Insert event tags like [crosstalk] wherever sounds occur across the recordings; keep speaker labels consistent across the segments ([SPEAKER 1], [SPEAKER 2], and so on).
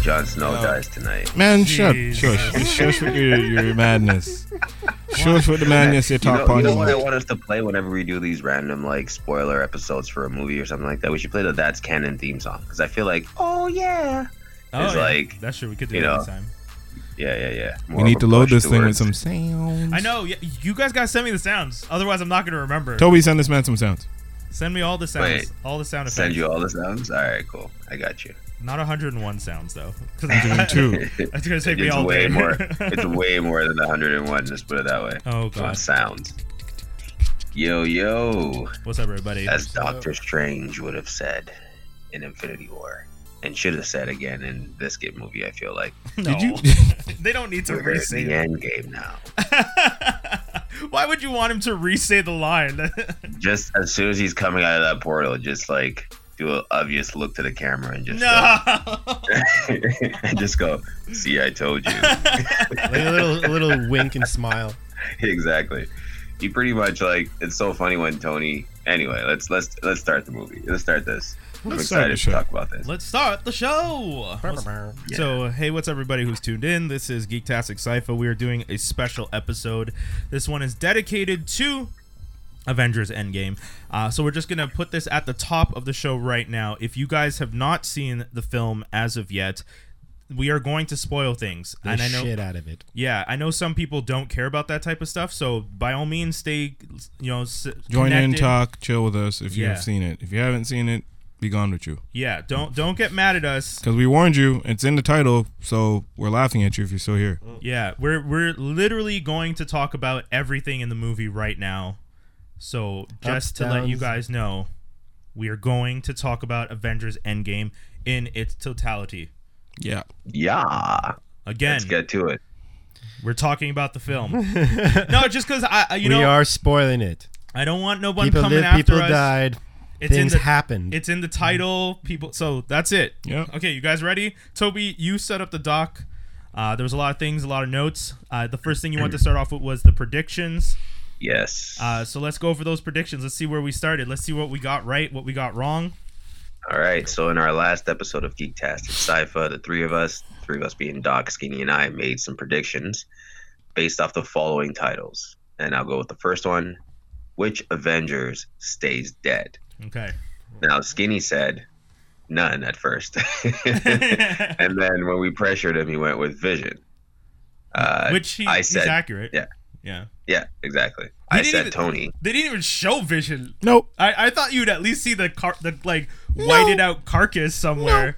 [SPEAKER 1] Jon Snow dies tonight.
[SPEAKER 2] Man,
[SPEAKER 3] Jeez.
[SPEAKER 2] shut shush. Shush with your, your madness. Shush with the madness you
[SPEAKER 1] You
[SPEAKER 2] talk
[SPEAKER 1] know, you
[SPEAKER 2] upon.
[SPEAKER 1] know what I
[SPEAKER 2] me.
[SPEAKER 1] want us to play whenever we do these random like spoiler episodes for a movie or something like that? We should play the That's Canon theme song because I feel like, oh yeah, It's like,
[SPEAKER 3] that's true. We could do
[SPEAKER 1] you
[SPEAKER 3] Oh, that
[SPEAKER 1] know,
[SPEAKER 3] next time.
[SPEAKER 1] yeah, yeah, yeah.
[SPEAKER 2] We
[SPEAKER 1] More of
[SPEAKER 2] need
[SPEAKER 1] a
[SPEAKER 2] to load
[SPEAKER 1] push
[SPEAKER 2] this thing with
[SPEAKER 1] towards-
[SPEAKER 2] some sounds.
[SPEAKER 3] I know. y- You guys gotta send me the sounds. Otherwise, I'm not gonna remember.
[SPEAKER 2] Toby, send this man some
[SPEAKER 3] [laughs]
[SPEAKER 2] sounds.
[SPEAKER 3] Send me all the sounds,
[SPEAKER 1] Wait.
[SPEAKER 3] all the sound effects.
[SPEAKER 1] Send you all the sounds. All right, cool. I got you.
[SPEAKER 3] Not 101 sounds though. [laughs] 'Cause I-
[SPEAKER 2] Two.
[SPEAKER 3] [laughs] That's gonna take me
[SPEAKER 1] it's
[SPEAKER 3] all
[SPEAKER 2] [laughs]
[SPEAKER 1] way
[SPEAKER 3] day. [laughs]
[SPEAKER 1] more. It's way more than 101. Just put it that way.
[SPEAKER 3] Oh,
[SPEAKER 1] Come on,
[SPEAKER 3] God.
[SPEAKER 1] sounds. Yo yo,
[SPEAKER 3] What's up, everybody?
[SPEAKER 1] as Doctor Strange would have said in Infinity War, and should have said again in this good movie. I feel like
[SPEAKER 3] No.
[SPEAKER 2] Did
[SPEAKER 3] [laughs]
[SPEAKER 2] you?
[SPEAKER 4] [laughs]
[SPEAKER 3] they don't need to
[SPEAKER 1] we're in
[SPEAKER 3] re-say
[SPEAKER 1] the
[SPEAKER 3] it.
[SPEAKER 1] end game now.
[SPEAKER 3] [laughs] Why would you want him to re-say the line? [laughs]
[SPEAKER 1] Just as soon as he's coming out of that portal, just like do an obvious look to the camera and just
[SPEAKER 3] no. [laughs]
[SPEAKER 1] go, [laughs] and just go. See, I told [laughs] you.
[SPEAKER 4] Like a little, a little wink and smile.
[SPEAKER 1] exactly. He pretty much like it's so funny when Tony. Anyway, let's let's let's start the movie. Let's start this. I'm
[SPEAKER 2] Let's start the
[SPEAKER 1] excited
[SPEAKER 2] show.
[SPEAKER 1] to talk about this.
[SPEAKER 3] Let's start the show.
[SPEAKER 1] Yeah.
[SPEAKER 3] So, hey, what's everybody who's tuned in? This is Geektastic Cypher. We are doing a special episode. This one is dedicated to Avengers Endgame. Uh, so, we're just going to put this at the top of the show right now. If you guys have not seen the film as of yet, we are going to spoil things.
[SPEAKER 4] The
[SPEAKER 3] and I know
[SPEAKER 4] shit out of it.
[SPEAKER 3] yeah, I know some people don't care about that type of stuff, so by all means stay you know s-
[SPEAKER 2] Join in,
[SPEAKER 3] connected.
[SPEAKER 2] talk, chill with us if you
[SPEAKER 3] Yeah.
[SPEAKER 2] have seen it. If you haven't seen it, be gone with you.
[SPEAKER 3] Yeah, don't don't get mad at us.
[SPEAKER 2] Because we warned you, it's in the title, so we're laughing at you if you're still here.
[SPEAKER 3] Yeah, we're we're literally going to talk about everything in the movie right now. So
[SPEAKER 4] Ups,
[SPEAKER 3] just to let you
[SPEAKER 4] downs.
[SPEAKER 3] guys know, we are going to talk about Avengers Endgame in its totality.
[SPEAKER 2] Yeah.
[SPEAKER 1] Yeah,
[SPEAKER 3] Again,
[SPEAKER 4] Hmm.
[SPEAKER 1] let's get to it.
[SPEAKER 3] we're talking about
[SPEAKER 4] [laughs]
[SPEAKER 3] the film. no, just because I, I- you
[SPEAKER 4] we
[SPEAKER 3] know,
[SPEAKER 4] are spoiling it.
[SPEAKER 3] I don't want no one
[SPEAKER 4] People
[SPEAKER 3] coming
[SPEAKER 4] lived,
[SPEAKER 3] after
[SPEAKER 4] people
[SPEAKER 3] us.
[SPEAKER 4] died.
[SPEAKER 3] It's in
[SPEAKER 4] things
[SPEAKER 3] the-
[SPEAKER 4] happened.
[SPEAKER 3] It's in the title. People, so that's it.
[SPEAKER 2] Yeah.
[SPEAKER 3] Okay, you guys ready? Toby, you set up the doc. Uh, there was a lot of things, a lot of notes. Uh, the first thing you want to start off with was the predictions.
[SPEAKER 1] Yes.
[SPEAKER 3] Uh, so let's go over those predictions. Let's see where we started. Let's see what we got right, what we got wrong.
[SPEAKER 1] All right. So in our last episode of Geektastic Cypher, the three of us, three of us being Doc, Skinny, and I, made some predictions based off the following titles. And I'll go with the first one: Which Avengers stays dead?
[SPEAKER 2] [laughs]
[SPEAKER 3] Okay.
[SPEAKER 1] Now, Skinny said none at
[SPEAKER 3] [laughs]
[SPEAKER 1] first. [laughs] And then when we pressured him, he went with Vision. Uh,
[SPEAKER 3] Which he,
[SPEAKER 1] I
[SPEAKER 3] he's
[SPEAKER 1] said-
[SPEAKER 3] accurate.
[SPEAKER 1] yeah.
[SPEAKER 3] Yeah.
[SPEAKER 1] yeah, exactly.
[SPEAKER 3] He
[SPEAKER 1] I
[SPEAKER 3] didn't
[SPEAKER 1] said
[SPEAKER 3] even-
[SPEAKER 1] Tony.
[SPEAKER 3] They didn't even show Vision.
[SPEAKER 2] Nope.
[SPEAKER 3] I, I thought you'd at least see the car, the like whited out carcass somewhere.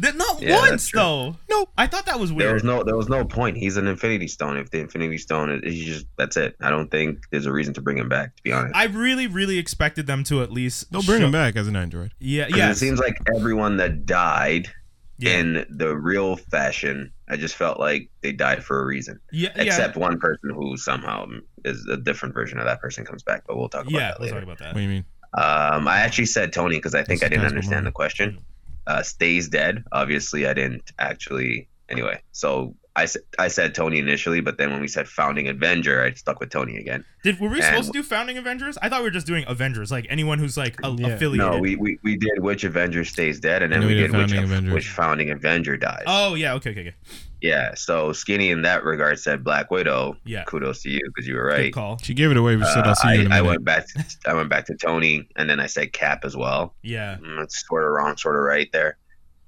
[SPEAKER 3] Th- Not
[SPEAKER 1] Yeah, that's
[SPEAKER 3] once
[SPEAKER 1] true.
[SPEAKER 3] though.
[SPEAKER 2] Nope.
[SPEAKER 3] I thought that was
[SPEAKER 1] There
[SPEAKER 3] weird.
[SPEAKER 1] was no, there was no point. He's an Infinity Stone. If the Infinity Stone, is he's just that's it. I don't think there's a reason to bring him back. To be honest,
[SPEAKER 3] I really, really expected them to at least.
[SPEAKER 2] They'll bring him
[SPEAKER 3] show-
[SPEAKER 2] back as an android.
[SPEAKER 3] Yeah,
[SPEAKER 1] 'Cause
[SPEAKER 3] yeah,
[SPEAKER 1] it seems like everyone that died
[SPEAKER 3] yeah,
[SPEAKER 1] in the real fashion, I just felt like they died for a reason,
[SPEAKER 3] yeah, yeah.
[SPEAKER 1] except one person who somehow is a different version of that person comes back. But we'll talk about
[SPEAKER 3] yeah,
[SPEAKER 1] that
[SPEAKER 3] we'll
[SPEAKER 1] later.
[SPEAKER 3] talk about that.
[SPEAKER 2] What do you mean?
[SPEAKER 1] Um, I actually said Tony because I think
[SPEAKER 2] This
[SPEAKER 1] I didn't
[SPEAKER 2] guy's
[SPEAKER 1] understand
[SPEAKER 2] remote.
[SPEAKER 1] the question. Uh, stays dead. Obviously, I didn't actually. Anyway, so I said I said Tony initially, but then when we said founding Avenger, I stuck with Tony again.
[SPEAKER 3] Did were we
[SPEAKER 1] And-
[SPEAKER 3] supposed to do founding Avengers? I thought we were just doing Avengers, like anyone who's like a,
[SPEAKER 4] Yeah.
[SPEAKER 3] affiliated.
[SPEAKER 1] No, we, we, we did which Avenger stays dead, and then
[SPEAKER 2] And
[SPEAKER 1] we,
[SPEAKER 2] we did
[SPEAKER 1] did which,
[SPEAKER 2] founding Avenger.
[SPEAKER 1] which founding Avenger dies.
[SPEAKER 3] Oh yeah, okay, okay, okay.
[SPEAKER 1] Yeah, so Skinny in that regard said Black Widow.
[SPEAKER 3] Yeah.
[SPEAKER 1] kudos to you because you were
[SPEAKER 3] Good
[SPEAKER 1] right.
[SPEAKER 3] call.
[SPEAKER 2] She gave it away. We said,
[SPEAKER 1] Uh,
[SPEAKER 2] I'll see you in a
[SPEAKER 1] I, I
[SPEAKER 2] minute.
[SPEAKER 1] went back. To, I went back to Tony, and then I said Cap as well.
[SPEAKER 3] Yeah,
[SPEAKER 1] Mm, It's sort of wrong, sort of right there.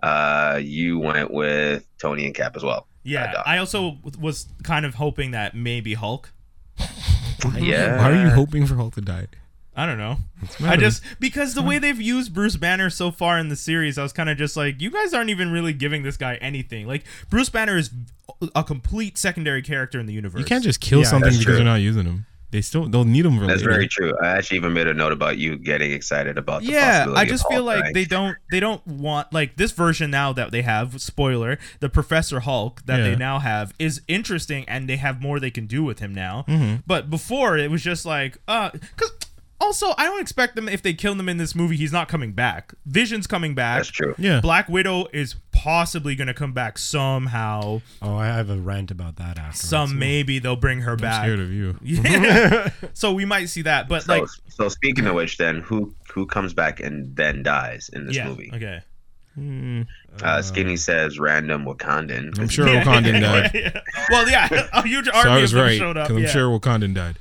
[SPEAKER 1] Uh, you went with Tony and Cap as well.
[SPEAKER 3] yeah.
[SPEAKER 1] dog.
[SPEAKER 3] I also w- was kind of hoping that maybe Hulk.
[SPEAKER 1] Yeah.
[SPEAKER 2] Why are you hoping for Hulk to die?
[SPEAKER 3] I don't know.
[SPEAKER 2] What's the
[SPEAKER 3] I
[SPEAKER 4] Hmm.
[SPEAKER 2] matter?
[SPEAKER 3] just because
[SPEAKER 2] Hmm.
[SPEAKER 3] the way they've used Bruce Banner so far in the series, I was kind of just like, you guys aren't even really giving this guy anything. Like Bruce Banner is a complete secondary character in the universe.
[SPEAKER 2] You can't just kill
[SPEAKER 4] Yeah,
[SPEAKER 2] something
[SPEAKER 1] that's
[SPEAKER 2] because
[SPEAKER 1] true.
[SPEAKER 2] they're not using them. They still they'll need them for
[SPEAKER 1] That's
[SPEAKER 2] later.
[SPEAKER 1] very true. I actually even made a note about you getting excited about. The
[SPEAKER 3] yeah
[SPEAKER 1] possibility
[SPEAKER 3] i
[SPEAKER 1] of
[SPEAKER 3] just feel
[SPEAKER 1] Hulk
[SPEAKER 3] like
[SPEAKER 1] dying.
[SPEAKER 3] they don't they don't want like this version now that they have spoiler the professor hulk that they
[SPEAKER 2] Yeah.
[SPEAKER 3] now have is interesting and they have more they can do with him now
[SPEAKER 2] Mm-hmm.
[SPEAKER 3] but before it was just like uh because also i don't expect them if they kill him in this movie he's not coming back vision's coming back
[SPEAKER 1] That's true.
[SPEAKER 2] Yeah.
[SPEAKER 3] black widow is possibly gonna come back somehow
[SPEAKER 4] oh, I have a rant about that after.
[SPEAKER 3] some maybe they'll bring her
[SPEAKER 2] I'm scared
[SPEAKER 3] back
[SPEAKER 2] of
[SPEAKER 1] [laughs]
[SPEAKER 2] you. [laughs]
[SPEAKER 3] [laughs] yeah. so we might see that but
[SPEAKER 1] So,
[SPEAKER 3] like
[SPEAKER 1] so speaking of which, then who who comes back and then dies in this
[SPEAKER 2] [laughs]
[SPEAKER 3] yeah
[SPEAKER 1] movie?
[SPEAKER 3] okay
[SPEAKER 1] Uh, Skinny says random Wakandan. 'cause
[SPEAKER 2] Hmm. I'm
[SPEAKER 1] he
[SPEAKER 2] sure
[SPEAKER 3] Yeah,
[SPEAKER 2] Wakandan
[SPEAKER 3] yeah,
[SPEAKER 2] died.
[SPEAKER 3] yeah. Well, yeah, [laughs] a huge army
[SPEAKER 2] So I was
[SPEAKER 3] of them
[SPEAKER 2] right
[SPEAKER 3] showed
[SPEAKER 2] because
[SPEAKER 3] up.
[SPEAKER 2] I'm
[SPEAKER 3] yeah.
[SPEAKER 2] sure Wakandan died.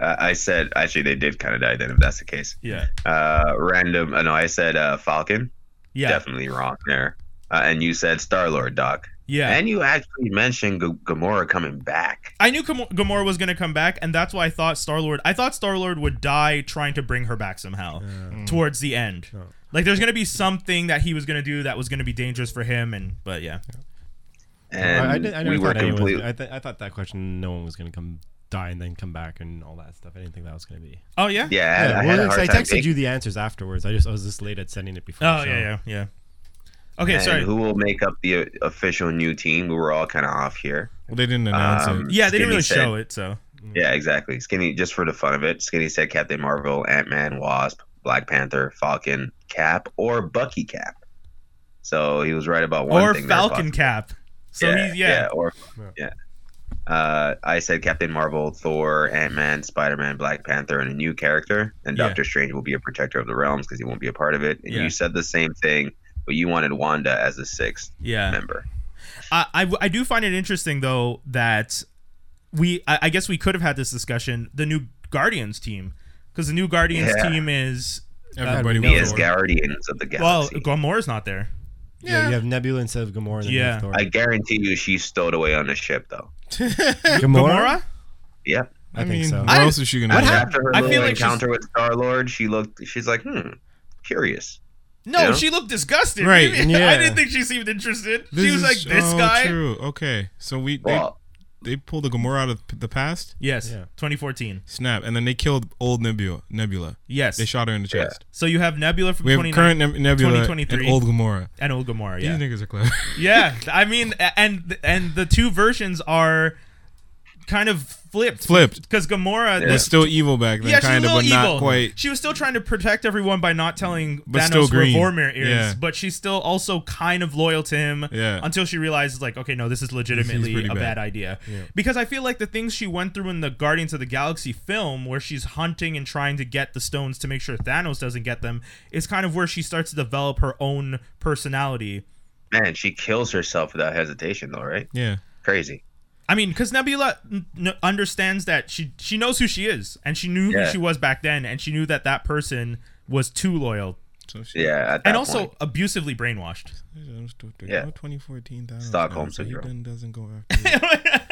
[SPEAKER 1] Uh, I said actually they did kind of die then if that's the case.
[SPEAKER 3] Yeah,
[SPEAKER 1] Uh, random. Uh, no, I said uh, Falcon.
[SPEAKER 3] yeah,
[SPEAKER 1] Definitely wrong there. Uh, and you said Star Lord Doc.
[SPEAKER 3] yeah.
[SPEAKER 1] And you actually mentioned G- Gamora coming back.
[SPEAKER 3] I knew Gam- Gamora was gonna come back, and that's why I thought Star Lord. I thought Star Lord would die trying to bring her back somehow
[SPEAKER 1] Mm.
[SPEAKER 3] towards the end. Like, there's gonna be something that he was gonna do that was gonna be dangerous for him, and but yeah,
[SPEAKER 1] And
[SPEAKER 4] I, I, didn't- I never
[SPEAKER 1] we were
[SPEAKER 4] thought anyone.
[SPEAKER 1] completely.
[SPEAKER 4] I, th- I thought that question, no one was going to come die and then come back and all that stuff. I didn't think that was going to be.
[SPEAKER 3] oh yeah,
[SPEAKER 1] yeah, I had- I,
[SPEAKER 4] well,
[SPEAKER 1] had a
[SPEAKER 4] it's-
[SPEAKER 1] hard
[SPEAKER 4] I
[SPEAKER 1] time
[SPEAKER 4] texted you the answers afterwards. I just I was just late at sending it before.
[SPEAKER 3] oh
[SPEAKER 4] the show.
[SPEAKER 3] yeah, yeah, yeah. Okay,
[SPEAKER 1] And
[SPEAKER 3] sorry.
[SPEAKER 1] who will make up the uh, official new team? We were all kind of off here.
[SPEAKER 2] Well, they didn't announce
[SPEAKER 1] Um,
[SPEAKER 2] it.
[SPEAKER 3] yeah, they
[SPEAKER 1] Skinny
[SPEAKER 3] didn't really
[SPEAKER 1] said-
[SPEAKER 3] show it, so
[SPEAKER 4] Mm-hmm.
[SPEAKER 1] Yeah, exactly. Skinny, just for the fun of it, Skinny said Captain Marvel, Ant Man, Wasp, Black Panther, Falcon, Cap, or Bucky Cap. So he was right about one
[SPEAKER 3] or
[SPEAKER 1] thing. there,
[SPEAKER 3] Falcon
[SPEAKER 1] Bucky.
[SPEAKER 3] Cap. So he's yeah.
[SPEAKER 1] or yeah. Uh, I said Captain Marvel, Thor, Ant Man, Spider Man, Black Panther, and a new character. And
[SPEAKER 3] Yeah.
[SPEAKER 1] Doctor Strange will be a protector of the realms because he won't be a part of it. And
[SPEAKER 3] Yeah.
[SPEAKER 1] you said the same thing, but you wanted Wanda as the sixth
[SPEAKER 3] Yeah.
[SPEAKER 1] member.
[SPEAKER 3] I, I, I do find it interesting though that we I, I guess we could have had this discussion the new Guardians team because the new Guardians
[SPEAKER 1] Yeah.
[SPEAKER 3] team is
[SPEAKER 2] Everybody
[SPEAKER 4] Uh,
[SPEAKER 1] He
[SPEAKER 2] was
[SPEAKER 1] is
[SPEAKER 2] wrong.
[SPEAKER 1] Guardians of the
[SPEAKER 3] well
[SPEAKER 1] Galaxy.
[SPEAKER 3] Gamora's not there.
[SPEAKER 4] Yeah, You have Nebula instead of Gamora. And then you
[SPEAKER 3] Yeah.
[SPEAKER 4] have Thor.
[SPEAKER 1] I guarantee you she stowed away on the ship, though.
[SPEAKER 4] [laughs]
[SPEAKER 3] Gamora?
[SPEAKER 1] Yeah.
[SPEAKER 2] I,
[SPEAKER 4] I think
[SPEAKER 2] mean,
[SPEAKER 4] so.
[SPEAKER 2] what
[SPEAKER 3] I-
[SPEAKER 2] else is she gonna
[SPEAKER 3] What
[SPEAKER 2] do?
[SPEAKER 3] happened?
[SPEAKER 1] After her
[SPEAKER 3] I
[SPEAKER 1] little
[SPEAKER 3] feel like she's-
[SPEAKER 1] encounter with Star Lord, she looked. She's like, hmm, curious.
[SPEAKER 3] No,
[SPEAKER 1] Yeah.
[SPEAKER 3] she looked disgusted.
[SPEAKER 2] Right,
[SPEAKER 3] [laughs] I
[SPEAKER 4] yeah.
[SPEAKER 3] didn't think she seemed interested. she
[SPEAKER 2] This is-
[SPEAKER 3] was like this
[SPEAKER 2] oh,
[SPEAKER 3] guy.
[SPEAKER 2] True. Okay. So we they,
[SPEAKER 1] Well,
[SPEAKER 2] they pulled the Gamora out of p- the past.
[SPEAKER 3] Yes,
[SPEAKER 4] Yeah.
[SPEAKER 3] 2014.
[SPEAKER 2] Snap, and then they killed old Nebula. Nebula.
[SPEAKER 3] Yes.
[SPEAKER 2] They shot her in the
[SPEAKER 1] Yeah.
[SPEAKER 2] chest.
[SPEAKER 3] so you have Nebula from
[SPEAKER 2] We have
[SPEAKER 3] 29
[SPEAKER 2] current Neb- Nebula
[SPEAKER 3] 2023.
[SPEAKER 2] and old Gamora.
[SPEAKER 3] and old Gamora. Yeah.
[SPEAKER 2] These niggas are clever.
[SPEAKER 3] yeah i mean and and the two versions are kind of
[SPEAKER 2] [laughs]
[SPEAKER 3] flipped
[SPEAKER 2] Flipped.
[SPEAKER 3] because gamora
[SPEAKER 2] They're
[SPEAKER 3] this-
[SPEAKER 2] still evil back then,
[SPEAKER 3] yeah, she's
[SPEAKER 2] kind
[SPEAKER 3] a
[SPEAKER 2] of,
[SPEAKER 3] little
[SPEAKER 2] but
[SPEAKER 3] evil.
[SPEAKER 2] not quite.
[SPEAKER 3] She was still trying to protect everyone by not telling
[SPEAKER 2] But still
[SPEAKER 3] Thanos where
[SPEAKER 2] green.
[SPEAKER 3] Vormir is,
[SPEAKER 2] Yeah.
[SPEAKER 3] but she's still also kind of loyal to him
[SPEAKER 2] Yeah.
[SPEAKER 3] until she realizes, like, okay, no, this is legitimately
[SPEAKER 2] pretty
[SPEAKER 3] a bad,
[SPEAKER 2] bad.
[SPEAKER 3] idea. Because I feel like the things she went through in the Guardians of the Galaxy film, where she's hunting and trying to get the stones to make sure Thanos doesn't get them, is kind of where she starts to develop her own personality.
[SPEAKER 1] man, she kills herself without hesitation, though, right?
[SPEAKER 2] Yeah.
[SPEAKER 1] Crazy.
[SPEAKER 3] I mean, because Nebula n- n- understands that she she knows who she is, and she knew
[SPEAKER 1] Yeah.
[SPEAKER 3] who she was back then, and she knew that that person was too loyal
[SPEAKER 2] So she,
[SPEAKER 1] Yeah. At that
[SPEAKER 3] and also
[SPEAKER 1] point.
[SPEAKER 3] abusively brainwashed.
[SPEAKER 1] Yeah.
[SPEAKER 2] yeah. 2014 Thanos,
[SPEAKER 1] Stockholm
[SPEAKER 2] man, so he
[SPEAKER 1] syndrome.
[SPEAKER 2] done doesn't go
[SPEAKER 3] [laughs]
[SPEAKER 2] after. it.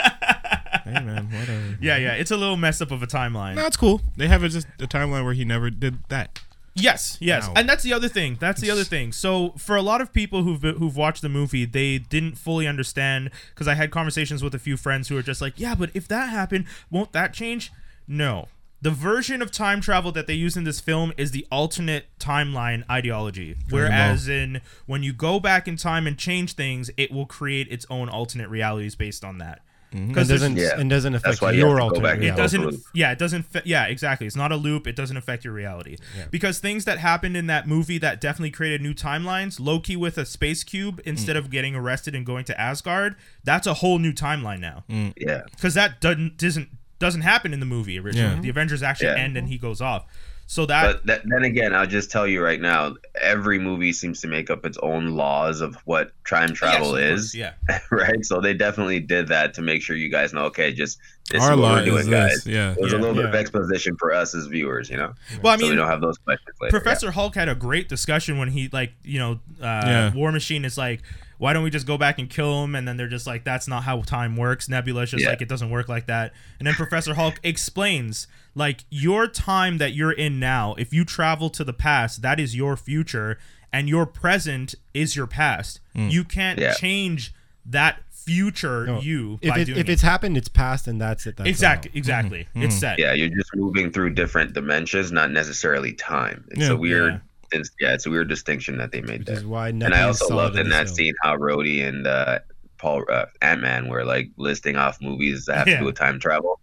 [SPEAKER 2] hey man, whatever.
[SPEAKER 3] yeah, yeah, it's a little messed up of a timeline.
[SPEAKER 2] No, it's cool. They have a, just a timeline where he never did that.
[SPEAKER 3] Yes, yes,
[SPEAKER 2] No.
[SPEAKER 3] and that's the other thing. That's the other thing. So for a lot of people who've been- who've watched the movie, they didn't fully understand because I had conversations with a few friends who are just like, "Yeah, but if that happened, won't that change?" No. The version of time travel that they use in this film is the alternate timeline ideology. Whereas in when you go back in time and change things, it will create its own alternate realities based on that.
[SPEAKER 4] and
[SPEAKER 3] Because
[SPEAKER 4] doesn't
[SPEAKER 1] Yeah.
[SPEAKER 4] and doesn't affect
[SPEAKER 1] why you have
[SPEAKER 4] your
[SPEAKER 1] to go back
[SPEAKER 4] alternate.
[SPEAKER 1] and Yeah.
[SPEAKER 3] it
[SPEAKER 4] reality.
[SPEAKER 3] doesn't
[SPEAKER 1] Loop.
[SPEAKER 3] yeah it doesn't fa- yeah exactly it's not a loop it doesn't affect your reality because things that happened in that movie that definitely created new timelines loki with a space cube instead of getting arrested and going to asgard that's a whole new timeline now
[SPEAKER 1] yeah.
[SPEAKER 3] because that doesn't doesn't doesn't happen in the movie originally
[SPEAKER 2] Yeah.
[SPEAKER 3] the avengers actually
[SPEAKER 1] Yeah.
[SPEAKER 3] end and he goes off so that
[SPEAKER 1] But that, then again, I'll just tell you right now, every movie seems to make up its own laws of what time travel
[SPEAKER 3] Yes, of
[SPEAKER 1] is,
[SPEAKER 3] course, yeah
[SPEAKER 1] [laughs] right? So they definitely did that to make sure you guys know. Okay, just this
[SPEAKER 2] Our
[SPEAKER 1] is
[SPEAKER 2] law
[SPEAKER 1] what we're
[SPEAKER 2] is
[SPEAKER 1] doing,
[SPEAKER 2] this.
[SPEAKER 1] guys.
[SPEAKER 2] Yeah.
[SPEAKER 1] It was a
[SPEAKER 3] Yeah.
[SPEAKER 1] little bit of
[SPEAKER 4] Yeah.
[SPEAKER 1] exposition for us as viewers, you know,
[SPEAKER 3] well i
[SPEAKER 1] so we
[SPEAKER 3] mean
[SPEAKER 1] don't have those questions later.
[SPEAKER 3] Professor Hulk had a great discussion when he like you know uh,
[SPEAKER 2] Yeah.
[SPEAKER 3] War Machine is like why don't we just go back and kill him and then they're just like that's not how time works Nebula's just
[SPEAKER 1] Yeah.
[SPEAKER 3] like it doesn't work like that and then Professor Hulk explains like your time that you're in now if you travel to the past that is your future and your present is your past you can't
[SPEAKER 1] Yeah.
[SPEAKER 3] change that future
[SPEAKER 4] Hmm. No.
[SPEAKER 3] you
[SPEAKER 4] If,
[SPEAKER 3] by
[SPEAKER 4] it,
[SPEAKER 3] doing
[SPEAKER 4] if
[SPEAKER 3] it.
[SPEAKER 4] it's Mm-hmm. happened, it's past, and that's it. That's
[SPEAKER 3] exactly exactly it's set
[SPEAKER 1] Yeah, you're just moving through different dimensions, not necessarily time. It's
[SPEAKER 2] Yeah.
[SPEAKER 1] a weird, it's- yeah, it's a weird distinction that they made
[SPEAKER 4] All. Which
[SPEAKER 1] there.
[SPEAKER 4] is why
[SPEAKER 1] and
[SPEAKER 4] nothing
[SPEAKER 1] I
[SPEAKER 4] is
[SPEAKER 1] also
[SPEAKER 4] solid
[SPEAKER 1] loved in
[SPEAKER 4] this
[SPEAKER 1] that
[SPEAKER 4] film.
[SPEAKER 1] scene how Rhodey and uh, Paul uh, Ant Man were like listing off movies that have
[SPEAKER 3] Yeah.
[SPEAKER 1] to do with time travel,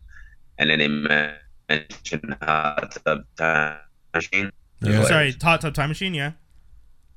[SPEAKER 1] and then they men- mentioned Hot Tub Time Machine.
[SPEAKER 2] Yeah.
[SPEAKER 1] Like,
[SPEAKER 3] sorry Hot Tub Time Machine yeah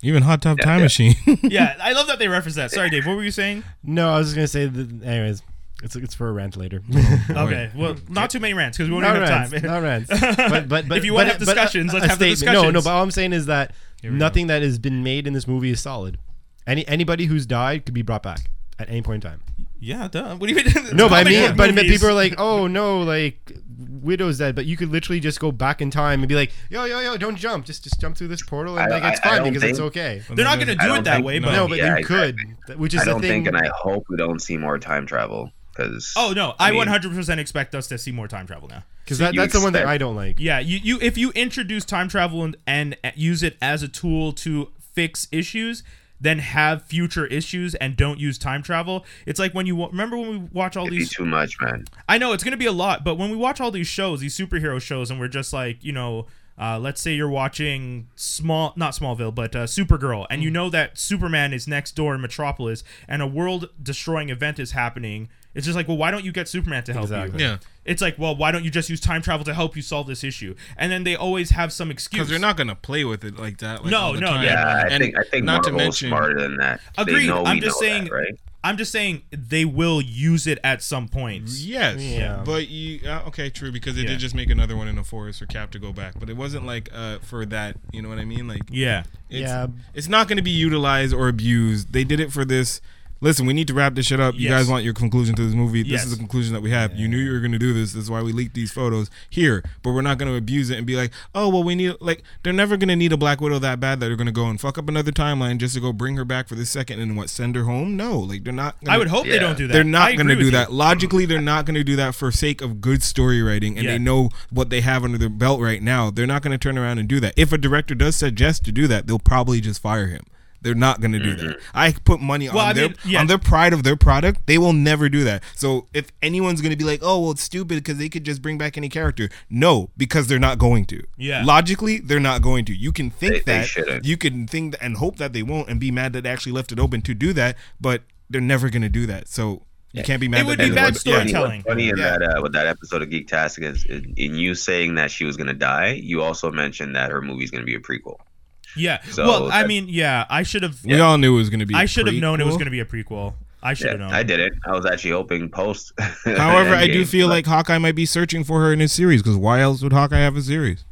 [SPEAKER 2] Even Hot Top
[SPEAKER 1] Yeah,
[SPEAKER 2] Time
[SPEAKER 1] yeah.
[SPEAKER 5] [laughs]
[SPEAKER 2] Machine.
[SPEAKER 3] yeah I love that they reference that sorry Dave what were you saying
[SPEAKER 4] No, I was just gonna say that. Anyways, it's it's for a rant [laughs] later.
[SPEAKER 5] [laughs]
[SPEAKER 3] Okay, well, not too many rants because we won't
[SPEAKER 4] not
[SPEAKER 3] even
[SPEAKER 4] rants,
[SPEAKER 3] have
[SPEAKER 4] [laughs]
[SPEAKER 3] time.
[SPEAKER 4] not rants. But but but
[SPEAKER 3] If you wanna
[SPEAKER 4] but-
[SPEAKER 3] have
[SPEAKER 4] but a-
[SPEAKER 3] discussions, let's
[SPEAKER 4] a
[SPEAKER 3] have the
[SPEAKER 4] statement- No, no.
[SPEAKER 3] discussions.
[SPEAKER 4] But all I'm saying is that
[SPEAKER 2] Here we go.
[SPEAKER 4] Nothing that has been made in this movie is solid. Any anybody who's died could be brought back at any point in time.
[SPEAKER 3] Yeah, duh. What do you mean?
[SPEAKER 4] No, but I
[SPEAKER 3] Comic
[SPEAKER 4] mean,
[SPEAKER 3] book
[SPEAKER 4] but I mean,
[SPEAKER 3] movies.
[SPEAKER 4] people are like, oh no, like widow's dead, but you could literally just go back in time and be like, yo, yo, yo, don't jump, just just jump through this portal and
[SPEAKER 1] I-
[SPEAKER 4] like it's
[SPEAKER 1] I- I
[SPEAKER 4] fine
[SPEAKER 1] don't
[SPEAKER 4] because it's
[SPEAKER 1] think-
[SPEAKER 4] okay.
[SPEAKER 3] [laughs] they're not gonna
[SPEAKER 1] I
[SPEAKER 3] do
[SPEAKER 1] don't
[SPEAKER 3] it that
[SPEAKER 1] think-
[SPEAKER 3] way,
[SPEAKER 4] No,
[SPEAKER 3] but
[SPEAKER 4] but
[SPEAKER 1] Yeah,
[SPEAKER 4] you could,
[SPEAKER 1] exactly.
[SPEAKER 4] th- which is
[SPEAKER 1] I
[SPEAKER 4] the
[SPEAKER 1] don't
[SPEAKER 4] thing.
[SPEAKER 1] think, and I hope we don't see more time travel because.
[SPEAKER 3] oh no, I
[SPEAKER 1] mean,
[SPEAKER 3] 100 percent expect us to see more time travel now.
[SPEAKER 4] Because that,
[SPEAKER 1] you
[SPEAKER 4] that's the one thing
[SPEAKER 1] expect-
[SPEAKER 4] I don't like.
[SPEAKER 3] Yeah, you, you if you introduce time travel and, and use it as a tool to fix issues, then have future issues and don't use time travel. It's like when you wa- remember when we watch all
[SPEAKER 1] It'd be
[SPEAKER 3] these
[SPEAKER 1] too much, man.
[SPEAKER 3] I know it's gonna be a lot, but when we watch all these shows, these superhero shows, and we're just like, you know, uh, let's say you're watching small, not Smallville, but uh, Supergirl, and
[SPEAKER 5] Mm.
[SPEAKER 3] you know that Superman is next door in Metropolis, and a world-destroying event is happening. It's just like, well, why don't you get Superman to help
[SPEAKER 4] Exactly.
[SPEAKER 3] you?
[SPEAKER 5] Yeah.
[SPEAKER 3] It's like, well, why don't you just use time travel to help you solve this issue? And then they always have some excuse.
[SPEAKER 5] Because they're not gonna play with it like that. Like,
[SPEAKER 3] No,
[SPEAKER 5] all the
[SPEAKER 3] no,
[SPEAKER 5] time.
[SPEAKER 3] yeah.
[SPEAKER 1] Yeah, I
[SPEAKER 5] And
[SPEAKER 1] think I think
[SPEAKER 5] not to
[SPEAKER 1] Marvel's
[SPEAKER 5] mention-
[SPEAKER 1] smarter than that.
[SPEAKER 3] Agreed.
[SPEAKER 1] They know we
[SPEAKER 3] I'm just
[SPEAKER 1] know that,
[SPEAKER 3] saying-
[SPEAKER 1] right?
[SPEAKER 3] I'm just saying they will use it at some point.
[SPEAKER 5] Yes,
[SPEAKER 4] Yeah.
[SPEAKER 5] but you uh, okay, true because they
[SPEAKER 3] Yeah.
[SPEAKER 5] did just make another one in the forest for Cap to go back, but it wasn't like uh for that, you know what I mean? Like
[SPEAKER 3] Yeah.
[SPEAKER 5] it's,
[SPEAKER 4] Yeah.
[SPEAKER 5] it's not going to be utilized or abused. They did it for this. Listen, we need to wrap this shit up. You
[SPEAKER 3] Yes.
[SPEAKER 5] guys want your conclusion to this movie? This
[SPEAKER 3] Yes.
[SPEAKER 5] is the conclusion that we have. You knew you were going to do this. This is why we leaked these photos here. But we're not going to abuse it and be like, oh, well, we need, like, they're never going to need a Black Widow that bad that they're going to go and fuck up another timeline just to go bring her back for this second and what, send her home? No. Like, they're not. Gonna,
[SPEAKER 3] I would hope they
[SPEAKER 1] Yeah.
[SPEAKER 3] don't do that.
[SPEAKER 5] They're
[SPEAKER 3] I
[SPEAKER 5] not going
[SPEAKER 3] agree
[SPEAKER 5] to
[SPEAKER 3] with
[SPEAKER 5] do
[SPEAKER 3] you.
[SPEAKER 5] that. Logically, they're not going to do that for sake of good story writing, and
[SPEAKER 3] Yeah.
[SPEAKER 5] they know what they have under their belt right now. They're not going to turn around and do that. If a director does suggest to do that, they'll probably just fire him. They're not going to do that. I put money
[SPEAKER 3] Mm-hmm. Well,
[SPEAKER 5] on
[SPEAKER 3] I
[SPEAKER 5] their
[SPEAKER 3] mean, yeah.
[SPEAKER 5] on their pride of their product. They will never do that. So if anyone's going to be like, "Oh, well, it's stupid because they could just bring back any character," no, because they're not going to.
[SPEAKER 3] Yeah.
[SPEAKER 5] Logically, they're not going to. You can think
[SPEAKER 1] They- they
[SPEAKER 5] that
[SPEAKER 1] shouldn't.
[SPEAKER 5] you can think and hope that they won't and be mad that they actually left it open to do that, but they're never going to do that. So you can't be mad.
[SPEAKER 3] It would
[SPEAKER 5] that
[SPEAKER 3] be
[SPEAKER 5] they-
[SPEAKER 3] bad
[SPEAKER 5] yeah.
[SPEAKER 3] storytelling.
[SPEAKER 1] What's funny in
[SPEAKER 5] Yeah.
[SPEAKER 1] that uh, with that episode of Geek Task is in, in you saying that she was gonna die. You also mentioned that her movie's gonna be a prequel.
[SPEAKER 3] Yeah.
[SPEAKER 1] So
[SPEAKER 3] well, I
[SPEAKER 1] that-
[SPEAKER 3] mean, yeah, I should have.
[SPEAKER 5] We all knew it was going to be.
[SPEAKER 3] I should have known it was
[SPEAKER 5] prequel.
[SPEAKER 3] going to be a prequel. I should
[SPEAKER 1] Yeah,
[SPEAKER 3] have known.
[SPEAKER 1] I did it. I was actually hoping post. [laughs]
[SPEAKER 5] However, I do
[SPEAKER 1] Endgame,
[SPEAKER 5] feel
[SPEAKER 1] but-
[SPEAKER 5] like Hawkeye might be searching for her in his series because why else would Hawkeye have a series?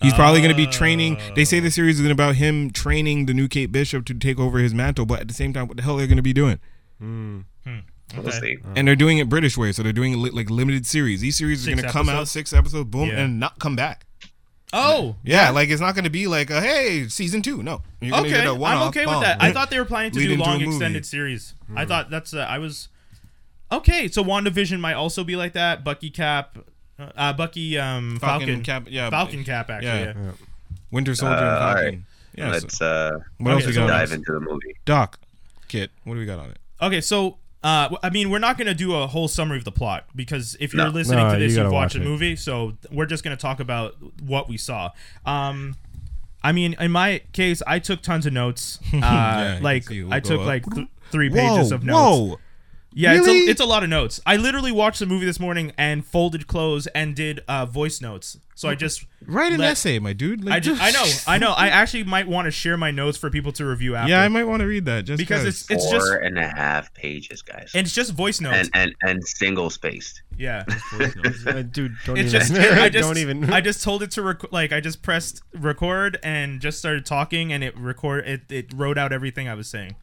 [SPEAKER 5] He's probably going to be training. They say the series is about him training the new Kate Bishop to take over his mantle, but at the same time, what the hell are they going to be doing?
[SPEAKER 1] we'll see.
[SPEAKER 5] And they're doing it British way, so they're doing li- like limited series. These series are
[SPEAKER 3] Six
[SPEAKER 5] going to come out
[SPEAKER 3] episodes?
[SPEAKER 5] six episodes, boom,
[SPEAKER 3] Yeah.
[SPEAKER 5] and not come back.
[SPEAKER 3] Oh,
[SPEAKER 5] Yeah, like it's not going to be like, a, hey, season two. No, you're gonna
[SPEAKER 3] okay.
[SPEAKER 5] get a
[SPEAKER 3] I'm
[SPEAKER 5] one-off,
[SPEAKER 3] okay
[SPEAKER 5] boom.
[SPEAKER 3] with that. I thought they were planning to
[SPEAKER 5] Lead
[SPEAKER 3] do
[SPEAKER 5] into a
[SPEAKER 3] long
[SPEAKER 5] movie. Hmm.
[SPEAKER 3] extended series. I thought that's. Uh, I was okay. So WandaVision might also be like that. Bucky Cap, uh, Bucky um,
[SPEAKER 5] Falcon
[SPEAKER 3] Falcon
[SPEAKER 5] Cap- yeah,
[SPEAKER 3] Falcon Cap actually.
[SPEAKER 5] yeah.
[SPEAKER 3] Yeah.
[SPEAKER 5] Winter Soldier and
[SPEAKER 1] Uh, all
[SPEAKER 5] Falcon.
[SPEAKER 1] right.
[SPEAKER 5] Yeah, so-
[SPEAKER 1] Let's uh,
[SPEAKER 5] what else we got?
[SPEAKER 1] dive into the movie.
[SPEAKER 5] Doc, Kit, what do we got on it?
[SPEAKER 3] Okay, so. Uh, w- I mean, we're not going to do a whole summary of the plot because if you're
[SPEAKER 1] No.
[SPEAKER 3] listening
[SPEAKER 4] No,
[SPEAKER 3] to this,
[SPEAKER 4] you
[SPEAKER 3] you
[SPEAKER 4] gotta
[SPEAKER 3] have watched
[SPEAKER 4] watch
[SPEAKER 3] the
[SPEAKER 4] it.
[SPEAKER 3] movie. So th- we're just going to talk about what we saw. Um, I mean, in my case, I took tons of
[SPEAKER 5] [laughs]
[SPEAKER 3] notes. Uh,
[SPEAKER 5] Yeah, you
[SPEAKER 3] like
[SPEAKER 5] can see it will
[SPEAKER 3] I
[SPEAKER 5] go
[SPEAKER 3] took
[SPEAKER 5] up.
[SPEAKER 3] like th- three pages of notes.
[SPEAKER 5] Whoa.
[SPEAKER 3] Yeah, it's,
[SPEAKER 5] Really?
[SPEAKER 3] a, it's a lot of notes. I literally watched the movie this morning and folded clothes and did uh, voice notes. So I just
[SPEAKER 5] Write an
[SPEAKER 3] Let-
[SPEAKER 5] essay, my dude. Like,
[SPEAKER 3] I just I know I know
[SPEAKER 5] [laughs]
[SPEAKER 3] I actually might want to share my notes for people to review after.
[SPEAKER 5] Yeah, I might want to read that just
[SPEAKER 3] because it's it's
[SPEAKER 1] Four
[SPEAKER 3] just
[SPEAKER 1] and a half pages, guys,
[SPEAKER 3] and it's just voice notes.
[SPEAKER 5] [laughs]
[SPEAKER 1] and and, and single spaced.
[SPEAKER 3] yeah.
[SPEAKER 4] Uh, dude, don't
[SPEAKER 3] It's
[SPEAKER 4] even.
[SPEAKER 3] just I
[SPEAKER 4] [laughs]
[SPEAKER 3] just
[SPEAKER 4] don't even.
[SPEAKER 3] I just told it to rec- like I just pressed record and just started talking and it record it it wrote out everything I was saying.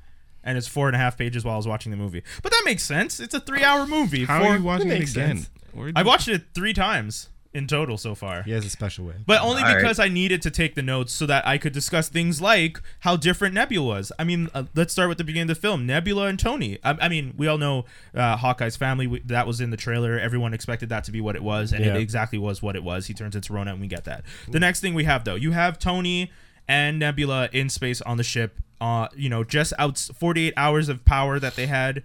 [SPEAKER 3] And it's four and a half pages while I was watching the movie. But that makes sense. It's a three hour movie.
[SPEAKER 5] how
[SPEAKER 3] Four-
[SPEAKER 5] are you watching
[SPEAKER 4] That
[SPEAKER 5] it
[SPEAKER 4] makes
[SPEAKER 5] again?
[SPEAKER 4] sense.
[SPEAKER 5] Where'd
[SPEAKER 3] I
[SPEAKER 5] you-
[SPEAKER 3] watched it three times in total so far.
[SPEAKER 4] he has a special way.
[SPEAKER 3] But only
[SPEAKER 1] All right.
[SPEAKER 3] because I needed to take the notes so that I could discuss things like how different Nebula was. I mean, uh, let's start with the beginning of the film. Nebula and Tony. I, I mean, we all know uh, Hawkeye's family. We, that was in the trailer. Everyone expected that to be what it was, and
[SPEAKER 4] Yeah.
[SPEAKER 3] it exactly was what it was. He turns into Rona, and we get that. The next thing we have, though, you have Tony and Nebula in space on the ship. Uh, you know, just out 48 hours of power that they had.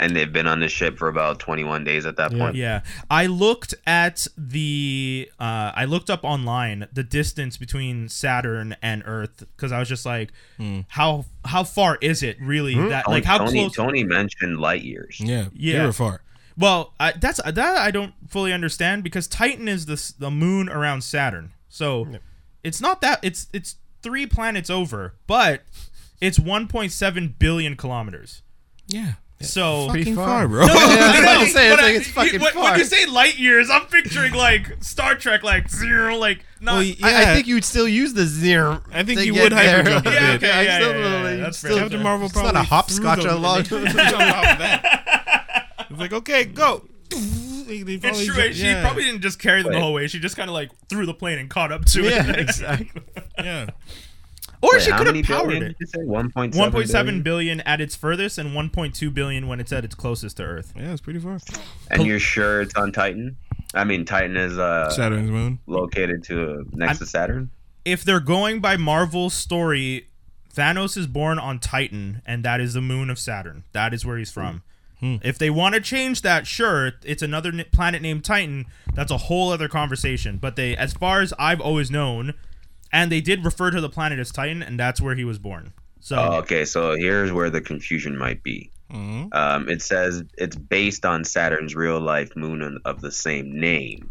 [SPEAKER 1] And they've been on the ship for about 21 days at that
[SPEAKER 4] Yeah.
[SPEAKER 1] point.
[SPEAKER 3] [laughs] Yeah, I looked at the uh, I looked up online the distance between Saturn and Earth because I was just like, how how far is it really? That
[SPEAKER 1] Tony,
[SPEAKER 3] like how
[SPEAKER 1] Tony,
[SPEAKER 3] close?
[SPEAKER 1] Tony mentioned light years.
[SPEAKER 5] Yeah,
[SPEAKER 3] Yeah.
[SPEAKER 5] they were far.
[SPEAKER 3] Well, I, that's that I don't fully understand because Titan is the s- the moon around Saturn, so it's not that it's it's three planets over, but it's 1.7 billion kilometers.
[SPEAKER 5] Yeah,
[SPEAKER 3] So
[SPEAKER 5] Fucking
[SPEAKER 4] far.
[SPEAKER 5] far,
[SPEAKER 3] [laughs]
[SPEAKER 5] bro.
[SPEAKER 4] Yeah, that's
[SPEAKER 3] I
[SPEAKER 4] what
[SPEAKER 3] know,
[SPEAKER 4] I'm saying. It's
[SPEAKER 3] but
[SPEAKER 4] like,
[SPEAKER 3] I-
[SPEAKER 4] it's fucking
[SPEAKER 3] when,
[SPEAKER 4] far.
[SPEAKER 3] when you say light years, I'm picturing like Star Trek, like zero, like not.
[SPEAKER 5] Well, yeah,
[SPEAKER 4] I, I think you would still use the zero.
[SPEAKER 5] I think
[SPEAKER 4] to
[SPEAKER 5] you
[SPEAKER 4] get
[SPEAKER 5] would
[SPEAKER 4] there.
[SPEAKER 5] hyperjump a
[SPEAKER 3] Yeah,
[SPEAKER 5] bit.
[SPEAKER 3] okay, yeah,
[SPEAKER 4] I still
[SPEAKER 3] yeah,
[SPEAKER 4] don't
[SPEAKER 3] yeah,
[SPEAKER 4] know,
[SPEAKER 3] yeah,
[SPEAKER 4] you
[SPEAKER 3] that's
[SPEAKER 4] still-
[SPEAKER 3] fair.
[SPEAKER 5] Captain Marvel
[SPEAKER 4] not
[SPEAKER 5] probably
[SPEAKER 4] a hopscotch
[SPEAKER 5] threw
[SPEAKER 4] [laughs]
[SPEAKER 5] them
[SPEAKER 4] along-
[SPEAKER 5] and they jumped off that. It's like okay, go. [laughs] It's
[SPEAKER 3] it's true. She probably didn't just carry them the whole way. She just kind of like threw the plane and caught up to [laughs] it.
[SPEAKER 4] Yeah, exactly.
[SPEAKER 5] yeah.
[SPEAKER 3] Or
[SPEAKER 1] Wait,
[SPEAKER 3] she
[SPEAKER 1] how
[SPEAKER 3] could
[SPEAKER 1] many
[SPEAKER 3] have powered
[SPEAKER 1] billion
[SPEAKER 3] it.
[SPEAKER 1] did you say? 1.7
[SPEAKER 3] 1.7
[SPEAKER 1] billion?
[SPEAKER 3] billion? at its furthest and 1.2 billion when it's at its closest to Earth.
[SPEAKER 5] Yeah, it's pretty far.
[SPEAKER 1] And you're sure it's on Titan? I mean, Titan is uh,
[SPEAKER 5] Saturn's moon.
[SPEAKER 1] located to next to Saturn.
[SPEAKER 3] If they're going by Marvel's story, Thanos is born on Titan, and that is the moon of Saturn. That is where he's
[SPEAKER 1] Hmm.
[SPEAKER 3] from. If they want to change that, sure, it's another n- planet named Titan. That's a whole other conversation. But they, as far as I've always known, and they did refer to the planet as Titan, and that's where he was born. So
[SPEAKER 1] Oh, okay, so here's where the confusion might be.
[SPEAKER 5] Mhm.
[SPEAKER 1] Um, it says it's based on Saturn's real life moon on- of the same name,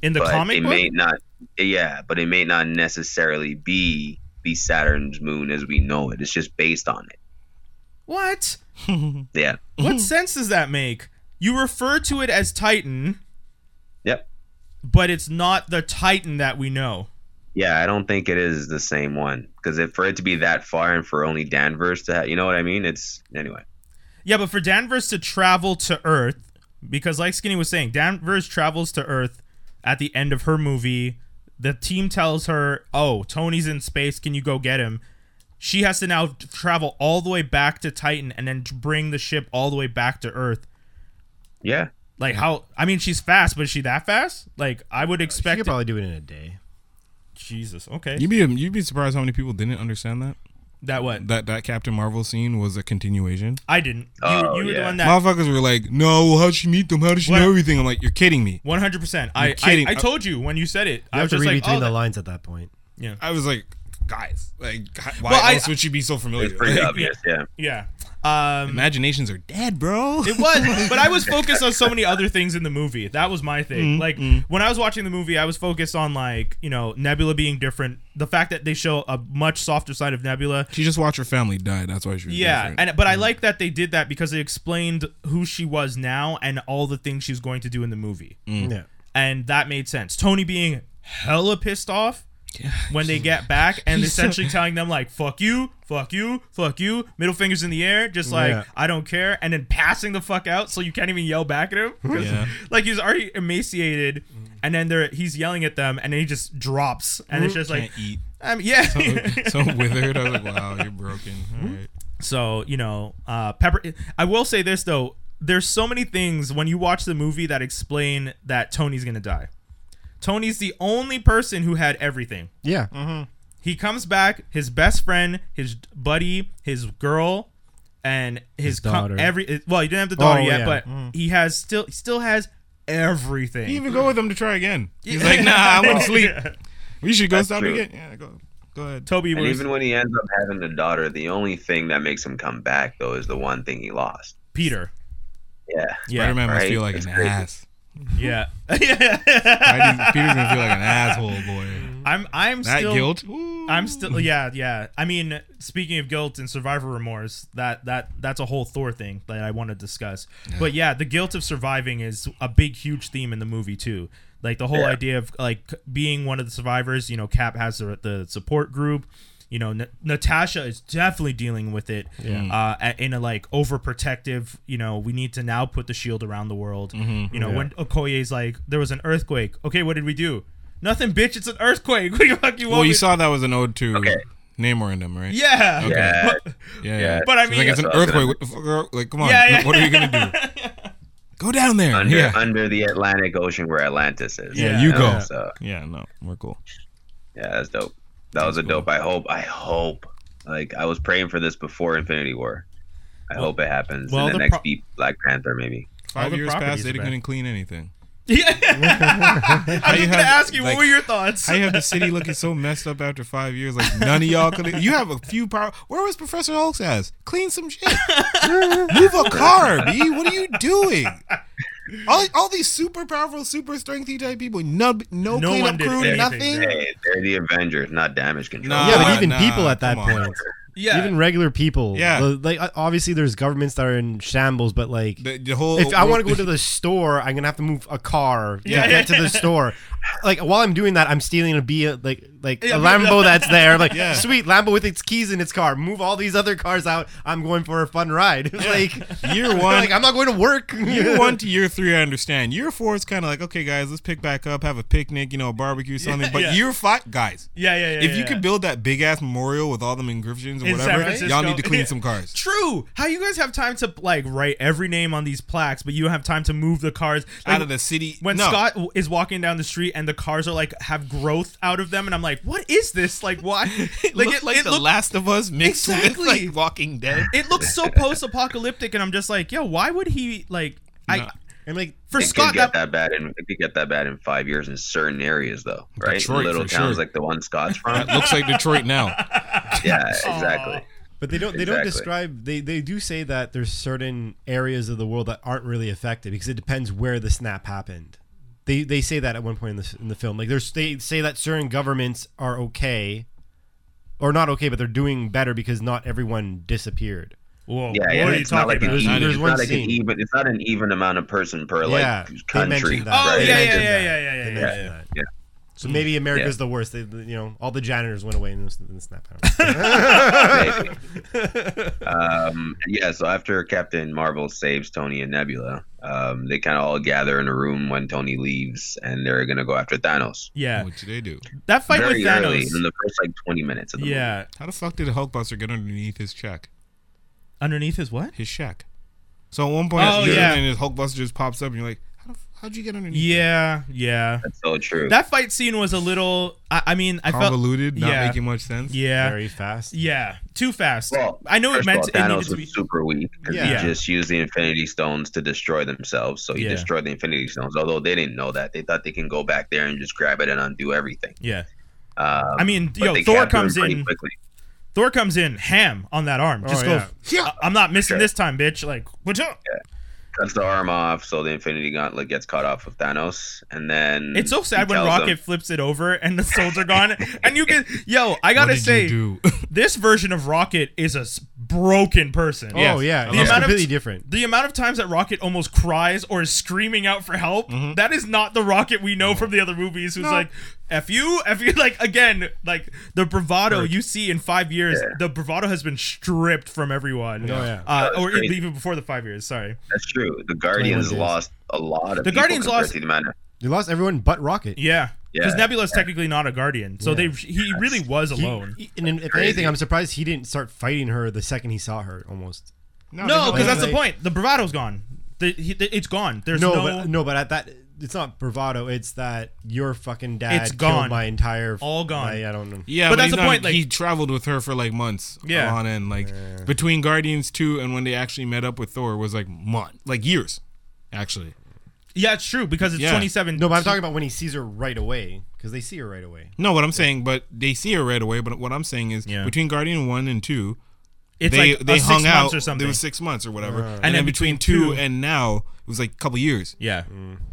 [SPEAKER 3] in the
[SPEAKER 1] but
[SPEAKER 3] comic
[SPEAKER 1] it
[SPEAKER 3] book,
[SPEAKER 1] may not. Yeah, but it may not necessarily be the Saturn's moon as we know it. It's just based on it. [laughs]
[SPEAKER 3] what?
[SPEAKER 1] Yeah.
[SPEAKER 3] What sense does that make? You refer to it as Titan,
[SPEAKER 1] Yep.
[SPEAKER 3] but it's not the Titan that we know.
[SPEAKER 1] Yeah, I don't think it is the same one because if for it to be that far and for only Danvers to, ha- you know what I mean? It's anyway.
[SPEAKER 3] Yeah, but for Danvers to travel to Earth, because like Skinny was saying, Danvers travels to Earth at the end of her movie. The team tells her, "Oh, Tony's in space. Can you go get him?" She has to now t- travel all the way back to Titan and then t- bring the ship all the way back to Earth.
[SPEAKER 1] Yeah.
[SPEAKER 3] Like how? I mean, she's fast, but is she that fast? Like I would
[SPEAKER 4] I
[SPEAKER 3] expect.
[SPEAKER 4] could probably do it in a day.
[SPEAKER 3] Jesus. Okay.
[SPEAKER 5] You'd be you'd be surprised how many people didn't understand that.
[SPEAKER 3] that what?
[SPEAKER 5] That that Captain Marvel scene was a continuation.
[SPEAKER 3] I didn't. You,
[SPEAKER 1] Oh,
[SPEAKER 3] you were the
[SPEAKER 1] yeah.
[SPEAKER 3] one that
[SPEAKER 5] Motherfuckers were like, "No, well, how'd she meet them? How does she
[SPEAKER 3] What?
[SPEAKER 5] know everything?" I'm like, "You're kidding me."
[SPEAKER 3] One hundred percent. I I,
[SPEAKER 5] kidding.
[SPEAKER 3] I told you when you said it.
[SPEAKER 4] You
[SPEAKER 3] I
[SPEAKER 4] have
[SPEAKER 3] was
[SPEAKER 4] to
[SPEAKER 3] just
[SPEAKER 4] read
[SPEAKER 3] like,
[SPEAKER 4] between
[SPEAKER 3] oh,
[SPEAKER 4] the
[SPEAKER 3] that-
[SPEAKER 4] lines at that point.
[SPEAKER 5] I was like, "Guys, like, h- why
[SPEAKER 3] Well, I-
[SPEAKER 5] else would she be so familiar?"
[SPEAKER 1] It's pretty
[SPEAKER 5] Like,
[SPEAKER 1] obvious.
[SPEAKER 3] [laughs]
[SPEAKER 1] Yeah.
[SPEAKER 3] yeah. Um,
[SPEAKER 5] Imaginations are dead, bro.
[SPEAKER 3] it was, but I was focused on so many other things in the movie. That was my thing. like when I was watching the movie, I was focused on like you know Nebula being different. The fact that they show a much softer side of Nebula.
[SPEAKER 5] she just watched her family die. That's why she was.
[SPEAKER 3] Yeah,
[SPEAKER 5] different.
[SPEAKER 3] and but I like that they did that because it explained who she was now and all the things she's going to do in the movie.
[SPEAKER 5] Mm.
[SPEAKER 4] Yeah.
[SPEAKER 3] and that made sense. Tony being hella pissed off
[SPEAKER 5] [laughs]
[SPEAKER 3] when they get back and
[SPEAKER 5] He's so-
[SPEAKER 3] essentially telling them like "fuck you, fuck you, fuck you," middle fingers in the air, just like
[SPEAKER 4] Yeah.
[SPEAKER 3] "I don't care," and then passing the fuck out so you can't even yell back at him. 'cause,
[SPEAKER 5] Yeah.
[SPEAKER 3] Like he's already emaciated, and then they're he's yelling at them, and then he just drops, and it's just like,
[SPEAKER 5] Can't eat.
[SPEAKER 3] I mean, yeah.
[SPEAKER 5] so [laughs] withered. I was like, wow, you're broken. All right.
[SPEAKER 3] [laughs] So you know, uh, Pepper. I will say this though: there's so many things when you watch the movie that explain that Tony's gonna die. Tony's the only person who had everything.
[SPEAKER 4] Yeah.
[SPEAKER 3] He comes back, his best friend, his buddy, his girl, and his, com-
[SPEAKER 4] daughter.
[SPEAKER 3] every well, he didn't have the daughter
[SPEAKER 4] Oh,
[SPEAKER 3] yet,
[SPEAKER 4] yeah.
[SPEAKER 3] but he has still he still has everything. [laughs]
[SPEAKER 5] He even go with them to try again. He's like, nah, I
[SPEAKER 4] [laughs]
[SPEAKER 5] [laughs] want to sleep. We should go
[SPEAKER 1] That's
[SPEAKER 5] stop
[SPEAKER 1] true.
[SPEAKER 5] again. Yeah, go, go ahead.
[SPEAKER 3] Toby
[SPEAKER 1] And
[SPEAKER 3] was
[SPEAKER 1] even when he ends up having the daughter, the only thing that makes him come back though is the one thing he lost.
[SPEAKER 3] Peter.
[SPEAKER 1] Yeah.
[SPEAKER 3] Yeah,
[SPEAKER 5] Spider Man must
[SPEAKER 1] Right?
[SPEAKER 5] feel like
[SPEAKER 1] That's
[SPEAKER 5] an
[SPEAKER 1] crazy.
[SPEAKER 5] ass.
[SPEAKER 3] yeah.
[SPEAKER 5] Why do- Peter's gonna feel like an asshole, boy.
[SPEAKER 3] [laughs] I'm I'm
[SPEAKER 5] That
[SPEAKER 3] still
[SPEAKER 5] guilt. Ooh.
[SPEAKER 3] I'm still yeah, yeah. I mean, speaking of guilt and survivor remorse, that that that's a whole Thor thing that I want to discuss. But yeah, the guilt of surviving is a big huge theme in the movie too. Like the whole
[SPEAKER 1] Yeah.
[SPEAKER 3] idea of like being one of the survivors, you know, Cap has the, the support group. You know, N- Natasha is definitely dealing with it uh, a- in a like overprotective. You know, we need to now put the shield around the world.
[SPEAKER 5] Mm-hmm.
[SPEAKER 3] You know, when Okoye's like, there was an earthquake. Okay, what did we do? Nothing, bitch. It's an earthquake. [laughs] What the fuck you want
[SPEAKER 5] Well,
[SPEAKER 3] me
[SPEAKER 5] you
[SPEAKER 3] to
[SPEAKER 5] saw that was an ode to
[SPEAKER 1] Okay.
[SPEAKER 5] Namor in them, right?
[SPEAKER 3] yeah.
[SPEAKER 1] Yeah.
[SPEAKER 5] yeah.
[SPEAKER 1] Yeah.
[SPEAKER 3] But I
[SPEAKER 5] She's
[SPEAKER 3] mean- [laughs]
[SPEAKER 5] like, it's an
[SPEAKER 1] That's what I was
[SPEAKER 5] earthquake. What the fuck? are- Like, come on.
[SPEAKER 3] Yeah, yeah.
[SPEAKER 5] What are you gonna do?
[SPEAKER 3] [laughs]
[SPEAKER 5] Go down there.
[SPEAKER 1] Under
[SPEAKER 5] yeah.
[SPEAKER 1] under the Atlantic Ocean where Atlantis is.
[SPEAKER 5] Yeah, you go.
[SPEAKER 1] So
[SPEAKER 5] yeah. No, we're cool.
[SPEAKER 1] yeah, that's dope. That was a dope. I hope. I hope. Like I was praying for this before Infinity War. I hope it happens
[SPEAKER 3] well,
[SPEAKER 1] in the
[SPEAKER 3] the
[SPEAKER 1] next
[SPEAKER 3] pro-
[SPEAKER 1] deep Black Panther maybe.
[SPEAKER 5] Five
[SPEAKER 3] the
[SPEAKER 5] years
[SPEAKER 3] properties
[SPEAKER 5] passed.
[SPEAKER 3] are
[SPEAKER 5] They
[SPEAKER 3] back.
[SPEAKER 5] couldn't clean anything.
[SPEAKER 3] I was
[SPEAKER 5] you
[SPEAKER 3] just gonna
[SPEAKER 5] have,
[SPEAKER 3] ask you,
[SPEAKER 5] like,
[SPEAKER 3] what were your thoughts?
[SPEAKER 5] How you have the city looking so messed up after five years? Like none of y'all could. You have a few power. Where was Professor Hulk's ass? Clean some shit. Move a car, B. What are you doing? All, all these super powerful, super strengthy type people. No, no,
[SPEAKER 3] No one
[SPEAKER 5] cleanup
[SPEAKER 3] did
[SPEAKER 5] crew.
[SPEAKER 3] anything.
[SPEAKER 5] Nothing.
[SPEAKER 1] Hey, they're the Avengers, not damage control.
[SPEAKER 5] Nah.
[SPEAKER 4] yeah,
[SPEAKER 5] Ah,
[SPEAKER 4] but even
[SPEAKER 5] nah,
[SPEAKER 4] people at that
[SPEAKER 5] [laughs] come on.
[SPEAKER 4] point.
[SPEAKER 3] Yeah.
[SPEAKER 4] Even regular people.
[SPEAKER 5] Yeah.
[SPEAKER 4] The- Like uh, obviously there's governments that are in shambles, but like
[SPEAKER 5] The, the whole.
[SPEAKER 4] if I
[SPEAKER 5] [laughs]
[SPEAKER 4] want to go to the store, I'm gonna have to move a car to
[SPEAKER 5] Yeah.
[SPEAKER 4] get to the store. Like while I'm doing that, I'm stealing a B like like
[SPEAKER 3] Yeah,
[SPEAKER 4] a
[SPEAKER 5] [laughs]
[SPEAKER 4] Lambo that's there. Like
[SPEAKER 5] Yeah.
[SPEAKER 4] sweet Lambo with its keys in its car. Move all these other cars out. I'm going for a fun ride. [laughs] like
[SPEAKER 5] [laughs] Year one-
[SPEAKER 4] Like I'm not going to work. [laughs]
[SPEAKER 5] year one to year three, I understand. Year four is kind of like, okay, guys, let's pick back up, have a picnic, you know, a barbecue, something. but
[SPEAKER 3] yeah.
[SPEAKER 5] year five, guys,
[SPEAKER 3] yeah, yeah, yeah.
[SPEAKER 5] if you
[SPEAKER 3] yeah.
[SPEAKER 5] could build that big ass memorial with all them engravings and
[SPEAKER 3] In San
[SPEAKER 5] whatever,
[SPEAKER 3] Francisco.
[SPEAKER 5] y'all need to clean some cars.
[SPEAKER 3] True. How you guys have time to like write every name on these plaques, but you don't have time to move the cars Like,
[SPEAKER 5] Out of the city.
[SPEAKER 3] When
[SPEAKER 5] no.
[SPEAKER 3] Scott w- is walking down the street and the cars are like have growth out of them, and I'm like, what is this? Like, why?
[SPEAKER 5] [laughs] It
[SPEAKER 3] Like
[SPEAKER 5] looked like The
[SPEAKER 3] looked-
[SPEAKER 5] Last of Us mixed
[SPEAKER 3] Exactly.
[SPEAKER 5] with like Walking Dead.
[SPEAKER 3] it looks so post-apocalyptic, and I'm just like, yo, why would he like? I
[SPEAKER 5] No.
[SPEAKER 4] I'm like
[SPEAKER 3] for
[SPEAKER 1] It
[SPEAKER 3] Scott
[SPEAKER 1] could get
[SPEAKER 3] that,
[SPEAKER 1] that bad in it could get that bad in five years in certain areas though, right?
[SPEAKER 5] Detroit,
[SPEAKER 1] Little
[SPEAKER 5] for
[SPEAKER 1] towns
[SPEAKER 5] sure.
[SPEAKER 1] like the one Scott's from.
[SPEAKER 5] [laughs] That looks like Detroit now.
[SPEAKER 1] yeah, exactly.
[SPEAKER 4] But they don't. They don't
[SPEAKER 1] Exactly.
[SPEAKER 4] describe. They they do say that there's certain areas of the world that aren't really affected because it depends where the snap happened. They they say that at one point in the in the film. Like there's they say that certain governments are okay, or not okay, but they're doing better because not everyone disappeared.
[SPEAKER 3] Whoa,
[SPEAKER 1] Yeah, yeah.
[SPEAKER 3] what are you
[SPEAKER 1] it's not
[SPEAKER 3] talking
[SPEAKER 1] like an
[SPEAKER 3] about?
[SPEAKER 4] There's-
[SPEAKER 1] even.
[SPEAKER 4] there's
[SPEAKER 1] It's
[SPEAKER 4] one
[SPEAKER 1] not like an
[SPEAKER 4] scene.
[SPEAKER 1] even. It's not an even amount of person per
[SPEAKER 4] yeah,
[SPEAKER 1] like
[SPEAKER 4] they
[SPEAKER 1] country.
[SPEAKER 4] mentioned that.
[SPEAKER 3] Oh,
[SPEAKER 1] right?
[SPEAKER 4] They
[SPEAKER 3] yeah, yeah,
[SPEAKER 4] mentioned
[SPEAKER 3] yeah,
[SPEAKER 4] that.
[SPEAKER 3] yeah, yeah, yeah,
[SPEAKER 4] They
[SPEAKER 3] yeah, Mm.
[SPEAKER 4] mentioned
[SPEAKER 1] yeah.
[SPEAKER 4] that.
[SPEAKER 1] Yeah.
[SPEAKER 4] So maybe America's the worst. They, you know, all the janitors went away in the, in the snap. I don't know.
[SPEAKER 3] [laughs]
[SPEAKER 1] Maybe. um, yeah, so after Captain Marvel saves Tony and Nebula, um, they kind of all gather in a room when Tony leaves, and they're gonna go after Thanos.
[SPEAKER 3] [laughs] yeah.
[SPEAKER 5] What did they do?
[SPEAKER 3] That fight
[SPEAKER 1] Very
[SPEAKER 3] with Thanos.
[SPEAKER 1] early in the first like twenty minutes of the movie.
[SPEAKER 3] yeah,
[SPEAKER 5] How the fuck did Hulkbuster get underneath his check?
[SPEAKER 3] underneath his what?
[SPEAKER 5] His shack. So at one point,
[SPEAKER 3] Oh,
[SPEAKER 5] you're
[SPEAKER 3] yeah.
[SPEAKER 5] in and his Hulkbuster just pops up, and you're like, How the, f- how'd you get underneath?
[SPEAKER 3] Yeah, yeah.
[SPEAKER 1] That's so true.
[SPEAKER 3] That fight scene was a little. I, I mean, I felt.
[SPEAKER 5] Convoluted, not
[SPEAKER 3] yeah.
[SPEAKER 5] making much sense.
[SPEAKER 3] [laughs] Yeah,
[SPEAKER 4] Very fast.
[SPEAKER 3] yeah. Too fast.
[SPEAKER 1] well,
[SPEAKER 3] I know it
[SPEAKER 1] first
[SPEAKER 3] meant
[SPEAKER 1] of
[SPEAKER 3] it
[SPEAKER 1] all, Thanos
[SPEAKER 3] needed to
[SPEAKER 1] was
[SPEAKER 3] be.
[SPEAKER 1] super weak because
[SPEAKER 4] Yeah.
[SPEAKER 1] he just used the Infinity Stones to destroy themselves. So he
[SPEAKER 3] Yeah.
[SPEAKER 1] destroyed the Infinity Stones. Although they didn't know that, they thought they can go back there and just grab it and undo everything.
[SPEAKER 3] Yeah.
[SPEAKER 1] Um,
[SPEAKER 3] I mean,
[SPEAKER 1] but
[SPEAKER 3] yo,
[SPEAKER 1] they
[SPEAKER 3] Thor
[SPEAKER 1] captured him
[SPEAKER 3] comes
[SPEAKER 1] pretty
[SPEAKER 3] in.
[SPEAKER 1] quickly.
[SPEAKER 3] Thor comes in ham on that arm. Just
[SPEAKER 4] Oh,
[SPEAKER 3] go.
[SPEAKER 4] yeah.
[SPEAKER 5] Yeah.
[SPEAKER 3] "I- I'm not missing
[SPEAKER 1] Sure.
[SPEAKER 3] this time, bitch. Like, uh, what's up?
[SPEAKER 1] cuts the arm off, so the Infinity Gauntlet gets cut off of Thanos, and then
[SPEAKER 3] It's so sad
[SPEAKER 1] he
[SPEAKER 3] when
[SPEAKER 1] tells
[SPEAKER 3] Rocket
[SPEAKER 1] him-
[SPEAKER 3] flips it over and the souls
[SPEAKER 1] [laughs]
[SPEAKER 3] are gone. and you can, yo, I
[SPEAKER 5] What
[SPEAKER 3] gotta
[SPEAKER 5] did
[SPEAKER 3] say, [laughs]
[SPEAKER 5] you do?
[SPEAKER 3] this version of Rocket is a s- broken person.
[SPEAKER 4] Oh yeah,
[SPEAKER 5] I love
[SPEAKER 4] it's
[SPEAKER 5] that.
[SPEAKER 4] completely different.
[SPEAKER 3] The amount of times that Rocket almost cries or is screaming out for help,
[SPEAKER 4] Mm-hmm.
[SPEAKER 3] that is not the Rocket we know from the other movies who's like, F you, F you. [laughs] Like, again, like the bravado you see in five years, the bravado has been stripped from everyone.
[SPEAKER 4] Oh, yeah.
[SPEAKER 3] Uh,
[SPEAKER 1] That was
[SPEAKER 3] or
[SPEAKER 1] crazy.
[SPEAKER 3] even before the five years, sorry.
[SPEAKER 1] That's true. The Guardians
[SPEAKER 4] days.
[SPEAKER 1] lost a lot of
[SPEAKER 3] The
[SPEAKER 1] people
[SPEAKER 3] Guardians
[SPEAKER 1] compared
[SPEAKER 3] lost-
[SPEAKER 1] to the amount of-
[SPEAKER 4] You lost everyone but Rocket.
[SPEAKER 3] Yeah. Because
[SPEAKER 1] Yeah,
[SPEAKER 3] Nebula's technically not a guardian. So they he really was
[SPEAKER 4] He-
[SPEAKER 3] alone.
[SPEAKER 4] he- and if
[SPEAKER 1] Crazy.
[SPEAKER 4] anything, I'm surprised he didn't start fighting her the second he saw her. Almost.
[SPEAKER 3] no, because
[SPEAKER 4] like-
[SPEAKER 3] that's the
[SPEAKER 4] like-
[SPEAKER 3] point. The bravado's gone. The, he, the- it's gone. There's
[SPEAKER 4] no,
[SPEAKER 3] no,
[SPEAKER 4] but uh, no, but at that, it's not bravado. It's that your fucking dad
[SPEAKER 3] It's
[SPEAKER 4] killed
[SPEAKER 3] gone.
[SPEAKER 4] my entire
[SPEAKER 3] All gone.
[SPEAKER 4] I, I don't know.
[SPEAKER 5] Yeah,
[SPEAKER 3] But
[SPEAKER 5] but,
[SPEAKER 3] that's
[SPEAKER 5] he's
[SPEAKER 3] the
[SPEAKER 5] not-
[SPEAKER 3] point, like-
[SPEAKER 5] he traveled with her for like months
[SPEAKER 3] Yeah.
[SPEAKER 5] on end, like between Guardians two and when they actually met up with Thor was like month, like years, actually.
[SPEAKER 3] yeah, it's true because it's
[SPEAKER 5] Yeah.
[SPEAKER 3] 27.
[SPEAKER 4] No, but I'm talking about when he sees her right away because they see her right away.
[SPEAKER 5] No, what I'm saying, but they see her right away. But what I'm saying is
[SPEAKER 3] Yeah.
[SPEAKER 5] between Guardian one and two,
[SPEAKER 3] It's
[SPEAKER 5] they
[SPEAKER 3] like a
[SPEAKER 5] they
[SPEAKER 3] six
[SPEAKER 5] hung out.
[SPEAKER 3] months or something.
[SPEAKER 5] It was six months or whatever, and,
[SPEAKER 3] And
[SPEAKER 5] then
[SPEAKER 3] then
[SPEAKER 5] between,
[SPEAKER 3] between
[SPEAKER 5] two
[SPEAKER 3] two-
[SPEAKER 5] and now it was like a couple years,
[SPEAKER 3] yeah.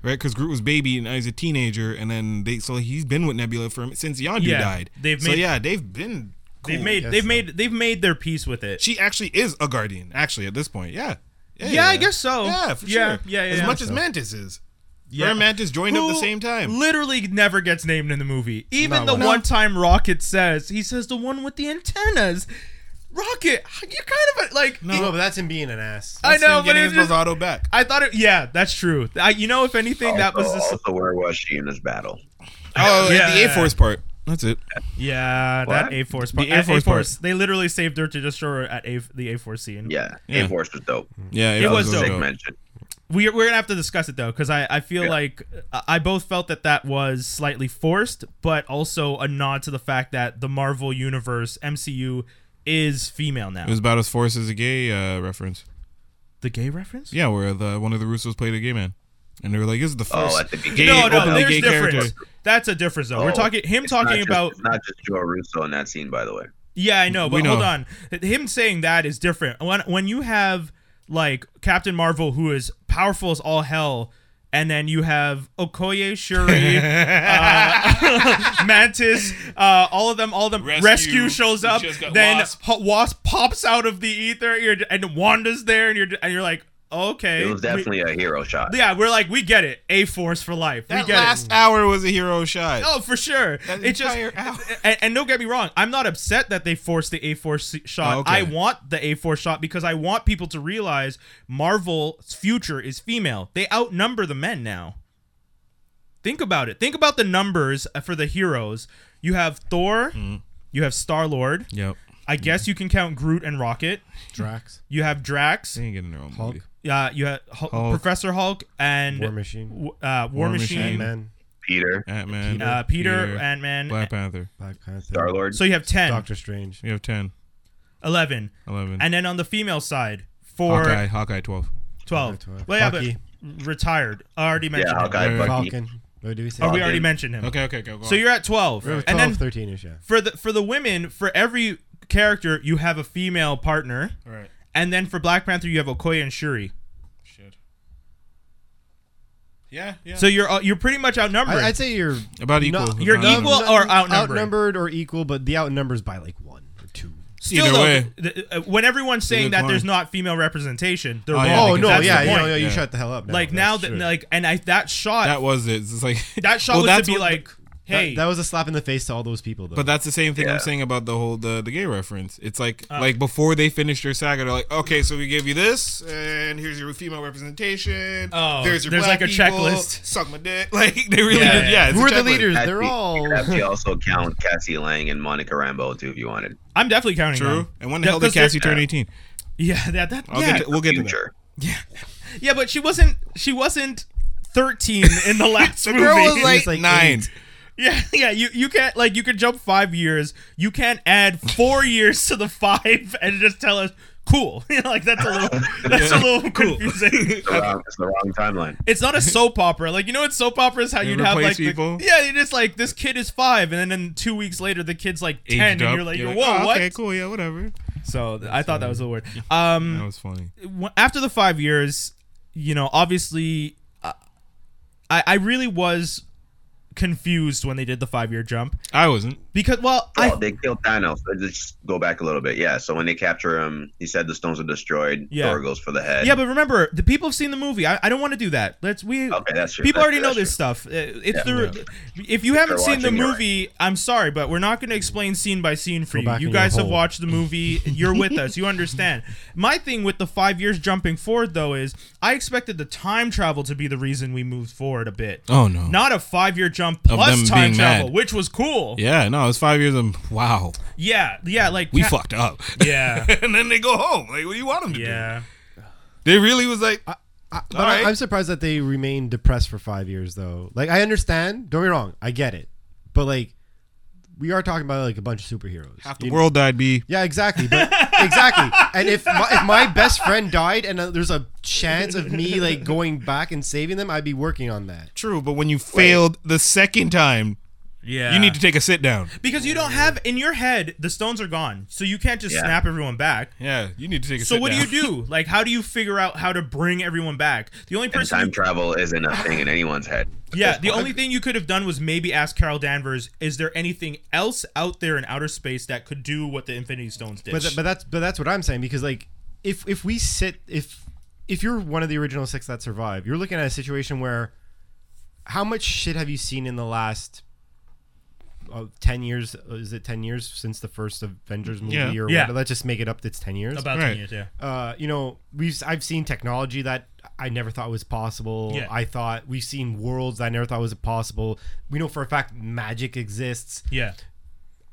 [SPEAKER 5] right? Because Groot was baby and now he's a teenager, and then they so he's been with Nebula for since Yondu
[SPEAKER 3] Yeah,
[SPEAKER 5] died.
[SPEAKER 3] they've
[SPEAKER 5] so
[SPEAKER 3] made-
[SPEAKER 5] yeah, they've been cool.
[SPEAKER 3] They've made
[SPEAKER 4] Yes,
[SPEAKER 3] they've
[SPEAKER 4] though.
[SPEAKER 3] made they've made their peace with it.
[SPEAKER 5] she actually is a guardian actually at this point. Yeah.
[SPEAKER 3] yeah, I guess so.
[SPEAKER 5] Yeah, for
[SPEAKER 3] yeah,
[SPEAKER 5] sure.
[SPEAKER 3] Yeah, yeah,
[SPEAKER 5] As
[SPEAKER 3] yeah.
[SPEAKER 5] much as Mantis is.
[SPEAKER 3] Yeah.
[SPEAKER 5] Yeah. Her and Mantis joined up at the
[SPEAKER 3] Who
[SPEAKER 5] same time.
[SPEAKER 3] Literally never gets named in the movie. Even
[SPEAKER 4] Not
[SPEAKER 3] the
[SPEAKER 4] once.
[SPEAKER 3] one time Rocket says, he says the one with the antennas. Rocket, you're kind of a, like
[SPEAKER 4] No, but that's him being an ass.
[SPEAKER 3] I know, but
[SPEAKER 5] Him getting
[SPEAKER 3] it
[SPEAKER 5] his
[SPEAKER 3] just,
[SPEAKER 5] bravado back.
[SPEAKER 3] I thought it. Yeah, that's true. I, you know, if anything, that was
[SPEAKER 1] also,
[SPEAKER 3] just
[SPEAKER 5] [laughs]
[SPEAKER 1] also where was she in this battle?
[SPEAKER 5] Oh,
[SPEAKER 3] [laughs] Yeah.
[SPEAKER 5] the A Force part. That's it.
[SPEAKER 3] yeah that
[SPEAKER 1] What?
[SPEAKER 3] A Force
[SPEAKER 5] The Air Force part.
[SPEAKER 3] They literally saved her to destroy her at a, the A Force scene.
[SPEAKER 1] Yeah,
[SPEAKER 5] Yeah.
[SPEAKER 1] A Force was dope.
[SPEAKER 5] Yeah,
[SPEAKER 3] It was dope.
[SPEAKER 1] Sick mention.
[SPEAKER 3] we we're gonna have to discuss it though because I, I feel
[SPEAKER 1] Yeah.
[SPEAKER 3] like I- I both felt that that was slightly forced, but also a nod to the fact that the Marvel Universe MCU is female now.
[SPEAKER 5] It was about as force as a gay uh, reference.
[SPEAKER 3] the gay reference?
[SPEAKER 5] Yeah, where the one of the Russos played a gay man. And they were like, this is the
[SPEAKER 1] Oh,
[SPEAKER 5] first
[SPEAKER 1] at the
[SPEAKER 5] gay,
[SPEAKER 1] beginning.
[SPEAKER 3] No, no,
[SPEAKER 5] openly
[SPEAKER 3] there's
[SPEAKER 5] gay
[SPEAKER 3] difference.
[SPEAKER 5] character.
[SPEAKER 3] That's a difference though. We're
[SPEAKER 1] Oh,
[SPEAKER 3] talking him
[SPEAKER 1] Not
[SPEAKER 3] talking
[SPEAKER 1] just-
[SPEAKER 3] about
[SPEAKER 1] it's not just Joe Russo in that scene, by the way.
[SPEAKER 3] Yeah, I know, but
[SPEAKER 5] We know.
[SPEAKER 3] hold on. Him saying that is different. When when you have like Captain Marvel, who is powerful as all hell, And then you have Okoye, Shuri, [laughs]
[SPEAKER 5] [laughs]
[SPEAKER 3] uh, [laughs] Mantis, uh, all of them, all of them. Rescue,
[SPEAKER 5] Rescue.
[SPEAKER 3] shows
[SPEAKER 5] You
[SPEAKER 3] up.
[SPEAKER 5] just got
[SPEAKER 3] Then
[SPEAKER 5] Wasp.
[SPEAKER 3] Ho- Wasp pops out of the ether, you're, and Wanda's there, and you're and you're like, okay,
[SPEAKER 1] It was
[SPEAKER 3] we-
[SPEAKER 1] definitely a hero shot.
[SPEAKER 3] yeah, we're like, we get it. A force for life. we
[SPEAKER 5] That
[SPEAKER 3] get
[SPEAKER 5] last
[SPEAKER 3] it.
[SPEAKER 5] hour was a hero shot.
[SPEAKER 3] Oh, for sure.
[SPEAKER 5] That
[SPEAKER 3] It just
[SPEAKER 5] entire hour.
[SPEAKER 3] and, and don't get me wrong. I'm not upset that they forced the A4 shot.
[SPEAKER 5] Oh, okay.
[SPEAKER 3] I want the A4 shot because I want people to realize Marvel's future is female. They outnumber the men now. Think about it. Think about the numbers for the heroes. You have Thor. You have Star Lord.
[SPEAKER 5] Yep.
[SPEAKER 3] I guess you can count Groot and Rocket.
[SPEAKER 4] Drax,
[SPEAKER 3] You have Drax.
[SPEAKER 5] They ain't getting their own
[SPEAKER 4] Hulk,
[SPEAKER 5] movie.
[SPEAKER 3] Uh, you have Hulk,
[SPEAKER 5] Hulk.
[SPEAKER 3] Professor Hulk and
[SPEAKER 4] War Machine,
[SPEAKER 3] w- uh, War,
[SPEAKER 5] War
[SPEAKER 3] Machine,
[SPEAKER 5] Machine.
[SPEAKER 4] Man,
[SPEAKER 1] Peter,
[SPEAKER 5] Ant Man.
[SPEAKER 3] uh, Peter, Ant Man.
[SPEAKER 5] Black Panther.
[SPEAKER 4] Black Panther,
[SPEAKER 1] Star Lord.
[SPEAKER 3] So you have 10,
[SPEAKER 4] Doctor Strange,
[SPEAKER 5] We have 10,
[SPEAKER 3] 11.
[SPEAKER 5] 11.
[SPEAKER 3] And then on the female side, for
[SPEAKER 5] Hawkeye. Hawkeye 12.
[SPEAKER 3] 12.
[SPEAKER 4] Hawkeye,
[SPEAKER 3] Well, yeah,
[SPEAKER 4] Bucky.
[SPEAKER 3] but retired. I already mentioned
[SPEAKER 1] yeah,
[SPEAKER 3] him.
[SPEAKER 1] Hawkeye,
[SPEAKER 5] Wait,
[SPEAKER 1] Bucky.
[SPEAKER 4] Falcon. What did we say?
[SPEAKER 3] Or we already
[SPEAKER 1] Falcon.
[SPEAKER 3] mentioned him.
[SPEAKER 5] Okay, okay, go. go
[SPEAKER 3] So
[SPEAKER 5] on.
[SPEAKER 3] you're at 12.
[SPEAKER 4] We're 12,
[SPEAKER 3] and then
[SPEAKER 4] 13 ish. Yeah.
[SPEAKER 3] for the for the women, for every character, you have a female partner.
[SPEAKER 5] All right.
[SPEAKER 3] And then for Black Panther, you have Okoye and Shuri.
[SPEAKER 5] Shit. Yeah, yeah.
[SPEAKER 3] So you're uh, you're pretty much outnumbered.
[SPEAKER 4] I, I'd say you're
[SPEAKER 5] About equal.
[SPEAKER 4] No-
[SPEAKER 3] You're
[SPEAKER 5] About
[SPEAKER 3] equal or outnumbered?
[SPEAKER 4] outnumbered or equal, but the outnumbers by like one or two.
[SPEAKER 3] Still,
[SPEAKER 5] Either
[SPEAKER 3] though,
[SPEAKER 5] way.
[SPEAKER 3] th- uh, when everyone's saying
[SPEAKER 5] good
[SPEAKER 3] that
[SPEAKER 5] point.
[SPEAKER 3] there's not female representation, they're
[SPEAKER 5] Oh, yeah,
[SPEAKER 3] wrong.
[SPEAKER 5] I
[SPEAKER 4] oh
[SPEAKER 5] think
[SPEAKER 4] no,
[SPEAKER 3] That's the
[SPEAKER 4] yeah,
[SPEAKER 3] point.
[SPEAKER 4] yeah, yeah, you
[SPEAKER 5] Yeah.
[SPEAKER 4] shut the hell up. now.
[SPEAKER 3] like now
[SPEAKER 4] That's
[SPEAKER 3] that
[SPEAKER 4] true.
[SPEAKER 3] like and I that shot
[SPEAKER 5] That
[SPEAKER 3] that,
[SPEAKER 5] was it. It's like
[SPEAKER 3] shot
[SPEAKER 5] [laughs] Well,
[SPEAKER 3] was to
[SPEAKER 5] that's
[SPEAKER 3] be
[SPEAKER 5] what-
[SPEAKER 3] like, hey,
[SPEAKER 4] that, that was a slap in the face to all those people though.
[SPEAKER 5] But that's the same thing
[SPEAKER 1] Yeah.
[SPEAKER 5] I'm saying about the whole the, the gay reference. It's like
[SPEAKER 3] Uh.
[SPEAKER 5] like before they finished their saga, they're like, okay, so we give you this, and here's your female representation.
[SPEAKER 3] Oh,
[SPEAKER 5] there's your
[SPEAKER 3] there's
[SPEAKER 5] black
[SPEAKER 3] like a
[SPEAKER 5] people,
[SPEAKER 3] checklist.
[SPEAKER 5] Suck my dick. [laughs] Like they really
[SPEAKER 3] Yeah.
[SPEAKER 5] yeah. Did, yeah it's
[SPEAKER 4] who
[SPEAKER 5] a
[SPEAKER 4] are the
[SPEAKER 5] checklist.
[SPEAKER 4] leaders?
[SPEAKER 1] Cassie-
[SPEAKER 4] They're all.
[SPEAKER 1] you could
[SPEAKER 4] [laughs]
[SPEAKER 1] actually also count Cassie Lang and Monica Rambeau too, if you wanted.
[SPEAKER 3] I'm definitely counting
[SPEAKER 5] True.
[SPEAKER 3] them.
[SPEAKER 5] And when the
[SPEAKER 3] Yeah,
[SPEAKER 5] hell did
[SPEAKER 3] 'cause they're-
[SPEAKER 5] Cassie turn 18?
[SPEAKER 3] Yeah, that that
[SPEAKER 5] I'll
[SPEAKER 3] yeah.
[SPEAKER 5] get to, we'll get to that.
[SPEAKER 1] Future.
[SPEAKER 3] yeah, but she wasn't she wasn't 13 in
[SPEAKER 5] [laughs]
[SPEAKER 3] the last movie.
[SPEAKER 5] Girl was
[SPEAKER 4] like
[SPEAKER 5] like, nine.
[SPEAKER 4] eight.
[SPEAKER 3] yeah, [laughs] yeah, you you can't like you can jump 5 years, you can't add
[SPEAKER 5] [laughs]
[SPEAKER 3] 4 years to the 5 and just tell us cool. [laughs] You know, like that's a
[SPEAKER 5] [laughs]
[SPEAKER 3] little that's a little confusing.
[SPEAKER 1] It's the wrong, it's the wrong timeline.
[SPEAKER 3] It's not a soap opera. Like you know, in soap operas, how
[SPEAKER 5] They
[SPEAKER 3] you would have
[SPEAKER 5] replace
[SPEAKER 3] like the-
[SPEAKER 5] people?
[SPEAKER 3] yeah, you just like this kid is five, and then, then two weeks later the kid's like ten, and
[SPEAKER 5] Aged up.
[SPEAKER 3] you're like, whoa,
[SPEAKER 5] oh,
[SPEAKER 3] what?
[SPEAKER 5] Okay, cool. Yeah, whatever.
[SPEAKER 3] So th- I thought that was a word.
[SPEAKER 5] [laughs]
[SPEAKER 3] Um,
[SPEAKER 5] That was funny.
[SPEAKER 3] w- after the five years, you know, obviously, uh, I I really was confused when they did the five year jump
[SPEAKER 5] I wasn't.
[SPEAKER 3] because well,
[SPEAKER 1] Well,
[SPEAKER 3] I
[SPEAKER 1] they killed Thanos. Let's just go back a little bit. Yeah. So when they capture him, he said the stones are destroyed.
[SPEAKER 3] Yeah.
[SPEAKER 1] Thor goes for the head.
[SPEAKER 3] yeah, but remember the people have seen the movie. I, I don't want to do that. Let's we
[SPEAKER 1] Okay, that's true.
[SPEAKER 3] people
[SPEAKER 1] That's
[SPEAKER 3] already
[SPEAKER 1] true,
[SPEAKER 3] know
[SPEAKER 1] that's
[SPEAKER 3] this stuff. Uh, It's
[SPEAKER 1] Yeah.
[SPEAKER 3] the if you
[SPEAKER 1] They're
[SPEAKER 3] haven't seen the
[SPEAKER 1] watching, you're
[SPEAKER 3] movie, I'm sorry, but we're not going to explain scene by scene for
[SPEAKER 4] Go
[SPEAKER 3] you.
[SPEAKER 4] back
[SPEAKER 3] You
[SPEAKER 4] in your
[SPEAKER 3] guys have
[SPEAKER 4] hole.
[SPEAKER 3] watched the movie. You're with us.
[SPEAKER 4] [laughs]
[SPEAKER 3] You understand. My thing with the five years jumping forward though is I expected the time travel to be the reason we moved forward a bit.
[SPEAKER 5] Oh, no.
[SPEAKER 3] not a five year jump
[SPEAKER 5] Of
[SPEAKER 3] plus
[SPEAKER 5] them
[SPEAKER 3] time
[SPEAKER 5] being
[SPEAKER 3] travel,
[SPEAKER 5] mad.
[SPEAKER 3] which was cool. Yeah,
[SPEAKER 5] Yeah, no, it was five years and wow,
[SPEAKER 3] yeah, like
[SPEAKER 5] we
[SPEAKER 3] ca-
[SPEAKER 5] fucked up.
[SPEAKER 3] [laughs]
[SPEAKER 5] [laughs]
[SPEAKER 3] Yeah,
[SPEAKER 5] and then they go home. Like, what do you want them to
[SPEAKER 3] yeah.
[SPEAKER 5] do? They really was like,
[SPEAKER 4] I- but
[SPEAKER 5] All right.
[SPEAKER 4] I, I'm surprised that they remained depressed for five years though. Like I understand. Don't be wrong. I get it. But like, we are talking about like a bunch of superheroes.
[SPEAKER 5] half the
[SPEAKER 4] You-
[SPEAKER 5] world died, B.
[SPEAKER 4] Yeah, exactly.
[SPEAKER 3] [laughs]
[SPEAKER 4] But exactly. And if my, if my best friend died and uh, there's a chance of me like going back and saving them, I'd be working on that.
[SPEAKER 5] True, but when you failed the second time,
[SPEAKER 3] Yeah.
[SPEAKER 5] you need to take a sit down.
[SPEAKER 3] because you don't have in your head the stones are gone, so you can't just
[SPEAKER 1] Yeah.
[SPEAKER 3] snap everyone back.
[SPEAKER 5] Yeah, you need to take a
[SPEAKER 3] So what do you
[SPEAKER 1] [laughs]
[SPEAKER 3] do? Like, how do you figure out how to bring everyone back? The only
[SPEAKER 1] And
[SPEAKER 3] person,
[SPEAKER 1] time
[SPEAKER 3] who-
[SPEAKER 1] travel isn't a thing in anyone's
[SPEAKER 3] [sighs]
[SPEAKER 1] head.
[SPEAKER 3] yeah, the only thing you could have done was maybe ask Carol Danvers, is there anything else out there in outer space that could do what the Infinity Stones did?
[SPEAKER 4] But th- but that's but that's what I'm saying because like if if we sit if if you're one of the original six that survive, you're looking at a situation where how much shit have you seen in the last uh, ten years? Is it ten years since the first Avengers movie?
[SPEAKER 5] Yeah.
[SPEAKER 4] Or
[SPEAKER 3] Mm-hmm. Yeah.
[SPEAKER 4] whatever? let's just make it up. It's ten years.
[SPEAKER 3] about
[SPEAKER 5] Right.
[SPEAKER 3] ten years, yeah.
[SPEAKER 4] uh, you know, we've I've seen technology that I never thought was possible.
[SPEAKER 3] Yeah.
[SPEAKER 4] I thought we've seen worlds that I never thought was possible. We know for a fact magic exists.
[SPEAKER 3] Yeah.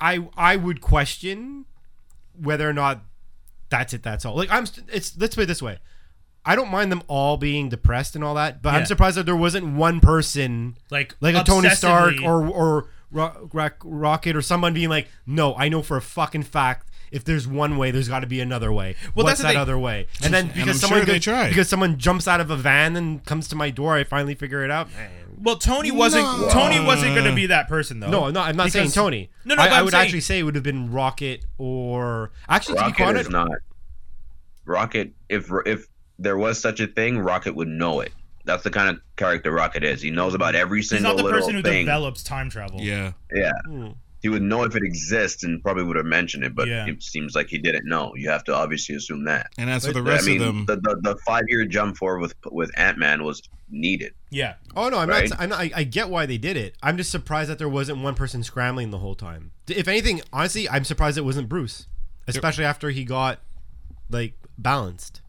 [SPEAKER 4] I I would question whether or not that's it. That's all. Like I'm. st- It's let's put it this way. I don't mind them all being depressed and all that, but
[SPEAKER 3] Yeah.
[SPEAKER 4] I'm surprised that there wasn't one person
[SPEAKER 3] Like,
[SPEAKER 4] like a Tony Stark
[SPEAKER 3] obsessively-
[SPEAKER 4] or or Ro- Rock, Rocket or someone being like, no, I know for a fucking fact. If there's one way, there's got to be another way.
[SPEAKER 3] Well,
[SPEAKER 4] What's
[SPEAKER 3] that's the
[SPEAKER 4] that
[SPEAKER 3] thing.
[SPEAKER 4] other way? And then because
[SPEAKER 5] I'm
[SPEAKER 4] someone
[SPEAKER 5] sure they
[SPEAKER 4] goes-
[SPEAKER 5] tried.
[SPEAKER 4] because someone jumps out of a van and comes to my door, I finally figure it out.
[SPEAKER 3] Well, Tony wasn't.
[SPEAKER 5] No.
[SPEAKER 3] Tony wasn't going to be that person though.
[SPEAKER 4] No, no, I'm not saying
[SPEAKER 3] Because-
[SPEAKER 4] Tony.
[SPEAKER 3] No, no,
[SPEAKER 4] I,
[SPEAKER 3] but
[SPEAKER 4] I
[SPEAKER 3] I'm
[SPEAKER 4] would
[SPEAKER 3] saying-
[SPEAKER 4] actually say it would have been Rocket or actually to be quite
[SPEAKER 1] Rocket is
[SPEAKER 4] honest,
[SPEAKER 1] not. Rocket, if if there was such a thing, Rocket would know it. That's the kind of character Rocket is. He knows about every
[SPEAKER 3] He's
[SPEAKER 1] single
[SPEAKER 3] not the
[SPEAKER 1] little
[SPEAKER 3] person who
[SPEAKER 1] thing.
[SPEAKER 3] develops time travel.
[SPEAKER 5] [laughs] Yeah.
[SPEAKER 1] Yeah,
[SPEAKER 4] hmm.
[SPEAKER 1] he would know if it exists and probably would have mentioned it, but
[SPEAKER 3] Yeah.
[SPEAKER 1] it seems like he didn't know. You have to obviously assume that.
[SPEAKER 5] And as for the
[SPEAKER 1] I
[SPEAKER 5] rest
[SPEAKER 1] mean,
[SPEAKER 5] of them,
[SPEAKER 1] the, the, the five year jump forward with with Ant Man was needed.
[SPEAKER 3] Yeah.
[SPEAKER 4] Oh no, I'm
[SPEAKER 1] Right?
[SPEAKER 4] not. I'm not I, I get why they did it. I'm just surprised that there wasn't one person scrambling the whole time. D- If anything, honestly, I'm surprised it wasn't Bruce, especially after he got like balanced.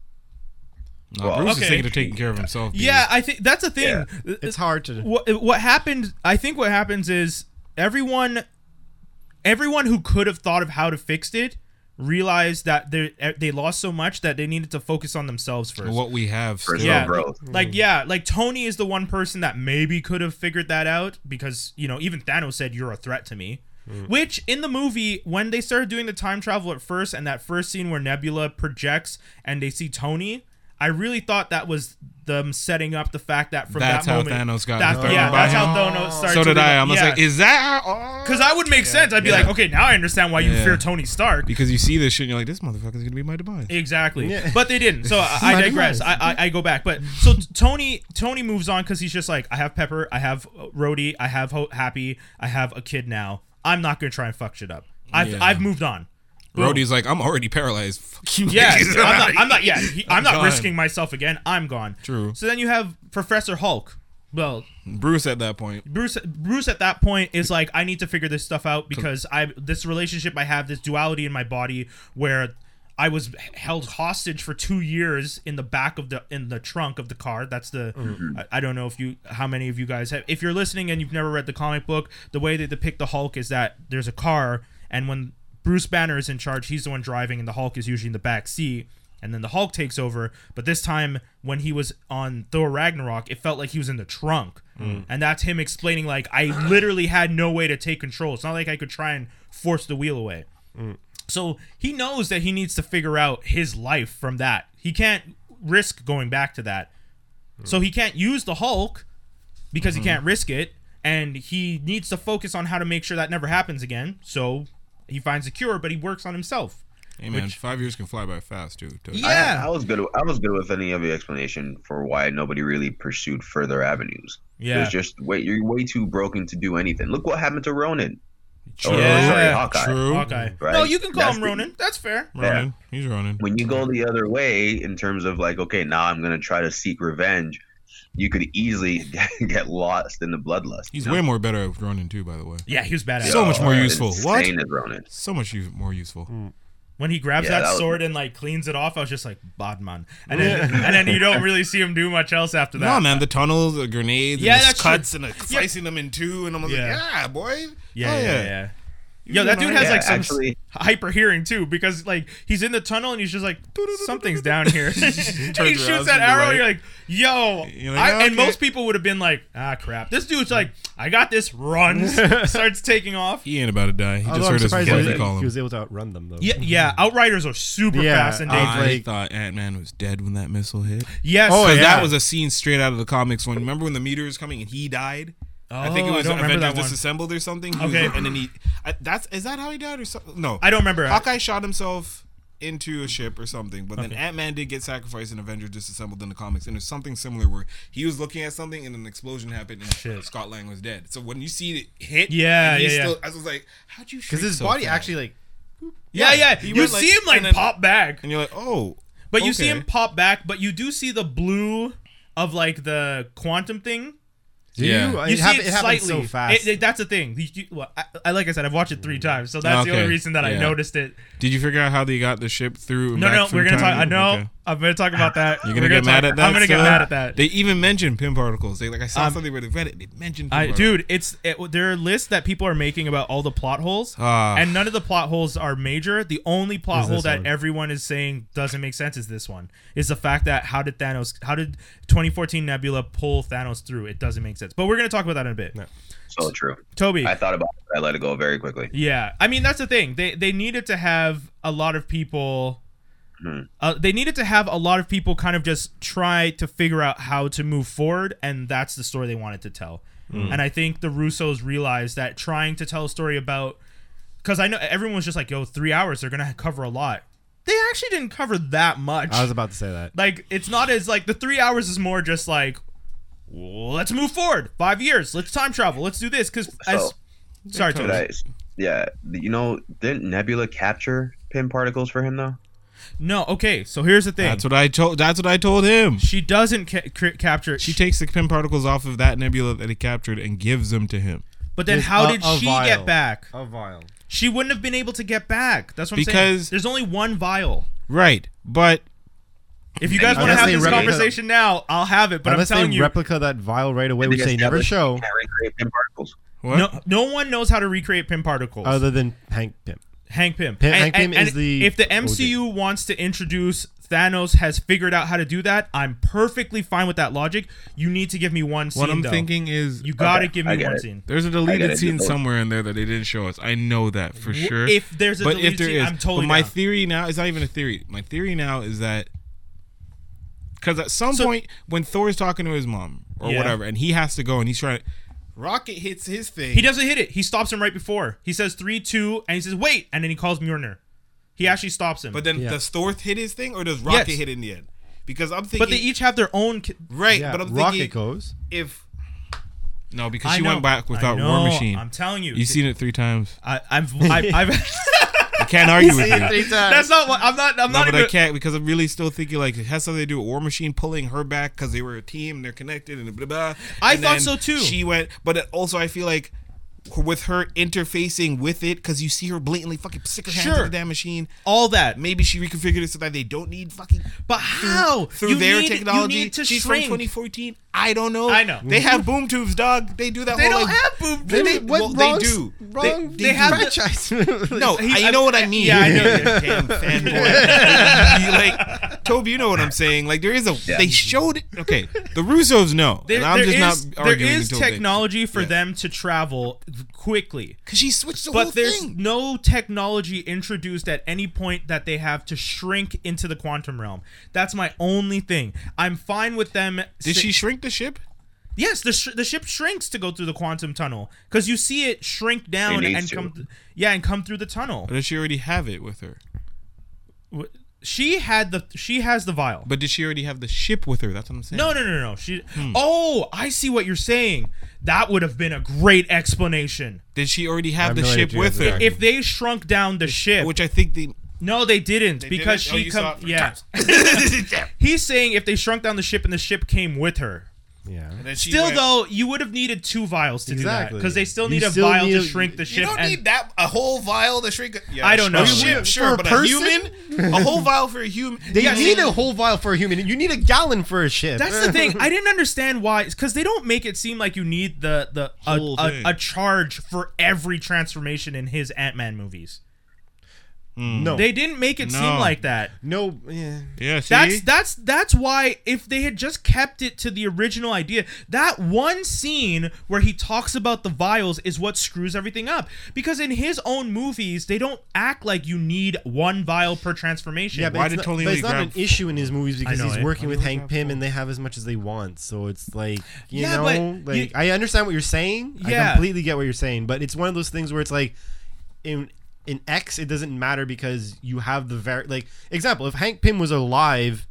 [SPEAKER 5] nah,
[SPEAKER 1] Well,
[SPEAKER 5] uh, Bruce is
[SPEAKER 3] okay.
[SPEAKER 5] thinking of taking care of himself. dude.
[SPEAKER 3] Yeah, I think that's the thing.
[SPEAKER 1] Yeah.
[SPEAKER 3] Th-
[SPEAKER 4] It's hard to.
[SPEAKER 3] what uh, what happened i think what happens is everyone everyone who could have thought of how to fix it realized that they uh, they lost so much that they needed to focus on themselves first
[SPEAKER 5] What we have. Still.
[SPEAKER 1] Personal
[SPEAKER 3] yeah
[SPEAKER 1] growth.
[SPEAKER 5] Hmm.
[SPEAKER 3] like yeah like tony is the one person that maybe could have figured that out because you know even thanos said you're a threat to me
[SPEAKER 5] Hmm.
[SPEAKER 3] which in the movie when they started doing the time travel at first and that first scene where nebula projects and they see tony I really thought that was them setting up the fact that from
[SPEAKER 5] That's
[SPEAKER 3] that
[SPEAKER 5] how
[SPEAKER 3] moment,
[SPEAKER 5] Thanos got
[SPEAKER 3] that's,
[SPEAKER 5] inspired
[SPEAKER 3] yeah,
[SPEAKER 5] by
[SPEAKER 3] that's
[SPEAKER 5] him.
[SPEAKER 3] how Thanos started.
[SPEAKER 5] So
[SPEAKER 3] to
[SPEAKER 5] did
[SPEAKER 3] be
[SPEAKER 5] I. I'm just
[SPEAKER 3] yeah.
[SPEAKER 5] like, is that? how-
[SPEAKER 3] Because I would make sense. I'd be like, okay, now I understand why you
[SPEAKER 5] Yeah.
[SPEAKER 3] fear Tony Stark.
[SPEAKER 5] because you see this shit and you're like, this motherfucker's gonna be my demise.
[SPEAKER 3] Exactly.
[SPEAKER 4] Yeah.
[SPEAKER 3] But they didn't.
[SPEAKER 5] [laughs]
[SPEAKER 3] So I, I
[SPEAKER 5] Not
[SPEAKER 3] digress. I,
[SPEAKER 5] nice.
[SPEAKER 3] I, I go back. But so t- Tony Tony moves on because he's just like, I have Pepper, I have uh, Rhodey, I have Ho- Happy, I have a kid now. I'm not gonna try and fuck shit up. I've
[SPEAKER 5] Yeah.
[SPEAKER 3] I've moved
[SPEAKER 5] [laughs]
[SPEAKER 3] on. Boom.
[SPEAKER 5] Rhodey's like, I'm already paralyzed. [laughs] Fuck you.
[SPEAKER 3] Yeah,
[SPEAKER 5] niggas.
[SPEAKER 3] I'm not.
[SPEAKER 5] [laughs]
[SPEAKER 3] I'm not. Yeah, he, I'm, not
[SPEAKER 5] gone.
[SPEAKER 3] risking myself again. I'm gone.
[SPEAKER 5] True.
[SPEAKER 3] So then you have Professor Hulk. Well,
[SPEAKER 5] [laughs] Bruce at that point.
[SPEAKER 3] Bruce Bruce at that point is like I need to figure this stuff out because I this relationship I have this duality in my body where I was held hostage for 2 years in the back of the in the trunk of the car that's the I, I don't know if you how many of you guys have if you're listening and you've never read the comic book the way they depict the Hulk is that there's a car and when Bruce Banner is in charge he's the one driving and the Hulk is usually in the back seat and then the Hulk takes over. But this time, when he was on Thor Ragnarok, it felt like he was in the trunk, and that's him explaining like I literally had no way to take control. It's not like I could try and force the wheel away. So he knows that he needs to figure out his life from that. He can't risk going back to that. So he can't use the Hulk because he can't risk it, and he needs to focus on how to make sure that never happens again. So he finds a cure, but he works on himself.
[SPEAKER 5] Hey man, five years can fly by fast too. too.
[SPEAKER 1] I- I, was good. I was good with any of the explanation for why nobody really pursued further avenues.
[SPEAKER 3] Yeah.
[SPEAKER 1] There's just wait, you're way too broken to do anything. Look what happened to Ronan. True.
[SPEAKER 3] Yeah.
[SPEAKER 1] Oh, Hawkeye.
[SPEAKER 5] True.
[SPEAKER 3] Hawkeye.
[SPEAKER 1] Right.
[SPEAKER 3] No, you can call
[SPEAKER 1] That's
[SPEAKER 3] him
[SPEAKER 1] the-
[SPEAKER 3] Ronan. That's fair.
[SPEAKER 5] Ronan. He's running.
[SPEAKER 1] When you go the other way in terms of like, okay, now I'm gonna try to seek revenge, you could easily [laughs] get lost in the bloodlust.
[SPEAKER 5] He's
[SPEAKER 1] you know?
[SPEAKER 5] way more better at running too, by the way.
[SPEAKER 3] Yeah, he was badass.
[SPEAKER 5] So much more
[SPEAKER 1] Yeah,
[SPEAKER 5] useful. What?
[SPEAKER 1] Insane as Ronan.
[SPEAKER 5] So much u- more useful.
[SPEAKER 3] when he grabs
[SPEAKER 1] Yeah,
[SPEAKER 3] that,
[SPEAKER 1] that was-
[SPEAKER 3] sword and like cleans it off, I was just like Bodman, and then and then you don't really see him do much else after that.
[SPEAKER 5] No man, the tunnels, the grenades,
[SPEAKER 3] Yeah,
[SPEAKER 5] and the
[SPEAKER 3] that's
[SPEAKER 5] cuts, and the slicing them in two, and I'm like,
[SPEAKER 3] Yeah.
[SPEAKER 5] yeah, boy. Oh,
[SPEAKER 3] yeah,
[SPEAKER 5] Hell
[SPEAKER 3] yeah, yeah, yeah. Yo, that dude has
[SPEAKER 1] Yeah,
[SPEAKER 3] like some
[SPEAKER 1] actually-
[SPEAKER 3] hyper hearing too, because like he's in the tunnel and he's just like something's down here. and [laughs] he
[SPEAKER 5] turns
[SPEAKER 3] shoots
[SPEAKER 5] around,
[SPEAKER 3] that
[SPEAKER 5] he's
[SPEAKER 3] arrow.
[SPEAKER 5] like-
[SPEAKER 3] you're like, yo,
[SPEAKER 5] You're like,
[SPEAKER 3] I,
[SPEAKER 5] "Okay."
[SPEAKER 3] and most people would have been like, ah, crap. This dude's like, I got this. Runs, starts taking off.
[SPEAKER 5] He ain't about to die. He just
[SPEAKER 4] Although I'm
[SPEAKER 5] heard his
[SPEAKER 4] surprised he
[SPEAKER 5] wife
[SPEAKER 4] was,
[SPEAKER 5] call
[SPEAKER 4] he
[SPEAKER 5] him.
[SPEAKER 4] was able to outrun them though.
[SPEAKER 3] Yeah, yeah. Outriders are super
[SPEAKER 4] Yeah,
[SPEAKER 3] fast and
[SPEAKER 4] uh,
[SPEAKER 3] dangerous.
[SPEAKER 5] I
[SPEAKER 4] like-
[SPEAKER 5] thought Ant Man was dead when that missile hit.
[SPEAKER 3] yes.
[SPEAKER 4] Oh,
[SPEAKER 5] But
[SPEAKER 4] yeah.
[SPEAKER 5] that was a scene straight out of the comics. When remember when the meteor was coming and he died. I think it
[SPEAKER 3] Oh, I
[SPEAKER 5] was
[SPEAKER 3] don't remember
[SPEAKER 5] Avengers
[SPEAKER 3] that one.
[SPEAKER 5] disassembled or something. He was-
[SPEAKER 3] Okay.
[SPEAKER 5] and then he I, that's is that how he died or something? No,
[SPEAKER 3] I don't remember.
[SPEAKER 5] Hawkeye shot himself into a ship or something, but then Ant Man did get sacrificed in Avengers Disassembled in the comics, and there's something similar where he was looking at something and an explosion happened and Scott Lang was dead. So when you see it hit,
[SPEAKER 3] Yeah,
[SPEAKER 5] and he's
[SPEAKER 3] yeah, yeah.
[SPEAKER 5] I was like, how'd you?
[SPEAKER 4] because
[SPEAKER 5] Because
[SPEAKER 4] his body actually like
[SPEAKER 3] Yeah, yeah. You
[SPEAKER 5] went,
[SPEAKER 3] see him like
[SPEAKER 5] and then-
[SPEAKER 3] pop back,
[SPEAKER 5] and you're like, oh,
[SPEAKER 3] but you see him
[SPEAKER 5] okay.
[SPEAKER 3] pop back, but you do see the blue of like the quantum thing.
[SPEAKER 4] do you?
[SPEAKER 5] Yeah.
[SPEAKER 3] You
[SPEAKER 4] it
[SPEAKER 3] see
[SPEAKER 4] hap-
[SPEAKER 3] it
[SPEAKER 4] it
[SPEAKER 3] slightly.
[SPEAKER 4] happens so fast.
[SPEAKER 3] It- it- that's the thing. You- you- well, I, I- like I said, I've watched it three times, so that's the
[SPEAKER 5] Mm. Okay.
[SPEAKER 3] only reason that I
[SPEAKER 5] Yeah.
[SPEAKER 3] noticed it.
[SPEAKER 5] Did you figure out how they got the ship through? and
[SPEAKER 3] No,
[SPEAKER 5] back
[SPEAKER 3] no,
[SPEAKER 5] through
[SPEAKER 3] we're gonna talk.
[SPEAKER 5] time?
[SPEAKER 3] I know.
[SPEAKER 5] Okay.
[SPEAKER 3] I'm gonna talk about that.
[SPEAKER 5] You're
[SPEAKER 3] We're
[SPEAKER 5] gonna get mad
[SPEAKER 3] talk-
[SPEAKER 5] at that.
[SPEAKER 3] I'm gonna get
[SPEAKER 5] still?
[SPEAKER 3] mad at that.
[SPEAKER 5] They even mentioned pimp particles. They like I saw something where they read it. They mentioned. Pimp
[SPEAKER 3] Um, I,
[SPEAKER 5] particles.
[SPEAKER 3] dude, it's it, there are lists that people are making about all the plot holes,
[SPEAKER 5] Ah.
[SPEAKER 3] and none of the plot holes are major. The only plot hole
[SPEAKER 4] this
[SPEAKER 3] that
[SPEAKER 4] one?
[SPEAKER 3] everyone is saying doesn't make sense is this one. Is the fact that how did Thanos, how did 2014 Nebula pull Thanos through? It doesn't make sense. But we're gonna talk about that in a bit.
[SPEAKER 1] So true.
[SPEAKER 3] Toby,
[SPEAKER 1] I thought about it, but I let it go very quickly.
[SPEAKER 3] yeah, I mean that's the thing. They they needed to have a lot of people. Uh, they needed to have a lot of people kind of just try to figure out how to move forward, and that's the story they wanted to tell. And I think the Russos realized that trying to tell a story about because I know everyone was just like, "Yo, three hours, they're gonna cover a lot." They actually didn't cover that much.
[SPEAKER 4] I was about to say that.
[SPEAKER 3] like, it's not as like the three hours is more just like let's move forward five years. Let's time travel. Let's do this because as
[SPEAKER 1] So-
[SPEAKER 3] sorry,
[SPEAKER 1] But
[SPEAKER 3] Tony.
[SPEAKER 1] I- yeah, you know, didn't Nebula capture pin particles for him though?
[SPEAKER 3] No, okay. So here's the thing.
[SPEAKER 5] That's what I told. That's what I told him.
[SPEAKER 3] she doesn't ca- cr- capture.
[SPEAKER 5] She takes the pin particles off of that nebula that he captured and gives them to him
[SPEAKER 3] but then
[SPEAKER 4] There's
[SPEAKER 3] how
[SPEAKER 4] a-
[SPEAKER 3] did
[SPEAKER 4] a
[SPEAKER 3] she
[SPEAKER 4] vial.
[SPEAKER 3] get back?
[SPEAKER 4] A vial.
[SPEAKER 3] She wouldn't have been able to get back. That's what I'm
[SPEAKER 5] Because-
[SPEAKER 3] saying. There's only one vial.
[SPEAKER 5] right but
[SPEAKER 3] If you guys
[SPEAKER 1] Unless
[SPEAKER 3] want to have
[SPEAKER 4] they
[SPEAKER 3] this
[SPEAKER 4] replicate-
[SPEAKER 3] conversation now, I'll have it. But
[SPEAKER 4] Unless
[SPEAKER 3] I'm telling
[SPEAKER 4] they
[SPEAKER 3] you,
[SPEAKER 4] replica that vial right away, which
[SPEAKER 1] They
[SPEAKER 4] they never
[SPEAKER 1] established
[SPEAKER 4] show,
[SPEAKER 1] you can't recreate pin particles.
[SPEAKER 5] what?
[SPEAKER 3] no, no one knows how to recreate pin particles.
[SPEAKER 4] other than Hank Pym.
[SPEAKER 3] Hank Pym.
[SPEAKER 4] Pym- Hank Pym is the
[SPEAKER 3] If the MCU wants to introduce Thanos has figured out how to do that, I'm perfectly fine with that logic. You need to give me one scene.
[SPEAKER 5] what I'm
[SPEAKER 3] though.
[SPEAKER 5] thinking is
[SPEAKER 3] you gotta
[SPEAKER 1] Okay,
[SPEAKER 3] give
[SPEAKER 1] I
[SPEAKER 3] me
[SPEAKER 1] get
[SPEAKER 3] one
[SPEAKER 1] it.
[SPEAKER 3] scene.
[SPEAKER 5] There's a
[SPEAKER 1] gotta
[SPEAKER 5] deleted
[SPEAKER 1] do
[SPEAKER 5] scene
[SPEAKER 1] those.
[SPEAKER 5] somewhere in there that they didn't show us. I know that for sure.
[SPEAKER 3] if there's a
[SPEAKER 5] but
[SPEAKER 3] deleted
[SPEAKER 5] if there
[SPEAKER 3] scene,
[SPEAKER 5] is,
[SPEAKER 3] I'm totally
[SPEAKER 5] But my
[SPEAKER 3] down.
[SPEAKER 5] theory now is not even a theory. My theory now is that because at some
[SPEAKER 3] So-
[SPEAKER 5] point when Thor's talking to his mom or
[SPEAKER 3] Yeah.
[SPEAKER 5] whatever, and he has to go and he's trying, Rocket hits his thing.
[SPEAKER 3] He doesn't hit it. He stops him right before. He says three, two, and he says wait, and then he calls Mjolnir. He actually stops him.
[SPEAKER 5] But then
[SPEAKER 4] Yeah.
[SPEAKER 5] does Thor hit his thing or does Rocket
[SPEAKER 3] Yes.
[SPEAKER 5] hit it in the end? Because I'm thinking,
[SPEAKER 3] but e- they each have their own. Ki-
[SPEAKER 5] right?
[SPEAKER 4] Yeah,
[SPEAKER 5] but I'm
[SPEAKER 4] Rocket
[SPEAKER 5] thinking
[SPEAKER 4] goes.
[SPEAKER 5] if no, because
[SPEAKER 3] I
[SPEAKER 5] she
[SPEAKER 3] know.
[SPEAKER 5] went back
[SPEAKER 3] I
[SPEAKER 5] without
[SPEAKER 3] know.
[SPEAKER 5] War Machine.
[SPEAKER 3] I'm telling you.
[SPEAKER 5] You've seen it three times.
[SPEAKER 3] I, I've,
[SPEAKER 5] [laughs]
[SPEAKER 3] I've, I've
[SPEAKER 5] I
[SPEAKER 3] [laughs]
[SPEAKER 5] can't argue with you.
[SPEAKER 3] that's not what I'm not. I'm
[SPEAKER 5] No,
[SPEAKER 3] not
[SPEAKER 5] but
[SPEAKER 3] even.
[SPEAKER 5] I can't because I'm really still thinking like it has something to do with War Machine pulling her back because they were a team and they're connected and blah blah.
[SPEAKER 3] I
[SPEAKER 5] And
[SPEAKER 3] thought
[SPEAKER 5] then
[SPEAKER 3] so, too.
[SPEAKER 5] She went, but it- also I feel like with her interfacing with it because you see her blatantly fucking stick her hand
[SPEAKER 3] Sure.
[SPEAKER 5] to the damn machine.
[SPEAKER 3] all that.
[SPEAKER 5] Maybe she reconfigured it so that they don't need fucking
[SPEAKER 3] But how?
[SPEAKER 5] through
[SPEAKER 3] You
[SPEAKER 5] their
[SPEAKER 3] need- you
[SPEAKER 5] technology.
[SPEAKER 3] need to
[SPEAKER 5] She's
[SPEAKER 3] shrink.
[SPEAKER 5] from 2014. I don't know.
[SPEAKER 3] I know.
[SPEAKER 5] they have boom tubes, dog. They do that.
[SPEAKER 3] They
[SPEAKER 5] whole,
[SPEAKER 3] don't
[SPEAKER 5] like-
[SPEAKER 3] have boob
[SPEAKER 5] They,
[SPEAKER 3] tubes.
[SPEAKER 5] they, well, they do. They-
[SPEAKER 4] Wrong.
[SPEAKER 5] they
[SPEAKER 3] they have the-
[SPEAKER 4] franchise.
[SPEAKER 5] [laughs] no,
[SPEAKER 3] He-
[SPEAKER 5] I know what I mean.
[SPEAKER 3] Yeah, I know. [laughs]
[SPEAKER 5] Damn fanboy. You like Toby, you know what I'm saying? Like there is a
[SPEAKER 1] Yeah.
[SPEAKER 5] they showed it. Okay, the Russos know,
[SPEAKER 3] There-
[SPEAKER 5] and I'm
[SPEAKER 3] there
[SPEAKER 5] just
[SPEAKER 3] is-
[SPEAKER 5] not arguing
[SPEAKER 3] There is
[SPEAKER 5] until they-
[SPEAKER 3] technology for
[SPEAKER 5] Yeah.
[SPEAKER 3] them to travel quickly,
[SPEAKER 5] Cause she switched the whole
[SPEAKER 3] but there's
[SPEAKER 5] thing.
[SPEAKER 3] no technology introduced at any point that they have to shrink into the quantum realm. That's my only thing. I'm fine with them.
[SPEAKER 5] Did
[SPEAKER 3] sa-
[SPEAKER 5] she shrink the ship?
[SPEAKER 3] Yes, the sh- the ship shrinks to go through the quantum tunnel because you see it shrink down
[SPEAKER 1] needs
[SPEAKER 3] and
[SPEAKER 1] to.
[SPEAKER 3] come. Th- yeah, and come through the tunnel.
[SPEAKER 5] Or does she already have it with her?
[SPEAKER 3] W- She had the she has the vial.
[SPEAKER 5] But Hmm. did she already have the ship with her? That's what I'm saying.
[SPEAKER 3] No, no, no, no. She. Oh, I see what you're saying. That would have been a great explanation
[SPEAKER 5] Did she already have
[SPEAKER 4] have
[SPEAKER 5] the
[SPEAKER 4] no
[SPEAKER 5] ship
[SPEAKER 4] idea
[SPEAKER 5] with
[SPEAKER 4] what
[SPEAKER 5] her?
[SPEAKER 4] you're
[SPEAKER 3] if they shrunk down the ship.
[SPEAKER 5] Which I
[SPEAKER 3] [laughs]
[SPEAKER 5] think the
[SPEAKER 3] no, they didn't because
[SPEAKER 5] didn't? Oh,
[SPEAKER 3] she
[SPEAKER 5] you saw
[SPEAKER 3] come.
[SPEAKER 5] it three
[SPEAKER 3] Yeah, he's saying if they shrunk down the ship and the ship came with her.
[SPEAKER 4] [laughs] Yeah.
[SPEAKER 5] that she
[SPEAKER 3] Still
[SPEAKER 5] went-
[SPEAKER 3] though, you would have needed two vials to do that
[SPEAKER 4] Exactly.
[SPEAKER 3] because they still
[SPEAKER 4] You
[SPEAKER 3] need a
[SPEAKER 4] still
[SPEAKER 3] vial
[SPEAKER 4] need
[SPEAKER 3] to
[SPEAKER 4] a-
[SPEAKER 3] shrink the ship.
[SPEAKER 5] You don't
[SPEAKER 3] and-
[SPEAKER 5] need that a whole vial to shrink. Yeah,
[SPEAKER 3] I don't
[SPEAKER 5] a
[SPEAKER 3] know.
[SPEAKER 5] ship,
[SPEAKER 4] For
[SPEAKER 5] sure,
[SPEAKER 4] a
[SPEAKER 5] but
[SPEAKER 4] person?
[SPEAKER 5] a human, a whole vial for a human.
[SPEAKER 4] They
[SPEAKER 5] Yeah,
[SPEAKER 4] need a whole vial for a human. You need a gallon for a ship. Uh,
[SPEAKER 3] That's the thing. I didn't understand why, because they don't make it seem like you need the the a,
[SPEAKER 5] Whole
[SPEAKER 3] a,
[SPEAKER 5] thing.
[SPEAKER 3] a charge for every transformation in his Ant Man movies.
[SPEAKER 4] [laughs] no.
[SPEAKER 3] They didn't make it seem
[SPEAKER 5] No.
[SPEAKER 3] like that.
[SPEAKER 4] no. Yeah.
[SPEAKER 5] Yeah, see?
[SPEAKER 3] That's that's that's why if they had just kept it to the original idea, that one scene where he talks about the vials is what screws everything up. Because in his own movies, they don't act like you need one vial per transformation.
[SPEAKER 4] Yeah, but
[SPEAKER 5] Why
[SPEAKER 4] it's
[SPEAKER 5] did
[SPEAKER 4] not,
[SPEAKER 5] Tony
[SPEAKER 4] but
[SPEAKER 5] Lee
[SPEAKER 4] it's not an
[SPEAKER 5] grab-
[SPEAKER 4] issue in his movies because
[SPEAKER 3] know,
[SPEAKER 4] he's
[SPEAKER 3] eh?
[SPEAKER 4] working
[SPEAKER 5] Why
[SPEAKER 4] with
[SPEAKER 5] did he
[SPEAKER 4] Hank
[SPEAKER 5] grab
[SPEAKER 4] Pym
[SPEAKER 5] four?
[SPEAKER 4] and they have as much as they want. So it's like, you
[SPEAKER 3] Yeah,
[SPEAKER 4] know,
[SPEAKER 3] but
[SPEAKER 4] like
[SPEAKER 3] you-
[SPEAKER 4] I understand what you're saying.
[SPEAKER 3] Yeah.
[SPEAKER 4] I completely get what you're saying, but it's one of those things where it's like in in X it doesn't matter because you have the very like example, if Hank Pym was alive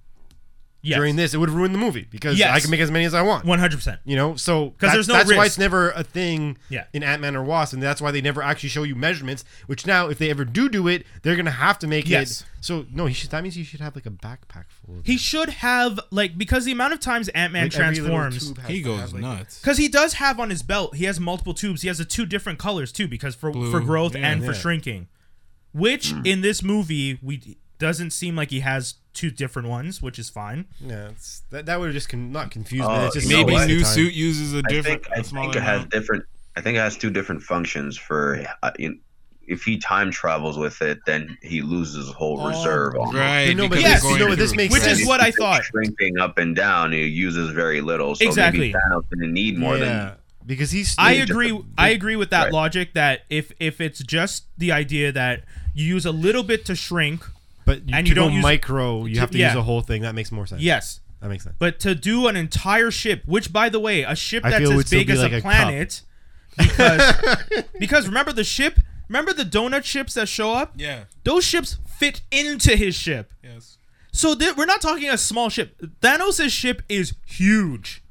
[SPEAKER 3] Yes.
[SPEAKER 4] during this, it would ruin the movie because
[SPEAKER 3] Yes.
[SPEAKER 4] I can make as many as I want.
[SPEAKER 3] one hundred percent.
[SPEAKER 4] You know, so
[SPEAKER 3] 'Cause
[SPEAKER 4] that's,
[SPEAKER 3] there's no
[SPEAKER 4] that's why
[SPEAKER 3] risk.
[SPEAKER 4] it's never a thing
[SPEAKER 3] Yeah.
[SPEAKER 4] in Ant Man or Wasp, and that's why they never actually show you measurements. Which now, if they ever do do it, they're gonna have to make
[SPEAKER 3] Yes.
[SPEAKER 4] it. So no, he should, that means you should have like a backpack full. Of
[SPEAKER 3] He should have like because the amount of times Ant Man
[SPEAKER 4] like, every little
[SPEAKER 3] transforms.
[SPEAKER 4] tube has
[SPEAKER 5] he
[SPEAKER 4] to have,
[SPEAKER 5] goes
[SPEAKER 4] like,
[SPEAKER 5] nuts.
[SPEAKER 3] Because he does have on his belt, he has multiple tubes. He has the two different colors too, because for
[SPEAKER 5] Blue.
[SPEAKER 3] for growth
[SPEAKER 5] Yeah,
[SPEAKER 3] and for
[SPEAKER 4] yeah.
[SPEAKER 3] shrinking, which in this movie we doesn't seem like he has two different ones, which is fine.
[SPEAKER 4] Yeah, it's, that that would just con- not confuse me.
[SPEAKER 1] Oh,
[SPEAKER 4] It's just
[SPEAKER 1] you know
[SPEAKER 5] Maybe
[SPEAKER 1] what?
[SPEAKER 4] waste of
[SPEAKER 5] new
[SPEAKER 4] time.
[SPEAKER 5] suit uses a
[SPEAKER 1] I
[SPEAKER 5] different,
[SPEAKER 1] think, I
[SPEAKER 5] a smaller
[SPEAKER 1] think it has
[SPEAKER 5] amount.
[SPEAKER 1] different. I think it has two different functions. For uh, in, if he time travels with it, then he loses whole reserve. almost.
[SPEAKER 5] Oh, Right.
[SPEAKER 4] You know, but
[SPEAKER 5] because
[SPEAKER 3] yes,
[SPEAKER 5] they're
[SPEAKER 3] you
[SPEAKER 4] know
[SPEAKER 5] going
[SPEAKER 4] what this
[SPEAKER 5] through.
[SPEAKER 4] makes
[SPEAKER 3] Which
[SPEAKER 4] sense.
[SPEAKER 3] is what I thought.
[SPEAKER 1] Shrinking up and down, he uses very little. So
[SPEAKER 3] Exactly.
[SPEAKER 1] maybe Thanos didn't need more
[SPEAKER 4] yeah, because he's.
[SPEAKER 3] I
[SPEAKER 4] they-
[SPEAKER 3] agree. I agree with that
[SPEAKER 1] Right.
[SPEAKER 3] logic. That if if it's just the idea that you use a little bit to shrink,
[SPEAKER 4] but you,
[SPEAKER 3] and
[SPEAKER 4] and
[SPEAKER 3] you
[SPEAKER 4] you
[SPEAKER 3] don't
[SPEAKER 4] go
[SPEAKER 3] use-
[SPEAKER 4] micro. You have to
[SPEAKER 3] yeah.
[SPEAKER 4] use a whole thing. That makes more sense.
[SPEAKER 3] yes,
[SPEAKER 4] that makes sense.
[SPEAKER 3] but to do an entire ship, which by the way, a ship
[SPEAKER 4] I
[SPEAKER 3] that's
[SPEAKER 4] feel it
[SPEAKER 3] as
[SPEAKER 4] would still
[SPEAKER 3] big
[SPEAKER 4] be
[SPEAKER 3] as
[SPEAKER 4] like
[SPEAKER 3] a
[SPEAKER 4] a cup.
[SPEAKER 3] planet,
[SPEAKER 4] [laughs]
[SPEAKER 3] because because remember the ship. Remember the donut ships that show up?
[SPEAKER 5] Yeah.
[SPEAKER 3] Those ships fit into his ship.
[SPEAKER 5] Yes.
[SPEAKER 3] So th- we're not talking a small ship. Thanos' ship is huge.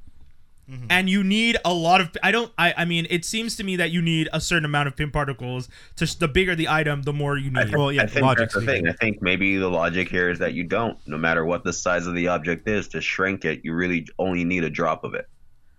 [SPEAKER 3] and you need a lot of i don't I, I mean it seems to me that you need a certain amount of pin particles to the bigger the item the more you need
[SPEAKER 4] Well, yeah,
[SPEAKER 1] I think
[SPEAKER 4] logic
[SPEAKER 1] that's the
[SPEAKER 4] speaking.
[SPEAKER 1] thing. I think maybe the logic here is that you don't, no matter what the size of the object is, to shrink it, you really only need a drop of it.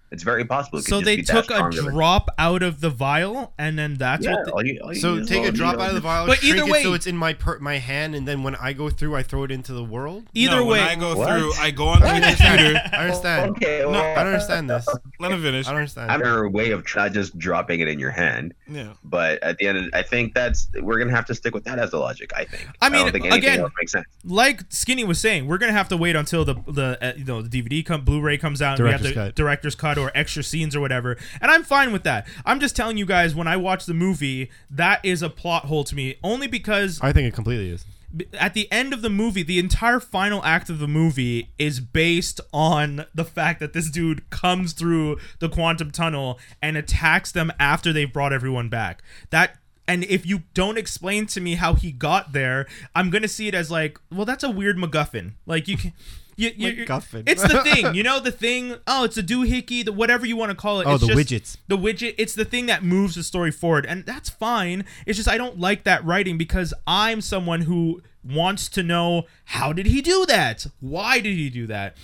[SPEAKER 1] It's very possible. It could
[SPEAKER 3] so
[SPEAKER 1] just
[SPEAKER 3] they
[SPEAKER 1] be that
[SPEAKER 3] took a
[SPEAKER 1] strong of a-
[SPEAKER 3] drop out of the vial and then that's
[SPEAKER 1] Yeah,
[SPEAKER 3] what the,
[SPEAKER 1] all you- all you
[SPEAKER 4] So
[SPEAKER 1] need is
[SPEAKER 4] take a
[SPEAKER 1] little
[SPEAKER 4] drop
[SPEAKER 1] needle.
[SPEAKER 4] out of the vial,
[SPEAKER 3] But
[SPEAKER 4] shrink
[SPEAKER 3] either
[SPEAKER 4] it
[SPEAKER 3] way-
[SPEAKER 4] so it's in my per- my hand, and then when I go through, I throw it into the world.
[SPEAKER 3] either
[SPEAKER 5] No,
[SPEAKER 3] way
[SPEAKER 5] when I go
[SPEAKER 1] What?
[SPEAKER 5] through, I go on
[SPEAKER 4] I
[SPEAKER 5] the
[SPEAKER 4] don't [laughs]
[SPEAKER 5] computer.
[SPEAKER 4] understand. I understand.
[SPEAKER 1] Okay, well,
[SPEAKER 4] I don't understand this. I
[SPEAKER 5] Let him finish.
[SPEAKER 4] don't understand.
[SPEAKER 1] I'm a way of not just dropping it in your hand,
[SPEAKER 5] Yeah.
[SPEAKER 1] but at the end, of, I think that's we're gonna have to stick with that as the logic. I think.
[SPEAKER 3] I mean,
[SPEAKER 1] don't think anything
[SPEAKER 3] again-
[SPEAKER 1] else makes sense.
[SPEAKER 3] like Skinny was saying, we're gonna have to wait until the the uh, you know the DVD come Blu-ray comes out, and
[SPEAKER 4] Director's
[SPEAKER 3] we have the
[SPEAKER 4] cut.
[SPEAKER 3] director's cut or extra scenes or whatever. And I'm fine with that. I'm just telling you guys, when I watch the movie, that is a plot hole to me, only because
[SPEAKER 4] I think it completely is.
[SPEAKER 3] b- at the end of the movie, the entire final act of the movie is based on the fact that this dude comes through the quantum tunnel and attacks them after they've brought everyone back. That and if you don't explain to me how he got there, I'm gonna see it as like, well, that's a weird MacGuffin. Like you can. You, you, you-
[SPEAKER 4] MacGuffin.
[SPEAKER 3] It's the thing, you know, the thing. Oh, it's a doohickey, the whatever you want to call it.
[SPEAKER 4] Oh,
[SPEAKER 3] it's
[SPEAKER 4] the
[SPEAKER 3] just-
[SPEAKER 4] widgets.
[SPEAKER 3] the widget it's the thing that moves the story forward and that's fine it's just i don't like that writing because i'm someone who wants to know how did he do that why did he do that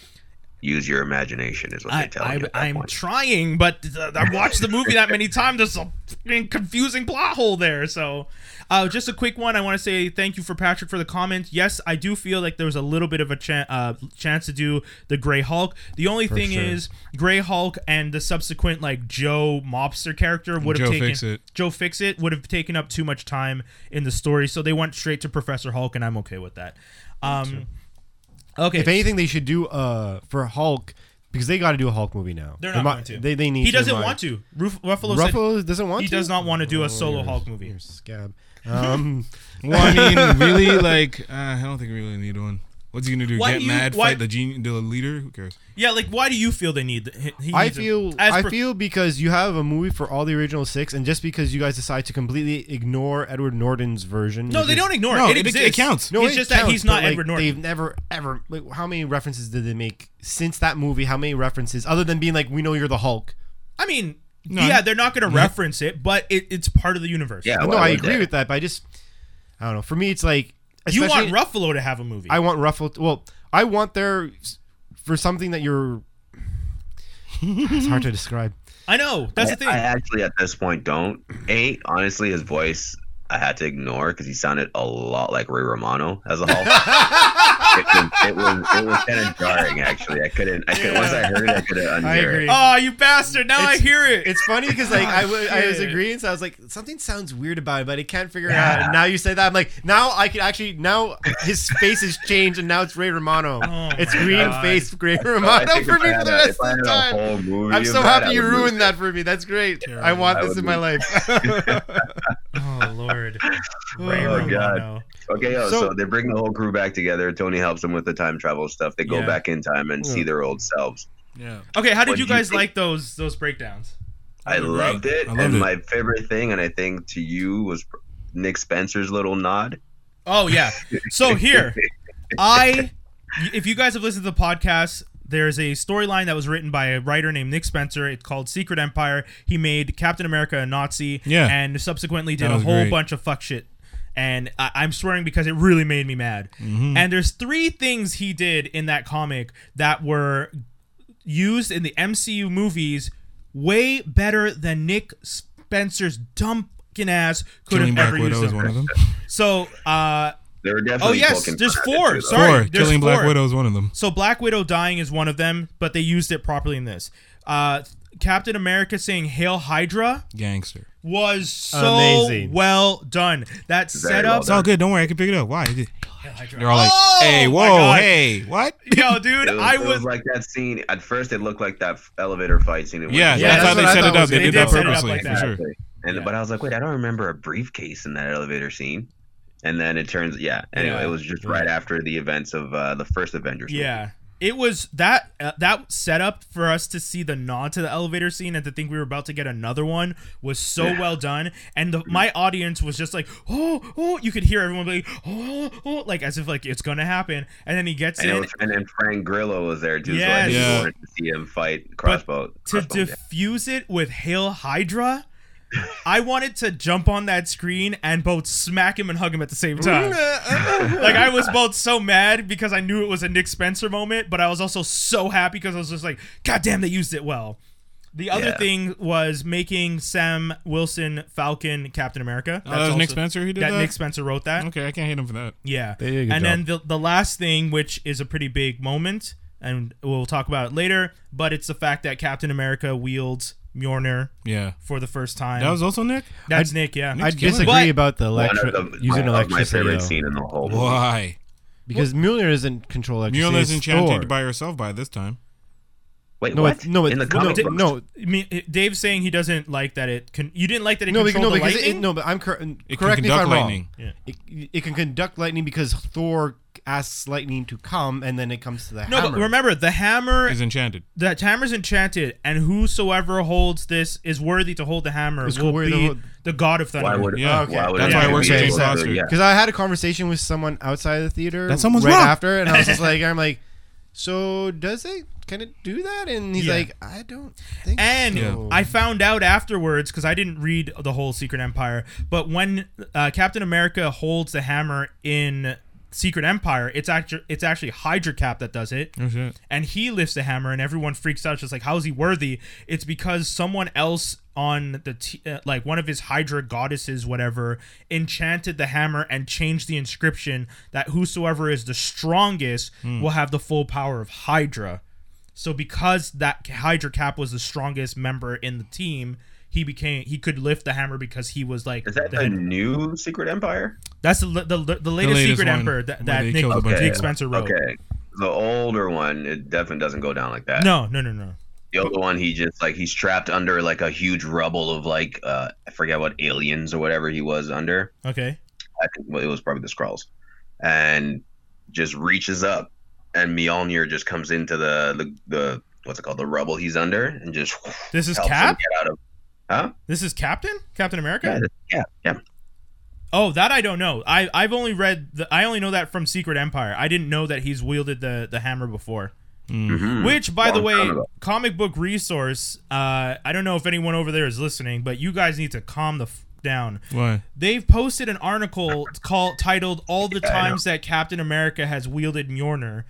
[SPEAKER 1] Use your imagination is what
[SPEAKER 3] I,
[SPEAKER 1] they tell you.
[SPEAKER 3] I,
[SPEAKER 1] at that
[SPEAKER 3] i'm
[SPEAKER 1] point.
[SPEAKER 3] trying but th- i've watched the movie that many times there's a fucking confusing plot hole there so uh, just a quick one i want to say thank you for patrick for the comment yes i do feel like there was a little bit of a chan- uh, chance to do the gray hulk the only thing
[SPEAKER 4] sure.
[SPEAKER 3] is gray hulk and the subsequent like joe mobster character would have
[SPEAKER 5] Joe
[SPEAKER 3] taken
[SPEAKER 5] Fix-It.
[SPEAKER 3] Joe Fix It would have taken up too much time in the story, so they went straight to Professor Hulk, and I'm okay with that. Um, okay,
[SPEAKER 4] If anything, they should do uh for Hulk because they got to do a Hulk movie now.
[SPEAKER 3] they're not
[SPEAKER 4] mi-
[SPEAKER 3] going to.
[SPEAKER 4] They, they need.
[SPEAKER 3] He doesn't
[SPEAKER 4] to
[SPEAKER 3] want to. Ruf- Ruffalo,
[SPEAKER 4] Ruffalo doesn't want
[SPEAKER 3] said he
[SPEAKER 4] to. Oh,
[SPEAKER 3] does not want to do a solo
[SPEAKER 4] you're-
[SPEAKER 3] Hulk movie.
[SPEAKER 4] You're a
[SPEAKER 3] [laughs]
[SPEAKER 4] scab. Um,
[SPEAKER 5] Well, I mean, really, like, uh, I don't think we really need one. What's he gonna do?
[SPEAKER 3] Why
[SPEAKER 5] Get
[SPEAKER 3] do you-
[SPEAKER 5] mad?
[SPEAKER 3] why-
[SPEAKER 5] Fight the genie, the leader? Who cares?
[SPEAKER 3] Yeah, like why do you feel they need? th- He
[SPEAKER 4] I
[SPEAKER 3] needs a-
[SPEAKER 4] feel
[SPEAKER 3] as
[SPEAKER 4] I
[SPEAKER 3] per-
[SPEAKER 4] feel because you have a movie for all the original six, and just because you guys decide to completely ignore Edward Norton's version.
[SPEAKER 3] No,
[SPEAKER 4] which
[SPEAKER 3] they
[SPEAKER 4] is-
[SPEAKER 3] don't ignore
[SPEAKER 5] No,
[SPEAKER 3] it. It,
[SPEAKER 5] it- it
[SPEAKER 3] exists.
[SPEAKER 5] counts.
[SPEAKER 4] No,
[SPEAKER 3] it's
[SPEAKER 4] it
[SPEAKER 3] just that
[SPEAKER 4] counts,
[SPEAKER 3] he's not
[SPEAKER 4] but, like,
[SPEAKER 3] Edward Norton.
[SPEAKER 4] They've never ever. Like, how many references did they make since that movie? How many references other than being like, "We know you're the Hulk."
[SPEAKER 3] I mean,
[SPEAKER 5] No,
[SPEAKER 3] yeah,
[SPEAKER 5] I-
[SPEAKER 3] they're not going to reference it, but it, it's part of the universe.
[SPEAKER 1] Yeah,
[SPEAKER 4] no,
[SPEAKER 1] why
[SPEAKER 4] Oh, I
[SPEAKER 1] would
[SPEAKER 4] agree
[SPEAKER 1] they?
[SPEAKER 4] with that, but I just, I don't know. For me, it's like
[SPEAKER 3] you want
[SPEAKER 4] especially-
[SPEAKER 3] Ruffalo to have a movie.
[SPEAKER 4] I want Ruffalo. to- well, I want their for something that you're. it's hard to describe.
[SPEAKER 3] I know that's the thing.
[SPEAKER 1] I actually at this point don't. A honestly, his voice I had to ignore because he sounded a lot like Ray Romano as a
[SPEAKER 4] [laughs]
[SPEAKER 1] Hulk. it, was, it was it was kind of jarring actually. I couldn't. I could not once I heard it, I could have
[SPEAKER 4] I
[SPEAKER 1] unheard
[SPEAKER 4] agree.
[SPEAKER 1] it.
[SPEAKER 3] oh, you bastard! Now I
[SPEAKER 4] It's-
[SPEAKER 3] hear
[SPEAKER 4] [laughs]
[SPEAKER 3] it.
[SPEAKER 4] It's funny because like I wa- I was
[SPEAKER 3] Shit.
[SPEAKER 4] agreeing, so I was like, something sounds weird about it, but I can't figure it out. And now you say that, I'm like, now I can actually now his face has changed, and now it's Ray [laughs] Romano.
[SPEAKER 3] Oh
[SPEAKER 4] it's
[SPEAKER 3] my
[SPEAKER 4] green
[SPEAKER 3] God.
[SPEAKER 4] face Ray
[SPEAKER 1] So I
[SPEAKER 4] Romano
[SPEAKER 1] think
[SPEAKER 4] [laughs] for
[SPEAKER 1] if I
[SPEAKER 4] me for
[SPEAKER 1] had
[SPEAKER 4] the
[SPEAKER 1] a-
[SPEAKER 4] rest
[SPEAKER 1] if I
[SPEAKER 4] of the
[SPEAKER 1] had a
[SPEAKER 4] time.
[SPEAKER 1] whole movie
[SPEAKER 4] I'm
[SPEAKER 1] of
[SPEAKER 4] so
[SPEAKER 1] that, I
[SPEAKER 4] happy you
[SPEAKER 1] would lose
[SPEAKER 4] ruined that for me. That's great. I want
[SPEAKER 1] I
[SPEAKER 4] this
[SPEAKER 1] would
[SPEAKER 4] in my life. [laughs]
[SPEAKER 3] Oh Lord, Ray
[SPEAKER 1] Oh, God.
[SPEAKER 3] Romano.
[SPEAKER 1] Okay, yo, so,
[SPEAKER 4] So-
[SPEAKER 1] they bring the whole crew back together. Tony helps them with the time travel stuff. They go
[SPEAKER 3] Yeah.
[SPEAKER 1] back in time and see their old selves.
[SPEAKER 5] Yeah.
[SPEAKER 3] Okay, how did
[SPEAKER 1] What
[SPEAKER 3] you
[SPEAKER 1] do you
[SPEAKER 3] guys
[SPEAKER 1] think?
[SPEAKER 3] like those those breakdowns?
[SPEAKER 1] I
[SPEAKER 5] Right.
[SPEAKER 1] loved it.
[SPEAKER 5] I loved
[SPEAKER 1] and
[SPEAKER 5] it.
[SPEAKER 1] my favorite thing, and I think to you, was Nick Spencer's little nod.
[SPEAKER 3] Oh yeah. So here, I if you guys have listened to the podcast, there's a storyline that was written by a writer named Nick Spencer. It's called Secret Empire. He made Captain America a Nazi,
[SPEAKER 5] Yeah.
[SPEAKER 3] and subsequently did
[SPEAKER 5] That
[SPEAKER 3] a
[SPEAKER 5] was
[SPEAKER 3] whole
[SPEAKER 5] great.
[SPEAKER 3] bunch of fuck shit. And I, I'm swearing because it really made me mad.
[SPEAKER 5] Mm-hmm.
[SPEAKER 3] And there's three things he did in that comic that were used in the MCU movies way better than Nick Spencer's dumpkin ass could have
[SPEAKER 5] Killing Black
[SPEAKER 3] ever used
[SPEAKER 5] Widow is
[SPEAKER 3] them.
[SPEAKER 5] one of them.
[SPEAKER 3] So, uh,
[SPEAKER 1] There were
[SPEAKER 3] oh
[SPEAKER 1] definitely
[SPEAKER 3] yes,
[SPEAKER 1] poking
[SPEAKER 3] there's
[SPEAKER 1] fun at it,
[SPEAKER 3] four.
[SPEAKER 1] too, though.
[SPEAKER 3] Sorry,
[SPEAKER 5] Four.
[SPEAKER 3] there's
[SPEAKER 5] Killing
[SPEAKER 3] four.
[SPEAKER 5] Black Widow is one of them.
[SPEAKER 3] So Black Widow dying is one of them, but they used it properly in this. Uh, Captain America saying "Hail Hydra"
[SPEAKER 5] Gangster.
[SPEAKER 3] was so
[SPEAKER 4] Amazing.
[SPEAKER 3] well done. That
[SPEAKER 1] Very
[SPEAKER 3] setup,
[SPEAKER 5] It's all good. Don't worry. I can pick it up. Why? They're all like,
[SPEAKER 3] Oh,
[SPEAKER 5] hey,
[SPEAKER 3] my
[SPEAKER 5] whoa,
[SPEAKER 3] God.
[SPEAKER 5] hey, what?
[SPEAKER 3] yo,
[SPEAKER 1] [laughs]
[SPEAKER 3] dude,
[SPEAKER 1] It was,
[SPEAKER 3] I
[SPEAKER 1] it was
[SPEAKER 3] was.
[SPEAKER 1] like that scene. At first, it looked like that f- elevator fight scene. in
[SPEAKER 5] Yeah,
[SPEAKER 1] Winter
[SPEAKER 4] Yeah,
[SPEAKER 5] that's, how
[SPEAKER 4] that's
[SPEAKER 5] they
[SPEAKER 4] what I
[SPEAKER 5] set it
[SPEAKER 4] thought
[SPEAKER 5] up.
[SPEAKER 4] was
[SPEAKER 5] They
[SPEAKER 4] gonna
[SPEAKER 5] did
[SPEAKER 4] be
[SPEAKER 5] that
[SPEAKER 4] set it up
[SPEAKER 5] purposely,
[SPEAKER 3] like
[SPEAKER 5] for
[SPEAKER 3] that.
[SPEAKER 5] sure.
[SPEAKER 1] Exactly. And
[SPEAKER 3] Yeah.
[SPEAKER 1] but I was like, wait, I don't remember a briefcase in that elevator scene. And then it turns, yeah. Anyway,
[SPEAKER 3] Yeah.
[SPEAKER 1] it was just right after the events of uh, the first Avengers. movie.
[SPEAKER 3] yeah, it was that uh, that setup for us to see the nod to the elevator scene and to think we were about to get another one was so well done and
[SPEAKER 1] Mm-hmm.
[SPEAKER 3] the, my audience was just like oh oh you could hear everyone like oh oh like as if like it's gonna happen and then he gets
[SPEAKER 1] And, it
[SPEAKER 3] in
[SPEAKER 1] was, and then Frank Grillo was there just
[SPEAKER 3] Yes.
[SPEAKER 1] like he
[SPEAKER 5] Yeah.
[SPEAKER 1] wanted to see him fight crossbow.
[SPEAKER 3] to
[SPEAKER 1] crossbow Oh, yeah.
[SPEAKER 3] diffuse it with Hail Hydra. I wanted to jump on that screen and both smack him and hug him at the
[SPEAKER 1] [laughs]
[SPEAKER 3] same time. like I was both so mad because I knew it was a Nick Spencer moment, but I was also so happy because I was just like, God damn, they used it well. The other
[SPEAKER 1] Yeah.
[SPEAKER 3] thing was making Sam Wilson Falcon Captain America.
[SPEAKER 5] Oh, that was Nick
[SPEAKER 3] also-
[SPEAKER 5] Spencer. He did
[SPEAKER 3] That,
[SPEAKER 5] that.
[SPEAKER 3] Nick Spencer wrote that.
[SPEAKER 5] okay, I can't hate him for that.
[SPEAKER 3] Yeah.
[SPEAKER 4] They did a good
[SPEAKER 3] And then the, the last thing, which is a pretty big moment, and we'll talk about it later, but it's the fact that Captain America wields Mjolnir
[SPEAKER 5] Yeah,
[SPEAKER 3] for the first time.
[SPEAKER 5] that was also Nick.
[SPEAKER 3] That's Nick,
[SPEAKER 4] I
[SPEAKER 3] yeah.
[SPEAKER 5] Nick's killing
[SPEAKER 4] disagree
[SPEAKER 3] But-
[SPEAKER 4] about the
[SPEAKER 1] One
[SPEAKER 4] electric
[SPEAKER 1] of the,
[SPEAKER 4] using
[SPEAKER 1] my, of my
[SPEAKER 4] electricity
[SPEAKER 1] favorite
[SPEAKER 4] though.
[SPEAKER 1] scene in the whole movie.
[SPEAKER 5] Why?
[SPEAKER 4] because Mjolnir isn't control electricity.
[SPEAKER 5] Mjolnir's
[SPEAKER 4] it's
[SPEAKER 5] enchanted
[SPEAKER 4] Thor.
[SPEAKER 5] by herself by this time.
[SPEAKER 1] Wait,
[SPEAKER 4] no,
[SPEAKER 1] what?
[SPEAKER 4] it's, no, it's,
[SPEAKER 1] in the
[SPEAKER 4] no,
[SPEAKER 1] comic
[SPEAKER 4] it-
[SPEAKER 1] books?
[SPEAKER 4] no,
[SPEAKER 3] I mean, it- Dave's saying he doesn't like that it can. You didn't like that it
[SPEAKER 4] no, because,
[SPEAKER 3] controlled
[SPEAKER 4] no, because
[SPEAKER 3] the
[SPEAKER 4] it,
[SPEAKER 3] lightning.
[SPEAKER 4] no, but I'm cor-
[SPEAKER 5] It
[SPEAKER 4] correct
[SPEAKER 5] can
[SPEAKER 4] me if
[SPEAKER 5] conduct
[SPEAKER 4] I'm
[SPEAKER 5] lightning.
[SPEAKER 4] wrong. It, it can conduct lightning because Thor asks lightning to come, and then it comes to the
[SPEAKER 3] No,
[SPEAKER 4] hammer.
[SPEAKER 3] but remember the hammer.
[SPEAKER 5] He's enchanted.
[SPEAKER 3] the hammer's enchanted, and whosoever holds this is worthy to hold the hammer.
[SPEAKER 4] Is
[SPEAKER 3] will
[SPEAKER 4] worthy to
[SPEAKER 3] be
[SPEAKER 4] hold-
[SPEAKER 3] the god of thunder.
[SPEAKER 1] Why would?
[SPEAKER 5] Yeah.
[SPEAKER 1] okay. why would
[SPEAKER 5] That's
[SPEAKER 1] it
[SPEAKER 5] why it
[SPEAKER 1] be
[SPEAKER 5] works with
[SPEAKER 1] able
[SPEAKER 5] James
[SPEAKER 1] to-
[SPEAKER 5] Foster.
[SPEAKER 1] Yeah.
[SPEAKER 4] Because I had a conversation with someone outside the theater
[SPEAKER 5] That someone's
[SPEAKER 4] right
[SPEAKER 5] wrong.
[SPEAKER 4] after, and I
[SPEAKER 3] [laughs]
[SPEAKER 4] was just like, I'm like, so does it? Can it do that? And he's
[SPEAKER 3] Yeah.
[SPEAKER 4] like, I don't think.
[SPEAKER 3] And
[SPEAKER 5] Yeah.
[SPEAKER 4] so.
[SPEAKER 3] I found out afterwards because I didn't read the whole Secret Empire. But when uh, Captain America holds the hammer in Secret Empire, it's actually it's actually Hydra Cap that does it,
[SPEAKER 5] Oh shit.
[SPEAKER 3] and he lifts the hammer, and everyone freaks out. Just like, how is he worthy? It's because someone else on the t- uh, like one of his Hydra goddesses, whatever, enchanted the hammer and changed the inscription that whosoever is the strongest
[SPEAKER 5] Hmm.
[SPEAKER 3] will have the full power of Hydra. So because that Hydra Cap was the strongest member in the team, he became he could lift the hammer because he was like
[SPEAKER 1] Is that
[SPEAKER 3] the
[SPEAKER 1] the
[SPEAKER 3] head-
[SPEAKER 1] new Secret Empire?
[SPEAKER 3] that's the the, the, the latest,
[SPEAKER 5] latest
[SPEAKER 3] Secret
[SPEAKER 5] one,
[SPEAKER 3] Emperor that,
[SPEAKER 5] where
[SPEAKER 3] that
[SPEAKER 5] they
[SPEAKER 3] Nick,
[SPEAKER 5] killed a bunch of
[SPEAKER 3] Nick
[SPEAKER 5] people.
[SPEAKER 3] Spencer wrote.
[SPEAKER 1] Okay. The older one, it definitely doesn't go down like that.
[SPEAKER 3] No, no, no, no.
[SPEAKER 1] The older one, he just like he's trapped under like a huge rubble of like uh I forget what aliens or whatever he was under.
[SPEAKER 3] Okay.
[SPEAKER 1] I think well, it was probably the Skrulls, and just reaches up, and Mjolnir just comes into the the, the what's it called the rubble he's under, and just
[SPEAKER 3] This is
[SPEAKER 1] helps him
[SPEAKER 3] Cap.
[SPEAKER 1] get out of huh
[SPEAKER 3] This is Captain Captain America.
[SPEAKER 1] yeah yeah yeah.
[SPEAKER 3] Oh, that I don't know. I I've only read the, I only know that from Secret Empire. I didn't know that he's wielded the the hammer before.
[SPEAKER 5] Hmm,
[SPEAKER 4] Mm.
[SPEAKER 1] Mhm.
[SPEAKER 3] Which, by the
[SPEAKER 1] Long
[SPEAKER 3] way,
[SPEAKER 1] time ago.
[SPEAKER 3] comic book resource. Uh, I don't know if anyone over there is listening, but you guys need to calm the f- down.
[SPEAKER 5] Why?
[SPEAKER 3] They've posted an article called titled "All the
[SPEAKER 1] Yeah, I know.
[SPEAKER 3] Times That Captain America Has Wielded Mjolnir,"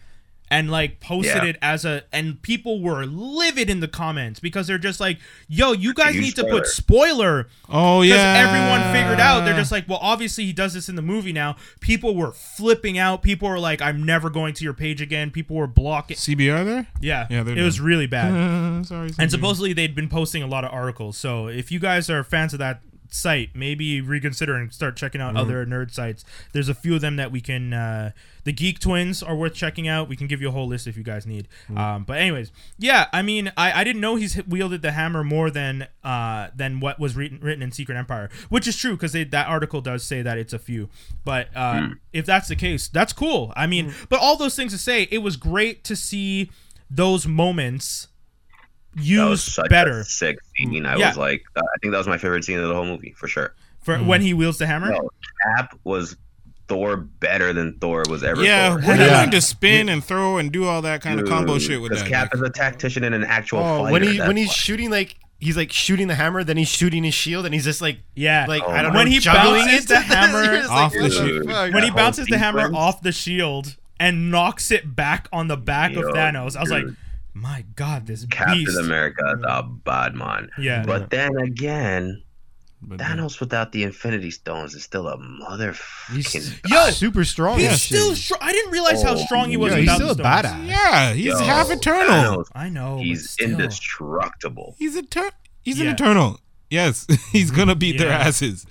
[SPEAKER 3] and like posted
[SPEAKER 1] Yeah.
[SPEAKER 3] it as a and people were livid in the comments because they're just like, "Yo, you guys
[SPEAKER 1] huge
[SPEAKER 3] need to put spoiler."
[SPEAKER 5] Oh
[SPEAKER 3] Because
[SPEAKER 5] yeah.
[SPEAKER 3] everyone figured out, they're just like, well, obviously he does this in the movie now. People were flipping out. People were like, I'm never going to your page again. People were blocking.
[SPEAKER 5] CBR there.
[SPEAKER 3] Yeah,
[SPEAKER 5] Yeah,
[SPEAKER 3] it
[SPEAKER 5] they're
[SPEAKER 3] was
[SPEAKER 5] done.
[SPEAKER 3] really bad.
[SPEAKER 5] Uh, [laughs] sorry. CBR.
[SPEAKER 3] and supposedly they'd been posting a lot of articles. So if you guys are fans of that site, maybe reconsider and start checking out other nerd sites. There's a few of them that we can. Uh, the Geek Twins are worth checking out. We can give you a whole list if you guys need. Um, but anyways, yeah, I mean, I, I didn't know he's hit- wielded the hammer more than uh, than what was written written in Secret Empire, which is true because that article does say that it's a few. But uh, if that's the case, that's cool. I mean, but all those things to say, it was great to see those moments
[SPEAKER 1] That was
[SPEAKER 3] used
[SPEAKER 1] such
[SPEAKER 3] better
[SPEAKER 1] a sick scene. I
[SPEAKER 3] Yeah.
[SPEAKER 1] was like, uh, I think that was my favorite scene of the whole movie for sure.
[SPEAKER 3] for
[SPEAKER 4] Hmm.
[SPEAKER 3] when he wields the hammer.
[SPEAKER 1] No, Cap was Thor better than Thor was ever.
[SPEAKER 5] Yeah,
[SPEAKER 1] Thor.
[SPEAKER 5] when he
[SPEAKER 4] Yeah.
[SPEAKER 5] learned to spin and throw and do all that kind of combo
[SPEAKER 1] Dude,
[SPEAKER 5] shit with
[SPEAKER 1] 'cause
[SPEAKER 5] that.
[SPEAKER 1] Cap is a tactician and an actual
[SPEAKER 4] oh,
[SPEAKER 1] fighter.
[SPEAKER 4] when he
[SPEAKER 1] that's
[SPEAKER 4] when he's
[SPEAKER 1] why.
[SPEAKER 4] shooting like he's like shooting the hammer, then he's shooting his shield, and he's just like
[SPEAKER 3] Yeah,
[SPEAKER 4] like
[SPEAKER 1] Oh
[SPEAKER 4] I don't
[SPEAKER 1] my
[SPEAKER 4] know.
[SPEAKER 3] when he
[SPEAKER 4] juggling
[SPEAKER 3] bounces
[SPEAKER 4] it. [laughs]
[SPEAKER 3] the hammer
[SPEAKER 4] You're just
[SPEAKER 5] off
[SPEAKER 4] what
[SPEAKER 5] the
[SPEAKER 1] shield.
[SPEAKER 4] fuck?
[SPEAKER 3] when he
[SPEAKER 1] That
[SPEAKER 3] bounces
[SPEAKER 1] whole
[SPEAKER 3] the hammer
[SPEAKER 1] sequence?
[SPEAKER 3] off the shield and knocks it back on the back
[SPEAKER 1] Yo,
[SPEAKER 3] of Thanos, I was like,
[SPEAKER 1] dude.
[SPEAKER 3] my god, this
[SPEAKER 1] Captain
[SPEAKER 3] beast.
[SPEAKER 1] America, the bad man.
[SPEAKER 3] Yeah.
[SPEAKER 1] But then again,
[SPEAKER 5] But then-
[SPEAKER 1] Thanos without the Infinity Stones is still a motherfucking.
[SPEAKER 4] He's
[SPEAKER 3] Yo,
[SPEAKER 4] super strong.
[SPEAKER 3] He's
[SPEAKER 4] and
[SPEAKER 3] still
[SPEAKER 4] shit.
[SPEAKER 3] strong. I didn't realize how
[SPEAKER 1] Oh,
[SPEAKER 3] strong he was
[SPEAKER 4] Yeah, he's
[SPEAKER 3] without
[SPEAKER 4] still a
[SPEAKER 3] the stones.
[SPEAKER 4] badass.
[SPEAKER 5] yeah, he's
[SPEAKER 1] Yo,
[SPEAKER 5] half eternal. Oh,
[SPEAKER 1] Thanos,
[SPEAKER 3] I know. but
[SPEAKER 1] he's
[SPEAKER 3] still.
[SPEAKER 1] indestructible.
[SPEAKER 5] He's eternal. He's an
[SPEAKER 3] Yeah.
[SPEAKER 5] eternal. Yes, [laughs] he's gonna beat their
[SPEAKER 3] Yeah.
[SPEAKER 5] asses.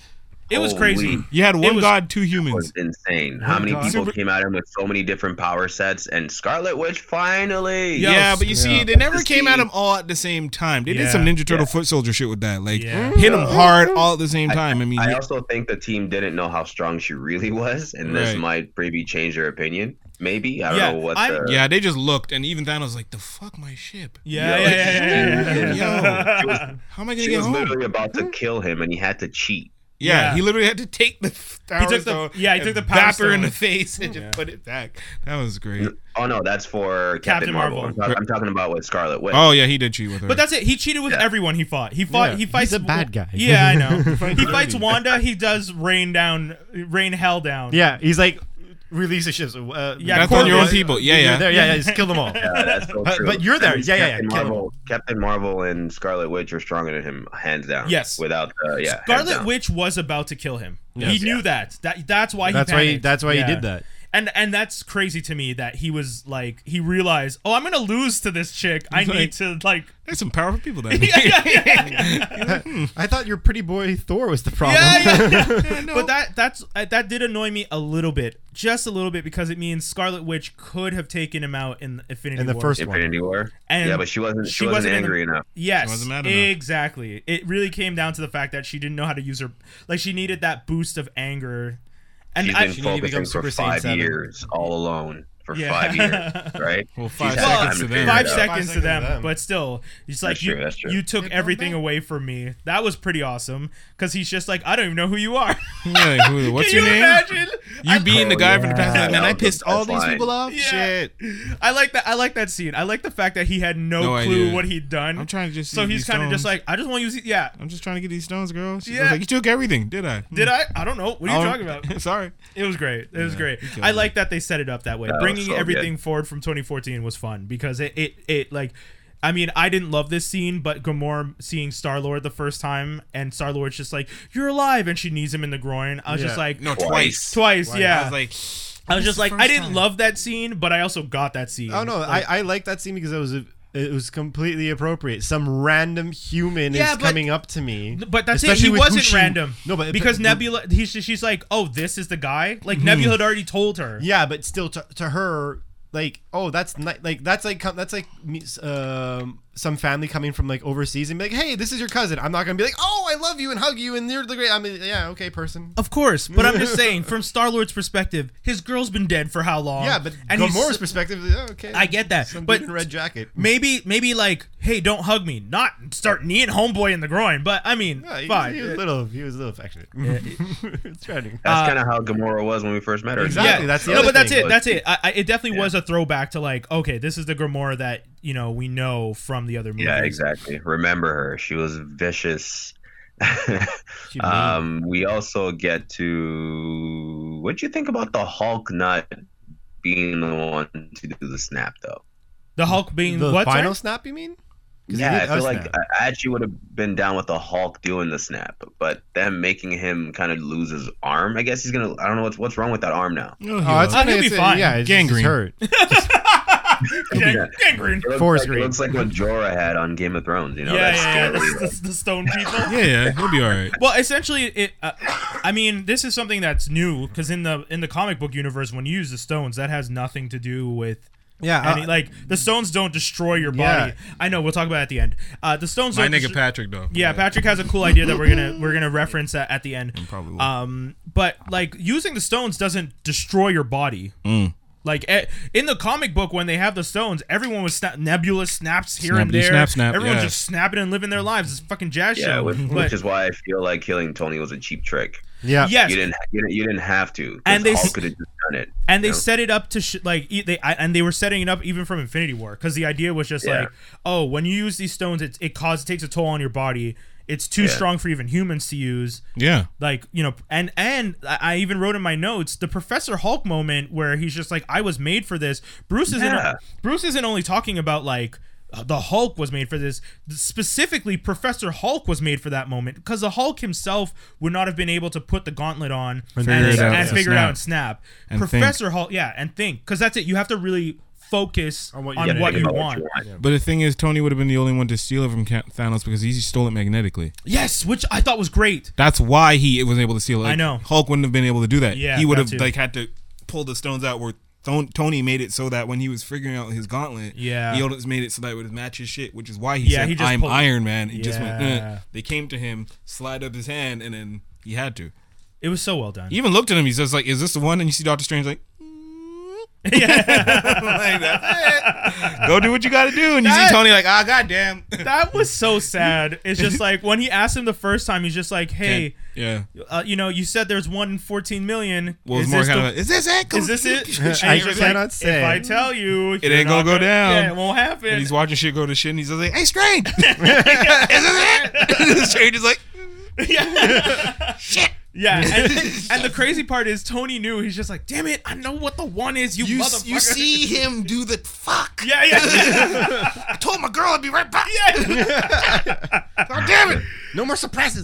[SPEAKER 3] It was
[SPEAKER 1] Holy.
[SPEAKER 3] crazy.
[SPEAKER 1] It
[SPEAKER 5] You had one
[SPEAKER 3] was-
[SPEAKER 5] god, two
[SPEAKER 1] It
[SPEAKER 5] humans.
[SPEAKER 1] was insane. How many
[SPEAKER 4] God.
[SPEAKER 1] people
[SPEAKER 5] Super-
[SPEAKER 1] came at him with so many different power sets? And Scarlet Witch finally.
[SPEAKER 3] Yo,
[SPEAKER 5] yeah, but you see,
[SPEAKER 4] Yeah.
[SPEAKER 5] they never
[SPEAKER 1] Just
[SPEAKER 5] came at
[SPEAKER 1] see-
[SPEAKER 5] him all at the same time. They did
[SPEAKER 3] Yeah.
[SPEAKER 5] some Ninja Turtle
[SPEAKER 1] Yeah.
[SPEAKER 5] foot soldier shit with that. Like,
[SPEAKER 3] Yeah.
[SPEAKER 5] hit him hard all at the same time. I mean,
[SPEAKER 1] I
[SPEAKER 5] yeah,
[SPEAKER 1] also think the team didn't know how strong she really was, and this
[SPEAKER 5] Right.
[SPEAKER 1] might maybe change their opinion. maybe. I don't
[SPEAKER 3] Yeah,
[SPEAKER 1] know what
[SPEAKER 3] I'm-
[SPEAKER 1] the
[SPEAKER 5] Yeah, they just looked, and even Thanos was like, "The fuck, my ship?
[SPEAKER 3] Yeah, yeah, yeah, yeah, yeah, yeah.
[SPEAKER 1] She was,
[SPEAKER 5] How am I gonna
[SPEAKER 1] she
[SPEAKER 5] get
[SPEAKER 1] was
[SPEAKER 5] home?"
[SPEAKER 1] literally about to kill him, and he had to cheat.
[SPEAKER 5] yeah,
[SPEAKER 3] Yeah.
[SPEAKER 5] he literally had to take the Tower
[SPEAKER 3] took the-
[SPEAKER 5] Stone
[SPEAKER 3] yeah, he
[SPEAKER 5] and
[SPEAKER 3] took the Power
[SPEAKER 5] bap her
[SPEAKER 3] Stone.
[SPEAKER 5] in the face and just
[SPEAKER 3] Yeah.
[SPEAKER 5] put it back. That was great.
[SPEAKER 1] Oh no, that's for Captain,
[SPEAKER 3] Captain
[SPEAKER 1] Marvel.
[SPEAKER 3] Marvel.
[SPEAKER 1] I'm, talk- I'm talking about with Scarlet Witch.
[SPEAKER 5] Oh yeah, he did cheat with her.
[SPEAKER 3] But that's it. He cheated with everyone he fought. He fought.
[SPEAKER 4] Yeah.
[SPEAKER 3] He fights
[SPEAKER 4] He's a bad guy. [laughs]
[SPEAKER 3] Yeah, I know. he
[SPEAKER 4] Dirty.
[SPEAKER 3] fights Wanda. He does rain down, rain hell down.
[SPEAKER 4] Yeah, he's like, release the ships. Uh,
[SPEAKER 3] Yeah,
[SPEAKER 5] That's on your own people. Yeah,
[SPEAKER 4] you're
[SPEAKER 5] yeah.
[SPEAKER 4] There, yeah, yeah, just kill them
[SPEAKER 5] [laughs]
[SPEAKER 4] all.
[SPEAKER 1] Yeah, Uh, that's so
[SPEAKER 4] But-
[SPEAKER 1] true.
[SPEAKER 4] but you're there.
[SPEAKER 1] At least
[SPEAKER 4] Yeah, yeah, yeah.
[SPEAKER 1] Captain
[SPEAKER 4] Kill him.
[SPEAKER 1] Marvel, Captain Marvel and Scarlet Witch are stronger than him, hands down.
[SPEAKER 3] Yes.
[SPEAKER 1] Without uh, yeah. hands
[SPEAKER 3] Scarlet
[SPEAKER 1] down.
[SPEAKER 3] Witch was about to kill him.
[SPEAKER 4] Yes.
[SPEAKER 3] He knew that. That that's why.
[SPEAKER 4] That's
[SPEAKER 3] he
[SPEAKER 4] why he-
[SPEAKER 3] panicked.
[SPEAKER 4] that's why he did that.
[SPEAKER 3] And and that's crazy to me that he was like he realized oh I'm gonna lose to this chick. I
[SPEAKER 5] like-
[SPEAKER 3] need to
[SPEAKER 4] [laughs]
[SPEAKER 3] like. [laughs]
[SPEAKER 5] There's some powerful people there.
[SPEAKER 4] I thought your pretty boy Thor was the problem.
[SPEAKER 3] Yeah, yeah, yeah.
[SPEAKER 4] [laughs]
[SPEAKER 3] But that that's uh, that did annoy me a little bit, just a little bit, because it means Scarlet Witch could have taken him out in Infinity
[SPEAKER 4] In the
[SPEAKER 3] War.
[SPEAKER 4] first one.
[SPEAKER 1] Infinity War.
[SPEAKER 3] And
[SPEAKER 1] yeah, but she wasn't. She,
[SPEAKER 3] she
[SPEAKER 1] wasn't,
[SPEAKER 3] wasn't in the-
[SPEAKER 1] angry enough.
[SPEAKER 3] Yes,
[SPEAKER 5] wasn't mad enough.
[SPEAKER 3] exactly. It really came down to the fact that she didn't know how to use her. Like she needed that boost of anger, and
[SPEAKER 1] She's
[SPEAKER 3] I,
[SPEAKER 1] been
[SPEAKER 4] She needed to
[SPEAKER 1] focusing
[SPEAKER 4] become
[SPEAKER 1] for
[SPEAKER 4] Super Saiyan
[SPEAKER 1] five
[SPEAKER 4] 7.
[SPEAKER 1] years, all alone for
[SPEAKER 3] [laughs] Yeah.
[SPEAKER 1] five
[SPEAKER 3] [laughs]
[SPEAKER 1] years, right?
[SPEAKER 5] Well,
[SPEAKER 1] She's
[SPEAKER 5] five
[SPEAKER 1] had
[SPEAKER 5] seconds
[SPEAKER 1] time
[SPEAKER 5] to
[SPEAKER 1] to
[SPEAKER 5] them.
[SPEAKER 1] figure it
[SPEAKER 3] five
[SPEAKER 1] out.
[SPEAKER 3] seconds to
[SPEAKER 4] seconds to
[SPEAKER 3] them,
[SPEAKER 4] them.
[SPEAKER 3] but still, it's like
[SPEAKER 1] true,
[SPEAKER 3] you,
[SPEAKER 1] that's true.
[SPEAKER 3] you took everything away from me. That was pretty awesome because he's just like, I don't even know who you are. [laughs]
[SPEAKER 5] [laughs] Yeah, like, who- what's
[SPEAKER 3] Can
[SPEAKER 5] your
[SPEAKER 3] you
[SPEAKER 5] name?
[SPEAKER 3] imagine?
[SPEAKER 5] You being the
[SPEAKER 1] Oh,
[SPEAKER 5] guy from the past,
[SPEAKER 1] yeah.
[SPEAKER 5] like, man,
[SPEAKER 1] That
[SPEAKER 5] I
[SPEAKER 1] was the
[SPEAKER 5] pissed all
[SPEAKER 1] best
[SPEAKER 5] these
[SPEAKER 1] line.
[SPEAKER 5] people off.
[SPEAKER 3] Yeah.
[SPEAKER 5] Shit.
[SPEAKER 3] I like that. I like that scene. I like the fact that he had no,
[SPEAKER 5] No
[SPEAKER 3] clue
[SPEAKER 5] idea.
[SPEAKER 3] what he'd done.
[SPEAKER 5] I'm trying to just see
[SPEAKER 3] so
[SPEAKER 5] if
[SPEAKER 3] he's
[SPEAKER 5] these
[SPEAKER 3] kind of just
[SPEAKER 5] stones-
[SPEAKER 3] like, I just want to use. it. Yeah.
[SPEAKER 5] I'm just trying to get these stones, girl. She
[SPEAKER 3] Yeah.
[SPEAKER 5] was like, you took everything, did I? Hmm.
[SPEAKER 3] Did I? I don't know. What
[SPEAKER 5] Um,
[SPEAKER 3] are you talking about?
[SPEAKER 5] [laughs] Sorry.
[SPEAKER 3] It was great. It was great.
[SPEAKER 5] killed
[SPEAKER 3] I
[SPEAKER 5] me.
[SPEAKER 3] like that they set it up that way.
[SPEAKER 1] That was
[SPEAKER 3] Bringing
[SPEAKER 1] so good.
[SPEAKER 3] everything forward from 2014 was fun because it it, it like. I mean, I didn't love this scene, but Gamora seeing Star Lord the first time, and Star Lord's just like, "You're alive," and she knees him in the groin. I was just
[SPEAKER 4] Yeah.
[SPEAKER 3] like,
[SPEAKER 5] No,
[SPEAKER 1] Twice.
[SPEAKER 5] twice.
[SPEAKER 3] twice, yeah.
[SPEAKER 5] I was like, "This
[SPEAKER 3] just
[SPEAKER 5] is
[SPEAKER 3] like,
[SPEAKER 5] the
[SPEAKER 3] I
[SPEAKER 5] first
[SPEAKER 3] didn't
[SPEAKER 5] time."
[SPEAKER 3] love that scene, but I also got that scene.
[SPEAKER 4] Oh no,
[SPEAKER 3] Like,
[SPEAKER 4] I, I like that scene because it was a, it was completely appropriate. Some random human
[SPEAKER 3] Yeah,
[SPEAKER 4] is
[SPEAKER 3] but-
[SPEAKER 4] coming up to me,
[SPEAKER 3] but that's
[SPEAKER 4] especially
[SPEAKER 3] it. He
[SPEAKER 4] with
[SPEAKER 3] wasn't
[SPEAKER 4] Hushu.
[SPEAKER 3] random.
[SPEAKER 4] No, but
[SPEAKER 3] because
[SPEAKER 4] but-
[SPEAKER 3] Nebula, he's she's like, "Oh, this is the guy." Like Nebula had already told her.
[SPEAKER 4] Yeah, but still to, to her, like, oh, that's ni- like that's like com- that's like me, um, some family coming from like overseas and be like, hey, this is your cousin. I'm not gonna be like, oh, I love you and hug you and you're the great. I'm yeah, okay, person.
[SPEAKER 3] Of course, but
[SPEAKER 4] [laughs]
[SPEAKER 3] I'm just saying, from Star Lord's perspective, his girl's been dead for how long?
[SPEAKER 4] Yeah, but
[SPEAKER 3] Um, and he's-
[SPEAKER 4] Gamora's perspective, oh, okay,
[SPEAKER 3] I get that,
[SPEAKER 4] some
[SPEAKER 3] but
[SPEAKER 4] dude in a red jacket.
[SPEAKER 3] maybe, maybe like, hey, don't hug me, not start kneeing homeboy in the groin. But I mean,
[SPEAKER 4] Yeah, he,
[SPEAKER 3] fine.
[SPEAKER 4] he was little. He was a little affectionate. [laughs] it's trending.
[SPEAKER 1] That's kind of how Gamora was when we first met her.
[SPEAKER 4] Exactly.
[SPEAKER 3] Yeah,
[SPEAKER 4] that's the
[SPEAKER 3] no,
[SPEAKER 4] other
[SPEAKER 3] but that's
[SPEAKER 4] thing.
[SPEAKER 3] it. That's it. I, I, it definitely was a throwback to like, okay, this is the Gamora that you know we know from the other movies.
[SPEAKER 4] Mm-hmm.
[SPEAKER 1] Yeah, exactly. Remember her. She was vicious. [laughs]
[SPEAKER 4] Mm-hmm.
[SPEAKER 1] um, we also get to. What'd you think about the Hulk not being the one to do the snap, though?
[SPEAKER 3] The Hulk being
[SPEAKER 4] the
[SPEAKER 3] what?
[SPEAKER 4] final
[SPEAKER 3] sorry?
[SPEAKER 4] snap, you mean? 'Cause he
[SPEAKER 1] Yeah, I
[SPEAKER 4] did
[SPEAKER 1] feel
[SPEAKER 4] us
[SPEAKER 1] like
[SPEAKER 3] Oh,
[SPEAKER 4] snap.
[SPEAKER 1] I- I actually would have been down with the Hulk doing the snap, but them making him kind of lose his arm. I guess he's gonna. I don't know what's what's wrong with that arm now.
[SPEAKER 5] Oh,
[SPEAKER 4] Oh, that's
[SPEAKER 3] Oh, he'll
[SPEAKER 4] funny.
[SPEAKER 3] be
[SPEAKER 4] It's-
[SPEAKER 3] fine.
[SPEAKER 4] Yeah, it's just- it's
[SPEAKER 3] [laughs]
[SPEAKER 5] Gangrene.
[SPEAKER 4] hurt.
[SPEAKER 3] Gang- gangrene.
[SPEAKER 1] It looks
[SPEAKER 4] Forest
[SPEAKER 1] like, it
[SPEAKER 4] green.
[SPEAKER 1] looks like what Jorah had on Game of Thrones. You know,
[SPEAKER 3] yeah,
[SPEAKER 1] that's
[SPEAKER 3] yeah, yeah.
[SPEAKER 1] scary.
[SPEAKER 3] The, the, the stone
[SPEAKER 1] [laughs]
[SPEAKER 3] people.
[SPEAKER 5] Yeah, yeah, he'll be all right.
[SPEAKER 3] Well, essentially, it. Uh, I mean, this is something that's new because in the in the comic book universe, when you use the stones, that has nothing to do with.
[SPEAKER 4] Yeah,
[SPEAKER 3] Any,
[SPEAKER 4] uh,
[SPEAKER 3] like the stones don't destroy your body. I know. We'll talk about it at the end. Uh, the stones.
[SPEAKER 5] My
[SPEAKER 3] don't
[SPEAKER 5] nigga
[SPEAKER 3] destro-
[SPEAKER 5] Patrick, though.
[SPEAKER 3] yeah, Patrick has a cool idea that we're gonna we're gonna reference that at the end.
[SPEAKER 5] Probably will.
[SPEAKER 3] Um, but like using the stones doesn't destroy your body.
[SPEAKER 5] Mm.
[SPEAKER 3] Like eh, in the comic book, when they have the stones, everyone was sna- nebula snaps here and
[SPEAKER 5] Snappity
[SPEAKER 3] there.
[SPEAKER 5] snap, snap,
[SPEAKER 3] Everyone's
[SPEAKER 5] yeah.
[SPEAKER 3] just snapping and living their lives. It's a fucking jazz
[SPEAKER 1] Yeah,
[SPEAKER 3] show.
[SPEAKER 1] which,
[SPEAKER 3] But-
[SPEAKER 1] which is why I feel like killing Tony was a cheap trick.
[SPEAKER 4] yeah.
[SPEAKER 3] yes,
[SPEAKER 1] You didn't. You didn't, you didn't have to.
[SPEAKER 3] And
[SPEAKER 1] And
[SPEAKER 3] they
[SPEAKER 1] they
[SPEAKER 3] s-
[SPEAKER 1] could have just done it.
[SPEAKER 3] and they
[SPEAKER 1] Yeah.
[SPEAKER 3] set it up to sh- like e- they I, and they were setting it up even from Infinity War because the idea was just
[SPEAKER 1] Yeah.
[SPEAKER 3] like, oh, when you use these stones, it it causes takes a toll on your body. It's too
[SPEAKER 1] Yeah.
[SPEAKER 3] strong for even humans to use.
[SPEAKER 5] Yeah.
[SPEAKER 3] Like you know, and and I I even wrote in my notes the Professor Hulk moment where he's just like, I was made for this. Bruce isn't
[SPEAKER 1] Yeah.
[SPEAKER 3] Bruce isn't only talking about like. uh, The Hulk was made for this. Specifically, Professor Hulk was made for that moment because the Hulk himself would not have been able to put the gauntlet on and,
[SPEAKER 5] figure it out.
[SPEAKER 3] and
[SPEAKER 5] Yeah.
[SPEAKER 3] figure it
[SPEAKER 5] Snap.
[SPEAKER 3] out and snap.
[SPEAKER 5] And
[SPEAKER 3] Professor Hulk, yeah, and think because that's it. You have to really focus on what
[SPEAKER 4] what
[SPEAKER 3] you,
[SPEAKER 4] you gotta
[SPEAKER 1] Think about
[SPEAKER 3] want.
[SPEAKER 5] But the thing is, Tony would have been the only one to steal it from Ca- Thanos because he stole it magnetically.
[SPEAKER 3] Yes, which I thought was great.
[SPEAKER 5] That's why he was able to steal it. Like,
[SPEAKER 3] I know.
[SPEAKER 5] Hulk wouldn't have been able to do that.
[SPEAKER 3] Yeah,
[SPEAKER 5] he would
[SPEAKER 3] that too.
[SPEAKER 5] have like had to pull the stones out where Thon- Tony made it so that when he was figuring out his gauntlet,
[SPEAKER 3] Yeah.
[SPEAKER 5] he always made it so that it would match his shit, which is why he
[SPEAKER 3] Yeah,
[SPEAKER 5] said,
[SPEAKER 3] he just
[SPEAKER 5] "I'm
[SPEAKER 3] pulled-
[SPEAKER 5] Iron Man." He just went.
[SPEAKER 3] Yeah.
[SPEAKER 5] "Eh." They came to him, slide up his hand, and then he had to.
[SPEAKER 3] It was so well done. [laughs]
[SPEAKER 5] He even looked at him. He says, "Like, is this the one?" And you see Doctor Strange like, [laughs] like that. Go do what you got to do, and you
[SPEAKER 3] That-
[SPEAKER 5] see Tony like, ah, goddamn.
[SPEAKER 3] That was so sad. It's just like when he asked him the first time, he's just like, "Hey,
[SPEAKER 5] yeah.
[SPEAKER 3] uh, you know, you said there's one in 14 million.
[SPEAKER 5] Well,
[SPEAKER 3] is,
[SPEAKER 5] it's more
[SPEAKER 3] this
[SPEAKER 5] kind
[SPEAKER 3] the-
[SPEAKER 5] of like, is this it?
[SPEAKER 3] is this
[SPEAKER 5] [laughs]
[SPEAKER 3] it?
[SPEAKER 5] And
[SPEAKER 3] And he's
[SPEAKER 4] I
[SPEAKER 3] just
[SPEAKER 4] cannot
[SPEAKER 3] like,
[SPEAKER 4] say.
[SPEAKER 3] If I tell you, it
[SPEAKER 5] ain't gonna go down.
[SPEAKER 3] Yeah, it won't happen.
[SPEAKER 5] he's watching shit go to shit, and he's just like, hey, [laughs] Strange, is this [laughs] it? Strange is like,
[SPEAKER 3] [laughs] yeah. Yeah,
[SPEAKER 5] [laughs]
[SPEAKER 3] and, and the crazy part is Tony knew. He's just like, "Damn it, I know what the one is, you,
[SPEAKER 5] you,
[SPEAKER 3] motherfucker."
[SPEAKER 5] you see him do the fuck.
[SPEAKER 3] [laughs] Yeah, yeah,
[SPEAKER 5] [laughs]
[SPEAKER 3] [laughs]
[SPEAKER 5] I told my girl I'd be right back.
[SPEAKER 3] yeah.
[SPEAKER 5] [laughs] God damn it.
[SPEAKER 4] No more
[SPEAKER 3] [laughs]
[SPEAKER 4] surprises.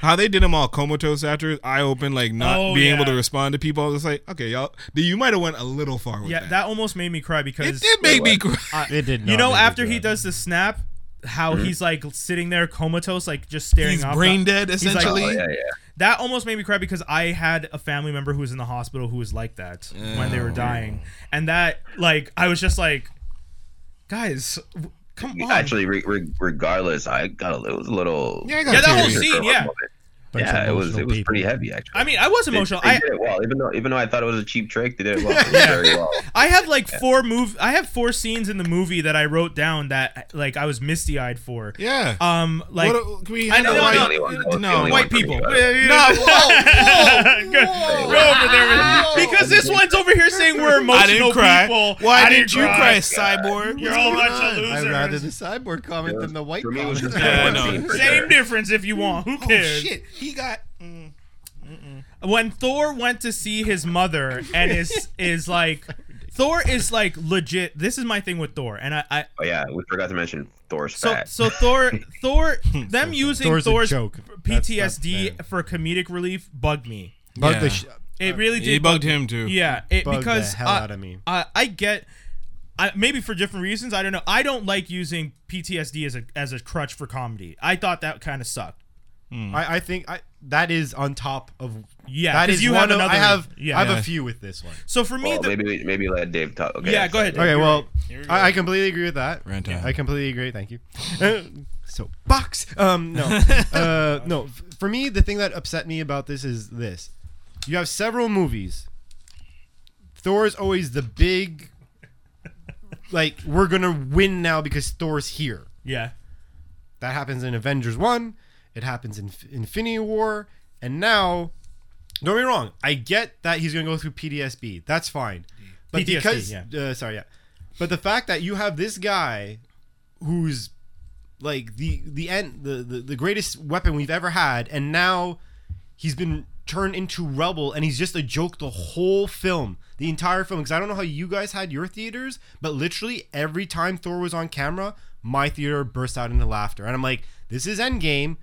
[SPEAKER 5] How they did them all comatose after eye open, like not
[SPEAKER 3] Oh,
[SPEAKER 5] being
[SPEAKER 3] yeah.
[SPEAKER 5] able to respond to people. I was just like, okay, y'all, you might have went a little far with
[SPEAKER 3] yeah.
[SPEAKER 5] that.
[SPEAKER 3] That almost made me cry because
[SPEAKER 5] it did make me cry.
[SPEAKER 4] it [laughs] did. Not
[SPEAKER 3] you know
[SPEAKER 4] make me
[SPEAKER 3] after he
[SPEAKER 4] cry.
[SPEAKER 3] does the snap, how he's like sitting there comatose, like just staring
[SPEAKER 5] Mm-hmm. uh, He's
[SPEAKER 3] off.
[SPEAKER 5] brain
[SPEAKER 3] the-
[SPEAKER 5] dead,
[SPEAKER 3] like-
[SPEAKER 5] essentially.
[SPEAKER 1] Oh, yeah, yeah.
[SPEAKER 3] that almost made me cry because I had a family member who was in the hospital who was like that when they were dying, and that like I was just like, guys, w- come on.
[SPEAKER 1] Actually, re- re- regardless, I got a, it was a little.
[SPEAKER 5] Yeah, I got
[SPEAKER 3] yeah, that whole
[SPEAKER 5] tears.
[SPEAKER 3] scene, yeah.
[SPEAKER 4] Bunch
[SPEAKER 1] yeah,
[SPEAKER 4] of
[SPEAKER 1] it was
[SPEAKER 4] emotional
[SPEAKER 1] it was
[SPEAKER 4] people.
[SPEAKER 1] pretty heavy actually.
[SPEAKER 3] I mean, I was
[SPEAKER 1] They-
[SPEAKER 3] emotional.
[SPEAKER 1] They,
[SPEAKER 3] I
[SPEAKER 1] did it well, even though even though I thought it was a cheap trick, they did it
[SPEAKER 3] [laughs]
[SPEAKER 1] well. They did very well.
[SPEAKER 3] I have like four move. I have four scenes in the movie that I wrote down that like I was misty eyed for.
[SPEAKER 5] Yeah.
[SPEAKER 3] Um, like [laughs]
[SPEAKER 5] What a- can we
[SPEAKER 3] I know,
[SPEAKER 5] handle
[SPEAKER 1] That was the only
[SPEAKER 3] no, no,
[SPEAKER 1] one. That was the
[SPEAKER 5] no,
[SPEAKER 1] only
[SPEAKER 3] white
[SPEAKER 1] one for me,
[SPEAKER 3] people. [laughs]
[SPEAKER 1] but-
[SPEAKER 5] No, whoa, [laughs]
[SPEAKER 3] Go- go over there with- [laughs] because this one's over here saying we're emotional
[SPEAKER 5] I didn't cry.
[SPEAKER 3] people.
[SPEAKER 5] Why
[SPEAKER 3] I
[SPEAKER 5] didn't you cry,
[SPEAKER 1] God.
[SPEAKER 5] cyborg?
[SPEAKER 3] You're all
[SPEAKER 5] What's
[SPEAKER 3] bunch
[SPEAKER 5] going
[SPEAKER 3] of
[SPEAKER 5] on?
[SPEAKER 3] losers.
[SPEAKER 4] I'd rather the cyborg comment than the white
[SPEAKER 1] For me, it was
[SPEAKER 4] comment.
[SPEAKER 1] just
[SPEAKER 5] Yeah,
[SPEAKER 1] one
[SPEAKER 5] no.
[SPEAKER 1] scene for
[SPEAKER 3] Same
[SPEAKER 5] [laughs]
[SPEAKER 1] sure.
[SPEAKER 3] difference if you want. Who
[SPEAKER 5] Oh,
[SPEAKER 3] cares?
[SPEAKER 5] shit. He got.
[SPEAKER 3] when Thor went to see his mother and
[SPEAKER 4] [laughs]
[SPEAKER 3] is is like Thor is like legit. This is my thing with Thor, and I, I
[SPEAKER 1] Oh yeah, we forgot to mention Thor's
[SPEAKER 3] so
[SPEAKER 1] fat.
[SPEAKER 3] so
[SPEAKER 4] [laughs]
[SPEAKER 3] Thor Thor them using
[SPEAKER 4] Thor's a
[SPEAKER 3] Thor's
[SPEAKER 4] joke. That's- that's
[SPEAKER 3] PTSD for comedic relief bugged me.
[SPEAKER 4] Bug
[SPEAKER 5] Yeah.
[SPEAKER 4] the sh-
[SPEAKER 3] It really did.
[SPEAKER 5] He
[SPEAKER 3] bug
[SPEAKER 5] bugged him too.
[SPEAKER 3] Yeah, it,
[SPEAKER 4] Uh, bugged
[SPEAKER 3] because
[SPEAKER 4] the hell
[SPEAKER 3] I,
[SPEAKER 4] out of me.
[SPEAKER 3] I, I get, I, maybe for different reasons. I don't know. I don't like using PTSD as a as a crutch for comedy. I thought that kind of sucked.
[SPEAKER 4] I, I think I, that is on top of
[SPEAKER 3] Yeah,
[SPEAKER 4] That
[SPEAKER 3] 'cause
[SPEAKER 4] is
[SPEAKER 3] you
[SPEAKER 4] one
[SPEAKER 3] have
[SPEAKER 4] of-
[SPEAKER 3] another-
[SPEAKER 4] I have
[SPEAKER 3] yeah.
[SPEAKER 4] I have
[SPEAKER 5] Yeah.
[SPEAKER 4] a few with this one.
[SPEAKER 3] So for me,
[SPEAKER 1] well,
[SPEAKER 3] the,
[SPEAKER 1] maybe we- maybe let Dave talk. Okay,
[SPEAKER 3] Yeah, go ahead.
[SPEAKER 1] sorry,
[SPEAKER 3] Okay,
[SPEAKER 1] Dave.
[SPEAKER 4] Okay, well,
[SPEAKER 5] Here we go.
[SPEAKER 4] I, I completely agree with that.
[SPEAKER 5] Rant time.
[SPEAKER 4] I completely agree. Thank you. [laughs] so box. Um,
[SPEAKER 3] [laughs]
[SPEAKER 4] no, uh, no. f- For me, the thing that upset me about this is this: you have several movies. Thor is always the big, like we're gonna win now because Thor's here.
[SPEAKER 3] yeah,
[SPEAKER 4] That happens in Avengers 1. It happens in F- Infinity War. And now, don't get me wrong. I get that he's going to go through PTSD. That's fine. But
[SPEAKER 3] PTSD,
[SPEAKER 4] because,
[SPEAKER 3] yeah.
[SPEAKER 4] uh, sorry, yeah. But the fact that you have this guy who's like the the end the, the the greatest weapon we've ever had and now he's been turned into rubble and he's just a joke the whole film the entire film because i don't know how you guys had your theaters but literally every time thor was on camera my theater burst out into laughter and i'm like this is endgame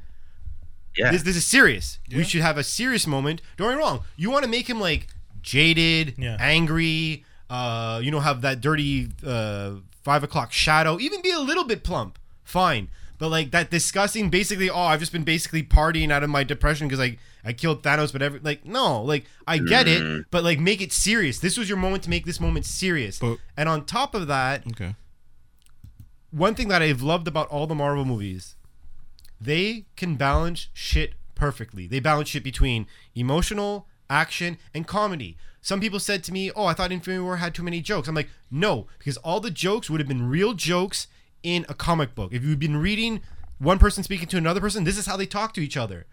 [SPEAKER 1] yeah.
[SPEAKER 4] this, this is serious we should have a serious moment don't get me wrong you want to make him like jaded
[SPEAKER 3] Yeah.
[SPEAKER 4] angry uh you know have that dirty uh five o'clock shadow even be a little bit plump fine but like that disgusting basically oh i've just been basically partying out of my depression because like i killed thanos but every like no like i get it but like make it serious this was your moment to make this moment serious
[SPEAKER 5] But-
[SPEAKER 4] and on top of that
[SPEAKER 5] Okay.
[SPEAKER 4] one thing that I've loved about all the Marvel movies, they can balance shit perfectly. They balance shit between emotional, action, and comedy. Some people said to me, "Oh, I thought Infinity War had too many jokes." I'm like, "No, because all the jokes would have been real jokes in a comic book. If you've been reading one person speaking to another person, this is how they talk to each other.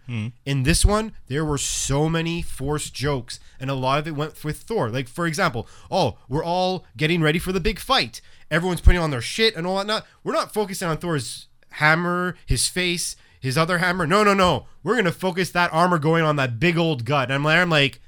[SPEAKER 4] In this one, there were so many forced jokes, and a lot of it went with Thor. Like, for example, oh, we're all getting ready for the big fight. Everyone's putting on their shit and all that. Not, we're not focusing on Thor's hammer, his face, his other hammer. No, no, no. We're gonna focus that armor going on that big old gut. And I'm like, I'm like,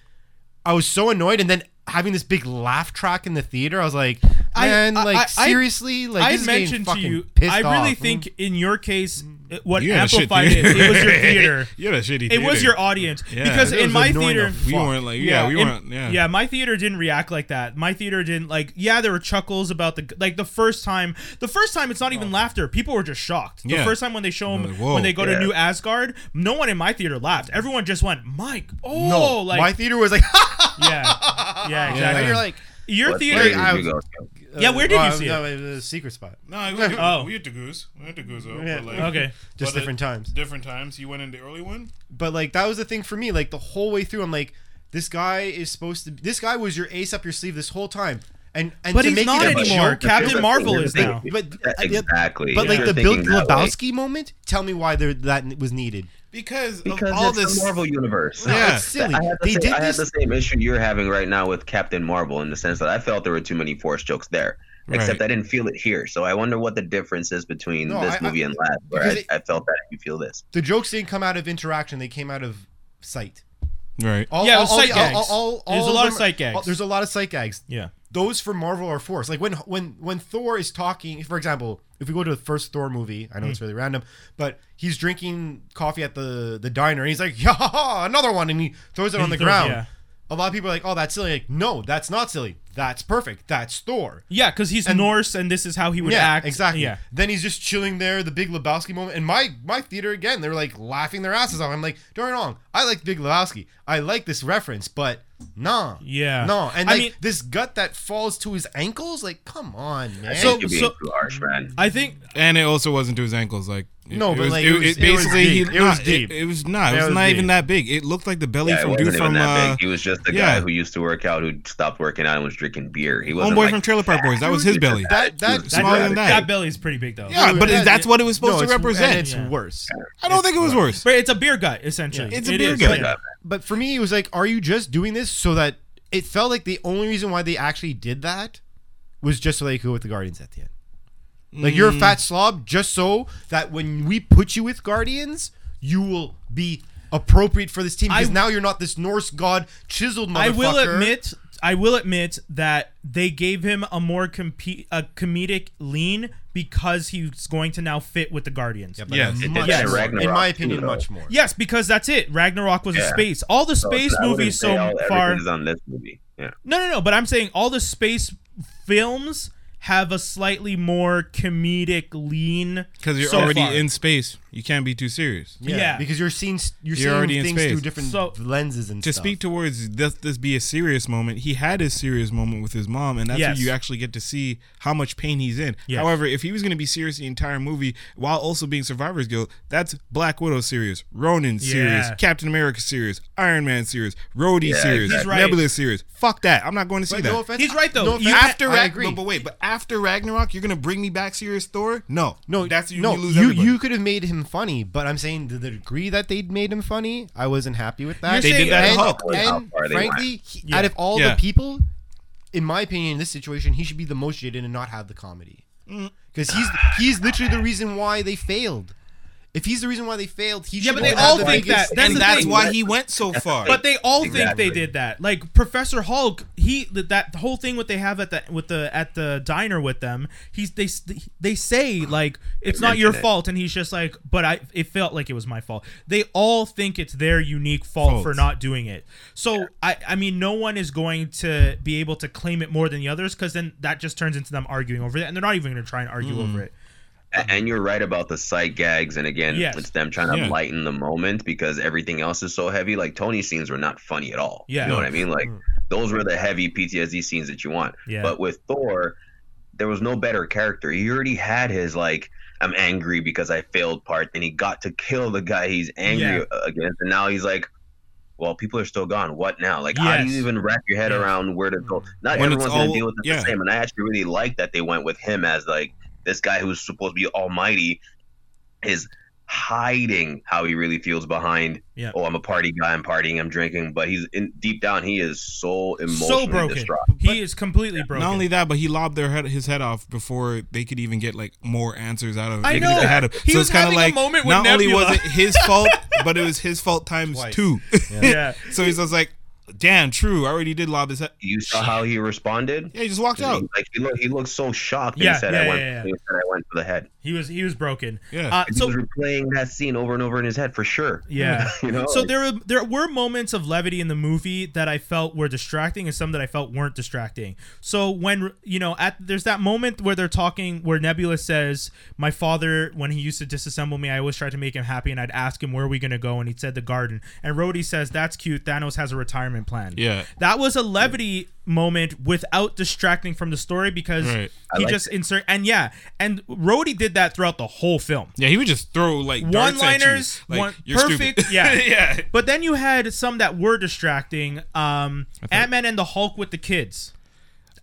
[SPEAKER 4] I was so annoyed, and then having this big laugh track in the theater, I was like,
[SPEAKER 3] I-
[SPEAKER 4] man,
[SPEAKER 3] I-
[SPEAKER 4] like
[SPEAKER 3] I- I-
[SPEAKER 4] seriously, like
[SPEAKER 3] I
[SPEAKER 4] this is getting
[SPEAKER 3] mentioned to
[SPEAKER 4] fucking
[SPEAKER 3] you.
[SPEAKER 4] pissed
[SPEAKER 3] I really
[SPEAKER 4] off.
[SPEAKER 3] think in your case, it- what
[SPEAKER 5] You had a shit
[SPEAKER 3] amplified it,
[SPEAKER 5] theater.
[SPEAKER 3] it
[SPEAKER 5] [laughs]
[SPEAKER 3] was your theater.
[SPEAKER 5] You had a shitty
[SPEAKER 3] It was
[SPEAKER 5] theater.
[SPEAKER 3] your audience
[SPEAKER 5] Yeah.
[SPEAKER 3] because
[SPEAKER 5] It
[SPEAKER 3] in
[SPEAKER 4] was
[SPEAKER 3] my
[SPEAKER 4] annoying
[SPEAKER 3] theater,
[SPEAKER 4] as
[SPEAKER 5] We weren't like, yeah, we
[SPEAKER 3] in-
[SPEAKER 5] weren't, yeah.
[SPEAKER 3] my theater didn't react like that. My theater didn't like. Yeah, there were chuckles about the like the first time. The first time, it's not even laughter. People were just shocked. The
[SPEAKER 5] Oh. Yeah.
[SPEAKER 3] first time when they show them
[SPEAKER 5] Like, whoa.
[SPEAKER 3] when they go
[SPEAKER 1] Yeah.
[SPEAKER 3] to New Asgard, no one in my theater laughed. Everyone just went, "Mike, oh,
[SPEAKER 4] No,
[SPEAKER 3] like
[SPEAKER 5] [laughs]
[SPEAKER 4] my theater was like, [laughs]
[SPEAKER 3] yeah, yeah,
[SPEAKER 4] and
[SPEAKER 3] exactly."
[SPEAKER 4] you're like,
[SPEAKER 3] Your
[SPEAKER 1] What
[SPEAKER 3] theater,
[SPEAKER 1] theater did
[SPEAKER 4] I
[SPEAKER 1] you
[SPEAKER 4] was-
[SPEAKER 1] go to?
[SPEAKER 3] Yeah, where did you
[SPEAKER 4] uh,
[SPEAKER 3] see
[SPEAKER 4] no, it? was a secret spot.
[SPEAKER 5] No, we went to-
[SPEAKER 3] Oh.
[SPEAKER 5] we went to Goose. We went to Goose. though,
[SPEAKER 4] Yeah.
[SPEAKER 5] but like,
[SPEAKER 3] okay,
[SPEAKER 4] Just
[SPEAKER 5] but
[SPEAKER 4] different
[SPEAKER 5] it-
[SPEAKER 4] times.
[SPEAKER 5] Different times. You went in the early one.
[SPEAKER 4] But like that was the thing for me. Like the whole way through, I'm like, This guy is supposed to. This guy was your ace up your sleeve this whole time, and and
[SPEAKER 3] But
[SPEAKER 4] to
[SPEAKER 3] he's
[SPEAKER 4] make
[SPEAKER 3] not
[SPEAKER 4] it a
[SPEAKER 3] anymore.
[SPEAKER 4] joke-
[SPEAKER 3] Captain
[SPEAKER 4] But-
[SPEAKER 3] Marvel is
[SPEAKER 1] Thank
[SPEAKER 3] now.
[SPEAKER 1] you.
[SPEAKER 4] But
[SPEAKER 1] Yeah, exactly.
[SPEAKER 4] But
[SPEAKER 1] If
[SPEAKER 4] like
[SPEAKER 1] you're
[SPEAKER 4] the Bill
[SPEAKER 1] thinking that way,
[SPEAKER 4] Lebowski moment, tell me why there that was needed.
[SPEAKER 5] because,
[SPEAKER 1] because
[SPEAKER 5] of all
[SPEAKER 1] it's
[SPEAKER 5] this
[SPEAKER 1] the Marvel universe.
[SPEAKER 5] Yeah.
[SPEAKER 4] it's silly.
[SPEAKER 1] I had the,
[SPEAKER 4] They
[SPEAKER 1] same,
[SPEAKER 4] did
[SPEAKER 1] I had
[SPEAKER 4] this.
[SPEAKER 1] the same issue you're having right now with Captain Marvel in the sense that I felt there were too many force jokes there. Except
[SPEAKER 5] Right.
[SPEAKER 1] I didn't feel it here. So I wonder what the difference is between
[SPEAKER 4] No,
[SPEAKER 1] this
[SPEAKER 4] I- I-
[SPEAKER 1] movie and last, where I,
[SPEAKER 4] because it-
[SPEAKER 1] I felt that you feel this.
[SPEAKER 4] The jokes didn't come out of interaction; they came out of sight.
[SPEAKER 5] right.
[SPEAKER 4] All,
[SPEAKER 3] Yeah, it was sight
[SPEAKER 4] the-
[SPEAKER 3] gags. There's a lot of sight gags.
[SPEAKER 4] all- there's a lot of sight gags.
[SPEAKER 3] Yeah.
[SPEAKER 4] Those for Marvel are forced. Like when when when Thor is talking, for example, if we go to the first Thor movie, I know
[SPEAKER 3] Mm.
[SPEAKER 4] it's really random, but he's drinking coffee at the the diner, and he's like, [laughs] "Yeah, ha, ha, another one," and he throws it
[SPEAKER 3] And
[SPEAKER 4] on
[SPEAKER 3] he
[SPEAKER 4] the
[SPEAKER 3] throws-
[SPEAKER 4] ground.
[SPEAKER 3] yeah.
[SPEAKER 4] A lot of people are like, "Oh, that's silly." Like, no, that's not silly. That's perfect. That's Thor.
[SPEAKER 3] Yeah, because he's Norse, and this is how he would
[SPEAKER 4] yeah,
[SPEAKER 3] act.
[SPEAKER 4] exactly.
[SPEAKER 3] Yeah.
[SPEAKER 4] Then he's just chilling there, the Big Lebowski moment. And my my theater again, they were like laughing their asses off. I'm like, don't get me wrong, I like Big Lebowski. I like this reference, but nah,
[SPEAKER 3] Yeah.
[SPEAKER 4] no. And
[SPEAKER 3] I
[SPEAKER 4] like
[SPEAKER 3] mean-
[SPEAKER 4] this gut that falls to his ankles, like, come on, man.
[SPEAKER 1] I
[SPEAKER 3] So-
[SPEAKER 1] think you're being
[SPEAKER 3] so-
[SPEAKER 1] too harsh, man.
[SPEAKER 3] I think
[SPEAKER 5] And it also wasn't to his ankles, like it-
[SPEAKER 4] No,
[SPEAKER 5] it
[SPEAKER 4] but,
[SPEAKER 5] was,
[SPEAKER 4] like,
[SPEAKER 5] it,
[SPEAKER 4] it was-
[SPEAKER 5] it
[SPEAKER 4] it was
[SPEAKER 5] basically
[SPEAKER 4] deep.
[SPEAKER 5] he-
[SPEAKER 4] It was
[SPEAKER 5] nah,
[SPEAKER 4] deep.
[SPEAKER 5] It, it was not. It
[SPEAKER 4] It
[SPEAKER 5] was,
[SPEAKER 4] was
[SPEAKER 5] not
[SPEAKER 4] deep.
[SPEAKER 5] even that big. It looked like the belly
[SPEAKER 1] Yeah, it
[SPEAKER 5] from
[SPEAKER 1] wasn't
[SPEAKER 5] dude
[SPEAKER 1] even
[SPEAKER 5] from
[SPEAKER 1] that
[SPEAKER 5] uh,
[SPEAKER 1] big. He was just the
[SPEAKER 5] yeah.
[SPEAKER 1] guy who used to work out, who stopped working out and was drinking beer. He wasn't
[SPEAKER 5] Homeboy
[SPEAKER 1] like,
[SPEAKER 5] from Trailer Park Boys. That was his belly.
[SPEAKER 4] That that,
[SPEAKER 5] Smaller
[SPEAKER 4] that-
[SPEAKER 5] than that.
[SPEAKER 3] that belly's pretty big though.
[SPEAKER 5] Yeah, but
[SPEAKER 4] that-
[SPEAKER 5] that's what it was supposed
[SPEAKER 4] no,
[SPEAKER 5] to
[SPEAKER 4] it's-
[SPEAKER 5] represent.
[SPEAKER 4] and it's
[SPEAKER 3] Yeah.
[SPEAKER 4] worse.
[SPEAKER 5] I don't think it was worse.
[SPEAKER 3] But it's a beer gut essentially.
[SPEAKER 5] It's a
[SPEAKER 3] It
[SPEAKER 5] beer
[SPEAKER 3] is,
[SPEAKER 5] gut.
[SPEAKER 3] yeah.
[SPEAKER 4] But for me, it was like, are you just doing this so that it felt like the only reason why they actually did that was just so they could go with the Guardians at the end. Like you're a fat
[SPEAKER 3] Mm.
[SPEAKER 4] slob, just so that when we put you with Guardians, you will be appropriate for this team because
[SPEAKER 3] I-
[SPEAKER 4] now you're not this Norse god chiseled motherfucker.
[SPEAKER 3] I will admit, I will admit that they gave him a more compe- a comedic lean because he's going to now fit with the Guardians.
[SPEAKER 4] but
[SPEAKER 5] Yes.
[SPEAKER 4] much
[SPEAKER 5] It
[SPEAKER 1] did
[SPEAKER 4] more.
[SPEAKER 1] that in
[SPEAKER 4] in
[SPEAKER 1] Ragnarok,
[SPEAKER 4] my
[SPEAKER 1] too,
[SPEAKER 4] opinion,
[SPEAKER 1] though.
[SPEAKER 4] much more.
[SPEAKER 3] Yes, because that's it. Ragnarok was a
[SPEAKER 1] Yeah.
[SPEAKER 3] space. All the
[SPEAKER 1] So
[SPEAKER 3] space
[SPEAKER 1] I wouldn't
[SPEAKER 3] movies
[SPEAKER 1] say all-
[SPEAKER 3] so
[SPEAKER 1] everything
[SPEAKER 3] far.
[SPEAKER 1] is on this movie. Yeah.
[SPEAKER 3] No, no, no. But I'm saying all the space films have a slightly more comedic lean
[SPEAKER 5] Because you're
[SPEAKER 3] so
[SPEAKER 5] already
[SPEAKER 3] far.
[SPEAKER 5] in space. You can't be too serious.
[SPEAKER 3] Yeah.
[SPEAKER 4] because you're seeing s- you're,
[SPEAKER 5] You're
[SPEAKER 4] seeing
[SPEAKER 5] already in
[SPEAKER 4] things
[SPEAKER 5] space.
[SPEAKER 4] through different
[SPEAKER 3] So-
[SPEAKER 4] lenses and
[SPEAKER 5] To
[SPEAKER 4] stuff.
[SPEAKER 5] speak towards this, this be a serious moment, he had his serious moment with his mom, and that's
[SPEAKER 3] Yes.
[SPEAKER 5] where you actually get to see how much pain he's in.
[SPEAKER 3] Yes.
[SPEAKER 5] However, if he was going to be serious the entire movie while also being Survivor's Guild, that's Black Widow serious, Ronin serious,
[SPEAKER 3] Yeah.
[SPEAKER 5] Captain America serious, Iron Man serious, Rhodey
[SPEAKER 1] Yeah,
[SPEAKER 5] serious,
[SPEAKER 3] He's right.
[SPEAKER 5] Nebula serious. Fuck that. I'm not going to see
[SPEAKER 4] But
[SPEAKER 5] that.
[SPEAKER 4] no offense,
[SPEAKER 3] He's
[SPEAKER 4] I-
[SPEAKER 3] right, though.
[SPEAKER 4] No
[SPEAKER 3] You
[SPEAKER 4] offense,
[SPEAKER 5] after
[SPEAKER 4] I
[SPEAKER 5] Rag-
[SPEAKER 4] agree.
[SPEAKER 5] But, but wait, but after Ragnarok, you're gonna bring me back serious Thor? No,
[SPEAKER 4] No,
[SPEAKER 5] that's you.
[SPEAKER 4] no.
[SPEAKER 5] you lose
[SPEAKER 4] you
[SPEAKER 5] everybody.
[SPEAKER 4] you could have made him funny, but I'm saying to the degree that they made him funny, I wasn't happy with that.
[SPEAKER 3] You're They saying- did that
[SPEAKER 5] to
[SPEAKER 4] and,
[SPEAKER 5] Hulk.
[SPEAKER 1] How
[SPEAKER 4] And
[SPEAKER 1] far they
[SPEAKER 4] frankly, he-
[SPEAKER 3] Yeah.
[SPEAKER 4] out of all
[SPEAKER 5] Yeah.
[SPEAKER 4] the people, in my opinion, in this situation, he should be the most jaded and not have the comedy,
[SPEAKER 3] Mm.
[SPEAKER 4] because he's he's literally the reason why they failed. If he's the reason why they failed, he
[SPEAKER 3] Yeah,
[SPEAKER 4] should
[SPEAKER 3] but they
[SPEAKER 4] have
[SPEAKER 3] all
[SPEAKER 4] the
[SPEAKER 3] think
[SPEAKER 4] biggest-
[SPEAKER 3] that. That's
[SPEAKER 5] and
[SPEAKER 3] the
[SPEAKER 5] that's
[SPEAKER 3] thing.
[SPEAKER 5] why he went so far.
[SPEAKER 3] But they all
[SPEAKER 1] Exactly.
[SPEAKER 3] think they did that. Like Professor Hulk, he that, that whole thing what they have at the with the at the diner with them. He's they they say like it's not your
[SPEAKER 1] mention it.
[SPEAKER 3] fault, and he's just like, but I it felt like it was my fault. They all think it's their unique fault
[SPEAKER 5] Fault.
[SPEAKER 3] for not doing it. So I I mean, no one is going to be able to claim it more than the others because then that just turns into them arguing over it, and they're not even going to try and argue
[SPEAKER 1] Mm.
[SPEAKER 3] over it.
[SPEAKER 1] A- And you're right about the sight gags, and again,
[SPEAKER 3] Yes.
[SPEAKER 1] it's them trying to
[SPEAKER 5] Yeah.
[SPEAKER 1] lighten the moment because everything else is so heavy. Like Tony's scenes were not funny at all.
[SPEAKER 3] Yeah. Mm.
[SPEAKER 1] you know what I mean. Like those were the heavy PTSD scenes that you want.
[SPEAKER 3] Yeah.
[SPEAKER 1] But with Thor, there was no better character. He already had his like I'm angry because I failed part, and he got to kill the guy he's angry
[SPEAKER 3] Yeah.
[SPEAKER 1] against, and now he's like. Well, people are still gone. What now? Like, how do
[SPEAKER 3] Yes.
[SPEAKER 1] you even wrap your head
[SPEAKER 3] Yes.
[SPEAKER 1] around where to go? Not
[SPEAKER 5] When it's
[SPEAKER 1] everyone's going to
[SPEAKER 5] all-
[SPEAKER 1] deal with it
[SPEAKER 5] yeah.
[SPEAKER 1] the same. And I actually really like that they went with him as like this guy who's supposed to be almighty is hiding how he really feels behind.
[SPEAKER 3] Yeah.
[SPEAKER 1] Oh, I'm a party guy. I'm partying. I'm drinking. But he's in, deep down, he is so emotionally
[SPEAKER 3] So broken.
[SPEAKER 1] distraught.
[SPEAKER 3] He is completely broken.
[SPEAKER 5] Not only that, but he lobbed their head, his head off before they could even get like more answers out of it.
[SPEAKER 3] I
[SPEAKER 5] because
[SPEAKER 3] know.
[SPEAKER 5] they had him.
[SPEAKER 3] He
[SPEAKER 5] so
[SPEAKER 3] was
[SPEAKER 5] it's kind of
[SPEAKER 3] having a
[SPEAKER 5] like
[SPEAKER 3] moment with
[SPEAKER 5] not only
[SPEAKER 3] Nebula.
[SPEAKER 5] was it
[SPEAKER 3] [laughs]
[SPEAKER 5] his fault, but it was his fault times
[SPEAKER 4] Twice.
[SPEAKER 5] two. [laughs]
[SPEAKER 3] Yeah.
[SPEAKER 5] so he's just like, damn, true. I already did lob his head.
[SPEAKER 1] You saw how he responded.
[SPEAKER 3] [laughs]
[SPEAKER 5] Yeah, he just walked out.
[SPEAKER 1] Like he looked, he looked so shocked. and
[SPEAKER 3] Yeah,
[SPEAKER 1] he said,
[SPEAKER 3] yeah,
[SPEAKER 1] I went,
[SPEAKER 3] yeah, yeah.
[SPEAKER 1] He said, I went for the head.
[SPEAKER 3] he was he was broken.
[SPEAKER 5] Yeah.
[SPEAKER 3] Uh,
[SPEAKER 1] And
[SPEAKER 3] so
[SPEAKER 1] he was replaying that scene over and over in his head for sure.
[SPEAKER 3] [laughs] Yeah.
[SPEAKER 1] [laughs] You know,
[SPEAKER 3] So
[SPEAKER 5] Oh.
[SPEAKER 1] like-
[SPEAKER 3] there were there were moments of levity in the movie that I felt were distracting and some that I felt weren't distracting. So when you know at there's that moment where they're talking where Nebula says, "My father when he used to disassemble me, I always tried to make him happy and I'd ask him where are we going to go and he would said the garden." And Rhodey says, "That's cute. Thanos has a retirement plan."
[SPEAKER 5] Yeah.
[SPEAKER 3] That was a levity moment without distracting from the story because
[SPEAKER 5] Right.
[SPEAKER 1] I
[SPEAKER 3] he
[SPEAKER 1] like
[SPEAKER 3] just insert and yeah and Rhodey did that throughout the whole film.
[SPEAKER 5] Yeah, he would just throw like darts at you,
[SPEAKER 3] One-liners,
[SPEAKER 5] like,
[SPEAKER 3] one-
[SPEAKER 5] you're stupid.
[SPEAKER 3] perfect,
[SPEAKER 5] [laughs]
[SPEAKER 3] yeah.
[SPEAKER 5] yeah.
[SPEAKER 3] But then you had some that were distracting. Um, Ant Man and the Hulk with the kids.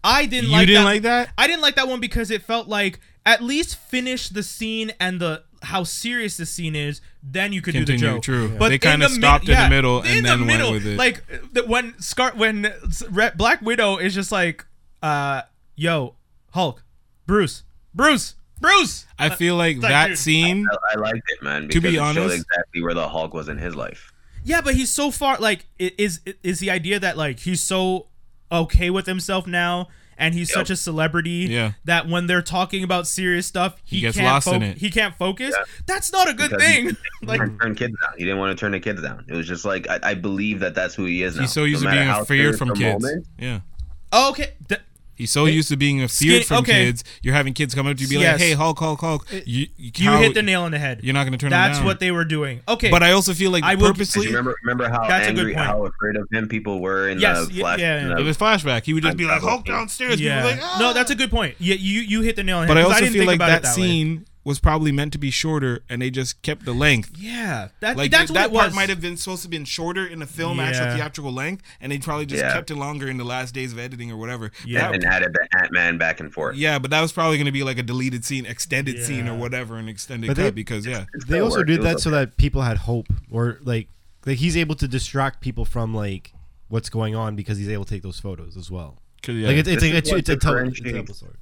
[SPEAKER 3] I didn't
[SPEAKER 5] You
[SPEAKER 3] like
[SPEAKER 5] didn't
[SPEAKER 3] that.
[SPEAKER 5] like that?
[SPEAKER 3] I didn't like that one because it felt like at least finish the scene and the how serious the scene is. Then you could do
[SPEAKER 5] Continue,
[SPEAKER 3] the joke.
[SPEAKER 5] true.
[SPEAKER 3] But
[SPEAKER 5] They
[SPEAKER 3] in
[SPEAKER 5] kinda
[SPEAKER 3] the mid-
[SPEAKER 5] stopped in the
[SPEAKER 3] yeah,
[SPEAKER 5] middle
[SPEAKER 3] in
[SPEAKER 5] and
[SPEAKER 3] the
[SPEAKER 5] then went
[SPEAKER 3] middle,
[SPEAKER 5] with it.
[SPEAKER 3] Like the, when Scar when S- Re- Black Widow is just like, uh, yo, Hulk, Bruce, Bruce, Bruce.
[SPEAKER 5] I feel like
[SPEAKER 3] Uh, like,
[SPEAKER 5] that
[SPEAKER 3] dude,
[SPEAKER 5] scene.
[SPEAKER 1] I, I liked it, man.
[SPEAKER 5] To
[SPEAKER 1] Because
[SPEAKER 5] be
[SPEAKER 1] it showed
[SPEAKER 5] honest-
[SPEAKER 1] exactly where the Hulk was in his life.
[SPEAKER 3] Yeah, but he's so far like i- is is the idea that like he's so okay with himself now and he's such a celebrity
[SPEAKER 5] Yeah.
[SPEAKER 3] that when they're talking about serious stuff he,
[SPEAKER 5] gets
[SPEAKER 3] can't
[SPEAKER 5] lost in
[SPEAKER 3] fo-
[SPEAKER 5] it.
[SPEAKER 3] He can't focus. That's not a good
[SPEAKER 1] Because
[SPEAKER 3] thing. [laughs] like
[SPEAKER 1] Turn, turn kids down. He didn't want to turn the kids down. It was just like I, I believe that that's who he is now.
[SPEAKER 5] He's so used
[SPEAKER 1] No
[SPEAKER 5] to
[SPEAKER 1] matter
[SPEAKER 5] being
[SPEAKER 1] how
[SPEAKER 5] feared
[SPEAKER 1] serious
[SPEAKER 5] from
[SPEAKER 1] the
[SPEAKER 5] kids.
[SPEAKER 1] moment,
[SPEAKER 5] Yeah.
[SPEAKER 3] oh, okay, th-
[SPEAKER 5] He's so used to being feared
[SPEAKER 3] Skinny-
[SPEAKER 5] from
[SPEAKER 3] okay.
[SPEAKER 5] kids. You're having kids come up to you, be
[SPEAKER 3] Yes. Uh,
[SPEAKER 5] like, "Hey, Hulk, Hulk, Hulk!" You,
[SPEAKER 3] you
[SPEAKER 5] how-
[SPEAKER 3] hit the nail on the head.
[SPEAKER 5] You're not going to turn.
[SPEAKER 3] That's
[SPEAKER 5] him down.
[SPEAKER 3] what they were doing. Okay,
[SPEAKER 5] But I also feel like
[SPEAKER 3] I will-
[SPEAKER 5] purposely.
[SPEAKER 1] 'Cause you remember remember how
[SPEAKER 3] That's a good
[SPEAKER 1] angry,
[SPEAKER 3] point.
[SPEAKER 1] how afraid of him people were in
[SPEAKER 3] Yes,
[SPEAKER 1] the
[SPEAKER 3] y-
[SPEAKER 1] flash.
[SPEAKER 3] yeah, yeah.
[SPEAKER 1] in
[SPEAKER 5] It
[SPEAKER 1] the-
[SPEAKER 5] was flashback. He would just
[SPEAKER 1] I-
[SPEAKER 5] be
[SPEAKER 1] I
[SPEAKER 5] like,
[SPEAKER 1] will-
[SPEAKER 5] "Hulk downstairs." People
[SPEAKER 3] yeah,
[SPEAKER 5] were like, ah.
[SPEAKER 3] no, that's a good point. Yeah, you you hit the nail on the
[SPEAKER 5] But
[SPEAKER 3] head.
[SPEAKER 5] I
[SPEAKER 3] 'cause
[SPEAKER 5] also
[SPEAKER 3] didn't
[SPEAKER 5] feel
[SPEAKER 3] think
[SPEAKER 5] like
[SPEAKER 3] about
[SPEAKER 5] that,
[SPEAKER 3] it that way.
[SPEAKER 5] scene was probably meant to be shorter, and they just kept the length.
[SPEAKER 3] Yeah, that
[SPEAKER 5] Like
[SPEAKER 3] that's
[SPEAKER 5] that
[SPEAKER 3] what it
[SPEAKER 5] part
[SPEAKER 3] was.
[SPEAKER 5] might have been supposed to been shorter in the film,
[SPEAKER 3] Yeah.
[SPEAKER 5] actual theatrical length, and they probably just
[SPEAKER 1] Yeah.
[SPEAKER 5] kept it longer in the last days of editing or whatever.
[SPEAKER 3] Yeah.
[SPEAKER 5] That-
[SPEAKER 1] and added the Ant Man back and forth.
[SPEAKER 5] yeah, but that was probably going to be like a deleted scene, extended scene, or whatever, an extended
[SPEAKER 4] But
[SPEAKER 5] cut
[SPEAKER 4] they-
[SPEAKER 5] because yeah,
[SPEAKER 1] It
[SPEAKER 4] They
[SPEAKER 1] still
[SPEAKER 4] also
[SPEAKER 1] worked.
[SPEAKER 4] did
[SPEAKER 1] It was
[SPEAKER 4] that so that people had hope or like like he's able to distract people from like what's going on because he's able to take those photos as well. Like it's it's
[SPEAKER 1] This
[SPEAKER 4] like
[SPEAKER 1] is
[SPEAKER 4] it's,
[SPEAKER 1] what
[SPEAKER 4] it's a total it's a
[SPEAKER 1] differentiates-
[SPEAKER 4] double sword.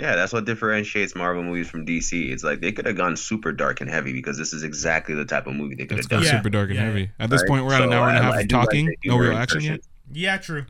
[SPEAKER 1] Yeah, that's what differentiates Marvel movies from DC. It's like they could have gone super dark and heavy because this is exactly the type of movie they could
[SPEAKER 5] That's
[SPEAKER 1] have
[SPEAKER 5] got
[SPEAKER 1] done.
[SPEAKER 3] Yeah.
[SPEAKER 5] super dark and
[SPEAKER 3] yeah.
[SPEAKER 5] heavy. At this point, we're at
[SPEAKER 1] So
[SPEAKER 5] an hour and a
[SPEAKER 1] I-
[SPEAKER 5] half
[SPEAKER 1] I
[SPEAKER 5] of
[SPEAKER 1] do like
[SPEAKER 5] talking.
[SPEAKER 1] that you
[SPEAKER 5] no
[SPEAKER 1] were
[SPEAKER 5] real
[SPEAKER 1] in
[SPEAKER 5] action
[SPEAKER 1] person.
[SPEAKER 5] yet.
[SPEAKER 3] Yeah, true.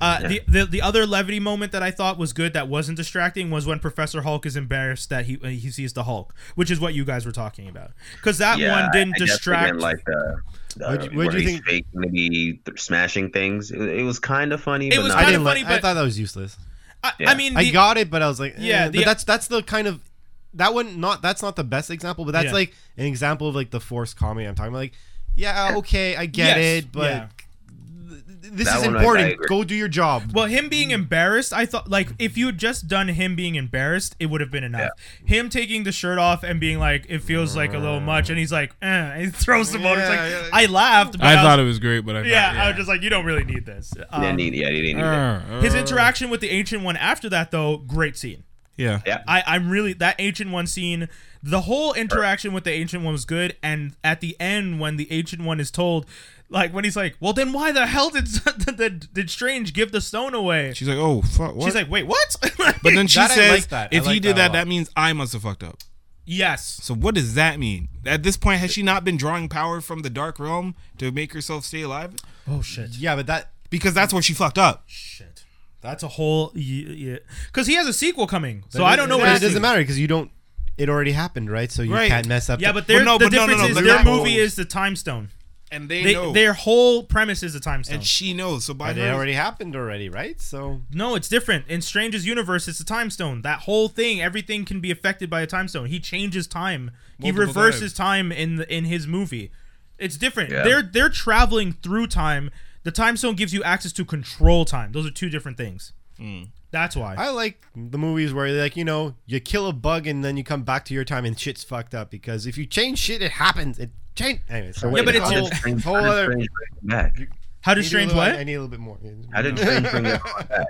[SPEAKER 3] Uh, the, the the other levity moment that I thought was good that wasn't distracting was when Professor Hulk is embarrassed that he he sees the Hulk, which is what you guys were talking about, because that
[SPEAKER 1] Yeah,
[SPEAKER 3] one
[SPEAKER 1] I-
[SPEAKER 3] didn't
[SPEAKER 1] I guess they
[SPEAKER 3] distract.
[SPEAKER 1] didn't like the, the
[SPEAKER 4] What'd you-
[SPEAKER 1] where
[SPEAKER 4] what'd you
[SPEAKER 1] he's
[SPEAKER 4] think-
[SPEAKER 1] faking to be th- smashing things. It, it was kind of funny.
[SPEAKER 3] It
[SPEAKER 1] but
[SPEAKER 3] was
[SPEAKER 1] not
[SPEAKER 4] I
[SPEAKER 3] kinda
[SPEAKER 4] didn't
[SPEAKER 3] funny,
[SPEAKER 4] like. I
[SPEAKER 3] but-
[SPEAKER 4] thought that was useless.
[SPEAKER 3] I,
[SPEAKER 1] Yeah.
[SPEAKER 3] I mean,
[SPEAKER 4] I
[SPEAKER 3] the-
[SPEAKER 4] got it, but I was like,
[SPEAKER 3] Yeah,
[SPEAKER 4] yeah.
[SPEAKER 3] the-
[SPEAKER 4] but that's that's the kind of that one. Not that's not the best example, but that's
[SPEAKER 3] Yeah.
[SPEAKER 4] like an example of like the forced comedy I'm talking about. Like, yeah, okay, I get
[SPEAKER 3] Yes,
[SPEAKER 4] it, but
[SPEAKER 3] yeah.
[SPEAKER 4] th- th- this
[SPEAKER 1] That
[SPEAKER 4] is
[SPEAKER 1] one I- I
[SPEAKER 4] important.
[SPEAKER 1] agree.
[SPEAKER 4] Go do your job.
[SPEAKER 3] well, him being embarrassed, I thought like if you had just done him being embarrassed, it would have been enough. Him taking the shirt off and being like, it feels like a little much, and he's like, eh, and he throws the motor. It's
[SPEAKER 5] Yeah,
[SPEAKER 3] like
[SPEAKER 5] yeah.
[SPEAKER 3] I laughed. But
[SPEAKER 5] I
[SPEAKER 3] was-
[SPEAKER 5] thought it was great, but I
[SPEAKER 3] Yeah,
[SPEAKER 5] thought,
[SPEAKER 3] I was just like, you don't really need this.
[SPEAKER 1] They
[SPEAKER 3] Um,
[SPEAKER 1] didn't need, yeah, they didn't need it.
[SPEAKER 5] Arr, arr.
[SPEAKER 3] his interaction with the ancient one after that, though, great scene.
[SPEAKER 5] yeah.
[SPEAKER 1] Yeah,
[SPEAKER 3] I, I'm really that ancient one scene. The whole interaction with the ancient one was good, and at the end, when the ancient one is told, like when he's like, "Well, then why the hell did [laughs] did, did Strange give the stone away?"
[SPEAKER 5] She's like, oh fuck. What?
[SPEAKER 3] She's like, "Wait, what?" [laughs]
[SPEAKER 5] but then she
[SPEAKER 4] That I
[SPEAKER 5] says,
[SPEAKER 4] like that. I
[SPEAKER 5] if he
[SPEAKER 4] like that a
[SPEAKER 5] did that,
[SPEAKER 4] lot.
[SPEAKER 5] that means I must have fucked up.
[SPEAKER 3] yes,
[SPEAKER 5] So what does that mean? At this point, has she not been drawing power from the dark realm to make herself stay alive?
[SPEAKER 3] oh shit,
[SPEAKER 4] yeah, but that
[SPEAKER 5] Because that's where she fucked up.
[SPEAKER 3] shit. That's a whole yeah, because he has a sequel coming, so
[SPEAKER 4] but
[SPEAKER 3] I
[SPEAKER 4] it-
[SPEAKER 3] don't know
[SPEAKER 4] but
[SPEAKER 3] what
[SPEAKER 4] it doesn't
[SPEAKER 3] matter.
[SPEAKER 4] matter because you don't. It already happened, right? So you
[SPEAKER 5] Right.
[SPEAKER 4] can't mess up.
[SPEAKER 3] Yeah,
[SPEAKER 4] the-
[SPEAKER 3] but, their,
[SPEAKER 5] no,
[SPEAKER 3] the
[SPEAKER 5] but no, no,
[SPEAKER 3] difference
[SPEAKER 5] no,
[SPEAKER 3] is
[SPEAKER 5] but
[SPEAKER 3] their
[SPEAKER 5] that
[SPEAKER 3] movie
[SPEAKER 5] whole-
[SPEAKER 3] is the time stone.
[SPEAKER 5] And they,
[SPEAKER 3] They,
[SPEAKER 5] know.
[SPEAKER 3] Their whole premise is the time stone.
[SPEAKER 5] and she knows. So by
[SPEAKER 4] but
[SPEAKER 5] her,
[SPEAKER 4] it already happened already, right? So
[SPEAKER 3] No, it's different. In Strange's universe, it's a time stone. That whole thing, everything can be affected by a time stone. He changes time. he
[SPEAKER 5] Multiple
[SPEAKER 3] reverses time in the, in his movie. It's different.
[SPEAKER 1] Yeah.
[SPEAKER 3] They're they're traveling through time. The time stone gives you access to control time. Those are two different things.
[SPEAKER 1] Hmm.
[SPEAKER 3] That's why.
[SPEAKER 4] I like the movies where like you know you kill a bug and then you come back to your time and shit's fucked up because if you change shit, it happens. It change anyway. So
[SPEAKER 3] Yeah, but it's
[SPEAKER 1] how
[SPEAKER 3] your-
[SPEAKER 1] did Strange-
[SPEAKER 4] whole
[SPEAKER 1] how did
[SPEAKER 4] other-
[SPEAKER 1] Strange bring it back?
[SPEAKER 3] How
[SPEAKER 4] I
[SPEAKER 3] did
[SPEAKER 4] need a
[SPEAKER 3] Strange
[SPEAKER 4] little-
[SPEAKER 3] what?
[SPEAKER 4] I need a little bit more.
[SPEAKER 1] How did Strange bring,
[SPEAKER 4] [laughs]
[SPEAKER 1] it back?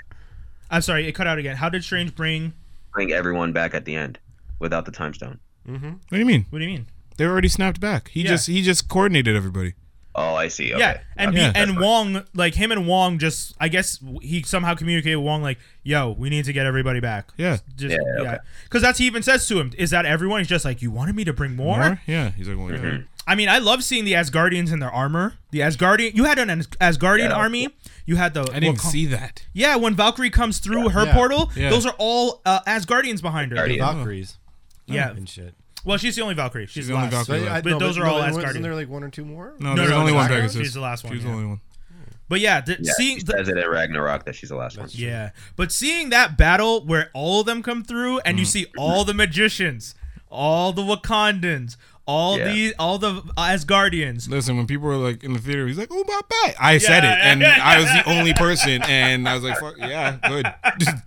[SPEAKER 3] I'm sorry, it cut out again. How did Strange bring?
[SPEAKER 1] bring everyone back at the end without the time stone?
[SPEAKER 5] What do you mean?
[SPEAKER 3] What do you mean?
[SPEAKER 5] They already snapped back. He
[SPEAKER 3] Yeah.
[SPEAKER 5] just he just coordinated everybody.
[SPEAKER 1] Oh, I see. Okay.
[SPEAKER 3] Yeah, and
[SPEAKER 5] Yeah.
[SPEAKER 3] He, and Wong, like him and Wong, just I guess he somehow communicated with Wong like, "Yo, we need to get everybody back."
[SPEAKER 5] Yeah.
[SPEAKER 3] just
[SPEAKER 1] Yeah,
[SPEAKER 3] yeah,
[SPEAKER 1] okay.
[SPEAKER 3] because that's he even says to him, "Is that everyone?" He's just like, "You wanted me to bring more."
[SPEAKER 5] Or, yeah. He's like, well, yeah.
[SPEAKER 3] I mean, I love seeing the Asgardians in their armor. The Asgardian, you had an As- Asgardian
[SPEAKER 1] Yeah.
[SPEAKER 3] army. You had the
[SPEAKER 5] I didn't
[SPEAKER 3] Wakan-
[SPEAKER 5] see that.
[SPEAKER 3] Yeah, when Valkyrie comes through her
[SPEAKER 4] Yeah.
[SPEAKER 3] portal,
[SPEAKER 5] Yeah.
[SPEAKER 3] those are all uh, Asgardians behind her.
[SPEAKER 1] Asgardian. Yeah.
[SPEAKER 4] Valkyries.
[SPEAKER 3] Yeah,
[SPEAKER 4] and shit.
[SPEAKER 3] well, she's the only Valkyrie. She's,
[SPEAKER 5] the
[SPEAKER 3] the
[SPEAKER 5] only
[SPEAKER 3] last.
[SPEAKER 5] Valkyrie.
[SPEAKER 4] But, I,
[SPEAKER 3] But
[SPEAKER 4] no,
[SPEAKER 3] those
[SPEAKER 4] but
[SPEAKER 3] are all
[SPEAKER 4] no,
[SPEAKER 3] Asgardians.
[SPEAKER 4] Wasn't there like one or two more?
[SPEAKER 5] No,
[SPEAKER 3] No,
[SPEAKER 5] there's
[SPEAKER 3] no,
[SPEAKER 5] only
[SPEAKER 3] no,
[SPEAKER 5] one
[SPEAKER 3] Ragnarok?
[SPEAKER 5] Pegasus.
[SPEAKER 3] She's the last one,
[SPEAKER 5] She's
[SPEAKER 3] yeah.
[SPEAKER 5] the only one.
[SPEAKER 3] But yeah, th-
[SPEAKER 1] Yeah,
[SPEAKER 3] seeing
[SPEAKER 1] she
[SPEAKER 3] the,
[SPEAKER 1] says it at Ragnarok that she's the last one.
[SPEAKER 5] Mm-hmm.
[SPEAKER 3] Yeah, but seeing that battle where all of them come through and you see all the magicians, all the Wakandans, all
[SPEAKER 1] Yeah.
[SPEAKER 3] the all the Asgardians.
[SPEAKER 5] Listen, when people were like in the theater, he's like, "Oh my bad," I said it,
[SPEAKER 3] [laughs]
[SPEAKER 5] and I was the only person, and I was like, "Fuck yeah, good." [laughs]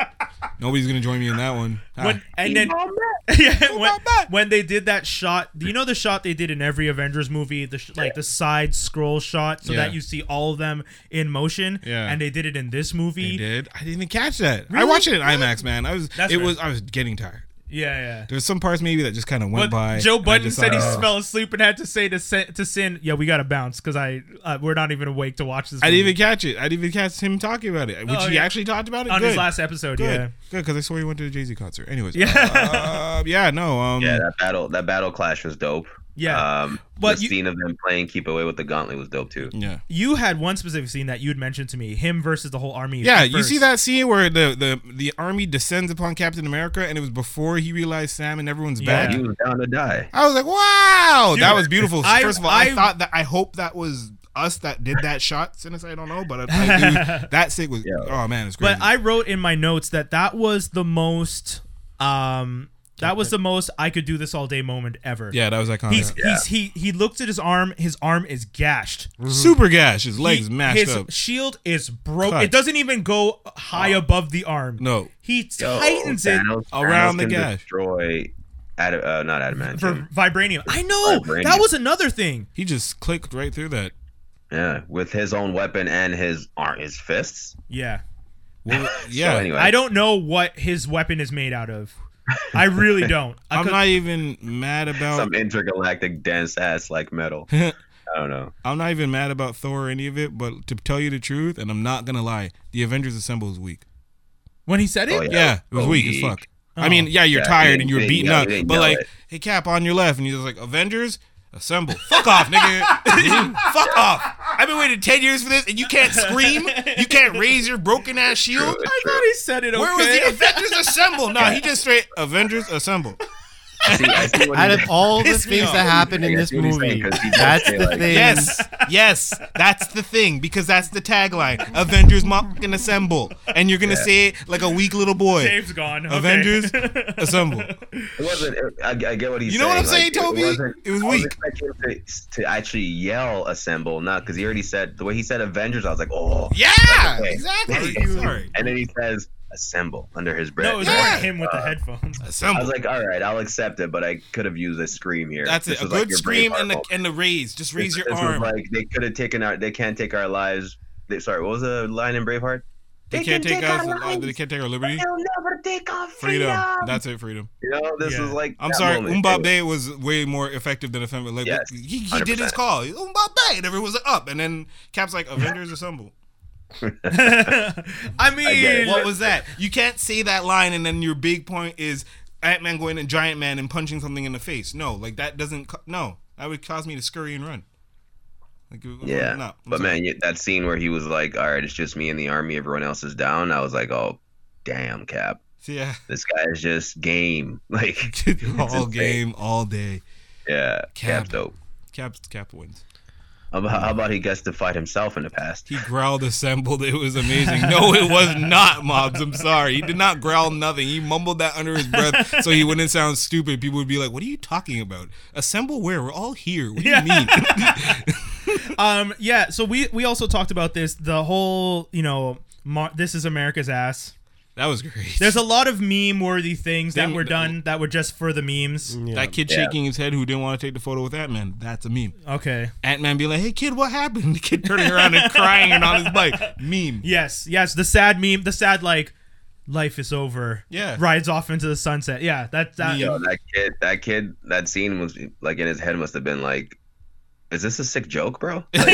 [SPEAKER 5] Nobody's gonna join me in that one. Ah.
[SPEAKER 3] When, and then [laughs] yeah, when, when they did that shot, do you know the shot they did in every Avengers movie, the sh- like the side scroll shot, so
[SPEAKER 5] Yeah.
[SPEAKER 3] that you see all of them in motion.
[SPEAKER 5] Yeah.
[SPEAKER 3] and they did it in this
[SPEAKER 5] They
[SPEAKER 3] movie.
[SPEAKER 5] did. I didn't even catch that. I watched it in IMAX, man. I was.
[SPEAKER 3] That's
[SPEAKER 5] it
[SPEAKER 3] fair.
[SPEAKER 5] was. I was getting tired.
[SPEAKER 3] Yeah, yeah.
[SPEAKER 5] There's some parts maybe that just kind of went
[SPEAKER 3] But
[SPEAKER 5] by.
[SPEAKER 3] Joe
[SPEAKER 5] and I
[SPEAKER 3] Budden
[SPEAKER 5] just
[SPEAKER 3] said he
[SPEAKER 5] thought, "Oh." "Ugh."
[SPEAKER 3] fell asleep and had to say to sin, to sin yeah, we gotta bounce because I uh, we're not even awake to watch this.
[SPEAKER 5] I
[SPEAKER 3] movie."
[SPEAKER 5] didn't even catch it. I didn't even catch him talking about it, which
[SPEAKER 3] Oh,
[SPEAKER 5] he
[SPEAKER 3] yeah.
[SPEAKER 5] actually talked about it
[SPEAKER 3] on
[SPEAKER 5] Good.
[SPEAKER 3] his last episode.
[SPEAKER 5] Good.
[SPEAKER 3] Yeah,
[SPEAKER 5] Good, because I saw he went to the Jay Z concert. Anyways,
[SPEAKER 3] Yeah.
[SPEAKER 5] yeah, uh, yeah, no, um,
[SPEAKER 1] Yeah, that battle that battle clash was dope.
[SPEAKER 3] yeah.
[SPEAKER 1] Um,
[SPEAKER 3] But
[SPEAKER 1] the
[SPEAKER 3] you-
[SPEAKER 1] scene of them playing "Keep Away with the Gauntlet" was dope too.
[SPEAKER 5] yeah.
[SPEAKER 3] you had one specific scene that you had mentioned to me: him versus the whole army.
[SPEAKER 5] Yeah,
[SPEAKER 3] at
[SPEAKER 5] you see
[SPEAKER 3] first.
[SPEAKER 5] that scene where the, the the army descends upon Captain America, and it was before he realized Sam and everyone's
[SPEAKER 3] Yeah.
[SPEAKER 5] back.
[SPEAKER 1] He was down to die.
[SPEAKER 5] I was like, wow,
[SPEAKER 3] Dude,
[SPEAKER 5] that was beautiful.
[SPEAKER 3] I-
[SPEAKER 5] First of all, I,
[SPEAKER 3] I-
[SPEAKER 5] thought that I hope that was us that did that shot. Since I don't know, but I, I
[SPEAKER 3] [laughs]
[SPEAKER 5] do, that sick was.
[SPEAKER 1] Yeah.
[SPEAKER 5] Oh man, it's crazy.
[SPEAKER 3] But I wrote in my notes that that was the most, um, that was the most I could do this all day moment ever.
[SPEAKER 5] yeah, that was iconic.
[SPEAKER 3] He's, he's he he looks at his arm. His arm is gashed.
[SPEAKER 5] super gash. His legs
[SPEAKER 3] He-
[SPEAKER 5] mashed
[SPEAKER 3] his
[SPEAKER 5] up.
[SPEAKER 3] shield is broke.
[SPEAKER 5] Cut.
[SPEAKER 3] It doesn't even go high above the arm.
[SPEAKER 5] No.
[SPEAKER 3] he
[SPEAKER 1] Yo,
[SPEAKER 3] tightens it
[SPEAKER 1] Thanos-
[SPEAKER 5] around
[SPEAKER 1] Thanos
[SPEAKER 5] the
[SPEAKER 1] can
[SPEAKER 5] gash.
[SPEAKER 1] Destroy, Adam, uh, not
[SPEAKER 3] for
[SPEAKER 1] adamantium.
[SPEAKER 3] vibranium. I know that
[SPEAKER 1] Vibranium.
[SPEAKER 3] was another thing.
[SPEAKER 5] He just clicked right
[SPEAKER 1] [laughs]
[SPEAKER 5] through that.
[SPEAKER 1] yeah, with his own weapon and his arm, his fists.
[SPEAKER 3] Yeah,
[SPEAKER 5] Well,
[SPEAKER 1] So
[SPEAKER 5] yeah.
[SPEAKER 1] anyway,
[SPEAKER 3] I don't know what his weapon is made out of. I
[SPEAKER 5] [laughs]
[SPEAKER 3] really don't. I
[SPEAKER 5] I'm
[SPEAKER 3] could-
[SPEAKER 5] not even mad about.
[SPEAKER 1] some intergalactic dense ass like
[SPEAKER 5] [laughs]
[SPEAKER 1] metal. I don't know.
[SPEAKER 5] I'm not even mad about Thor or any of it. But to tell you the truth, and I'm not gonna lie, the Avengers Assemble is weak.
[SPEAKER 3] when he said it.
[SPEAKER 1] Oh, yeah.
[SPEAKER 5] Yeah, it was
[SPEAKER 1] Oh,
[SPEAKER 5] weak as
[SPEAKER 1] geez.
[SPEAKER 5] fuck. I mean, yeah, you're
[SPEAKER 1] Yeah,
[SPEAKER 5] tired
[SPEAKER 1] they-
[SPEAKER 5] and you were
[SPEAKER 1] they-
[SPEAKER 5] beaten
[SPEAKER 1] yeah,
[SPEAKER 5] up,
[SPEAKER 1] they
[SPEAKER 5] but
[SPEAKER 1] know
[SPEAKER 5] like,
[SPEAKER 1] it.
[SPEAKER 5] hey, Cap, on your left, and he's like, Avengers, assemble. Fuck off,
[SPEAKER 1] [laughs]
[SPEAKER 5] nigga. Fuck off. I've been waiting ten years for this, and you can't scream. You can't raise your broken ass shield.
[SPEAKER 1] True,
[SPEAKER 3] I
[SPEAKER 1] true.
[SPEAKER 3] thought he said it. Okay.
[SPEAKER 5] Where was the Avengers assemble? Nah, he just straight Avengers assemble.
[SPEAKER 1] See, I see what
[SPEAKER 4] Out
[SPEAKER 1] he
[SPEAKER 4] of
[SPEAKER 1] did.
[SPEAKER 4] all the
[SPEAKER 5] Pissed me
[SPEAKER 4] things
[SPEAKER 5] off.
[SPEAKER 4] that happened in
[SPEAKER 1] Yeah, I
[SPEAKER 4] this
[SPEAKER 1] see what he's saying,
[SPEAKER 4] movie,
[SPEAKER 1] 'cause he does
[SPEAKER 4] that's
[SPEAKER 1] say,
[SPEAKER 4] the
[SPEAKER 1] like-
[SPEAKER 4] thing.
[SPEAKER 5] Yes, yes, that's the thing because that's the tagline. Avengers fucking assemble, and you're gonna say it like a weak little boy.
[SPEAKER 3] Dave's gone. Okay. [laughs]
[SPEAKER 5] Avengers assemble.
[SPEAKER 1] It wasn't. It, I, I get what he's.
[SPEAKER 5] You know what I'm
[SPEAKER 1] like,
[SPEAKER 5] saying, Toby?
[SPEAKER 1] wasn't-
[SPEAKER 5] It was
[SPEAKER 1] I was
[SPEAKER 5] weak.
[SPEAKER 1] expecting him to, to actually yell "assemble," not because he already said the way he said "Avengers." I was like, "Oh,
[SPEAKER 5] Yeah,
[SPEAKER 1] Okay.
[SPEAKER 5] exactly. Sorry.
[SPEAKER 1] And then he says "assemble" under his breath.
[SPEAKER 3] no, it was
[SPEAKER 5] Yeah.
[SPEAKER 3] more him with the headphones.
[SPEAKER 1] I
[SPEAKER 5] Assemble.
[SPEAKER 1] was like, "All right, I'll accept it," but I could have used a scream here.
[SPEAKER 5] That's
[SPEAKER 1] This
[SPEAKER 5] it. A
[SPEAKER 1] was
[SPEAKER 5] good
[SPEAKER 1] like your
[SPEAKER 5] scream
[SPEAKER 1] Braveheart
[SPEAKER 5] and the
[SPEAKER 1] moment.
[SPEAKER 5] and the raise. Just raise
[SPEAKER 1] This-
[SPEAKER 5] your
[SPEAKER 1] this was
[SPEAKER 5] arm.
[SPEAKER 1] like they could have taken our. They can't take our lives. They, sorry, what was the line in Braveheart?
[SPEAKER 5] they, can't take us. uh, they can't take our liberty. They'll never take our freedom. That's it. Freedom.
[SPEAKER 1] You know, this
[SPEAKER 3] Yeah.
[SPEAKER 1] was like.
[SPEAKER 5] I'm
[SPEAKER 1] that
[SPEAKER 5] sorry.
[SPEAKER 1] moment.
[SPEAKER 5] Umba
[SPEAKER 1] It
[SPEAKER 5] Bay was way more effective than offensive. Like,
[SPEAKER 1] Yes,
[SPEAKER 5] he, he did his
[SPEAKER 1] 100%.
[SPEAKER 5] call. Umba Bay, and everyone was like, up. And then
[SPEAKER 1] [laughs]
[SPEAKER 5] Cap's like, Avengers assemble.
[SPEAKER 3] I
[SPEAKER 1] get
[SPEAKER 3] mean,
[SPEAKER 1] it.
[SPEAKER 5] What was that? You can't say that line, and then your big point is Ant Man going and Giant Man and punching something in the face. No, like that doesn't. co- No, that would cause me to scurry and run. Like,
[SPEAKER 1] Yeah,
[SPEAKER 5] no, I'm
[SPEAKER 1] but
[SPEAKER 5] sorry.
[SPEAKER 1] man, you- that scene where he was like, "All right, it's just me and the army. Everyone else is down." I was like, "Oh, damn, Cap,
[SPEAKER 5] yeah, [laughs]
[SPEAKER 1] this guy is just game." [laughs] Like,
[SPEAKER 5] all
[SPEAKER 1] insane.
[SPEAKER 5] game, all day.
[SPEAKER 1] yeah,
[SPEAKER 5] Cap.
[SPEAKER 1] Cap, dope.
[SPEAKER 5] Cap, Cap wins.
[SPEAKER 1] How about, how about he gets to fight himself in the past?
[SPEAKER 5] He growled assembled. It was amazing. No, it was not, Mobs. I'm sorry. He did not growl nothing. He mumbled that under his breath so he wouldn't sound stupid. People would be like, What are you talking about? Assemble where? We're all here. What do you mean?
[SPEAKER 3] [laughs]
[SPEAKER 5] [laughs]
[SPEAKER 3] um, yeah. So we we also talked about this. The whole, you know, Mar- this is America's ass.
[SPEAKER 5] that was great.
[SPEAKER 3] There's a lot of meme-worthy things that
[SPEAKER 5] They-
[SPEAKER 3] were done that were just for the memes.
[SPEAKER 4] Mm.
[SPEAKER 5] that kid
[SPEAKER 1] Yeah.
[SPEAKER 5] shaking his head who didn't want to take the photo with Ant Man. That's a meme.
[SPEAKER 3] Okay.
[SPEAKER 5] Ant Man be like, Hey kid, what happened? [laughs] The kid turning around and crying and on his bike. Meme.
[SPEAKER 3] [laughs] Yes, yes, the sad meme, the sad like life is over.
[SPEAKER 5] Yeah.
[SPEAKER 3] Rides off into the sunset. Yeah, that that [laughs]
[SPEAKER 5] Yeah.
[SPEAKER 1] Yo, that kid, that kid, that scene was like in his head must have been like, "Is this a sick joke,
[SPEAKER 3] [laughs]
[SPEAKER 1] bro?" Like,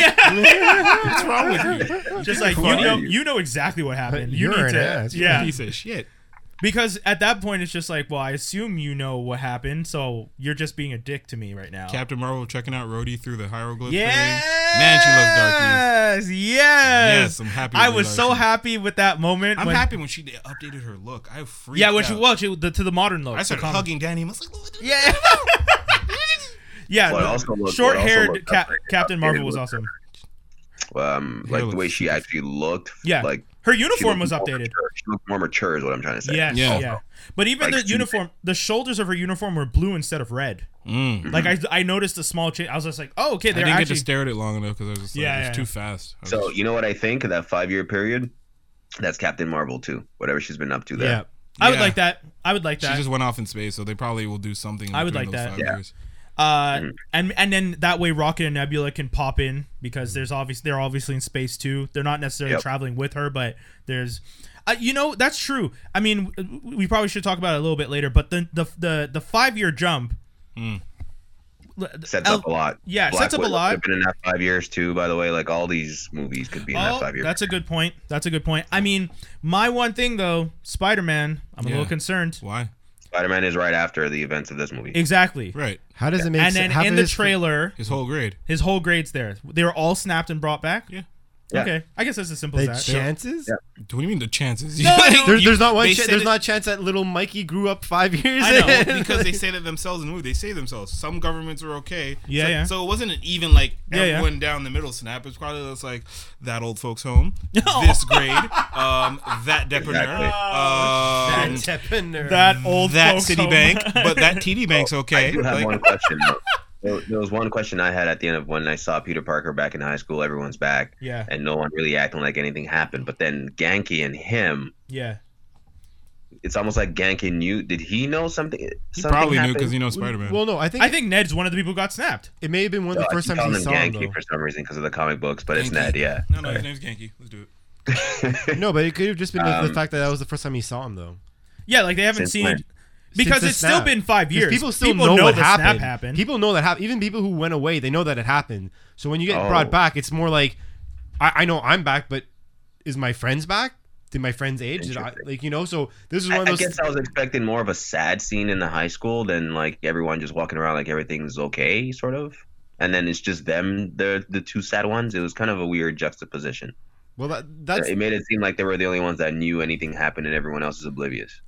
[SPEAKER 5] What's wrong with you?
[SPEAKER 3] just like you
[SPEAKER 1] funny.
[SPEAKER 3] know you know exactly what happened. You
[SPEAKER 4] You're
[SPEAKER 3] need
[SPEAKER 4] an
[SPEAKER 3] to
[SPEAKER 4] ass.
[SPEAKER 3] Yeah.
[SPEAKER 5] Piece of shit.
[SPEAKER 3] Because at that point it's just like, well, I assume you know what happened, so you're just being a dick to me right now.
[SPEAKER 5] Captain Marvel checking out Rhodey through the hieroglyph.
[SPEAKER 3] yes.
[SPEAKER 5] thing. Man, she loves darkies.
[SPEAKER 3] Yes. Yes.
[SPEAKER 5] Yes, I'm happy.
[SPEAKER 3] I
[SPEAKER 5] with
[SPEAKER 3] was so
[SPEAKER 5] Darcy.
[SPEAKER 3] happy with that moment.
[SPEAKER 5] I'm
[SPEAKER 3] when-
[SPEAKER 5] happy when she did- updated her look. I freaked.
[SPEAKER 3] Yeah, when she
[SPEAKER 5] out.
[SPEAKER 3] well, she, the, to the modern look.
[SPEAKER 5] I
[SPEAKER 3] the
[SPEAKER 5] started
[SPEAKER 3] comic-
[SPEAKER 5] hugging Danny. I was like, "Look at
[SPEAKER 3] [laughs]
[SPEAKER 5] this."
[SPEAKER 3] Yeah. [laughs] yeah.
[SPEAKER 1] What
[SPEAKER 3] the
[SPEAKER 1] also looked- what also
[SPEAKER 3] Short-haired
[SPEAKER 1] looked
[SPEAKER 3] Cap-
[SPEAKER 1] upgraded-
[SPEAKER 3] Captain Marvel
[SPEAKER 1] updated
[SPEAKER 3] was
[SPEAKER 1] was-
[SPEAKER 3] awesome.
[SPEAKER 1] um,
[SPEAKER 5] Hair
[SPEAKER 1] like the way
[SPEAKER 5] looks-
[SPEAKER 1] she actually looked.
[SPEAKER 3] Yeah.
[SPEAKER 1] like
[SPEAKER 3] Her
[SPEAKER 1] she
[SPEAKER 3] uniform was
[SPEAKER 1] looked more
[SPEAKER 3] updated.
[SPEAKER 1] mature. She looked more mature, is what I'm trying to say.
[SPEAKER 3] Yes, yeah,
[SPEAKER 5] Yeah.
[SPEAKER 3] But even
[SPEAKER 1] Like,
[SPEAKER 3] the
[SPEAKER 1] she-
[SPEAKER 3] uniform, the shoulders of her uniform were blue instead of red.
[SPEAKER 5] Mm.
[SPEAKER 3] Like I, I noticed a small change. I was just like, oh, okay,
[SPEAKER 5] I
[SPEAKER 3] they're
[SPEAKER 5] didn't get to
[SPEAKER 3] actually.
[SPEAKER 5] stare at it long enough because I was just like,
[SPEAKER 3] Yeah,
[SPEAKER 5] it was
[SPEAKER 3] yeah,
[SPEAKER 5] too
[SPEAKER 3] yeah.
[SPEAKER 5] fast. I was
[SPEAKER 1] So
[SPEAKER 3] Oh,
[SPEAKER 5] just-
[SPEAKER 1] you know what I think of that five year period? That's Captain Marvel too. Whatever she's been up to there.
[SPEAKER 4] Yeah.
[SPEAKER 3] I would
[SPEAKER 5] Yeah.
[SPEAKER 3] like that. I would like
[SPEAKER 5] she
[SPEAKER 3] that.
[SPEAKER 5] just went off in space, so they probably will do something.
[SPEAKER 3] I would
[SPEAKER 5] during
[SPEAKER 3] like
[SPEAKER 5] those
[SPEAKER 3] that.
[SPEAKER 5] five
[SPEAKER 1] Yeah.
[SPEAKER 5] years.
[SPEAKER 3] Uh,
[SPEAKER 1] Mm.
[SPEAKER 3] and and then that way Rocket and Nebula can pop in because there's obvious they're obviously in space too. They're not necessarily
[SPEAKER 1] Yep.
[SPEAKER 3] traveling with her, but there's, uh, you know, that's true. I mean, w- we probably should talk about it a little bit later. But the the the, the five year jump
[SPEAKER 5] Mm.
[SPEAKER 3] l-
[SPEAKER 1] Sets
[SPEAKER 3] el-
[SPEAKER 1] up a lot.
[SPEAKER 3] Oh, yeah, sets up a
[SPEAKER 1] Widow
[SPEAKER 3] lot.
[SPEAKER 1] could've Been in that five years too. By the way, like all these movies could be in that
[SPEAKER 3] Oh,
[SPEAKER 1] five year.
[SPEAKER 3] that's a good point. That's a good point. I mean, my one thing though, Spider Man, I'm a
[SPEAKER 5] Yeah.
[SPEAKER 3] little concerned.
[SPEAKER 5] Why?
[SPEAKER 1] Spider Man is right after the events of this movie.
[SPEAKER 3] Exactly.
[SPEAKER 5] Right.
[SPEAKER 4] How does it make
[SPEAKER 3] And
[SPEAKER 4] sense?
[SPEAKER 3] then
[SPEAKER 4] how
[SPEAKER 3] in the
[SPEAKER 4] does-
[SPEAKER 3] trailer,
[SPEAKER 5] His whole grade.
[SPEAKER 3] his whole grades there. They were all snapped and brought back.
[SPEAKER 5] Yeah.
[SPEAKER 1] Yeah.
[SPEAKER 3] Okay. I guess that's as simple
[SPEAKER 4] the
[SPEAKER 3] as that.
[SPEAKER 4] chances?
[SPEAKER 5] What do you mean the chances? [laughs]
[SPEAKER 3] No, no,
[SPEAKER 4] There, there's not
[SPEAKER 5] they
[SPEAKER 4] one. Cha-
[SPEAKER 5] said
[SPEAKER 4] there's
[SPEAKER 5] it-
[SPEAKER 4] not a chance that little Mikey grew up five [laughs] years.
[SPEAKER 5] I know
[SPEAKER 4] in. [laughs]
[SPEAKER 5] because they say that themselves in the movie. They say themselves. Some governments are okay.
[SPEAKER 3] Yeah,
[SPEAKER 5] so,
[SPEAKER 3] yeah.
[SPEAKER 5] so it wasn't an even like
[SPEAKER 3] Yeah, yeah.
[SPEAKER 5] everyone down the middle snap. It's probably just like that old folks home, this grade, um, that
[SPEAKER 1] Exactly.
[SPEAKER 5] depreneur, um,
[SPEAKER 3] Oh, That old
[SPEAKER 5] that
[SPEAKER 3] folks home.
[SPEAKER 4] [laughs]
[SPEAKER 3] [laughs]
[SPEAKER 5] Citibank, but that TD Bank's okay.
[SPEAKER 1] Oh, I do have
[SPEAKER 5] Like,
[SPEAKER 1] one question. though. There- There was one question I had at the end of when I saw Peter Parker back in high school. Everyone's back,
[SPEAKER 3] Yeah.
[SPEAKER 1] and no one really acting like anything happened. But then Ganky and him,
[SPEAKER 3] Yeah.
[SPEAKER 1] it's almost like Ganky knew. Did he know something?
[SPEAKER 5] he
[SPEAKER 1] something
[SPEAKER 5] probably knew
[SPEAKER 1] happened?
[SPEAKER 5] because you know Spider Man.
[SPEAKER 4] Well, no, I think,
[SPEAKER 3] I think Ned's one of the people who got snapped.
[SPEAKER 4] it may have been one
[SPEAKER 1] No,
[SPEAKER 4] of
[SPEAKER 1] I
[SPEAKER 4] the first
[SPEAKER 1] keep
[SPEAKER 4] times he saw
[SPEAKER 1] calling
[SPEAKER 4] him.
[SPEAKER 1] him Yankee for
[SPEAKER 4] Though.
[SPEAKER 1] some reason because of the comic books, but it's Ned, yeah.
[SPEAKER 5] No, no, his name's Genki. Let's do it.
[SPEAKER 1] [laughs]
[SPEAKER 4] No, but it could have just been the-
[SPEAKER 1] Um,
[SPEAKER 4] the fact that that was the first time he saw him, though.
[SPEAKER 3] Yeah, like they haven't
[SPEAKER 1] Since
[SPEAKER 3] seen
[SPEAKER 1] when?
[SPEAKER 3] it
[SPEAKER 4] Since
[SPEAKER 3] because
[SPEAKER 4] the
[SPEAKER 3] it's still
[SPEAKER 4] snap.
[SPEAKER 3] been five
[SPEAKER 4] 'Cause
[SPEAKER 3] years.
[SPEAKER 4] People still know, what
[SPEAKER 3] the
[SPEAKER 4] happened.
[SPEAKER 3] snap happened.
[SPEAKER 4] People know that happened. Even people who went away, they know that it happened. So when you get
[SPEAKER 1] Oh.
[SPEAKER 4] brought back, it's more like, I, I know I'm back, but is my friends back? Did my friends age? Did I,
[SPEAKER 1] Interesting.
[SPEAKER 4] like you know? So this is
[SPEAKER 1] I,
[SPEAKER 4] one of
[SPEAKER 1] I
[SPEAKER 4] those.
[SPEAKER 1] guess I was expecting more of a sad scene in the high school than like everyone just walking around like everything's okay, sort of. And then it's just them, the the two sad ones. It was kind of a weird juxtaposition.
[SPEAKER 4] well, that, that's
[SPEAKER 1] it made it seem like they were the only ones that knew anything happened and everyone else is oblivious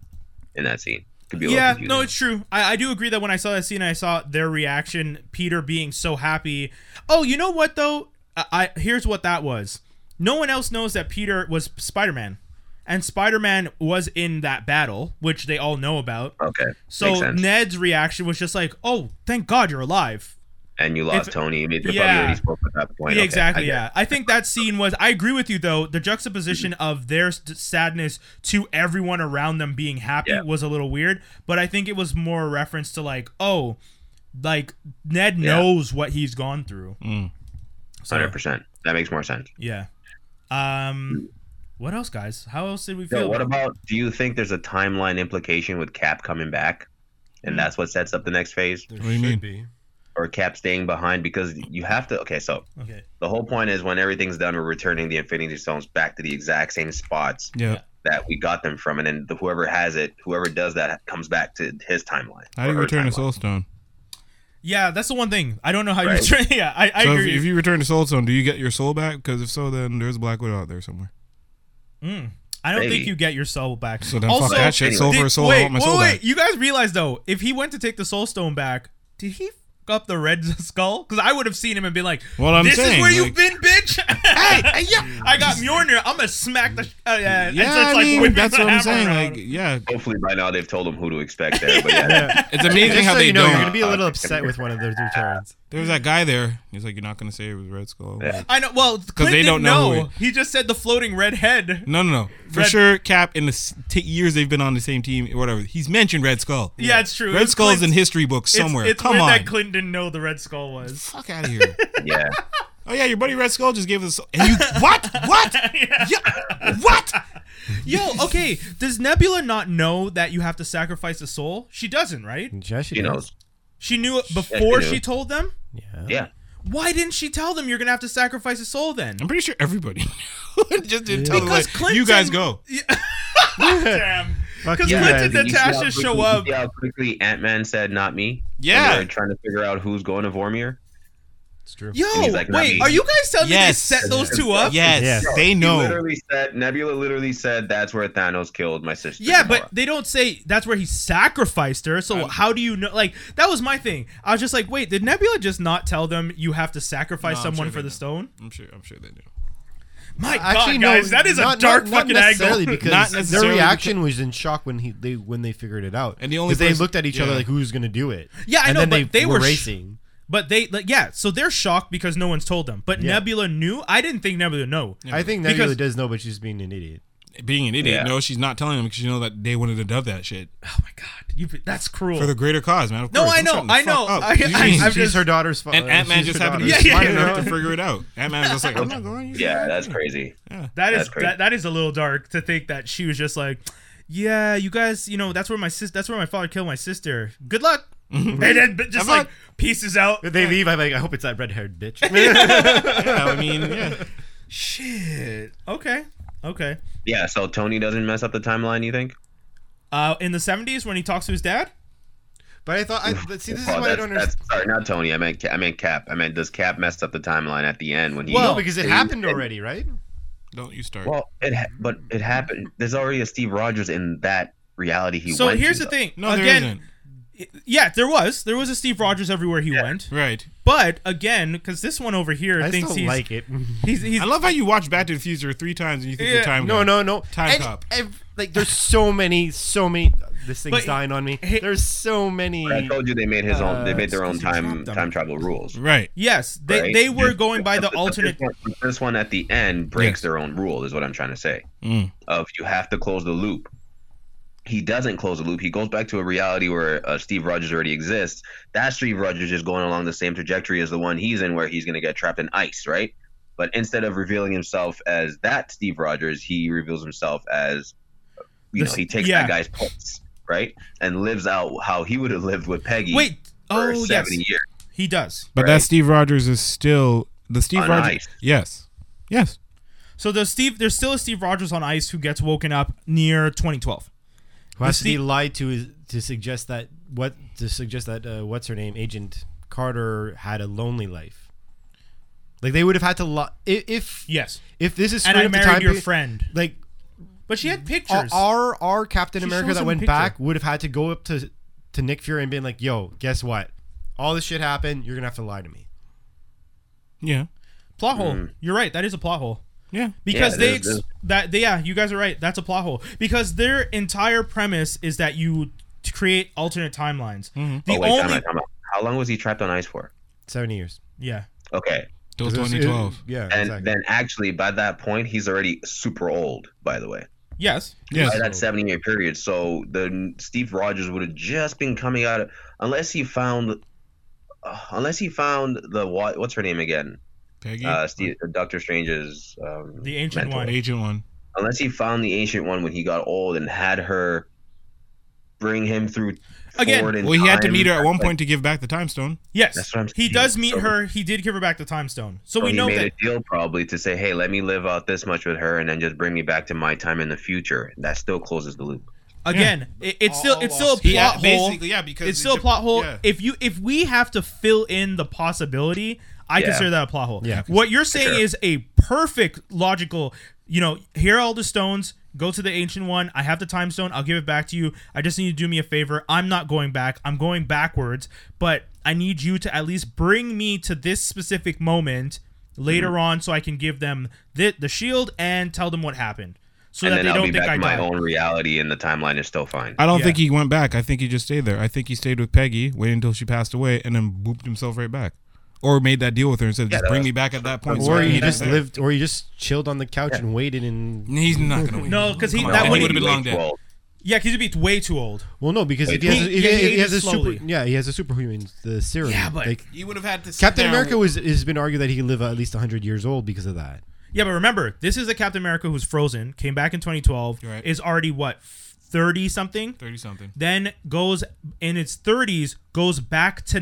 [SPEAKER 1] in that scene. Could be a little
[SPEAKER 3] yeah,
[SPEAKER 1] confusing.
[SPEAKER 3] no, it's true. I, I do agree that when I saw that scene, I saw their reaction. Peter being so happy. Oh, you know what though? I, I here's what that was. No one else knows that Peter was Spider Man, and Spider Man was in that battle, which they all know about.
[SPEAKER 1] okay. Makes
[SPEAKER 3] So
[SPEAKER 1] sense.
[SPEAKER 3] Ned's reaction was just like, "Oh, thank God you're alive."
[SPEAKER 1] and you lost
[SPEAKER 3] if-
[SPEAKER 1] Tony. They probably
[SPEAKER 3] yeah.
[SPEAKER 1] already spoke at that point.
[SPEAKER 3] Yeah,
[SPEAKER 1] Okay,
[SPEAKER 3] exactly.
[SPEAKER 1] I get it.
[SPEAKER 3] yeah, I think that scene was. I agree with you though. The juxtaposition of their s- sadness to everyone around them being happy
[SPEAKER 1] Yeah.
[SPEAKER 3] was a little weird, but I think it was more a reference to like, oh, like Ned
[SPEAKER 1] Yeah.
[SPEAKER 3] knows what he's gone through. So
[SPEAKER 1] 100%. That makes more sense.
[SPEAKER 3] yeah. Um, what else, guys? How else did we feel?
[SPEAKER 1] So what
[SPEAKER 3] about-
[SPEAKER 1] about do you think there's a timeline implication with Cap coming back?
[SPEAKER 3] Hmm.
[SPEAKER 1] And that's what sets up the next phase?
[SPEAKER 4] there
[SPEAKER 5] What do you
[SPEAKER 4] should
[SPEAKER 5] mean?
[SPEAKER 4] be.
[SPEAKER 1] Or Cap staying behind because you have to Okay, so
[SPEAKER 3] okay.
[SPEAKER 1] the whole point is when everything's done, we're returning the Infinity Stones back to the exact same spots
[SPEAKER 5] Yeah,
[SPEAKER 1] that we got them from, and then the, whoever has it, whoever does that, comes back to his timeline.
[SPEAKER 5] how do
[SPEAKER 1] or
[SPEAKER 5] you
[SPEAKER 1] her
[SPEAKER 5] return a
[SPEAKER 1] timeline.
[SPEAKER 5] soul stone?
[SPEAKER 3] Yeah, that's the one thing I don't know how
[SPEAKER 1] Right.
[SPEAKER 3] you. Tra- [laughs] yeah, I, I
[SPEAKER 5] so
[SPEAKER 3] agree.
[SPEAKER 5] If, if you return a soul stone, do you get your soul back? Because if so, then there's a Black Widow out there somewhere.
[SPEAKER 3] Hmm. I don't think
[SPEAKER 1] Maybe.
[SPEAKER 3] you get your soul back.
[SPEAKER 5] So then
[SPEAKER 3] also,
[SPEAKER 5] fuck that shit. Soul for
[SPEAKER 3] Did-
[SPEAKER 5] a soul. I
[SPEAKER 3] Wait,
[SPEAKER 5] want my
[SPEAKER 3] wait,
[SPEAKER 5] soul
[SPEAKER 3] wait.
[SPEAKER 5] back.
[SPEAKER 3] You guys realize though, if he went to take the soul stone back, did he fuck up the red [laughs] skull? Because I would have seen him and be like,
[SPEAKER 5] Well, I'm
[SPEAKER 3] this
[SPEAKER 5] saying,
[SPEAKER 3] is where you've
[SPEAKER 5] like- uh,
[SPEAKER 3] been, bitch." [laughs] hey, yeah. I got Mjolnir. I'm gonna smack the. sh- Uh, yeah, and so
[SPEAKER 5] Yeah,
[SPEAKER 3] it's
[SPEAKER 5] I
[SPEAKER 3] like
[SPEAKER 5] mean,
[SPEAKER 3] whipping
[SPEAKER 5] that's
[SPEAKER 3] the
[SPEAKER 5] what I'm
[SPEAKER 3] hammer
[SPEAKER 5] saying.
[SPEAKER 3] around.
[SPEAKER 5] Like, yeah,
[SPEAKER 1] Hopefully by now they've told him who to expect there. But yeah,
[SPEAKER 5] it's amazing
[SPEAKER 4] Just
[SPEAKER 5] how
[SPEAKER 4] so
[SPEAKER 5] they
[SPEAKER 4] you know,
[SPEAKER 5] don't.
[SPEAKER 4] you're gonna be
[SPEAKER 1] [laughs]
[SPEAKER 4] a little upset with one of those returns.
[SPEAKER 5] There was that guy there. He's like, you're not gonna say it was Red Skull.
[SPEAKER 1] Yeah.
[SPEAKER 3] I know. Well, because
[SPEAKER 5] they don't know who
[SPEAKER 3] He just said the floating red head.
[SPEAKER 5] No, no, no. For
[SPEAKER 3] Red-
[SPEAKER 5] sure, Cap in the s- t- years they've been on the same team or whatever, he's mentioned Red Skull.
[SPEAKER 3] Yeah, it's true.
[SPEAKER 5] Red
[SPEAKER 3] It's
[SPEAKER 5] Skull's in
[SPEAKER 3] Clint's-
[SPEAKER 5] history books
[SPEAKER 3] It's-
[SPEAKER 5] somewhere.
[SPEAKER 3] It's,
[SPEAKER 5] Come
[SPEAKER 3] weird
[SPEAKER 5] on,
[SPEAKER 3] that Clinton didn't know the red skull was. [laughs]
[SPEAKER 5] fuck out of here. [laughs]
[SPEAKER 1] yeah.
[SPEAKER 5] oh yeah, your buddy Red Skull just gave us. And you [laughs] what? What? Yeah. What?
[SPEAKER 3] Yo, okay. Does Nebula not know that you have to sacrifice a soul? She doesn't, right?
[SPEAKER 4] Yeah, she
[SPEAKER 1] she
[SPEAKER 4] does.
[SPEAKER 1] knows.
[SPEAKER 3] She knew it before
[SPEAKER 1] knew.
[SPEAKER 3] she told them.
[SPEAKER 1] Yeah,
[SPEAKER 3] Why didn't she tell them you're gonna have to sacrifice a soul
[SPEAKER 5] [laughs]
[SPEAKER 3] then?
[SPEAKER 5] I'm pretty sure everybody just didn't tell them,
[SPEAKER 3] Because
[SPEAKER 5] like,
[SPEAKER 3] Clinton-
[SPEAKER 5] You guys go.
[SPEAKER 3] Damn.
[SPEAKER 4] Fuck
[SPEAKER 3] Because
[SPEAKER 4] you
[SPEAKER 3] Clinton
[SPEAKER 4] guys.
[SPEAKER 3] and
[SPEAKER 1] You see how
[SPEAKER 3] Natasha
[SPEAKER 1] quickly-
[SPEAKER 3] show up.
[SPEAKER 1] you see how quickly Ant Man said, "Not me."
[SPEAKER 5] Yeah.
[SPEAKER 1] When they're trying to figure out who's going to Vormir.
[SPEAKER 4] It's true.
[SPEAKER 3] Yo,
[SPEAKER 1] he's like, "Not
[SPEAKER 3] wait,
[SPEAKER 1] me."
[SPEAKER 3] are you guys telling
[SPEAKER 5] Yes.
[SPEAKER 3] me they set those two up?
[SPEAKER 5] Yes,
[SPEAKER 4] Yes.
[SPEAKER 5] they
[SPEAKER 1] He
[SPEAKER 5] know.
[SPEAKER 1] literally said Nebula literally said that's where Thanos killed my sister.
[SPEAKER 3] Yeah, but
[SPEAKER 1] Gamora."
[SPEAKER 3] they don't say that's where he sacrificed her.
[SPEAKER 5] Um,
[SPEAKER 3] So how do you know? Like that was my thing. I was just like, wait, did Nebula just not tell them you have to sacrifice
[SPEAKER 5] No, I'm
[SPEAKER 3] someone
[SPEAKER 5] sure
[SPEAKER 3] for
[SPEAKER 5] they
[SPEAKER 3] the
[SPEAKER 5] know.
[SPEAKER 3] stone?
[SPEAKER 5] I'm sure. I'm sure they do.
[SPEAKER 3] My
[SPEAKER 4] Actually,
[SPEAKER 3] God,
[SPEAKER 4] no,
[SPEAKER 3] guys, that is a
[SPEAKER 4] not-
[SPEAKER 3] dark
[SPEAKER 4] not, not
[SPEAKER 3] fucking
[SPEAKER 4] necessarily
[SPEAKER 3] angle.
[SPEAKER 4] because
[SPEAKER 5] Not necessarily
[SPEAKER 4] their reaction was in shock when he they when they figured it out.
[SPEAKER 5] And the only
[SPEAKER 4] 'Cause they
[SPEAKER 5] person-
[SPEAKER 4] looked at each other
[SPEAKER 5] yeah.
[SPEAKER 4] like, "Who's gonna do it?"
[SPEAKER 3] Yeah, I
[SPEAKER 4] And
[SPEAKER 3] know,
[SPEAKER 4] then
[SPEAKER 3] but they were sh-
[SPEAKER 4] racing.
[SPEAKER 3] But they, like, yeah, so they're shocked because no one's told them. But
[SPEAKER 4] Yeah.
[SPEAKER 3] Nebula knew. I didn't think Nebula knew.
[SPEAKER 4] I think
[SPEAKER 3] Because-
[SPEAKER 4] Nebula does know, but she's being an idiot.
[SPEAKER 5] Being an idiot.
[SPEAKER 1] Yeah.
[SPEAKER 5] No, she's not telling him because you know that they wanted to dub that shit
[SPEAKER 3] Oh my God, you, that's cruel.
[SPEAKER 5] for the greater cause, man. Of
[SPEAKER 3] No,
[SPEAKER 5] course.
[SPEAKER 3] I
[SPEAKER 5] I'm
[SPEAKER 3] know,
[SPEAKER 5] shutting the
[SPEAKER 3] I
[SPEAKER 5] fuck
[SPEAKER 3] know.
[SPEAKER 5] up.
[SPEAKER 3] I- I-
[SPEAKER 5] Jesus.
[SPEAKER 3] [laughs] I'm
[SPEAKER 4] she's
[SPEAKER 3] just-
[SPEAKER 4] her daughter's uh, fault.
[SPEAKER 5] and Ant Man just happened to be
[SPEAKER 3] daughter. [laughs] Yeah,
[SPEAKER 5] smart
[SPEAKER 3] yeah,
[SPEAKER 5] enough
[SPEAKER 3] yeah.
[SPEAKER 5] to figure it out. Ant Man's just like, I'm not going.
[SPEAKER 1] Yeah, that's crazy.
[SPEAKER 3] That is
[SPEAKER 1] That's crazy.
[SPEAKER 3] that, that is a little dark to think that she was just like, yeah, you guys, you know, that's where my sis, that's where my father killed my sister. Good
[SPEAKER 1] [laughs]
[SPEAKER 3] luck. and then but just
[SPEAKER 5] Good
[SPEAKER 3] like
[SPEAKER 5] luck.
[SPEAKER 3] pieces out.
[SPEAKER 4] They leave. I'm like, I hope it's that red haired
[SPEAKER 3] [laughs]
[SPEAKER 4] bitch. [laughs]
[SPEAKER 5] Yeah, I mean, yeah.
[SPEAKER 3] Shit. Okay. Okay.
[SPEAKER 1] Yeah, so Tony doesn't mess up the timeline, you think?
[SPEAKER 3] Uh, in the seventies, when he talks to his dad,
[SPEAKER 4] but I thought, I, but see, this is
[SPEAKER 1] Oh,
[SPEAKER 4] why I
[SPEAKER 1] that's-
[SPEAKER 4] don't
[SPEAKER 1] that's-
[SPEAKER 4] understand.
[SPEAKER 1] Sorry, not Tony. I meant Ca- I meant Cap. I meant does Cap mess up the timeline at the end when he?
[SPEAKER 4] Well, because it
[SPEAKER 1] he-
[SPEAKER 4] happened already, right?
[SPEAKER 5] Don't you start.
[SPEAKER 1] Well, it ha- but it happened. There's already a Steve Rogers in that reality. He
[SPEAKER 3] so
[SPEAKER 1] went
[SPEAKER 3] here's
[SPEAKER 1] to,
[SPEAKER 3] the thing.
[SPEAKER 5] no, there
[SPEAKER 3] again,
[SPEAKER 5] isn't.
[SPEAKER 3] yeah, there was there was a Steve Rogers everywhere he went,
[SPEAKER 5] Right.
[SPEAKER 3] but again, because this one over here
[SPEAKER 4] I just
[SPEAKER 3] thinks
[SPEAKER 4] don't
[SPEAKER 3] he's,
[SPEAKER 4] like it. [laughs]
[SPEAKER 3] he's he's
[SPEAKER 5] I love how you watch Back to the Future three times and you think
[SPEAKER 3] Yeah.
[SPEAKER 5] you're time.
[SPEAKER 4] No,
[SPEAKER 5] guy.
[SPEAKER 4] no, no.
[SPEAKER 5] Time
[SPEAKER 4] And
[SPEAKER 5] cop.
[SPEAKER 4] ev- like, there's so many, so many. This thing's
[SPEAKER 3] But-
[SPEAKER 4] dying on me.
[SPEAKER 3] hey-
[SPEAKER 4] There's so many.
[SPEAKER 1] I told you they made his own. They
[SPEAKER 4] Uh,
[SPEAKER 1] made their own
[SPEAKER 4] excuse me,
[SPEAKER 1] time
[SPEAKER 4] drop them.
[SPEAKER 1] time travel rules.
[SPEAKER 5] Right.
[SPEAKER 3] yes they
[SPEAKER 1] right?
[SPEAKER 3] they were
[SPEAKER 1] This-
[SPEAKER 3] going
[SPEAKER 1] [laughs]
[SPEAKER 3] by the
[SPEAKER 1] this-
[SPEAKER 3] alternate.
[SPEAKER 1] This one, this one at the end breaks
[SPEAKER 5] Yes.
[SPEAKER 1] their own rule. Is what I'm trying to say.
[SPEAKER 5] Mm.
[SPEAKER 1] Of you have to close the loop. He doesn't close the loop. He goes back to a reality where uh, Steve Rogers already exists. That Steve Rogers is going along the same trajectory as the one he's in, where he's going to get trapped in ice, right? But instead of revealing himself as that Steve Rogers, he reveals himself as, you
[SPEAKER 3] This-
[SPEAKER 1] know, he takes
[SPEAKER 3] yeah.
[SPEAKER 1] that guy's place, right? And lives out how he would have lived with Peggy
[SPEAKER 3] Wait,
[SPEAKER 1] for
[SPEAKER 3] oh yes,
[SPEAKER 1] 70 years.
[SPEAKER 3] he does.
[SPEAKER 5] But that
[SPEAKER 1] Right.
[SPEAKER 5] Steve Rogers is still the Steve
[SPEAKER 1] On
[SPEAKER 5] Rogers.
[SPEAKER 1] ice.
[SPEAKER 5] Yes. Yes.
[SPEAKER 3] So there's Steve. There's still a Steve Rogers on ice who gets woken up near 2012.
[SPEAKER 4] Who has
[SPEAKER 3] The
[SPEAKER 4] to be
[SPEAKER 3] Ste-
[SPEAKER 4] lied to is to suggest that what to suggest that uh, what's her name Agent Carter had a lonely life. Like they would have had to lie if if,
[SPEAKER 3] Yes,
[SPEAKER 4] if this is
[SPEAKER 3] and I
[SPEAKER 4] screwed up the
[SPEAKER 3] married
[SPEAKER 4] time
[SPEAKER 3] your
[SPEAKER 4] period-
[SPEAKER 3] friend.
[SPEAKER 4] Like
[SPEAKER 3] But she had
[SPEAKER 4] our-
[SPEAKER 3] pictures.
[SPEAKER 4] our our Captain
[SPEAKER 3] She
[SPEAKER 4] America
[SPEAKER 3] shows him
[SPEAKER 4] that
[SPEAKER 3] a
[SPEAKER 4] went
[SPEAKER 3] picture.
[SPEAKER 4] back would have had to go up to to Nick Fury and been like, "Yo, guess what? All this shit happened. You're gonna have to lie to me."
[SPEAKER 5] Yeah.
[SPEAKER 3] plot hole. You're right. That is a plot hole
[SPEAKER 5] Yeah.
[SPEAKER 3] because
[SPEAKER 1] Mm. Yeah,
[SPEAKER 3] they
[SPEAKER 1] there's-
[SPEAKER 3] ex-
[SPEAKER 1] there's-
[SPEAKER 3] that they, yeah. You guys are right. That's a plot hole because their entire premise is that you t- create alternate timelines. The
[SPEAKER 1] oh, wait, time
[SPEAKER 3] only
[SPEAKER 1] out, time out. How long was he trapped on ice for?
[SPEAKER 4] Seventy years.
[SPEAKER 3] yeah.
[SPEAKER 1] Okay.
[SPEAKER 5] Till
[SPEAKER 4] It was-
[SPEAKER 5] 2012.
[SPEAKER 4] it- yeah,
[SPEAKER 1] And
[SPEAKER 4] exactly.
[SPEAKER 1] then actually by that point he's already super old, by the way.
[SPEAKER 3] Yes.
[SPEAKER 5] Yes.
[SPEAKER 1] By that seventy year period. So the Steve Rogers would have just been coming out of, unless he found uh, unless he found the what, what's her name again?
[SPEAKER 5] Peggy.
[SPEAKER 1] Uh, Steve, Doctor Strange's um,
[SPEAKER 3] The ancient
[SPEAKER 1] mentor.
[SPEAKER 3] one.
[SPEAKER 5] Agent one.
[SPEAKER 1] Unless he found the ancient one when he got old and had her bring him through
[SPEAKER 3] Again,
[SPEAKER 1] forward in
[SPEAKER 5] Well, he had to
[SPEAKER 1] time.
[SPEAKER 5] meet her at one
[SPEAKER 1] Like,
[SPEAKER 5] point to give back the time stone.
[SPEAKER 3] Yes.
[SPEAKER 1] That's what I'm
[SPEAKER 3] he
[SPEAKER 1] saying.
[SPEAKER 3] does meet
[SPEAKER 1] So-
[SPEAKER 3] her. He did give her back the time stone. So,
[SPEAKER 1] So
[SPEAKER 3] we
[SPEAKER 1] he
[SPEAKER 3] know
[SPEAKER 1] made
[SPEAKER 3] that.
[SPEAKER 1] a deal probably to say, "Hey, let me live out this much with her, and then just bring me back to my time in the future." That still closes the loop.
[SPEAKER 3] Again, it, it's still it's still a plot
[SPEAKER 5] He a-
[SPEAKER 3] hole.
[SPEAKER 5] basically, yeah, because
[SPEAKER 3] it's
[SPEAKER 5] it
[SPEAKER 3] still a
[SPEAKER 5] dep-
[SPEAKER 3] plot hole.
[SPEAKER 5] yeah.
[SPEAKER 3] If you if we have to fill in the possibility, I
[SPEAKER 1] Yeah.
[SPEAKER 3] consider that a plot hole.
[SPEAKER 4] Yeah.
[SPEAKER 3] What you're saying
[SPEAKER 1] Sure.
[SPEAKER 3] is a perfect logical. You know, here are all the stones. Go to the ancient one. I have the time stone. I'll give it back to you. I just need you to do me a favor. I'm not going back. I'm going backwards, but I need you to at least bring me to this specific moment later
[SPEAKER 1] Mm-hmm.
[SPEAKER 3] on, so I can give them the the shield and tell them what happened, so
[SPEAKER 1] and
[SPEAKER 3] that
[SPEAKER 1] then
[SPEAKER 3] they
[SPEAKER 1] I'll
[SPEAKER 3] don't
[SPEAKER 1] be
[SPEAKER 3] think
[SPEAKER 1] back
[SPEAKER 3] I
[SPEAKER 1] in my
[SPEAKER 3] died.
[SPEAKER 1] own reality, and the timeline is still fine.
[SPEAKER 5] I don't
[SPEAKER 3] Yeah.
[SPEAKER 5] think he went back. I think he just stayed there. I think he stayed with Peggy, waited until she passed away, and then booped himself right back, or made that deal with her and said, "Just
[SPEAKER 1] that
[SPEAKER 5] bring
[SPEAKER 1] was-
[SPEAKER 5] me back at that point." so
[SPEAKER 4] or
[SPEAKER 5] I can
[SPEAKER 4] you
[SPEAKER 5] get
[SPEAKER 4] just
[SPEAKER 5] back."
[SPEAKER 4] lived, or you just chilled on the couch and waited and
[SPEAKER 5] [laughs] He's not gonna wait.
[SPEAKER 3] No, 'cause he-
[SPEAKER 5] Come on,
[SPEAKER 3] that
[SPEAKER 5] man.
[SPEAKER 3] would-
[SPEAKER 5] He would've been
[SPEAKER 1] Way
[SPEAKER 5] long
[SPEAKER 1] too
[SPEAKER 5] dead.
[SPEAKER 1] old.
[SPEAKER 3] Yeah, because you'd be way too old.
[SPEAKER 4] Well, no, because if he
[SPEAKER 3] He-
[SPEAKER 4] has, if he,
[SPEAKER 3] yeah, he
[SPEAKER 4] if he has a
[SPEAKER 3] ages slowly.
[SPEAKER 4] super, yeah, he has a superhuman the serum.
[SPEAKER 3] Yeah, but-
[SPEAKER 4] like,
[SPEAKER 5] He would have had to. sit
[SPEAKER 4] Captain
[SPEAKER 5] there and-
[SPEAKER 4] America was has been argued that he could live at least hundred years old because of that.
[SPEAKER 3] Yeah, but remember, this is a Captain America who's frozen, came back in 2012,
[SPEAKER 5] Right.
[SPEAKER 3] is already what 30 something,
[SPEAKER 5] Thirty something.
[SPEAKER 3] then goes in its 30s, goes back to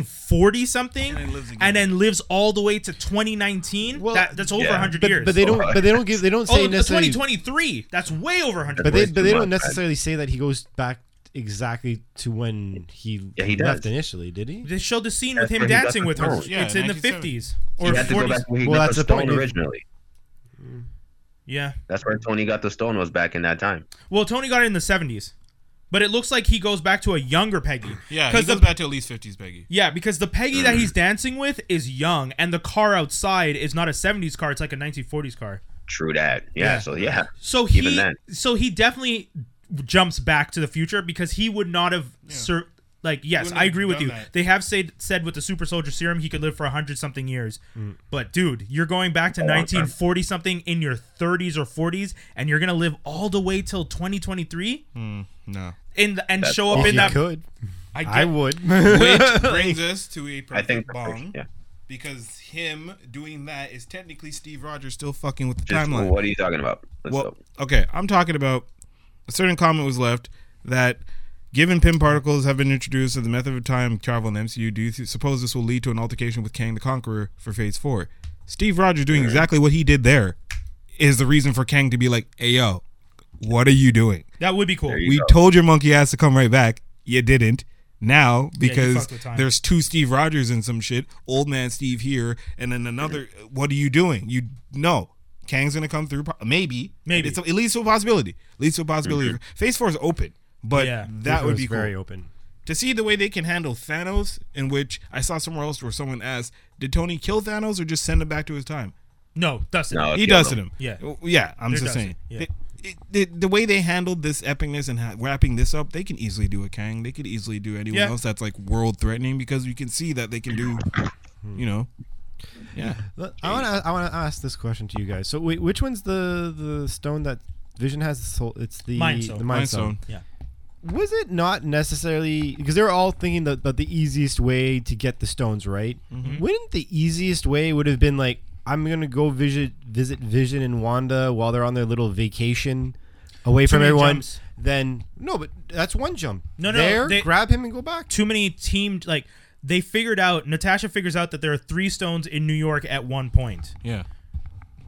[SPEAKER 3] 1940 something,
[SPEAKER 5] then lives
[SPEAKER 3] and,
[SPEAKER 5] again.
[SPEAKER 3] then lives all the way to 2019.
[SPEAKER 4] Well,
[SPEAKER 3] that, that's over
[SPEAKER 1] yeah.
[SPEAKER 3] 100
[SPEAKER 4] But,
[SPEAKER 3] years.
[SPEAKER 4] but they don't.
[SPEAKER 1] Oh,
[SPEAKER 4] But they don't give. They don't
[SPEAKER 3] [laughs] oh,
[SPEAKER 4] say
[SPEAKER 3] the
[SPEAKER 4] necessarily.
[SPEAKER 3] 2023. That's way over 100.
[SPEAKER 4] But they
[SPEAKER 1] Way
[SPEAKER 4] but
[SPEAKER 1] too
[SPEAKER 4] they don't
[SPEAKER 1] much,
[SPEAKER 4] necessarily say that he goes back exactly to when he,
[SPEAKER 1] Yeah, he
[SPEAKER 4] left
[SPEAKER 1] does.
[SPEAKER 4] initially, did he?
[SPEAKER 3] they showed the scene with
[SPEAKER 1] That's
[SPEAKER 3] him
[SPEAKER 1] where he got
[SPEAKER 3] dancing
[SPEAKER 1] the
[SPEAKER 3] with her.
[SPEAKER 1] throne.
[SPEAKER 5] Yeah,
[SPEAKER 3] it's in the
[SPEAKER 5] 1970.
[SPEAKER 3] 50s or
[SPEAKER 1] He had to go
[SPEAKER 3] 40s.
[SPEAKER 1] back where he
[SPEAKER 4] Well,
[SPEAKER 1] got
[SPEAKER 4] that's
[SPEAKER 1] the
[SPEAKER 4] the point.
[SPEAKER 1] stone originally.
[SPEAKER 3] Yeah.
[SPEAKER 1] That's where Tony got the stone was back in that time.
[SPEAKER 3] Well, Tony got it in the 70s But it looks like he goes back to a younger Peggy.
[SPEAKER 5] Yeah, he
[SPEAKER 3] because
[SPEAKER 5] goes
[SPEAKER 3] the
[SPEAKER 5] back to at least 50s Peggy.
[SPEAKER 3] yeah because the Peggy that
[SPEAKER 1] Mm.
[SPEAKER 3] he's dancing with is young, and the car outside is not a '70s car; it's like a 1940s car.
[SPEAKER 1] True that. Yeah.
[SPEAKER 3] Yeah.
[SPEAKER 1] So yeah.
[SPEAKER 3] So he
[SPEAKER 1] Even then.
[SPEAKER 3] so he definitely jumps back to the future because he would not have sur- like yes,
[SPEAKER 5] Wouldn't
[SPEAKER 3] I
[SPEAKER 5] have
[SPEAKER 3] agree with
[SPEAKER 5] done
[SPEAKER 3] you.
[SPEAKER 5] that.
[SPEAKER 3] They have said said with the super soldier serum he could live for 100 something years. But dude, you're going back to
[SPEAKER 1] Mm. long time.
[SPEAKER 3] 1940 something in your 30s or 40s and you're going to live all the way till 2023
[SPEAKER 5] No.
[SPEAKER 3] in the,
[SPEAKER 1] Mm.
[SPEAKER 3] and
[SPEAKER 1] That's
[SPEAKER 3] show up
[SPEAKER 4] If
[SPEAKER 3] in
[SPEAKER 4] you
[SPEAKER 3] that
[SPEAKER 4] could,
[SPEAKER 5] I,
[SPEAKER 4] I
[SPEAKER 5] get-
[SPEAKER 4] would.
[SPEAKER 5] [laughs]
[SPEAKER 1] [laughs]
[SPEAKER 5] Which brings us to a
[SPEAKER 1] I
[SPEAKER 5] perfect
[SPEAKER 1] think.
[SPEAKER 5] bong.
[SPEAKER 1] Yeah.
[SPEAKER 5] Because him doing that is technically Steve Rogers still fucking with the
[SPEAKER 1] Just,
[SPEAKER 5] timeline.
[SPEAKER 1] what are you talking about? Let's
[SPEAKER 5] Well,
[SPEAKER 1] go.
[SPEAKER 5] okay, I'm talking about a certain comment was left that given pin particles have been introduced as the method of time travel in the MCU, do you th- suppose this will lead to an altercation with Kang the Conqueror for Phase 4? Steve Rogers doing exactly what he did there is the reason for Kang to be like, hey, yo, what are you doing?
[SPEAKER 3] that would be cool.
[SPEAKER 1] you
[SPEAKER 5] We
[SPEAKER 1] go.
[SPEAKER 5] told your monkey ass to come right back. You didn't. Now, because
[SPEAKER 3] fucked with time.
[SPEAKER 5] there's two Steve Rogers and some shit, old man Steve here, and then another. What are you doing? You no, Kang's gonna come through. po- Maybe,
[SPEAKER 3] Maybe.
[SPEAKER 5] it's a, it leads to a possibility. Leads to a possibility. Phase four is open, but
[SPEAKER 3] Yeah.
[SPEAKER 5] [laughs] that would be cool
[SPEAKER 4] very open.
[SPEAKER 5] to see the way they can handle Thanos. In which I saw somewhere else where someone asked, "Did Tony kill Thanos or just send him back to his time?"
[SPEAKER 3] No, Dustin.
[SPEAKER 1] No,
[SPEAKER 5] he
[SPEAKER 1] kill
[SPEAKER 5] does it
[SPEAKER 1] them.
[SPEAKER 5] him.
[SPEAKER 3] Yeah.
[SPEAKER 5] Well, yeah. I'm
[SPEAKER 3] They're
[SPEAKER 5] just
[SPEAKER 3] dusting,
[SPEAKER 5] saying.
[SPEAKER 3] yeah.
[SPEAKER 5] They- it- The, the way they handled this epicness and ha- wrapping this up, they can easily do a Kang. They could easily do anyone
[SPEAKER 3] Yeah.
[SPEAKER 5] else that's like world threatening because you can see that they can do, you know, yeah.
[SPEAKER 3] Hmm.
[SPEAKER 4] Look, I want to. I want to ask this question to you guys. So, wait, which one's the the stone that Vision has? The soul. It's the
[SPEAKER 3] Mind Stone.
[SPEAKER 4] The
[SPEAKER 5] Mind
[SPEAKER 4] mind stone.
[SPEAKER 5] Stone.
[SPEAKER 3] Yeah.
[SPEAKER 4] Was it not necessarily because they were all thinking that, that the easiest way to get the stones, right?
[SPEAKER 3] Mm-hmm.
[SPEAKER 4] Wouldn't the easiest way would have been like I'm gonna go visit visit Vision and Wanda while they're on their little vacation away from
[SPEAKER 3] many
[SPEAKER 4] everyone?
[SPEAKER 3] jumps.
[SPEAKER 4] Then no, but that's one jump.
[SPEAKER 3] No, no,
[SPEAKER 4] there,
[SPEAKER 3] they-
[SPEAKER 4] grab him and go back.
[SPEAKER 3] too many team like they figured out Natasha figures out that there are three stones in New York at one point.
[SPEAKER 5] Yeah.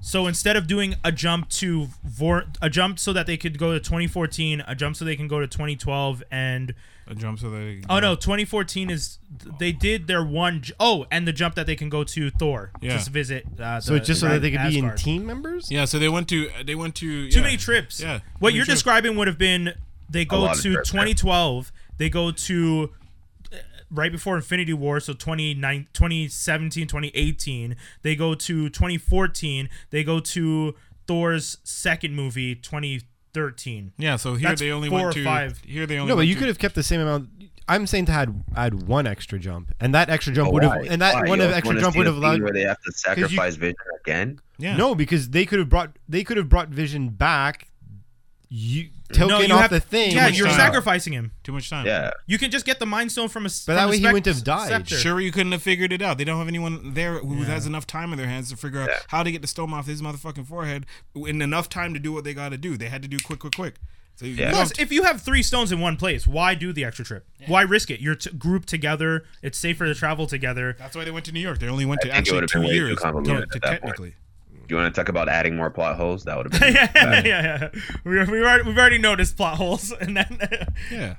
[SPEAKER 3] So instead of doing a jump to vor- a jump so that they could go to 2014, a jump so they can go to 2012 and
[SPEAKER 5] A jump so they.
[SPEAKER 3] oh no, 2014 is they did their one j- oh and the jump that they can go to Thor
[SPEAKER 5] Yeah.
[SPEAKER 3] just visit uh,
[SPEAKER 4] So
[SPEAKER 3] the-
[SPEAKER 4] just so
[SPEAKER 3] the-
[SPEAKER 4] that they could be in
[SPEAKER 3] Asgard.
[SPEAKER 4] team members.
[SPEAKER 5] Yeah, so they went to. They went to.
[SPEAKER 3] Too many trips.
[SPEAKER 5] Yeah,
[SPEAKER 3] What
[SPEAKER 5] too
[SPEAKER 3] you're
[SPEAKER 5] many trips.
[SPEAKER 3] describing would have been they go
[SPEAKER 1] lot of
[SPEAKER 3] to
[SPEAKER 1] trips, yeah.
[SPEAKER 3] 2012, they go to uh, right before Infinity War, so 29 2017, 2018, they go to 2014, they go to Thor's second movie, 2013.
[SPEAKER 5] Yeah, so here
[SPEAKER 3] That's
[SPEAKER 5] they only
[SPEAKER 3] four
[SPEAKER 5] went
[SPEAKER 3] or
[SPEAKER 5] to.
[SPEAKER 3] five.
[SPEAKER 5] Here they only.
[SPEAKER 4] No, but
[SPEAKER 5] went
[SPEAKER 4] you
[SPEAKER 5] to-
[SPEAKER 4] could have kept the same amount. I'm saying to had add one extra jump, and that extra jump
[SPEAKER 1] But
[SPEAKER 4] would have,
[SPEAKER 1] Oh, why?
[SPEAKER 4] and that
[SPEAKER 1] Why?
[SPEAKER 4] one
[SPEAKER 1] You
[SPEAKER 4] of
[SPEAKER 1] also
[SPEAKER 4] extra
[SPEAKER 1] wanna
[SPEAKER 4] jump
[SPEAKER 1] see
[SPEAKER 4] would
[SPEAKER 1] the
[SPEAKER 4] have
[SPEAKER 1] scene
[SPEAKER 4] allowed.
[SPEAKER 1] where they have to sacrifice Vision again.
[SPEAKER 5] Yeah.
[SPEAKER 4] No, because they could have brought they could have brought Vision back. You token
[SPEAKER 3] No, you
[SPEAKER 4] off
[SPEAKER 3] have-
[SPEAKER 4] the thing. uh,
[SPEAKER 3] Yeah,
[SPEAKER 5] much
[SPEAKER 3] you're
[SPEAKER 5] time.
[SPEAKER 3] sacrificing him.
[SPEAKER 5] Too much time.
[SPEAKER 1] Yeah.
[SPEAKER 3] You can just get the Mind Stone from a.
[SPEAKER 4] But that way he wouldn't have died.
[SPEAKER 5] Sure, you couldn't have figured it out. They don't have anyone there who has enough time on their hands to figure out
[SPEAKER 1] Yeah.
[SPEAKER 5] how to get the stone off his motherfucking forehead in enough time to do what they got to do. They had to do quick, quick, quick. So you
[SPEAKER 1] Yeah.
[SPEAKER 5] don't-
[SPEAKER 3] Plus, if you have three stones in one place, why do the extra trip? Why risk it? You're t- grouped together. It's safer to travel together.
[SPEAKER 5] that's why they went to New York. They only went to
[SPEAKER 1] think it
[SPEAKER 5] actually
[SPEAKER 1] would've
[SPEAKER 5] two
[SPEAKER 1] been way too
[SPEAKER 5] years.
[SPEAKER 1] convoluted
[SPEAKER 5] to-
[SPEAKER 1] at that
[SPEAKER 5] technically,
[SPEAKER 1] You want to talk about adding more plot holes? That would
[SPEAKER 3] [laughs]
[SPEAKER 1] have been.
[SPEAKER 3] yeah, yeah, yeah. We, we already, we've already noticed plot holes, and then [laughs]
[SPEAKER 5] yeah.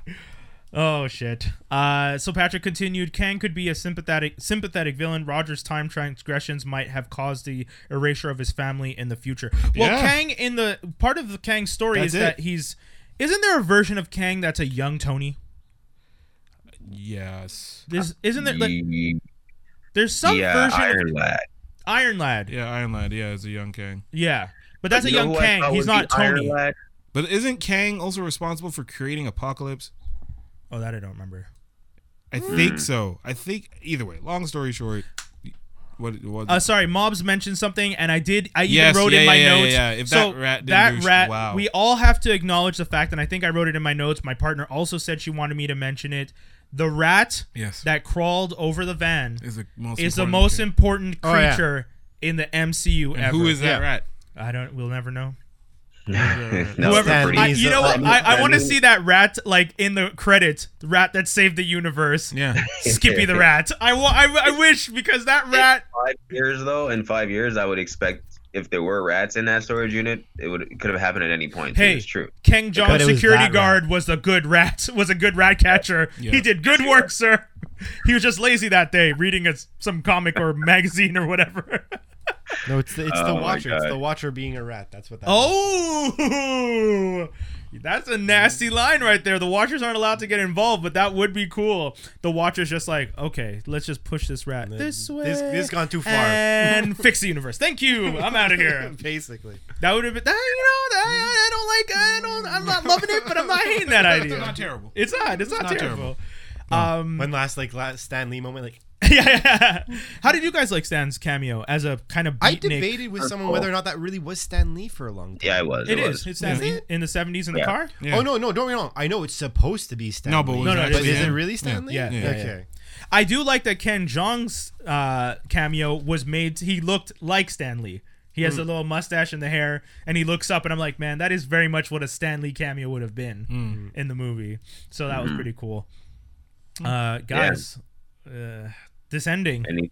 [SPEAKER 3] oh shit. Uh, so Patrick continued. Kang could be a sympathetic sympathetic villain. Roger's time transgressions might have caused the erasure of his family in the future. Well,
[SPEAKER 5] Yeah.
[SPEAKER 3] Kang in the part of the Kang story
[SPEAKER 5] That's
[SPEAKER 3] is that
[SPEAKER 5] it.
[SPEAKER 3] he's isn't there a version of Kang that's a young Tony?
[SPEAKER 5] Yes.
[SPEAKER 3] There's isn't there like,
[SPEAKER 1] Ye-
[SPEAKER 3] there's some
[SPEAKER 1] yeah,
[SPEAKER 3] version
[SPEAKER 1] Iron
[SPEAKER 3] of
[SPEAKER 1] Lad.
[SPEAKER 3] Iron Lad. Yeah,
[SPEAKER 5] Yeah, Iron Lad. Yeah, is a young Kang.
[SPEAKER 3] but that's a
[SPEAKER 1] You know
[SPEAKER 3] young
[SPEAKER 1] who I
[SPEAKER 3] Kang.
[SPEAKER 1] thought
[SPEAKER 3] He's
[SPEAKER 1] would be
[SPEAKER 3] not
[SPEAKER 1] Iron
[SPEAKER 3] Tony.
[SPEAKER 1] Lad? [laughs]
[SPEAKER 5] But isn't Kang also responsible for creating Apocalypse?
[SPEAKER 3] Oh, that I don't remember.
[SPEAKER 5] I
[SPEAKER 1] Hmm.
[SPEAKER 5] think so. I think either way. Long story short, what it was.
[SPEAKER 3] uh, sorry, Mobs mentioned something, and I did. I even
[SPEAKER 5] Yes,
[SPEAKER 3] wrote
[SPEAKER 5] yeah,
[SPEAKER 3] in my
[SPEAKER 5] yeah, yeah,
[SPEAKER 3] notes.
[SPEAKER 5] yeah, yeah. If
[SPEAKER 3] so
[SPEAKER 5] that rat didn't
[SPEAKER 3] that
[SPEAKER 5] do-
[SPEAKER 3] rat,
[SPEAKER 5] wow.
[SPEAKER 3] we all have to acknowledge the fact, and I think I wrote it in my notes. My partner also said she wanted me to mention it. The rat
[SPEAKER 5] Yes.
[SPEAKER 3] that crawled over the van
[SPEAKER 5] is the most.
[SPEAKER 3] is the
[SPEAKER 5] important
[SPEAKER 3] most
[SPEAKER 5] thing.
[SPEAKER 3] important
[SPEAKER 4] Oh, yeah.
[SPEAKER 3] creature in the MCU
[SPEAKER 5] And
[SPEAKER 3] ever.
[SPEAKER 5] who is that
[SPEAKER 4] Yeah.
[SPEAKER 5] rat?
[SPEAKER 3] I don't. We'll never know.
[SPEAKER 1] No,
[SPEAKER 3] Whoever-
[SPEAKER 1] they're
[SPEAKER 4] Stan
[SPEAKER 1] pretty-
[SPEAKER 3] I,
[SPEAKER 4] He's
[SPEAKER 3] you
[SPEAKER 4] a-
[SPEAKER 3] know what?
[SPEAKER 4] um,
[SPEAKER 3] I, I want to
[SPEAKER 1] Stan
[SPEAKER 3] see that rat like in the credits. The rat that saved the universe.
[SPEAKER 5] Yeah.
[SPEAKER 1] [laughs]
[SPEAKER 4] [laughs]
[SPEAKER 3] Skippy the rat. I, wa- I, I wish because that rat.
[SPEAKER 1] five years though. In five years, I would expect if there were rats in that storage unit, it would it could have happened at any point. too.
[SPEAKER 3] Hey.
[SPEAKER 1] it's true.
[SPEAKER 3] Kang John
[SPEAKER 4] But it was
[SPEAKER 3] security
[SPEAKER 4] that
[SPEAKER 3] guard was a good rat [laughs] was a good rat catcher.
[SPEAKER 5] Yeah.
[SPEAKER 3] He did good work, sir. [laughs] He was just lazy that day reading a, some comic or [laughs] magazine or whatever. [laughs]
[SPEAKER 4] No, it's the, it's
[SPEAKER 1] Oh
[SPEAKER 4] the
[SPEAKER 1] my
[SPEAKER 4] watcher. It's
[SPEAKER 1] God.
[SPEAKER 4] the watcher being a rat. That's what that.
[SPEAKER 3] oh, That's a nasty line right there. The Watchers aren't allowed to get involved, but that would be cool. The Watchers just like, okay, let's just push this rat this way.
[SPEAKER 4] This- this has gone too far. [laughs]
[SPEAKER 3] And fix the universe. Thank you. [laughs] I'm out of here.
[SPEAKER 4] Basically,
[SPEAKER 3] That would have been that. You know, that, I, I don't like. I don't. I'm not loving it, but I'm not hating that idea.
[SPEAKER 5] It's not terrible.
[SPEAKER 3] It's not. It's not,
[SPEAKER 5] not
[SPEAKER 3] terrible.
[SPEAKER 5] terrible.
[SPEAKER 3] Um. [laughs]
[SPEAKER 4] one last like last Stan Lee moment. Like
[SPEAKER 3] yeah, yeah. How did you guys like Stan's cameo as a kind of beatnik?
[SPEAKER 4] I debated with someone
[SPEAKER 1] Urkel.
[SPEAKER 4] whether or not that really was Stan Lee for a long time.
[SPEAKER 1] Yeah, I was.
[SPEAKER 3] It
[SPEAKER 1] It,
[SPEAKER 3] is.
[SPEAKER 1] was.
[SPEAKER 3] It's Stan
[SPEAKER 4] Is it?
[SPEAKER 3] in the '70s in the
[SPEAKER 1] Yeah.
[SPEAKER 3] car.
[SPEAKER 5] Yeah.
[SPEAKER 4] Oh no, no, don't get me wrong. I know it's supposed to be Stan
[SPEAKER 5] No,
[SPEAKER 4] Lee.
[SPEAKER 5] but was
[SPEAKER 3] No, no,
[SPEAKER 5] actually
[SPEAKER 3] it's-
[SPEAKER 4] is it
[SPEAKER 5] him?
[SPEAKER 4] really Stan Lee?
[SPEAKER 3] Yeah, yeah, yeah.
[SPEAKER 4] okay.
[SPEAKER 3] I do like that Ken Jong's uh, cameo was made. He looked like Stan Lee. He
[SPEAKER 5] Mm.
[SPEAKER 3] has the little mustache and the hair, and he looks up, and I'm like, man, that is very much what a Stan Lee cameo would have been
[SPEAKER 5] Mm.
[SPEAKER 3] in the movie. So that was
[SPEAKER 1] Mm-hmm.
[SPEAKER 3] pretty cool. Uh, guys, uh, this ending.
[SPEAKER 1] Any,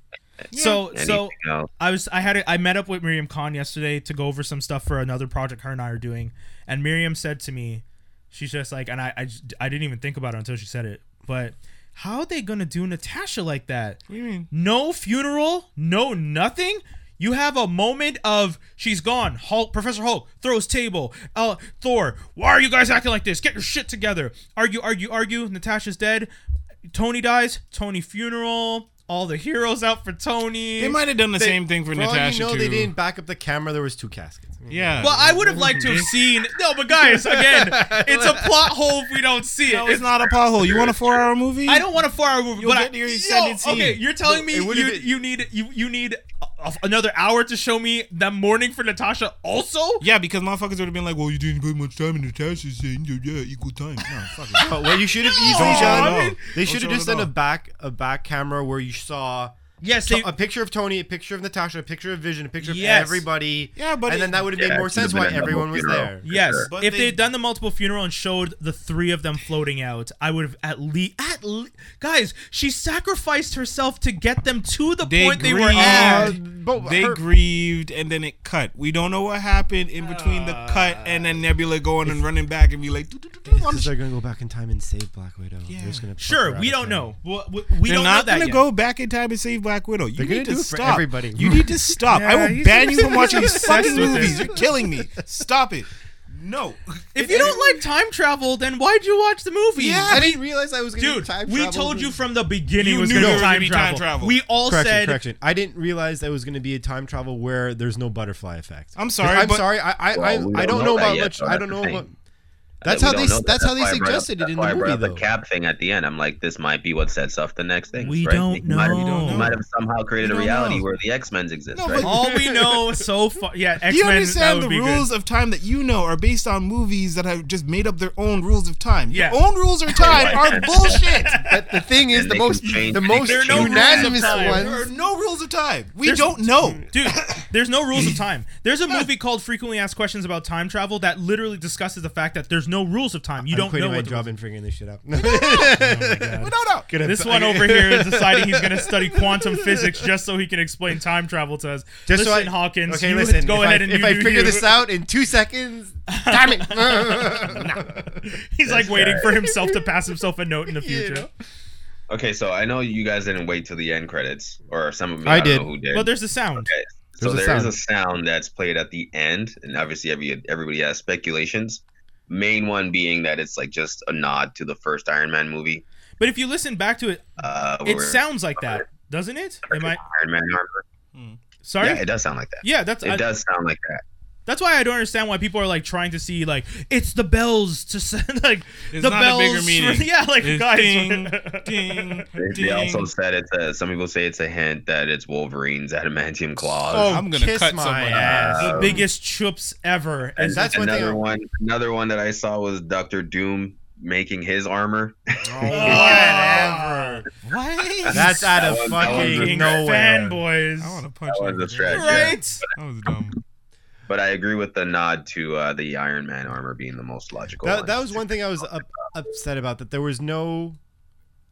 [SPEAKER 3] So, so
[SPEAKER 1] anything else?
[SPEAKER 3] I was I had a, I met up with Miriam Khan yesterday to go over some stuff for another project her and I are doing, and Miriam said to me, she's just like, and I I, just- I didn't even think about it until she said it, but how are they gonna do Natasha like that? What do you mean? No funeral, no nothing. You have a moment of she's gone. Hulk, Professor Hulk throws table. Uh, Thor, why are you guys acting like this? Get your shit together. Argue, argue, argue. Natasha's dead. Tony dies. Tony funeral. All the heroes out for Tony.
[SPEAKER 5] They might have done the
[SPEAKER 3] They-
[SPEAKER 5] same thing for
[SPEAKER 4] For all
[SPEAKER 5] Natasha
[SPEAKER 4] you know,
[SPEAKER 5] too.
[SPEAKER 4] they didn't back up the camera. There was two caskets. I mean,
[SPEAKER 5] Yeah.
[SPEAKER 3] Well, I would have liked to have seen. No, but guys, again, it's a plot hole if we don't see it.
[SPEAKER 5] No,
[SPEAKER 3] It's-
[SPEAKER 5] it's not a pothole. You want a four-hour movie?
[SPEAKER 3] I don't want a four-hour movie.
[SPEAKER 5] You'll
[SPEAKER 3] but
[SPEAKER 5] get
[SPEAKER 3] I,
[SPEAKER 5] your
[SPEAKER 3] Yo,
[SPEAKER 5] extended scene.
[SPEAKER 3] Okay, you're telling me
[SPEAKER 4] it
[SPEAKER 3] you,
[SPEAKER 4] would've been-
[SPEAKER 3] you need you you need a, a- another hour to show me that morning for Natasha. Also,
[SPEAKER 5] Yeah, because motherfuckers would have been like, "Well, you didn't put much time in Natasha's scene. Yeah, yeah, equal time." No,
[SPEAKER 3] [laughs]
[SPEAKER 5] fuck it.
[SPEAKER 4] But what you should have
[SPEAKER 3] Don't
[SPEAKER 4] easily
[SPEAKER 3] show
[SPEAKER 4] done,
[SPEAKER 3] it at
[SPEAKER 4] they
[SPEAKER 3] all.
[SPEAKER 5] Don't
[SPEAKER 4] should
[SPEAKER 5] show
[SPEAKER 4] have
[SPEAKER 5] it
[SPEAKER 4] just
[SPEAKER 5] at
[SPEAKER 4] done a
[SPEAKER 5] all.
[SPEAKER 4] back a back camera where you saw
[SPEAKER 3] yes,
[SPEAKER 4] to-
[SPEAKER 3] they,
[SPEAKER 4] a picture of Tony, a picture of Natasha, a picture of Vision, a picture
[SPEAKER 3] Yes.
[SPEAKER 4] of everybody.
[SPEAKER 5] Yeah, but
[SPEAKER 4] and then
[SPEAKER 5] it-
[SPEAKER 4] that would have
[SPEAKER 1] Yeah,
[SPEAKER 4] made
[SPEAKER 1] it
[SPEAKER 4] more
[SPEAKER 1] could've
[SPEAKER 4] sense
[SPEAKER 1] been
[SPEAKER 4] why
[SPEAKER 1] a double
[SPEAKER 4] everyone was
[SPEAKER 1] funeral.
[SPEAKER 4] there.
[SPEAKER 1] Yeah.
[SPEAKER 3] yes.
[SPEAKER 1] sure.
[SPEAKER 5] But
[SPEAKER 3] If
[SPEAKER 5] they-
[SPEAKER 3] they, had done the multiple funeral and showed the three of them floating out, I would have at least at le- guys. She sacrificed herself to get them to the
[SPEAKER 5] They
[SPEAKER 3] point they were
[SPEAKER 5] grieved.
[SPEAKER 3] at.
[SPEAKER 4] but
[SPEAKER 5] They
[SPEAKER 4] her-
[SPEAKER 5] grieved, and then it cut. We don't know what happened in between the cut and then Nebula going and running back and be like, "Doo, doo, doo, doo, on the
[SPEAKER 4] Because they're gonna go back in time and save Black Widow. They're just gonna pluck her
[SPEAKER 3] Sure,
[SPEAKER 4] out
[SPEAKER 3] we
[SPEAKER 4] of
[SPEAKER 3] don't
[SPEAKER 4] time.
[SPEAKER 3] know. We, we- we
[SPEAKER 5] They're
[SPEAKER 3] don't
[SPEAKER 5] not
[SPEAKER 3] know that
[SPEAKER 5] gonna
[SPEAKER 3] yet.
[SPEAKER 5] go back in time and save Black Widow. You
[SPEAKER 4] They're gonna
[SPEAKER 5] need
[SPEAKER 4] do
[SPEAKER 5] to
[SPEAKER 4] it for
[SPEAKER 5] stop.
[SPEAKER 4] everybody.
[SPEAKER 5] You need to stop. I will
[SPEAKER 3] he's-
[SPEAKER 5] ban you from watching
[SPEAKER 3] he's
[SPEAKER 5] fucking
[SPEAKER 3] obsessed with
[SPEAKER 5] movies.
[SPEAKER 3] it.
[SPEAKER 5] You're killing me. Stop it. No.
[SPEAKER 3] If you don't like time travel, then why'd you watch the movie?
[SPEAKER 5] Yeah.
[SPEAKER 6] I didn't realize I was gonna do
[SPEAKER 3] Dude,
[SPEAKER 6] time
[SPEAKER 3] we
[SPEAKER 6] travel.
[SPEAKER 3] told you from the beginning
[SPEAKER 5] You
[SPEAKER 3] it was
[SPEAKER 5] knew
[SPEAKER 3] going
[SPEAKER 5] there
[SPEAKER 3] to be time
[SPEAKER 5] was gonna be time
[SPEAKER 3] travel.
[SPEAKER 5] travel.
[SPEAKER 3] We all
[SPEAKER 4] Correction,
[SPEAKER 3] said
[SPEAKER 4] correction. I didn't realize that was gonna be a time travel where there's no butterfly effect.
[SPEAKER 5] I'm sorry,
[SPEAKER 4] I'm
[SPEAKER 5] but-
[SPEAKER 4] sorry. I I,
[SPEAKER 1] Well,
[SPEAKER 4] I,
[SPEAKER 1] we don't
[SPEAKER 4] I don't
[SPEAKER 1] know
[SPEAKER 4] know
[SPEAKER 1] that
[SPEAKER 4] about
[SPEAKER 1] yet,
[SPEAKER 4] much.
[SPEAKER 1] so
[SPEAKER 4] I
[SPEAKER 1] that's
[SPEAKER 4] don't
[SPEAKER 1] the
[SPEAKER 4] know
[SPEAKER 1] thing.
[SPEAKER 4] about. That's
[SPEAKER 1] We
[SPEAKER 4] how
[SPEAKER 1] don't
[SPEAKER 4] they.
[SPEAKER 1] know
[SPEAKER 4] That's,
[SPEAKER 1] that.
[SPEAKER 4] how they
[SPEAKER 1] why I brought up-
[SPEAKER 4] suggested it
[SPEAKER 1] That's
[SPEAKER 4] in the
[SPEAKER 1] why I
[SPEAKER 4] movie,
[SPEAKER 1] brought up
[SPEAKER 4] though.
[SPEAKER 1] the cab thing at the end. I'm like, this might be what sets off the next thing.
[SPEAKER 3] We
[SPEAKER 1] right?
[SPEAKER 3] don't
[SPEAKER 1] He might have-
[SPEAKER 3] know. We don't
[SPEAKER 1] He
[SPEAKER 5] know.
[SPEAKER 1] might have somehow created a
[SPEAKER 5] We don't
[SPEAKER 1] reality
[SPEAKER 5] know.
[SPEAKER 1] where the X Men exist.
[SPEAKER 5] No,
[SPEAKER 1] right?
[SPEAKER 5] but-
[SPEAKER 3] all
[SPEAKER 4] [laughs]
[SPEAKER 3] we know so far. Yeah, X Men.
[SPEAKER 5] Do you understand the rules of time that you know are based on movies that have just made up their own rules of time?
[SPEAKER 3] Yeah.
[SPEAKER 5] Your own rules of time are bullshit.
[SPEAKER 6] But the thing is,
[SPEAKER 1] And
[SPEAKER 6] the
[SPEAKER 1] they can
[SPEAKER 6] most,
[SPEAKER 1] change-
[SPEAKER 6] the
[SPEAKER 1] they
[SPEAKER 6] most
[SPEAKER 1] can There are no
[SPEAKER 3] rules of
[SPEAKER 6] unanimous
[SPEAKER 3] time.
[SPEAKER 6] one.
[SPEAKER 5] There are no rules of time. We
[SPEAKER 3] There's- [laughs]
[SPEAKER 5] don't know.
[SPEAKER 3] Dude, there's no
[SPEAKER 4] [laughs]
[SPEAKER 3] rules of time. There's a movie called Frequently Asked Questions about Time Travel that literally discusses the fact that there's no rules of time. You
[SPEAKER 4] I'm
[SPEAKER 3] don't know
[SPEAKER 4] quitting my
[SPEAKER 3] what the
[SPEAKER 4] job and figuring this shit out.
[SPEAKER 3] [laughs]
[SPEAKER 5] We don't know.
[SPEAKER 3] This one over here is deciding he's going
[SPEAKER 4] [laughs]
[SPEAKER 3] to study quantum physics just so he can explain time travel to us.
[SPEAKER 4] Just so
[SPEAKER 3] listen,
[SPEAKER 4] I-
[SPEAKER 3] Hawkins.
[SPEAKER 4] Okay,
[SPEAKER 3] you
[SPEAKER 4] listen.
[SPEAKER 3] Go
[SPEAKER 4] if
[SPEAKER 3] ahead
[SPEAKER 4] I,
[SPEAKER 3] and
[SPEAKER 4] if
[SPEAKER 3] you
[SPEAKER 4] I
[SPEAKER 3] do
[SPEAKER 4] figure
[SPEAKER 3] you.
[SPEAKER 4] this out in two seconds, damn
[SPEAKER 3] [laughs]
[SPEAKER 4] it! [laughs]
[SPEAKER 3] he's like waiting for himself to pass himself a
[SPEAKER 5] [laughs]
[SPEAKER 3] note in the future.
[SPEAKER 1] okay, so I know you guys didn't wait till the end credits, or some of you.
[SPEAKER 4] I
[SPEAKER 1] I, don't
[SPEAKER 4] did.
[SPEAKER 1] Know who did.
[SPEAKER 3] Well, there's the sound.
[SPEAKER 1] Okay. So
[SPEAKER 4] There's a
[SPEAKER 1] there is
[SPEAKER 4] sound.
[SPEAKER 1] a sound that's played at the end, and obviously every everybody has speculations. Main one being that it's like just a nod to the first Iron Man movie.
[SPEAKER 3] But if you listen back to it,
[SPEAKER 1] Uh,
[SPEAKER 3] it
[SPEAKER 1] where-
[SPEAKER 3] sounds like that, doesn't it? Am I
[SPEAKER 1] Iron Man armor.
[SPEAKER 3] sorry?
[SPEAKER 1] Yeah, it does sound like that.
[SPEAKER 3] Yeah, that's
[SPEAKER 1] It
[SPEAKER 3] I-
[SPEAKER 1] does sound like that.
[SPEAKER 3] that's why I don't understand why people are like trying to see like it's the bells to send [laughs] like
[SPEAKER 5] It's
[SPEAKER 3] the
[SPEAKER 5] not
[SPEAKER 3] bells.
[SPEAKER 5] a bigger meaning.
[SPEAKER 3] For, [laughs] yeah, like
[SPEAKER 5] It's
[SPEAKER 3] guys. [laughs]
[SPEAKER 5] ding, ding,
[SPEAKER 1] They, they
[SPEAKER 5] ding.
[SPEAKER 1] also said it's a, some people say it's a hint that it's Wolverine's adamantium claws.
[SPEAKER 4] Oh,
[SPEAKER 5] I'm gonna
[SPEAKER 4] kiss
[SPEAKER 5] cut
[SPEAKER 4] my
[SPEAKER 5] someone.
[SPEAKER 4] ass.
[SPEAKER 1] Um,
[SPEAKER 3] the biggest chups
[SPEAKER 1] [laughs]
[SPEAKER 3] ever.
[SPEAKER 1] And
[SPEAKER 3] Is-
[SPEAKER 4] that's one thing
[SPEAKER 1] another
[SPEAKER 4] I-
[SPEAKER 1] one. Another one that I saw was Doctor Doom making his armor.
[SPEAKER 3] Oh,
[SPEAKER 4] Whatever.
[SPEAKER 5] What? [laughs]
[SPEAKER 4] That's out
[SPEAKER 1] That
[SPEAKER 4] of
[SPEAKER 1] was- that was a-
[SPEAKER 4] fucking
[SPEAKER 3] fucking
[SPEAKER 4] nowhere.
[SPEAKER 3] fanboys.
[SPEAKER 5] I want to punch
[SPEAKER 1] That was
[SPEAKER 5] you.
[SPEAKER 1] a stretch.
[SPEAKER 3] Right?
[SPEAKER 5] That was dumb.
[SPEAKER 1] But I agree with the nod to uh, the Iron Man armor being the most logical.
[SPEAKER 4] That,
[SPEAKER 1] one.
[SPEAKER 4] that was one thing I was up, upset about that there was no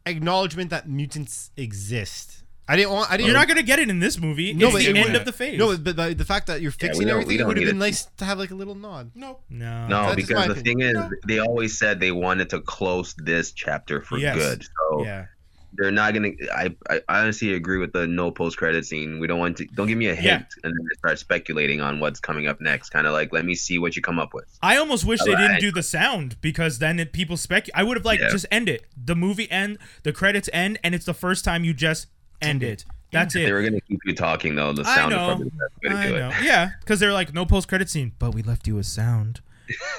[SPEAKER 4] acknowledgement that mutants exist. I didn't want. I didn't.
[SPEAKER 3] You're not gonna get it in this movie.
[SPEAKER 4] No,
[SPEAKER 3] it's
[SPEAKER 4] but
[SPEAKER 3] the
[SPEAKER 4] it
[SPEAKER 3] end
[SPEAKER 4] would-
[SPEAKER 3] of the phase.
[SPEAKER 4] No, but the, the fact that you're
[SPEAKER 1] we
[SPEAKER 4] fixing
[SPEAKER 1] don't- we
[SPEAKER 4] everything it
[SPEAKER 1] don't
[SPEAKER 4] would have
[SPEAKER 1] need
[SPEAKER 4] been
[SPEAKER 1] it.
[SPEAKER 4] nice to have like a little nod. No,
[SPEAKER 3] no.
[SPEAKER 1] No,
[SPEAKER 4] That's just my
[SPEAKER 1] because the thing
[SPEAKER 4] opinion.
[SPEAKER 1] is,
[SPEAKER 4] No.
[SPEAKER 1] they always said they wanted to close this chapter for
[SPEAKER 3] Yes.
[SPEAKER 1] good. So
[SPEAKER 3] Yeah.
[SPEAKER 1] they're not gonna. I, I honestly agree with the no post credit scene. We don't want to. Don't give me a hint
[SPEAKER 3] Yeah.
[SPEAKER 1] and then start speculating on what's coming up next. Kind of like let me see what you come up with.
[SPEAKER 3] I almost wish they
[SPEAKER 1] Alright.
[SPEAKER 3] didn't do the sound because then it, people spec. I would have like
[SPEAKER 1] Yeah.
[SPEAKER 3] just end it. The movie end, the credits end, and it's the first time you just end it. That's
[SPEAKER 1] They were
[SPEAKER 3] it.
[SPEAKER 1] gonna keep you talking though. The
[SPEAKER 3] I
[SPEAKER 1] sound is
[SPEAKER 3] know.
[SPEAKER 1] probably the best way to
[SPEAKER 3] I
[SPEAKER 1] do [laughs]
[SPEAKER 3] know.
[SPEAKER 1] it.
[SPEAKER 3] Yeah, because they're like no post credit scene, but we left you
[SPEAKER 1] [laughs]
[SPEAKER 3] a sound.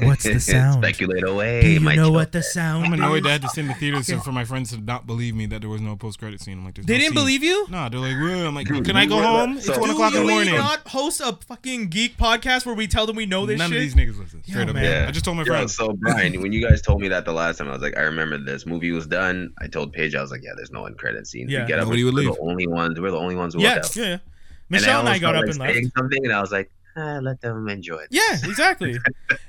[SPEAKER 3] What's the sound?
[SPEAKER 1] Speculate away.
[SPEAKER 3] Do you
[SPEAKER 1] my
[SPEAKER 3] know
[SPEAKER 1] child.
[SPEAKER 3] what the sound?
[SPEAKER 5] I'm annoyed
[SPEAKER 3] is?
[SPEAKER 5] that I had to send the theater so for my friends to not believe me that there was no post credit scene. I'm like,
[SPEAKER 3] They didn't believe you.
[SPEAKER 5] No, they're like, "Whoa." I'm like,
[SPEAKER 1] Dude,
[SPEAKER 5] can I
[SPEAKER 1] we
[SPEAKER 5] go
[SPEAKER 1] were
[SPEAKER 5] home?
[SPEAKER 1] like-
[SPEAKER 5] It's
[SPEAKER 1] so-
[SPEAKER 5] one
[SPEAKER 1] Do
[SPEAKER 5] o'clock in the
[SPEAKER 3] we
[SPEAKER 5] morning. None
[SPEAKER 3] not host a fucking geek podcast where we tell them we know this
[SPEAKER 5] of
[SPEAKER 3] shit?
[SPEAKER 5] these niggas listen. Straight up,
[SPEAKER 3] man.
[SPEAKER 5] I just told my
[SPEAKER 1] Yo,
[SPEAKER 5] friends.
[SPEAKER 1] so Brian, when you guys told me that the last time, I was like, I remember this movie was done. I told Paige, I was like, yeah, there's no end credit scene.
[SPEAKER 3] Yeah.
[SPEAKER 1] we get up.
[SPEAKER 5] Nobody
[SPEAKER 1] we're
[SPEAKER 5] would leave.
[SPEAKER 1] the only ones. We're the only ones who
[SPEAKER 3] yeah,
[SPEAKER 1] left. out.
[SPEAKER 3] yeah. Michelle and I
[SPEAKER 1] almost
[SPEAKER 3] got up
[SPEAKER 1] felt
[SPEAKER 3] and
[SPEAKER 1] like
[SPEAKER 3] left.
[SPEAKER 1] saying something, and I was like, ah, let them enjoy it.
[SPEAKER 3] Yeah, exactly.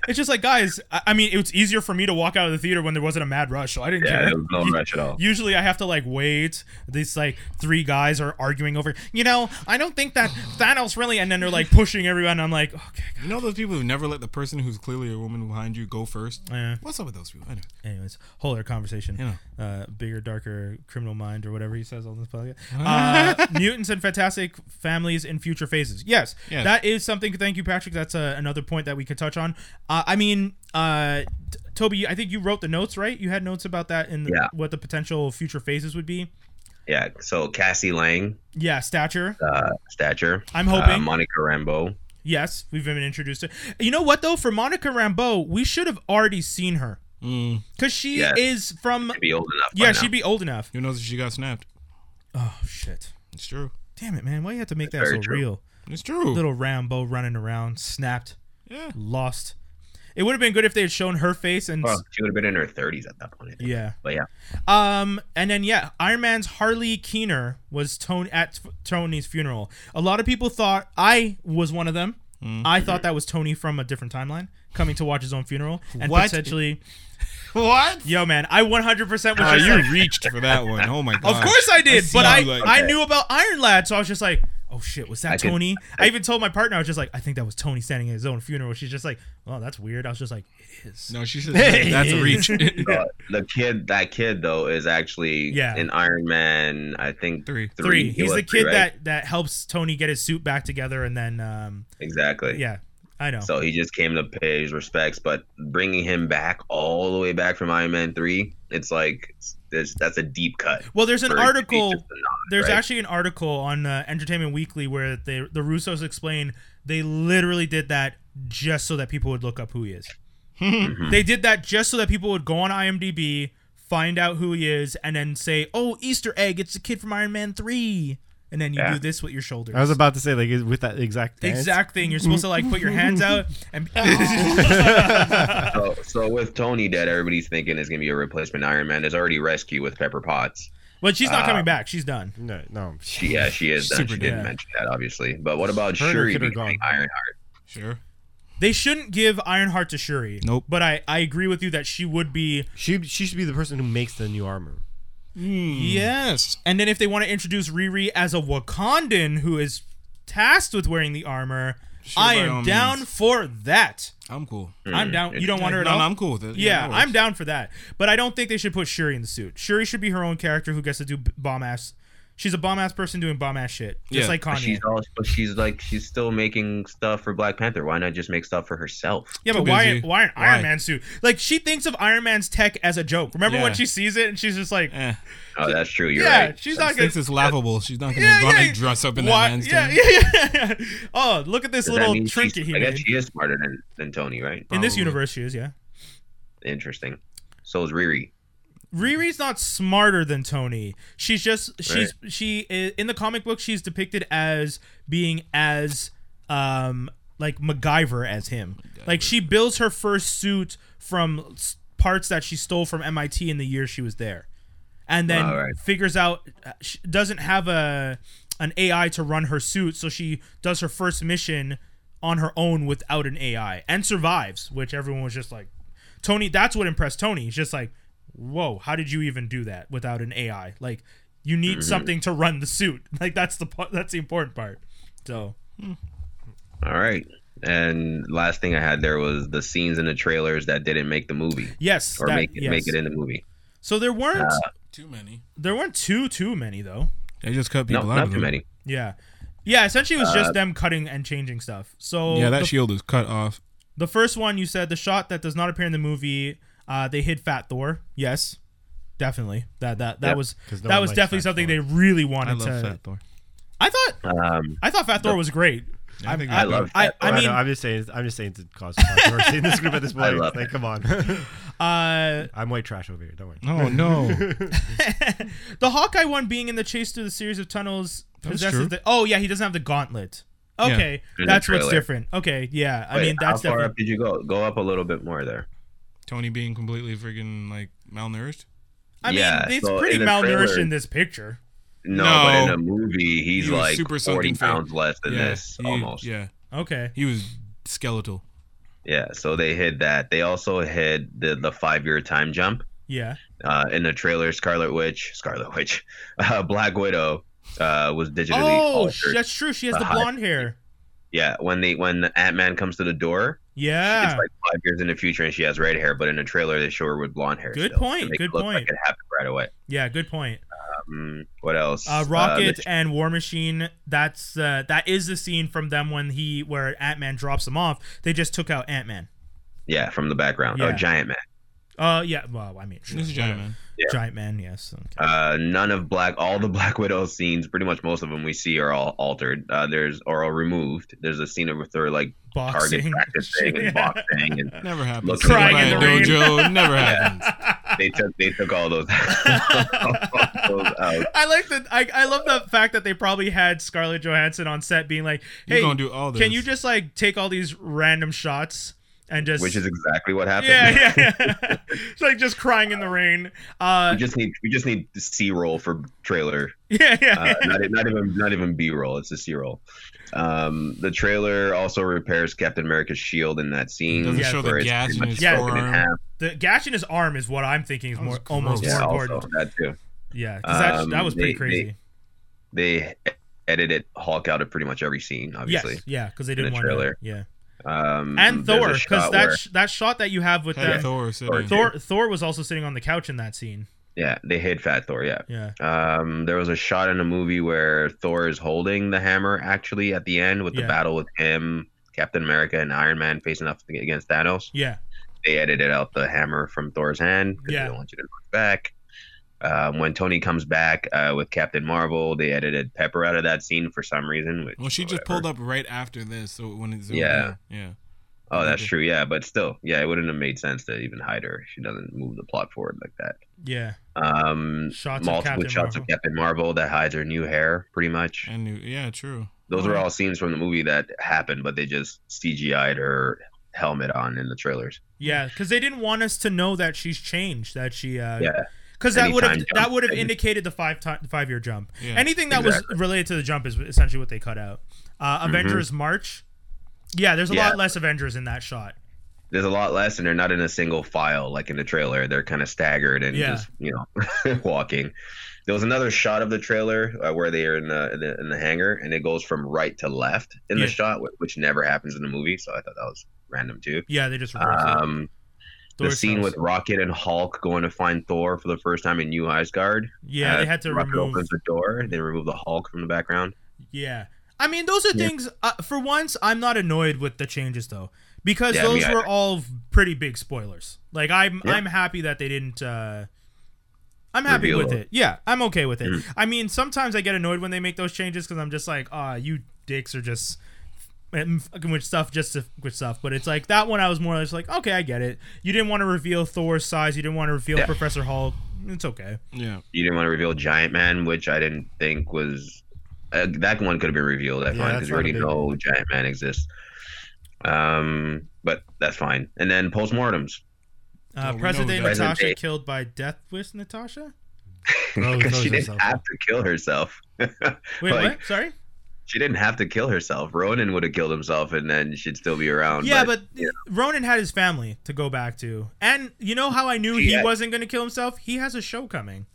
[SPEAKER 3] it's just like, guys. I, I mean, it's easier for me to walk out of the theater when there wasn't a mad rush, so I didn't
[SPEAKER 1] Yeah,
[SPEAKER 3] care.
[SPEAKER 1] there was no
[SPEAKER 3] You-
[SPEAKER 1] rush at all.
[SPEAKER 3] Usually, I have to like wait. These like three guys are arguing over. You know, I don't think that Thanos really. And then they're like pushing everyone. I'm like, okay. God.
[SPEAKER 5] You know those people who never let the person who's clearly a woman behind you go first.
[SPEAKER 3] Yeah.
[SPEAKER 5] What's up with those people? Anyway,
[SPEAKER 3] Anyways, whole other conversation.
[SPEAKER 5] You
[SPEAKER 3] Uh, bigger, darker, criminal mind, or whatever he says on this
[SPEAKER 5] [laughs]
[SPEAKER 3] podcast. Uh, mutants and fantastic families in future phases. Yes,
[SPEAKER 5] Yes.
[SPEAKER 3] that is something. Thank you, Patrick. That's uh, another point that we could touch on. Uh, I mean, uh, T- Toby, I think you wrote the notes, right? You had notes about that and the,
[SPEAKER 1] Yeah.
[SPEAKER 3] what the potential future phases would be.
[SPEAKER 1] [laughs] Yeah. So Cassie Lang,
[SPEAKER 3] Yeah, stature.
[SPEAKER 1] uh, stature.
[SPEAKER 3] I'm hoping.
[SPEAKER 1] Uh, Monica Rambeau.
[SPEAKER 3] Yes, we've been introduced to. You know what though? For Monica Rambeau, we should have already seen her
[SPEAKER 5] mm,
[SPEAKER 3] because she
[SPEAKER 1] Yes.
[SPEAKER 3] is from.
[SPEAKER 1] She'd be old enough. by
[SPEAKER 3] Yeah,
[SPEAKER 1] now.
[SPEAKER 3] she'd be old enough.
[SPEAKER 5] who knows if she got snapped?
[SPEAKER 3] Oh shit.
[SPEAKER 5] It's true.
[SPEAKER 3] Damn it, man. Why you have to make that
[SPEAKER 1] Very
[SPEAKER 3] so
[SPEAKER 1] true.
[SPEAKER 3] real?
[SPEAKER 5] It's true.
[SPEAKER 3] Little Rambo running around, snapped,
[SPEAKER 5] yeah.
[SPEAKER 3] lost. It would have been good if they had shown her face and
[SPEAKER 1] Well, she would have been in her 30s at that point. I think.
[SPEAKER 3] yeah.
[SPEAKER 1] But yeah,
[SPEAKER 3] Um and then yeah, Iron Man's Harley Keener was Tony at Tony's funeral. A lot of people thought I was one of them.
[SPEAKER 5] Mm.
[SPEAKER 3] I thought that was Tony from a different timeline coming to watch his own funeral and
[SPEAKER 5] What?
[SPEAKER 3] potentially
[SPEAKER 5] [laughs] What?
[SPEAKER 3] Yo man, I 100% was just
[SPEAKER 5] Uh,
[SPEAKER 3] like,
[SPEAKER 5] you reached for that one. Oh my god.
[SPEAKER 3] Of course I did, but I
[SPEAKER 5] you like
[SPEAKER 3] I
[SPEAKER 5] that.
[SPEAKER 3] knew about Iron Lad, so I was just like, oh shit, was that
[SPEAKER 1] I could-
[SPEAKER 3] Tony? I even told my partner, I was just like, I think that was Tony standing at his own funeral. She's just like, oh, that's weird. I was just like, it is.
[SPEAKER 5] No, she said that's
[SPEAKER 4] [laughs]
[SPEAKER 5] a reach. [laughs]
[SPEAKER 1] Uh, the kid, that kid though, is actually
[SPEAKER 3] Yeah.
[SPEAKER 1] in Iron Man. I think
[SPEAKER 5] Three.
[SPEAKER 3] Three.
[SPEAKER 1] He
[SPEAKER 3] He's
[SPEAKER 1] was
[SPEAKER 3] the
[SPEAKER 1] three,
[SPEAKER 3] kid
[SPEAKER 1] right?
[SPEAKER 3] that that helps Tony get his suit back together, and then um,
[SPEAKER 1] exactly.
[SPEAKER 3] yeah, I know.
[SPEAKER 1] So he just came to pay his respects, but bringing him back all the way back from Iron Man three, it's like there's that's a deep cut.
[SPEAKER 3] well, there's an
[SPEAKER 1] For it to be
[SPEAKER 3] article.
[SPEAKER 1] just a nod,
[SPEAKER 3] There's
[SPEAKER 1] right?
[SPEAKER 3] actually an article on uh, Entertainment Weekly where the the Russos explain they literally did that just so that people would look up who he is. They did that just so that people would go on IMDb, find out who he is, and then say, "Oh, Easter egg! It's the kid from Iron Man 3. And then you
[SPEAKER 1] Yeah.
[SPEAKER 3] do this with your shoulders.
[SPEAKER 4] I was about to say like is- with that exact dance.
[SPEAKER 3] exact thing.
[SPEAKER 5] Mm.
[SPEAKER 3] You're supposed to like put your hands out and [laughs]
[SPEAKER 1] so, so with Tony dead, everybody's thinking is gonna be a replacement Iron Man. There's already Rescue with Pepper Potts.
[SPEAKER 3] but she's not coming back. She's done.
[SPEAKER 4] No, no.
[SPEAKER 1] She, yeah, she is. Done.
[SPEAKER 5] Super
[SPEAKER 1] She
[SPEAKER 3] dead.
[SPEAKER 1] didn't mention that obviously. But what about
[SPEAKER 4] Her and her
[SPEAKER 1] Shuri
[SPEAKER 4] kid are
[SPEAKER 1] becoming
[SPEAKER 4] gone.
[SPEAKER 1] Ironheart?
[SPEAKER 5] Sure.
[SPEAKER 3] They shouldn't give Ironheart to Shuri.
[SPEAKER 5] Nope.
[SPEAKER 3] But I I agree with you that she would be.
[SPEAKER 4] [laughs] She she should be the person who makes the new armor.
[SPEAKER 5] Hmm. Yes.
[SPEAKER 3] And then if they want to introduce Riri as a Wakandan who is tasked with wearing the armor,
[SPEAKER 5] Sure,
[SPEAKER 3] I
[SPEAKER 5] by
[SPEAKER 3] am
[SPEAKER 5] all
[SPEAKER 3] down
[SPEAKER 5] means.
[SPEAKER 3] for that.
[SPEAKER 5] I'm cool.
[SPEAKER 3] I'm down. You don't want her at
[SPEAKER 5] no,
[SPEAKER 3] all.
[SPEAKER 5] no, I'm cool with it.
[SPEAKER 3] Yeah,
[SPEAKER 5] no worries.
[SPEAKER 3] I'm down for that. But I don't think they should put Shuri in the suit. Shuri should be her own character who gets to do bomb ass. She's a bomb ass person doing bomb ass shit, just
[SPEAKER 5] Yeah,
[SPEAKER 3] like
[SPEAKER 1] But
[SPEAKER 3] Kanye.
[SPEAKER 1] she's all, but she's like she's still making stuff for Black Panther. Why not just make stuff for herself?
[SPEAKER 3] Yeah, but
[SPEAKER 5] Too
[SPEAKER 3] why?
[SPEAKER 5] busy.
[SPEAKER 3] Why an
[SPEAKER 5] Why?
[SPEAKER 3] Iron Man suit? Like she thinks of Iron Man's tech as a joke. Remember when
[SPEAKER 5] Yeah.
[SPEAKER 3] she sees it and she's just like,
[SPEAKER 5] Eh,
[SPEAKER 1] Oh, that's true. You're
[SPEAKER 3] "Yeah,
[SPEAKER 1] right.
[SPEAKER 3] she's not gonna."
[SPEAKER 5] since
[SPEAKER 3] [laughs]
[SPEAKER 5] it's laughable, she's not gonna
[SPEAKER 3] Yeah,
[SPEAKER 5] go and,
[SPEAKER 3] yeah.
[SPEAKER 5] like, dress up in
[SPEAKER 3] Why-
[SPEAKER 5] that man's
[SPEAKER 3] yeah,
[SPEAKER 5] thing.
[SPEAKER 3] yeah, yeah, [laughs] yeah. Oh, look at this
[SPEAKER 1] Does that
[SPEAKER 3] little
[SPEAKER 1] mean she's-
[SPEAKER 3] trinket he
[SPEAKER 1] I
[SPEAKER 3] made.
[SPEAKER 1] guess she is smarter than, than Tony, right?
[SPEAKER 3] in this
[SPEAKER 5] Probably.
[SPEAKER 3] universe, she is. Yeah,
[SPEAKER 1] Interesting. So is Riri.
[SPEAKER 3] Riri's not smarter than Tony. She's just she's she i- in the comic book she's depicted as being as um like MacGyver as him. Like she builds her first suit from s- parts that she stole from MIT in the year she was there, and then
[SPEAKER 1] All right.
[SPEAKER 3] figures out she doesn't have a an AI to run her suit, so she does her first mission on her own without an AI and survives, which everyone was just like. Tony, that's what impressed Tony. He's just like, whoa, how did you even do that without an AI? Like, you need
[SPEAKER 1] Mm-hmm.
[SPEAKER 3] something to run the suit. [laughs] Like, that's the part. That's the important part. So,
[SPEAKER 1] All right. And last thing I had there was the scenes in the trailers that didn't make the movie
[SPEAKER 3] yes,
[SPEAKER 1] or
[SPEAKER 3] that-
[SPEAKER 1] make it, uh,
[SPEAKER 3] yes.
[SPEAKER 1] make it in the movie.
[SPEAKER 3] So there weren't
[SPEAKER 5] Too many.
[SPEAKER 3] There weren't too too many though.
[SPEAKER 5] They just cut
[SPEAKER 1] No,
[SPEAKER 5] people out.
[SPEAKER 1] not
[SPEAKER 5] of
[SPEAKER 1] too
[SPEAKER 5] it.
[SPEAKER 1] many.
[SPEAKER 3] Yeah. Yeah, essentially it was
[SPEAKER 1] uh,
[SPEAKER 3] just them cutting and changing stuff. So
[SPEAKER 5] Yeah, that
[SPEAKER 3] the,
[SPEAKER 5] shield is cut off.
[SPEAKER 3] the first one you said the shot that does not appear in the movie, uh, they hid Fat Thor. Yes. Definitely. That that that
[SPEAKER 1] Yep.
[SPEAKER 3] was
[SPEAKER 4] 'Cause no
[SPEAKER 3] that
[SPEAKER 4] one
[SPEAKER 3] was
[SPEAKER 4] likes
[SPEAKER 3] definitely
[SPEAKER 4] Fat
[SPEAKER 3] something
[SPEAKER 4] Thor.
[SPEAKER 3] they really
[SPEAKER 5] I
[SPEAKER 3] wanted
[SPEAKER 5] love
[SPEAKER 3] to
[SPEAKER 5] Fat Thor.
[SPEAKER 3] I thought
[SPEAKER 1] Um,
[SPEAKER 3] I thought Fat Thor was great.
[SPEAKER 5] Yeah, I
[SPEAKER 3] I'm-
[SPEAKER 5] think
[SPEAKER 3] I,
[SPEAKER 5] it's
[SPEAKER 1] love
[SPEAKER 3] I,
[SPEAKER 1] Fat
[SPEAKER 3] I
[SPEAKER 1] Thor.
[SPEAKER 4] I
[SPEAKER 3] mean,
[SPEAKER 4] know, I'm just saying. I'm just saying to cause controversy in this group
[SPEAKER 1] [laughs]
[SPEAKER 4] at this point.
[SPEAKER 1] love
[SPEAKER 4] Like,
[SPEAKER 1] it.
[SPEAKER 4] come on. [laughs]
[SPEAKER 3] uh,
[SPEAKER 4] I'm white trash over here. Don't worry.
[SPEAKER 5] [laughs] Oh no!
[SPEAKER 3] [laughs] the Hawkeye one being in the chase through the series of tunnels
[SPEAKER 5] That was
[SPEAKER 3] possesses
[SPEAKER 5] true.
[SPEAKER 3] the. Oh yeah, he doesn't have the gauntlet.
[SPEAKER 5] Yeah.
[SPEAKER 3] Okay,
[SPEAKER 1] In the
[SPEAKER 3] that's what's
[SPEAKER 1] trailer.
[SPEAKER 3] different. Okay, yeah, I
[SPEAKER 1] wait,
[SPEAKER 3] mean that's
[SPEAKER 1] how far
[SPEAKER 3] different.
[SPEAKER 1] up did you go? Go up a little bit more there.
[SPEAKER 5] Tony being completely freaking like malnourished.
[SPEAKER 3] I mean,
[SPEAKER 1] Yeah,
[SPEAKER 3] it's
[SPEAKER 1] so
[SPEAKER 3] pretty
[SPEAKER 1] in the
[SPEAKER 3] malnourished
[SPEAKER 1] trailer-
[SPEAKER 3] in this picture.
[SPEAKER 1] No,
[SPEAKER 5] No.
[SPEAKER 1] but in a movie, he's
[SPEAKER 5] He was
[SPEAKER 1] like forty
[SPEAKER 5] super something fat.
[SPEAKER 1] pounds less than
[SPEAKER 5] yeah,
[SPEAKER 1] this
[SPEAKER 5] he-
[SPEAKER 1] almost. Yeah.
[SPEAKER 5] Yeah,
[SPEAKER 3] Okay,
[SPEAKER 5] he was skeletal.
[SPEAKER 1] so they hid that. They also hid the the five year time jump
[SPEAKER 3] yeah,
[SPEAKER 1] uh, in the trailer. Scarlet Witch, Scarlet Witch, [laughs] uh, Black Widow uh, was digitally
[SPEAKER 3] Oh, sh-
[SPEAKER 1] altered.
[SPEAKER 3] that's true. She has
[SPEAKER 1] The
[SPEAKER 3] the
[SPEAKER 1] high-
[SPEAKER 3] blonde hair.
[SPEAKER 1] Yeah, when they when Ant Man comes to the door,
[SPEAKER 3] Yeah,
[SPEAKER 1] it's like five years in the future, and she has red hair. But in the trailer, they show her with blonde hair.
[SPEAKER 3] Good
[SPEAKER 1] still,
[SPEAKER 3] point,
[SPEAKER 1] to make
[SPEAKER 3] good
[SPEAKER 1] it look
[SPEAKER 3] point.
[SPEAKER 1] Like it happened right away.
[SPEAKER 3] yeah. Good point.
[SPEAKER 1] Um, what else?
[SPEAKER 3] Uh,
[SPEAKER 1] the
[SPEAKER 3] Rocket
[SPEAKER 1] ch-
[SPEAKER 3] and War Machine. That's uh, that is the scene from them when he where Ant Man drops him off. They just took out Ant Man.
[SPEAKER 1] yeah, from the background. Oh,
[SPEAKER 3] Yeah.
[SPEAKER 1] Giant Man.
[SPEAKER 3] Uh, yeah. Well, I mean, sure,
[SPEAKER 5] This is giant man.
[SPEAKER 1] Yeah.
[SPEAKER 3] Giant Man. Yes. Okay.
[SPEAKER 1] Uh, none of Black, all the [laughs] Black Widow scenes, pretty much most of them we see are all altered. Uh, there's or all removed. There's a scene with her like target
[SPEAKER 3] Boxing. [laughs]
[SPEAKER 1] practicing
[SPEAKER 5] [laughs]
[SPEAKER 3] Yeah.
[SPEAKER 1] and boxing, and
[SPEAKER 5] Never happened.
[SPEAKER 1] Look
[SPEAKER 5] Sitting
[SPEAKER 1] crying
[SPEAKER 5] by
[SPEAKER 1] in
[SPEAKER 5] a
[SPEAKER 1] the rain.
[SPEAKER 5] dojo. Never happened.
[SPEAKER 1] they took they took all those. [laughs] those out.
[SPEAKER 3] I like that. I, I love the fact that they probably had Scarlett Johansson on set being like,
[SPEAKER 5] You're
[SPEAKER 3] "Hey,
[SPEAKER 5] gonna do all this.
[SPEAKER 3] can you just like take all these random shots and just
[SPEAKER 1] Which is exactly what happened.
[SPEAKER 3] yeah, yeah, yeah. [laughs] it's like just crying in the rain. Uh,
[SPEAKER 1] [laughs] We just need we just need C roll for trailer
[SPEAKER 3] yeah, yeah,
[SPEAKER 1] uh,
[SPEAKER 3] yeah.
[SPEAKER 1] not, not even not even B roll. It's a C roll. Um, the trailer also repairs Captain America's shield in that scene.
[SPEAKER 5] Doesn't
[SPEAKER 3] Yeah.
[SPEAKER 5] show
[SPEAKER 1] where
[SPEAKER 5] the
[SPEAKER 1] it's
[SPEAKER 5] gas
[SPEAKER 1] pretty
[SPEAKER 5] in
[SPEAKER 1] much
[SPEAKER 5] his
[SPEAKER 3] Yeah.
[SPEAKER 1] broken in
[SPEAKER 5] forearm.
[SPEAKER 1] half.
[SPEAKER 3] The gash in his arm is what I'm thinking is
[SPEAKER 5] That
[SPEAKER 3] more
[SPEAKER 5] was
[SPEAKER 3] almost
[SPEAKER 5] gross.
[SPEAKER 3] more
[SPEAKER 1] Yeah, also
[SPEAKER 3] important.
[SPEAKER 1] that too.
[SPEAKER 3] Yeah, because that
[SPEAKER 1] Um,
[SPEAKER 3] that was pretty
[SPEAKER 1] they-
[SPEAKER 3] crazy.
[SPEAKER 1] They edited Hulk out of pretty much every scene, obviously.
[SPEAKER 3] yes, yeah, because they didn't
[SPEAKER 1] the
[SPEAKER 3] want
[SPEAKER 1] trailer.
[SPEAKER 3] to. Yeah,
[SPEAKER 1] Um,
[SPEAKER 3] and
[SPEAKER 1] there's a
[SPEAKER 3] Thor, because
[SPEAKER 1] shot
[SPEAKER 3] that
[SPEAKER 1] where-
[SPEAKER 3] sh- that shot that you have with
[SPEAKER 5] Had
[SPEAKER 3] them,
[SPEAKER 5] Thor sitting.
[SPEAKER 1] Thor-
[SPEAKER 3] Thor Thor was also sitting on the couch in that scene.
[SPEAKER 1] yeah, they hid Fat Thor. Yeah.
[SPEAKER 3] Yeah.
[SPEAKER 1] Um, there was a shot in a movie where Thor is holding the hammer actually at the end with
[SPEAKER 3] Yeah.
[SPEAKER 1] the battle with him, Captain America, and Iron Man facing off against Thanos.
[SPEAKER 3] Yeah,
[SPEAKER 1] they edited out the hammer from Thor's hand because
[SPEAKER 3] Yeah.
[SPEAKER 1] they don't want you to look back. Um, when Tony comes back uh, with Captain Marvel, they edited Pepper out of that scene for some reason. Which,
[SPEAKER 5] Well, she just pulled up right after this, so when it's
[SPEAKER 1] Yeah.
[SPEAKER 5] yeah.
[SPEAKER 1] Oh, that's true. Yeah, but still, yeah, it wouldn't have made sense to even hide her. She doesn't move the plot forward like that.
[SPEAKER 3] yeah.
[SPEAKER 1] Um,
[SPEAKER 3] Shots of
[SPEAKER 1] multiple
[SPEAKER 3] Captain
[SPEAKER 1] shots
[SPEAKER 3] Marvel.
[SPEAKER 1] of Captain Marvel that hides her new hair, pretty much.
[SPEAKER 5] And you- yeah, true.
[SPEAKER 1] Those were all scenes from the movie that happened, but they just CGI'd her helmet on in the trailers.
[SPEAKER 3] Yeah, because they didn't want us to know that she's changed. That she, uh,
[SPEAKER 1] Yeah.
[SPEAKER 3] because that
[SPEAKER 1] Any
[SPEAKER 3] would have
[SPEAKER 1] time jump.
[SPEAKER 3] that would have indicated the five time five year jump.
[SPEAKER 5] Yeah.
[SPEAKER 3] Anything that
[SPEAKER 1] Exactly. Mm-hmm.
[SPEAKER 3] was related to the jump is essentially what they cut out. Uh, Avengers March. Yeah, there's a
[SPEAKER 1] Yeah.
[SPEAKER 3] lot less Avengers in that shot.
[SPEAKER 1] there's a lot less and they're not in a single file like in the trailer they're kind of staggered and
[SPEAKER 3] Yeah.
[SPEAKER 1] just you know [laughs] walking there was another shot of the trailer uh, where they are in the, in the in the hangar and it goes from right to left in
[SPEAKER 3] Yeah.
[SPEAKER 1] the shot wh- which never happens in the movie so i thought that was random too
[SPEAKER 3] Yeah, they just reversed it.
[SPEAKER 1] um the
[SPEAKER 3] Thor
[SPEAKER 1] scene
[SPEAKER 3] shows.
[SPEAKER 1] with Rocket and Hulk going to find Thor for the first time in New Asgard.
[SPEAKER 3] yeah,
[SPEAKER 1] Uh,
[SPEAKER 3] they had to
[SPEAKER 1] Rocket
[SPEAKER 3] remove.
[SPEAKER 1] opens the door. They remove the Hulk from the background.
[SPEAKER 3] Yeah, I mean those are
[SPEAKER 1] Yeah.
[SPEAKER 3] things. Uh, for once, I'm not annoyed with the changes though, because
[SPEAKER 1] Yeah, me
[SPEAKER 3] those
[SPEAKER 1] either.
[SPEAKER 3] were all pretty big spoilers. Like I'm,
[SPEAKER 1] Yeah.
[SPEAKER 3] I'm happy that they didn't. Uh, I'm happy
[SPEAKER 1] Reveal Mm.
[SPEAKER 3] with
[SPEAKER 1] them.
[SPEAKER 3] it. Yeah, I'm okay with it. I mean, sometimes I get annoyed when they make those changes because I'm just like, ah, you dicks are just and fucking with stuff just to fuck with stuff but it's like that one i was more or less like okay i get it you didn't want to reveal thor's size you didn't want to reveal
[SPEAKER 1] Yeah.
[SPEAKER 3] professor hulk it's okay
[SPEAKER 5] Yeah.
[SPEAKER 1] You didn't want to reveal Giant Man, which I didn't think was uh, that one could have been revealed. I
[SPEAKER 4] Yeah,
[SPEAKER 1] find
[SPEAKER 4] that's
[SPEAKER 1] because we
[SPEAKER 4] not a
[SPEAKER 1] already
[SPEAKER 4] big-
[SPEAKER 1] know Giant Man exists. Um, but that's fine. And then postmortems.
[SPEAKER 5] Oh,
[SPEAKER 3] uh,
[SPEAKER 5] we know
[SPEAKER 3] present day
[SPEAKER 5] that.
[SPEAKER 1] Present
[SPEAKER 3] natasha
[SPEAKER 1] day.
[SPEAKER 3] killed by death with natasha
[SPEAKER 1] [laughs]
[SPEAKER 4] Throws-
[SPEAKER 1] Because
[SPEAKER 4] throws
[SPEAKER 1] she didn't
[SPEAKER 4] herself.
[SPEAKER 1] have to kill herself. [laughs]
[SPEAKER 3] wait
[SPEAKER 1] Like-
[SPEAKER 3] what sorry
[SPEAKER 1] she didn't have to kill herself. Ronan would have killed himself, and then she'd still be around.
[SPEAKER 3] Yeah, but,
[SPEAKER 1] you know,
[SPEAKER 3] Ronan had his family to go back to, and you know how I knew
[SPEAKER 1] She
[SPEAKER 3] he
[SPEAKER 1] had-
[SPEAKER 3] wasn't going to kill himself. He has a show coming.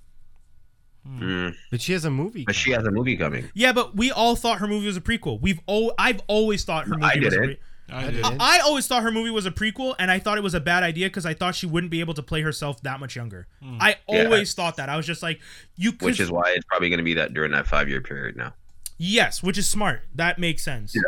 [SPEAKER 1] mm,
[SPEAKER 4] But she has a movie.
[SPEAKER 1] but she has a movie coming.
[SPEAKER 3] Yeah, but we all thought her movie was a prequel. We've all I've always thought her
[SPEAKER 1] No, I
[SPEAKER 3] movie was a
[SPEAKER 1] didn't.
[SPEAKER 3] pre-
[SPEAKER 5] I did.
[SPEAKER 4] didn't.
[SPEAKER 3] I always thought her movie was a prequel, and I thought it was a bad idea because I thought she wouldn't be able to play herself that much younger. I
[SPEAKER 1] Yeah.
[SPEAKER 3] always thought that. I was just like, you could.
[SPEAKER 1] which is why it's probably going to be that during that five year period now.
[SPEAKER 3] yes, which is smart. That makes sense.
[SPEAKER 1] Yeah.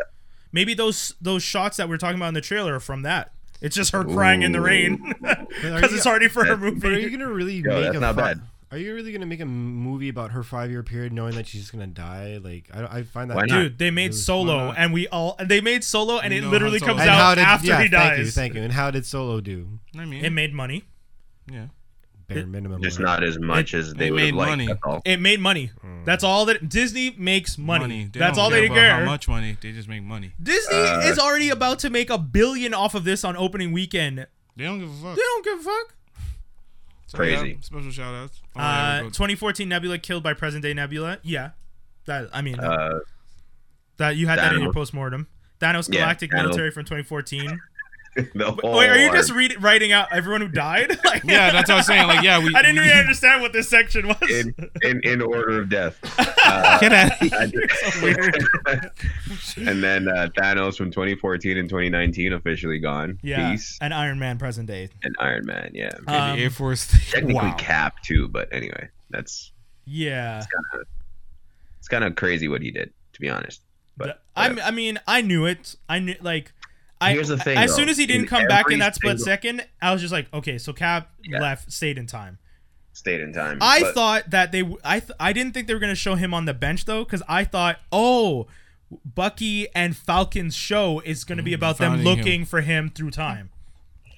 [SPEAKER 3] Maybe those those shots that we're talking about in the trailer are from that. It's just her crying in the
[SPEAKER 1] Ooh.
[SPEAKER 3] rain [laughs] because
[SPEAKER 4] you-
[SPEAKER 3] it's already for her
[SPEAKER 4] But are you
[SPEAKER 3] movie.
[SPEAKER 4] gonna really
[SPEAKER 1] Yo,
[SPEAKER 4] make
[SPEAKER 1] that's
[SPEAKER 4] a
[SPEAKER 1] not
[SPEAKER 4] fi-
[SPEAKER 1] bad.
[SPEAKER 4] Are you really gonna make a m- movie about her five year period, knowing that she's just gonna die? Like I, I find that
[SPEAKER 1] Why not?
[SPEAKER 3] Dude, they made Solo,
[SPEAKER 5] not?
[SPEAKER 3] and we all and they made Solo, and
[SPEAKER 5] We
[SPEAKER 3] it
[SPEAKER 5] know
[SPEAKER 3] literally
[SPEAKER 5] Han Solo
[SPEAKER 3] comes
[SPEAKER 5] is.
[SPEAKER 4] And how
[SPEAKER 3] out
[SPEAKER 4] did
[SPEAKER 3] after
[SPEAKER 4] yeah,
[SPEAKER 3] he dies.
[SPEAKER 4] Thank you, thank you. And how did Solo do?
[SPEAKER 5] I mean,
[SPEAKER 3] It made money.
[SPEAKER 5] yeah.
[SPEAKER 4] Bare minimum.
[SPEAKER 1] Just
[SPEAKER 4] like-
[SPEAKER 1] not as much as
[SPEAKER 5] they
[SPEAKER 1] they would
[SPEAKER 5] made
[SPEAKER 1] have liked.
[SPEAKER 5] money.
[SPEAKER 1] That's
[SPEAKER 3] [laughs]
[SPEAKER 1] all.
[SPEAKER 3] It made money. That's all that Disney makes money.
[SPEAKER 5] Mm. They
[SPEAKER 3] That's
[SPEAKER 5] don't
[SPEAKER 3] all they
[SPEAKER 5] care about
[SPEAKER 3] care.
[SPEAKER 5] How much money? They just make money.
[SPEAKER 3] Disney
[SPEAKER 1] Uh,
[SPEAKER 3] is already about to make a billion off of this on opening weekend. They
[SPEAKER 5] They don't give a fuck.
[SPEAKER 3] don't give a fuck.
[SPEAKER 5] So,
[SPEAKER 1] Crazy.
[SPEAKER 5] Oh, yeah, special shout outs.
[SPEAKER 3] Uh, 2014 Nebula killed by present day Nebula. Yeah, that I mean
[SPEAKER 1] Uh,
[SPEAKER 3] that you had that in your
[SPEAKER 1] Thanos.
[SPEAKER 3] postmortem. Thanos
[SPEAKER 1] Yeah,
[SPEAKER 3] Galactic
[SPEAKER 1] Thanos.
[SPEAKER 3] Military from 2014.
[SPEAKER 1] the whole
[SPEAKER 3] Wait, are you just
[SPEAKER 1] arc.
[SPEAKER 3] read, writing out everyone who died? [laughs] Like,
[SPEAKER 5] yeah, that's what I'm saying. Like, yeah,
[SPEAKER 3] [laughs]
[SPEAKER 5] we.
[SPEAKER 3] I didn't
[SPEAKER 5] we,
[SPEAKER 3] really understand what this section was.
[SPEAKER 1] in, in in order of death?
[SPEAKER 5] [laughs]
[SPEAKER 1] Uh,
[SPEAKER 5] Get out.
[SPEAKER 1] I did. [laughs] and then uh, Thanos from 2014 and 2019 officially gone.
[SPEAKER 3] [laughs] yeah,
[SPEAKER 1] Peace
[SPEAKER 3] and Iron Man present day.
[SPEAKER 1] and Iron Man. Yeah,
[SPEAKER 3] Um,
[SPEAKER 5] the Air Force.
[SPEAKER 1] technically
[SPEAKER 3] wow.
[SPEAKER 1] Cap too, but anyway, that's
[SPEAKER 3] Yeah.
[SPEAKER 1] it's kind of crazy what he did to be honest. But
[SPEAKER 3] I I mean, I knew it. I knew like I
[SPEAKER 1] Here's the thing,
[SPEAKER 3] as
[SPEAKER 1] though.
[SPEAKER 3] soon as he didn't
[SPEAKER 1] In
[SPEAKER 3] come back
[SPEAKER 1] every
[SPEAKER 3] in that split
[SPEAKER 1] single-
[SPEAKER 3] second, I was just like, okay, so Cap
[SPEAKER 1] Yeah.
[SPEAKER 3] left, stayed in time.
[SPEAKER 1] stayed in time.
[SPEAKER 3] I
[SPEAKER 1] But
[SPEAKER 3] thought that they w- I th- I didn't think they were going to show him on the bench though cuz I thought, "Oh, Bucky and Falcon's show is going to be about them
[SPEAKER 5] finding
[SPEAKER 3] looking for him through time."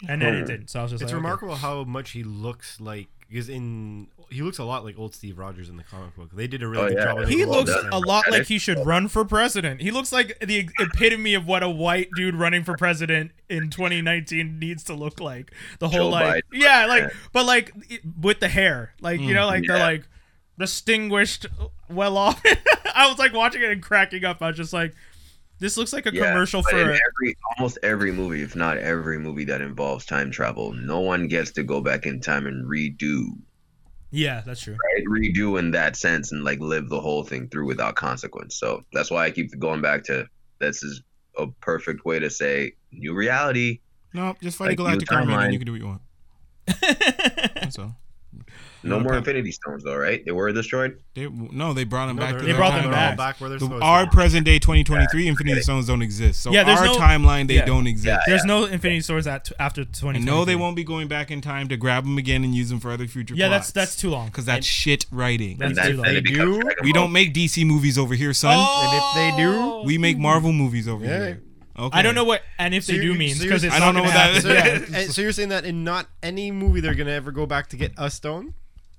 [SPEAKER 3] And then it didn't. So I was just
[SPEAKER 4] It's
[SPEAKER 3] like, okay.
[SPEAKER 4] remarkable how much he looks like because in he looks a lot like old Steve Rogers in the comic book. They did a really
[SPEAKER 1] Oh,
[SPEAKER 4] good
[SPEAKER 1] yeah.
[SPEAKER 4] job. of
[SPEAKER 3] He
[SPEAKER 4] it. Well
[SPEAKER 3] looks
[SPEAKER 4] done.
[SPEAKER 3] a lot like he should run for president. He looks like the e-, epitome of what a white dude running for president in 2019 needs to look like. The whole
[SPEAKER 1] Joe
[SPEAKER 3] like,
[SPEAKER 1] Biden.
[SPEAKER 3] yeah, like, but like it- with the hair, like
[SPEAKER 5] Mm.
[SPEAKER 3] you know, like they're
[SPEAKER 1] Yeah.
[SPEAKER 3] like distinguished, well off. [laughs] I was like watching it and cracking up. I was just like, this looks like a
[SPEAKER 1] yeah,
[SPEAKER 3] commercial
[SPEAKER 1] but
[SPEAKER 3] for.
[SPEAKER 1] in
[SPEAKER 3] a-
[SPEAKER 1] every almost every movie, if not every movie that involves time travel, no one gets to go back in time and redo,
[SPEAKER 3] yeah, that's true.
[SPEAKER 1] right? redo in that sense and like live the whole thing through without consequence. So that's why I keep going back to this is a perfect way to say new reality.
[SPEAKER 5] no, just fight a
[SPEAKER 1] Like, new
[SPEAKER 5] galactic army, and then
[SPEAKER 1] timeline.
[SPEAKER 5] you can do what you want. That's all.
[SPEAKER 1] No
[SPEAKER 5] No
[SPEAKER 1] more
[SPEAKER 5] problem.
[SPEAKER 1] Infinity Stones, though, right? They were destroyed.
[SPEAKER 5] They, no, they brought them
[SPEAKER 4] No,
[SPEAKER 5] back.
[SPEAKER 4] they're-
[SPEAKER 5] to
[SPEAKER 3] They
[SPEAKER 5] their
[SPEAKER 3] brought
[SPEAKER 5] time.
[SPEAKER 3] them
[SPEAKER 4] they're all
[SPEAKER 3] back.
[SPEAKER 4] where they're
[SPEAKER 5] The-
[SPEAKER 4] supposed to
[SPEAKER 5] our
[SPEAKER 4] be.
[SPEAKER 5] present day 2023 Infinity Stones don't exist. So
[SPEAKER 3] Yeah, there's
[SPEAKER 5] our
[SPEAKER 3] no-
[SPEAKER 5] timeline they
[SPEAKER 3] yeah.
[SPEAKER 5] don't exist.
[SPEAKER 3] [laughs] There's no Infinity Swords at after 20.
[SPEAKER 5] I know they won't be going back in time to grab them again and use them for other future.
[SPEAKER 3] Yeah, that's that's too long.
[SPEAKER 5] because that's shit writing.
[SPEAKER 1] And
[SPEAKER 3] That's
[SPEAKER 1] that,
[SPEAKER 3] too
[SPEAKER 1] then
[SPEAKER 3] long.
[SPEAKER 1] it becomes
[SPEAKER 4] do?
[SPEAKER 1] Dragon
[SPEAKER 5] we
[SPEAKER 1] Ball.
[SPEAKER 5] don't make DC movies over here, son.
[SPEAKER 4] they do-
[SPEAKER 5] We make Marvel movies over
[SPEAKER 4] Yeah.
[SPEAKER 5] here. Okay.
[SPEAKER 3] I don't know what and if
[SPEAKER 4] So
[SPEAKER 3] they
[SPEAKER 4] you're-
[SPEAKER 3] do means
[SPEAKER 4] so
[SPEAKER 3] because
[SPEAKER 4] you're-
[SPEAKER 3] it's
[SPEAKER 5] I don't
[SPEAKER 3] not
[SPEAKER 5] know
[SPEAKER 3] gonna
[SPEAKER 5] what that
[SPEAKER 3] happen.
[SPEAKER 4] So,
[SPEAKER 5] Yeah.
[SPEAKER 4] yeah,
[SPEAKER 3] [laughs]
[SPEAKER 4] and so you're saying that in not any movie they're gonna ever go back to get us stone?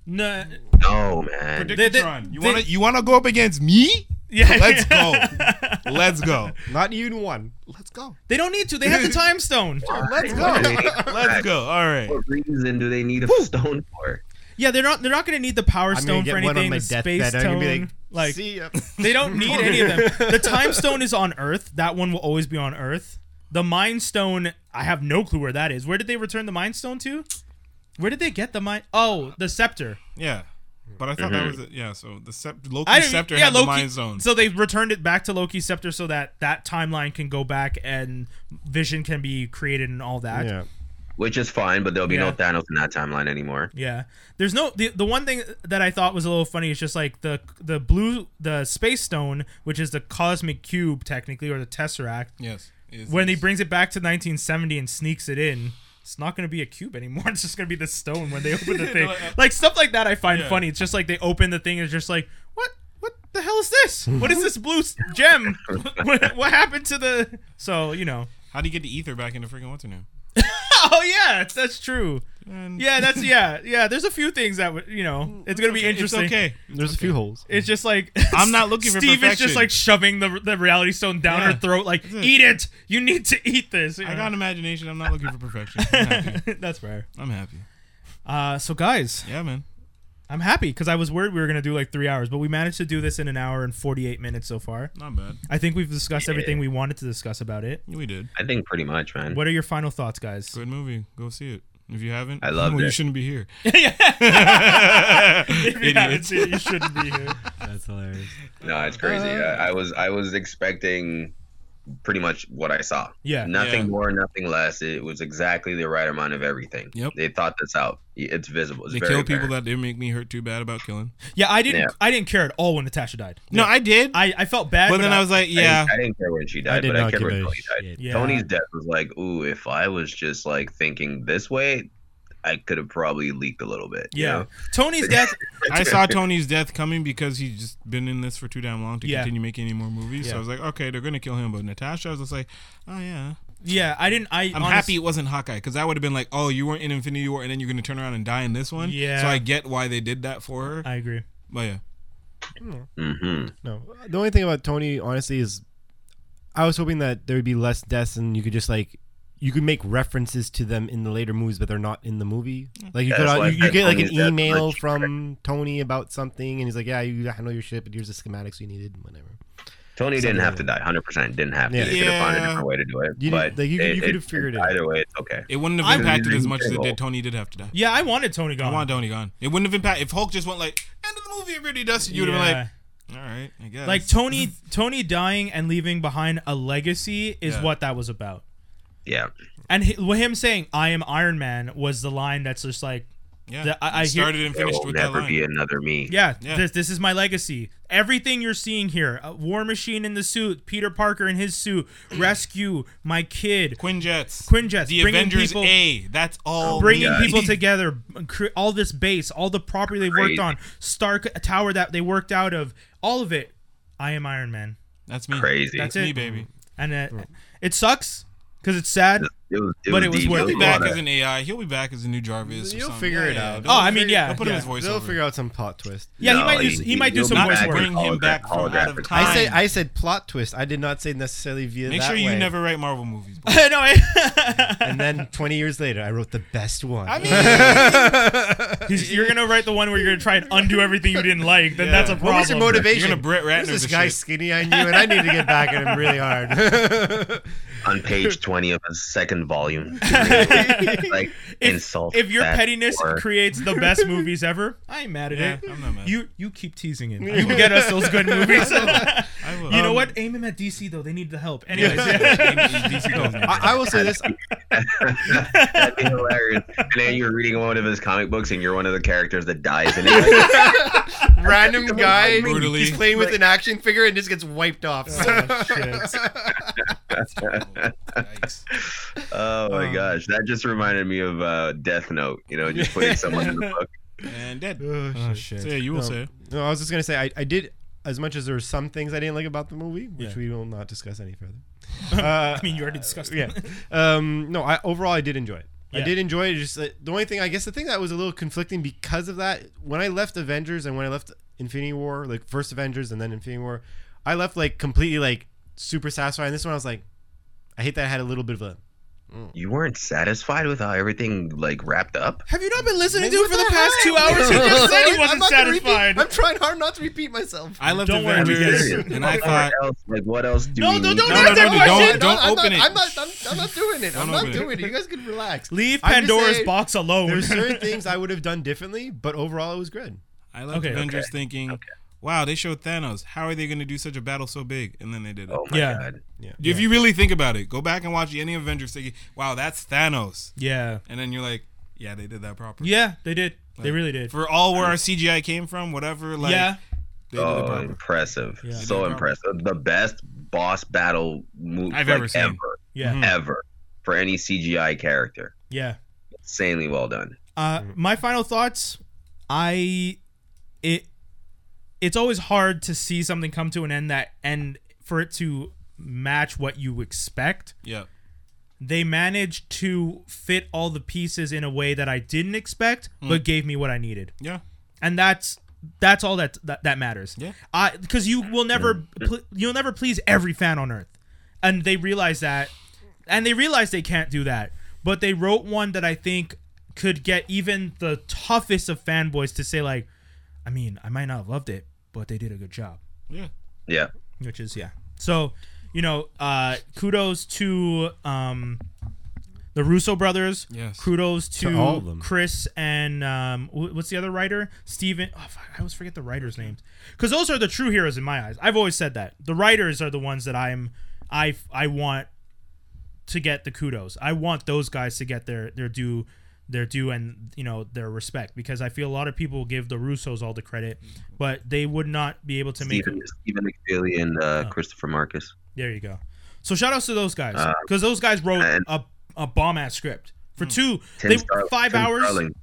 [SPEAKER 3] No,
[SPEAKER 1] No, man.
[SPEAKER 3] They- they-
[SPEAKER 5] Predictatron. You
[SPEAKER 3] they-
[SPEAKER 5] want to you want to go up against me?
[SPEAKER 3] yeah.
[SPEAKER 5] Let's go. Let's go.
[SPEAKER 4] Not even one.
[SPEAKER 5] Let's go.
[SPEAKER 3] [laughs] They don't need to. They
[SPEAKER 4] [laughs]
[SPEAKER 3] have the time stone.
[SPEAKER 5] Let's
[SPEAKER 1] Why do they
[SPEAKER 5] go.
[SPEAKER 1] need to
[SPEAKER 5] Let's go. All right.
[SPEAKER 1] What reason do they need a stone for?
[SPEAKER 3] Yeah, they're not. They're not going to need the power
[SPEAKER 4] I'm gonna
[SPEAKER 3] stone
[SPEAKER 4] get
[SPEAKER 3] for
[SPEAKER 4] one on
[SPEAKER 3] anything.
[SPEAKER 4] my
[SPEAKER 3] The space
[SPEAKER 4] deathbed. I'm
[SPEAKER 3] stone,
[SPEAKER 4] gonna be like,
[SPEAKER 3] like
[SPEAKER 4] see
[SPEAKER 3] [laughs]
[SPEAKER 4] ya.
[SPEAKER 3] they don't need any of
[SPEAKER 4] [laughs]
[SPEAKER 3] them. The time stone is on Earth. That one will always be on Earth. The mind stone, I have no clue where that is. Where did they return the mind stone to? Where did they get the mind? Oh, the scepter.
[SPEAKER 5] Yeah. But I thought that was it. Yeah. So the sept-
[SPEAKER 3] I
[SPEAKER 5] Loki
[SPEAKER 3] didn't-
[SPEAKER 5] scepter
[SPEAKER 3] yeah,
[SPEAKER 5] had
[SPEAKER 3] Loki.
[SPEAKER 5] the mind zone.
[SPEAKER 3] So they returned it back to Loki's scepter so that that timeline can go back and Vision can be created and all that.
[SPEAKER 4] Yeah.
[SPEAKER 1] Which is fine, but there'll be no
[SPEAKER 3] Yeah.
[SPEAKER 1] Thanos in that timeline anymore.
[SPEAKER 3] Yeah. There's no the, the one thing that I thought was a little funny is just like the the blue the space stone, which is the cosmic cube technically or the tesseract.
[SPEAKER 5] yes. It's-
[SPEAKER 3] When he brings it back to 1970 and sneaks it in, it's not going to be a cube anymore. [laughs] It's just going to be the stone when they open
[SPEAKER 5] [laughs]
[SPEAKER 3] the thing. like stuff like that I find
[SPEAKER 5] uh, Yeah.
[SPEAKER 3] funny. It's just like they open the thing and it's just like, "What? What the hell is this? What is this blue s- gem? [laughs] what, what happened to the So, you know. [laughs]
[SPEAKER 5] how do you get the ether back into freaking what's her name?
[SPEAKER 3] Oh yeah, that's true.
[SPEAKER 5] And
[SPEAKER 3] Yeah, that's yeah, yeah. There's a few things that would you know. It's gonna be interesting.
[SPEAKER 5] It's okay.
[SPEAKER 4] There's a few holes.
[SPEAKER 3] It's just like
[SPEAKER 5] [laughs] I'm not looking for
[SPEAKER 3] Steve is
[SPEAKER 5] perfection.
[SPEAKER 3] just like shoving the, the reality stone down
[SPEAKER 5] Yeah.
[SPEAKER 3] her throat, like
[SPEAKER 5] it.
[SPEAKER 3] eat it. You need to eat this. [laughs]
[SPEAKER 5] I got an imagination. I'm not looking for perfection. I'm happy. [laughs]
[SPEAKER 3] That's fair.
[SPEAKER 5] I'm happy.
[SPEAKER 3] Uh, so guys,
[SPEAKER 5] Yeah, man.
[SPEAKER 3] I'm happy because I was worried we were gonna do like three hours, but we managed to do this in an hour and 48 minutes so far.
[SPEAKER 5] Not bad.
[SPEAKER 3] I think we've discussed everything we wanted to discuss about it.
[SPEAKER 5] We did.
[SPEAKER 1] I think pretty much, man.
[SPEAKER 3] What are your final thoughts, guys? [laughs]
[SPEAKER 5] Good movie. Go see it. If you haven't,
[SPEAKER 1] I loved
[SPEAKER 5] well, you
[SPEAKER 1] it.
[SPEAKER 5] shouldn't be here. [laughs]
[SPEAKER 3] If you haven't
[SPEAKER 5] Idiots.
[SPEAKER 3] seen it, you
[SPEAKER 5] [laughs]
[SPEAKER 3] shouldn't be here.
[SPEAKER 4] That's hilarious.
[SPEAKER 1] No, it's crazy. I, I was I was expecting pretty much what I saw.
[SPEAKER 3] Yeah.
[SPEAKER 1] Nothing
[SPEAKER 5] Yeah.
[SPEAKER 1] more, nothing less. It was exactly the right amount of everything.
[SPEAKER 5] Yep.
[SPEAKER 1] They thought this out. It's visible. It's
[SPEAKER 5] They
[SPEAKER 1] very
[SPEAKER 5] kill people
[SPEAKER 1] apparent.
[SPEAKER 5] that didn't make me hurt too bad about killing.
[SPEAKER 3] Yeah, I didn't.
[SPEAKER 1] Yeah.
[SPEAKER 3] I didn't care at all when Natasha died.
[SPEAKER 5] No, I did.
[SPEAKER 3] I, I felt bad.
[SPEAKER 5] but then I was like,
[SPEAKER 1] I didn't-
[SPEAKER 5] yeah,
[SPEAKER 1] I didn't, care when she
[SPEAKER 4] I
[SPEAKER 1] died,
[SPEAKER 4] did
[SPEAKER 1] but I
[SPEAKER 4] not
[SPEAKER 1] cared
[SPEAKER 4] give
[SPEAKER 1] when
[SPEAKER 4] a
[SPEAKER 1] Tony died.
[SPEAKER 4] shit.
[SPEAKER 3] Yeah.
[SPEAKER 1] Tony's death was like, ooh, if I was just like thinking this way, I could have probably leaked a little bit. you
[SPEAKER 3] yeah.
[SPEAKER 1] know?
[SPEAKER 3] Tony's death. [laughs]
[SPEAKER 5] I saw Tony's death coming because he's just been in this for too damn long to
[SPEAKER 3] Yeah.
[SPEAKER 5] continue making any more movies. So
[SPEAKER 3] Yeah.
[SPEAKER 5] I was like, okay, they're gonna kill him. But Natasha, I was just like, oh yeah,
[SPEAKER 3] Yeah, I didn't. I
[SPEAKER 5] I'm
[SPEAKER 3] honest-
[SPEAKER 5] happy it wasn't Hawkeye because that would have been like, oh, you weren't in Infinity War, and then you're gonna turn around and die in this one.
[SPEAKER 3] Yeah.
[SPEAKER 5] So I get why they did that for her.
[SPEAKER 3] I agree.
[SPEAKER 5] but yeah,
[SPEAKER 1] Mhm.
[SPEAKER 4] No, the only thing about Tony, honestly, is I was hoping that there would be less deaths, and you could just like you could make references to them in the later movies, but they're not in the movie. Like you
[SPEAKER 1] Yeah,
[SPEAKER 4] could,
[SPEAKER 1] that's why I
[SPEAKER 4] you, you
[SPEAKER 1] said
[SPEAKER 4] get like an
[SPEAKER 1] Tony's death
[SPEAKER 4] email
[SPEAKER 1] was-
[SPEAKER 4] from Tony about something, and he's like, "Yeah, you, I know your shit, but here's the schematics you needed, and whatever."
[SPEAKER 1] Tony didn't have to die. Hundred percent didn't have to.
[SPEAKER 4] Yeah.
[SPEAKER 1] They could have found a
[SPEAKER 5] Yeah.
[SPEAKER 1] different way to do it.
[SPEAKER 4] You
[SPEAKER 1] but
[SPEAKER 4] didn't- like, you-
[SPEAKER 1] it-
[SPEAKER 4] you could have figured it out.
[SPEAKER 1] Either way, it's okay.
[SPEAKER 5] it wouldn't
[SPEAKER 3] I-
[SPEAKER 5] have impacted as much as it did. Tony did have to die.
[SPEAKER 3] Yeah, I wanted Tony
[SPEAKER 5] I
[SPEAKER 3] gone.
[SPEAKER 5] want Tony gone. It wouldn't have impacted if Hulk just went like end of the movie. Everybody does. You'd have
[SPEAKER 3] Yeah.
[SPEAKER 5] been like, all right, I guess.
[SPEAKER 3] like Tony. Tony dying and leaving behind a legacy is
[SPEAKER 5] Yeah.
[SPEAKER 3] what that was about.
[SPEAKER 1] Yeah.
[SPEAKER 3] And hi- with him saying "I am Iron Man" was the line that's just like,
[SPEAKER 5] Yeah,
[SPEAKER 3] The- I- I
[SPEAKER 5] He
[SPEAKER 3] hear-
[SPEAKER 5] started and
[SPEAKER 1] There
[SPEAKER 5] finished
[SPEAKER 1] will
[SPEAKER 5] with that
[SPEAKER 1] never
[SPEAKER 5] line.
[SPEAKER 1] be another me.
[SPEAKER 3] "Yeah,
[SPEAKER 5] Yeah.
[SPEAKER 3] this this is my legacy. Everything you're seeing here: uh, War Machine in the suit, Peter Parker in his suit, rescue my kid,
[SPEAKER 5] Quinjets.
[SPEAKER 3] Quinjets,
[SPEAKER 5] The
[SPEAKER 3] bringing
[SPEAKER 5] Avengers
[SPEAKER 3] people-
[SPEAKER 5] A. That's all.
[SPEAKER 3] bringing
[SPEAKER 1] Yeah. [laughs]
[SPEAKER 3] people together, cre- all this base, all the property they worked
[SPEAKER 1] Crazy.
[SPEAKER 3] on, Stark Tower that they worked out of, all of it. I am Iron Man,
[SPEAKER 5] That's me.
[SPEAKER 1] Crazy.
[SPEAKER 5] That's
[SPEAKER 3] That's
[SPEAKER 5] me,
[SPEAKER 3] it.
[SPEAKER 5] baby.
[SPEAKER 3] and it,
[SPEAKER 1] Oh.
[SPEAKER 3] it sucks because it's sad.
[SPEAKER 1] It was,
[SPEAKER 3] But it was
[SPEAKER 1] deep.
[SPEAKER 3] worth
[SPEAKER 5] He'll
[SPEAKER 1] There
[SPEAKER 5] be
[SPEAKER 3] Oh,
[SPEAKER 5] back
[SPEAKER 1] a lot
[SPEAKER 5] as
[SPEAKER 1] of-
[SPEAKER 5] an AI. He'll be back as a new Jarvis. or
[SPEAKER 4] You'll
[SPEAKER 5] something.
[SPEAKER 4] figure
[SPEAKER 5] Yeah,
[SPEAKER 4] it
[SPEAKER 5] yeah.
[SPEAKER 4] out.
[SPEAKER 5] They'll-
[SPEAKER 3] Oh, I mean, yeah,
[SPEAKER 5] They'll put him
[SPEAKER 3] yeah.
[SPEAKER 5] as voiceover.
[SPEAKER 4] They'll figure out some plot twist.
[SPEAKER 3] Yeah, he
[SPEAKER 1] No,
[SPEAKER 3] might use, he might do
[SPEAKER 1] he'll
[SPEAKER 3] some
[SPEAKER 1] be
[SPEAKER 3] voice
[SPEAKER 5] back.
[SPEAKER 3] work.
[SPEAKER 1] [laughs]
[SPEAKER 3] [laughs]
[SPEAKER 5] Bring him
[SPEAKER 1] hologram-
[SPEAKER 5] back from
[SPEAKER 1] holographic
[SPEAKER 5] out of
[SPEAKER 1] time.
[SPEAKER 5] time.
[SPEAKER 4] I said, I said plot twist. I did not say necessarily via
[SPEAKER 5] Make
[SPEAKER 4] that
[SPEAKER 5] sure you
[SPEAKER 4] way.
[SPEAKER 5] never write Marvel movies. bro.
[SPEAKER 3] no, I- [laughs]
[SPEAKER 4] And then 20 years later, I wrote the best one.
[SPEAKER 5] I mean,
[SPEAKER 3] He's- you're gonna write the one where you're gonna try and undo everything you didn't like. Then
[SPEAKER 5] Yeah.
[SPEAKER 3] that's a problem.
[SPEAKER 4] what was your motivation?
[SPEAKER 5] You're gonna Brett
[SPEAKER 4] Here's
[SPEAKER 5] Ratner
[SPEAKER 4] This
[SPEAKER 5] the
[SPEAKER 4] guy
[SPEAKER 5] shit.
[SPEAKER 4] skinny on you, and I need to get back at him really hard.
[SPEAKER 1] on
[SPEAKER 3] [laughs]
[SPEAKER 1] page twenty of his second volume. [laughs] like insult.
[SPEAKER 3] If your
[SPEAKER 1] that
[SPEAKER 3] pettiness
[SPEAKER 1] word.
[SPEAKER 3] creates the best movies ever, I ain't mad at
[SPEAKER 5] yeah,
[SPEAKER 3] it.
[SPEAKER 5] [laughs] I'm not mad.
[SPEAKER 3] You you keep teasing it. You get us those [laughs] good movies. you
[SPEAKER 5] I will.
[SPEAKER 3] know
[SPEAKER 5] Um,
[SPEAKER 3] what? Aim him at DC though. They need the help.
[SPEAKER 5] [laughs] yeah,
[SPEAKER 3] Anyways, [laughs]
[SPEAKER 5] yeah. DC goes now.
[SPEAKER 4] I, I will say this.
[SPEAKER 1] That'd be hilarious. And then you're reading one of his comic books, and you're one of the characters that dies in it.
[SPEAKER 4] random guy
[SPEAKER 5] Brutally.
[SPEAKER 4] he's playing with an action figure and just gets wiped off. [laughs]
[SPEAKER 5] Yikes.
[SPEAKER 3] [laughs]
[SPEAKER 1] oh my gosh, that just reminded me of uh, Death Note. You know, just putting someone
[SPEAKER 3] [laughs]
[SPEAKER 1] in the book.
[SPEAKER 5] And dead.
[SPEAKER 4] oh, shit.
[SPEAKER 5] So yeah, you will say.
[SPEAKER 4] No, I was just gonna say I, I did as much as there were some things I didn't like about the movie, which
[SPEAKER 5] Yeah.
[SPEAKER 4] we will not discuss any further. Uh,
[SPEAKER 3] [laughs] I mean, you already discussed.
[SPEAKER 4] yeah.
[SPEAKER 3] [laughs] it.
[SPEAKER 4] Um, no, I overall I did enjoy it. I
[SPEAKER 3] Yeah.
[SPEAKER 4] did enjoy it. Just uh, the only thing I guess the thing that was a little conflicting because of that when I left Avengers and when I left Infinity War, like first Avengers and then Infinity War, I left like completely like super satisfied. And this one I was like, I hate that I had a little bit of a.
[SPEAKER 1] You weren't satisfied with how everything like wrapped up.
[SPEAKER 3] Have you not been listening to
[SPEAKER 4] What
[SPEAKER 3] him for
[SPEAKER 4] the
[SPEAKER 3] the past
[SPEAKER 4] heck? [laughs]
[SPEAKER 3] two hours? He just said he
[SPEAKER 4] I'm
[SPEAKER 3] wasn't
[SPEAKER 4] not gonna repeat-
[SPEAKER 3] satisfied.
[SPEAKER 4] I'm trying hard not to repeat myself.
[SPEAKER 5] I left
[SPEAKER 3] Don't worry,
[SPEAKER 1] I'm
[SPEAKER 5] Avengers,
[SPEAKER 1] serious.
[SPEAKER 5] [laughs] and I
[SPEAKER 1] What
[SPEAKER 5] thought
[SPEAKER 1] else, like, what else do
[SPEAKER 3] No,
[SPEAKER 1] we
[SPEAKER 3] no,
[SPEAKER 1] need?
[SPEAKER 3] don't
[SPEAKER 5] No, no,
[SPEAKER 3] answer
[SPEAKER 5] no,
[SPEAKER 3] that
[SPEAKER 5] no, don't-
[SPEAKER 3] question.
[SPEAKER 5] don't open it.
[SPEAKER 4] I'm not, I'm, I'm not doing it. I'm
[SPEAKER 5] Don't
[SPEAKER 4] not
[SPEAKER 5] open it.
[SPEAKER 4] doing it. You guys can [laughs] relax.
[SPEAKER 3] Leave
[SPEAKER 4] I'm just
[SPEAKER 3] Pandora's
[SPEAKER 4] saying,
[SPEAKER 3] box alone.
[SPEAKER 4] There's [laughs] certain things I would have done differently, but overall it was good.
[SPEAKER 5] I left
[SPEAKER 3] Okay.
[SPEAKER 5] Avengers thinking, wow, they showed Thanos. How are they going to do such a battle so big? And then they did it.
[SPEAKER 1] Oh my
[SPEAKER 3] Yeah.
[SPEAKER 1] god.
[SPEAKER 5] If you really think about it, go back and watch any Avengers thinking, wow, that's Thanos.
[SPEAKER 3] [laughs] yeah.
[SPEAKER 5] And then you're like, yeah, they did that properly.
[SPEAKER 3] Yeah, they did. They really did.
[SPEAKER 5] For all where our CGI came from, whatever, like,
[SPEAKER 3] yeah.
[SPEAKER 5] they did it
[SPEAKER 1] Oh,
[SPEAKER 5] proper.
[SPEAKER 1] impressive!
[SPEAKER 3] Yeah.
[SPEAKER 1] so impressive. The best boss battle move
[SPEAKER 5] I've
[SPEAKER 1] like,
[SPEAKER 5] ever seen.
[SPEAKER 1] ever,
[SPEAKER 3] Yeah.
[SPEAKER 1] ever for any CGI character.
[SPEAKER 3] Yeah.
[SPEAKER 1] Insanely well done.
[SPEAKER 3] Uh, my final thoughts. I, it, it's always hard to see something come to an end that and for it to match what you expect.
[SPEAKER 5] Yeah.
[SPEAKER 3] They managed to fit all the pieces in a way that I didn't expect, but gave me what I needed,
[SPEAKER 5] Yeah.
[SPEAKER 3] and that's that's all that that, that matters.
[SPEAKER 5] Yeah.
[SPEAKER 3] I because you will never pl- you'll never please every fan on earth, and they realize that, and they realize they can't do that. But they wrote one that I think could get even the toughest of fanboys to say like, I mean, I might not have loved it, but they did a good job.
[SPEAKER 5] Yeah.
[SPEAKER 1] Yeah.
[SPEAKER 3] Which is yeah. So, you know, uh, kudos to um, the Russo brothers.
[SPEAKER 5] Yes.
[SPEAKER 3] Kudos to,
[SPEAKER 4] all of them.
[SPEAKER 3] Chris and um, wh- what's the other writer? Steven. Oh, fuck, I always forget the writers' names. Because those are the true heroes in my eyes. I've always said that the writers are the ones that I'm. I f- I want to get the kudos. I want those guys to get their their due their due and you know their respect because I feel a lot of people give the Russos all the credit, but they would not be able to make
[SPEAKER 1] Stephen, Stephen McFeely and uh, Christopher Marcus.
[SPEAKER 3] There you go. So shout outs to those guys because those guys wrote
[SPEAKER 1] Uh, and- Hmm.
[SPEAKER 3] a, a bomb ass script for two
[SPEAKER 1] Tim
[SPEAKER 3] they
[SPEAKER 1] Star-
[SPEAKER 3] five
[SPEAKER 1] Tim
[SPEAKER 3] hours
[SPEAKER 1] Starling.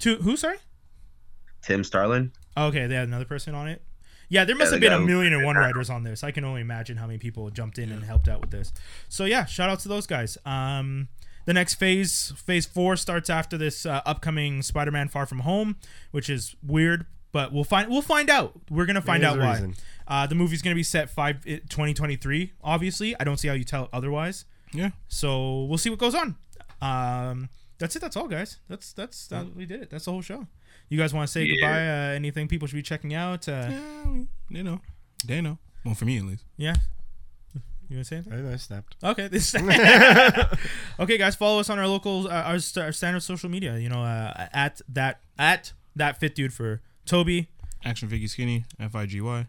[SPEAKER 3] to who sorry Oh,
[SPEAKER 1] Tim Starlin.
[SPEAKER 3] okay they had another person on it yeah there must
[SPEAKER 1] the
[SPEAKER 3] have been
[SPEAKER 1] guy
[SPEAKER 3] a
[SPEAKER 1] who-
[SPEAKER 3] million
[SPEAKER 1] [laughs]
[SPEAKER 3] and one writers on this I can only imagine how many people jumped in and helped out with this so yeah shout out to those guys um the next phase phase four starts after this uh, upcoming Spider Man Far From Home which is weird but we'll find we'll find out we're gonna find
[SPEAKER 4] is
[SPEAKER 3] out
[SPEAKER 4] a
[SPEAKER 3] why
[SPEAKER 4] reason.
[SPEAKER 3] uh, the movie's gonna be set five eh, 2023 obviously I don't see how you tell otherwise.
[SPEAKER 5] Yeah.
[SPEAKER 3] So we'll see what goes on. Um, that's it. That's all, guys. That's that's that, we did it. That's the whole show. You guys want to say
[SPEAKER 1] Yeah.
[SPEAKER 3] goodbye? Uh, anything people should be checking out? Uh,
[SPEAKER 5] Yeah, I mean, they know. They know. Well, for me at least.
[SPEAKER 3] yeah. You want to say anything?
[SPEAKER 4] I, I snapped.
[SPEAKER 3] Okay. This. okay, [laughs] guys. Follow us on our local, uh, our, st- our standard social media. You know, uh, at that at that fit dude for Toby.
[SPEAKER 5] Action figure skinny. F I G Y.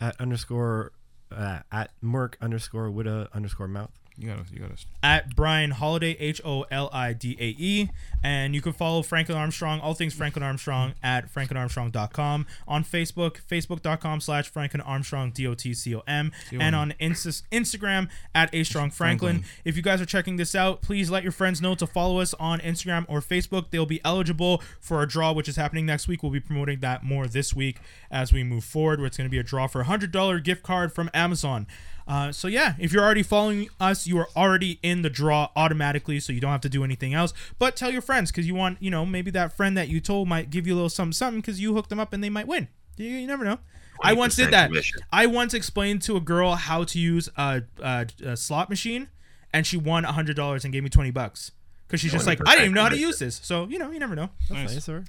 [SPEAKER 4] At underscore uh, at Merc underscore Witta underscore mouth.
[SPEAKER 5] You gotta. You gotta.
[SPEAKER 3] at Brian Holiday, H O L I D A E. And you can follow Franklin Armstrong, all things Franklin Armstrong, at franklinarmstrong.com, on Facebook, facebook.com slash Franklin Armstrong, D O T C O M, and on Insta- Instagram at A Strong Franklin. If you guys are checking this out, please let your friends know to follow us on Instagram or Facebook. They'll be eligible for a draw, which is happening next week. We'll be promoting that more this week as we move forward, where it's going to be a draw for a $100 gift card from Amazon. Uh, so yeah, if you're already following us, you are already in the draw automatically, so you don't have to do anything else. But tell your friends because you want, you know, maybe that friend that you told might give you a little something, something because you hooked them up and they might win. You, you never know. I once
[SPEAKER 1] 20%
[SPEAKER 3] did that.
[SPEAKER 1] commission.
[SPEAKER 3] I once explained to a girl how to use a, a, a slot machine, and she won hundred dollars and gave me twenty bucks because she's just like, I didn't even know how to use this. So you know, you never know.
[SPEAKER 4] That's nice, sir.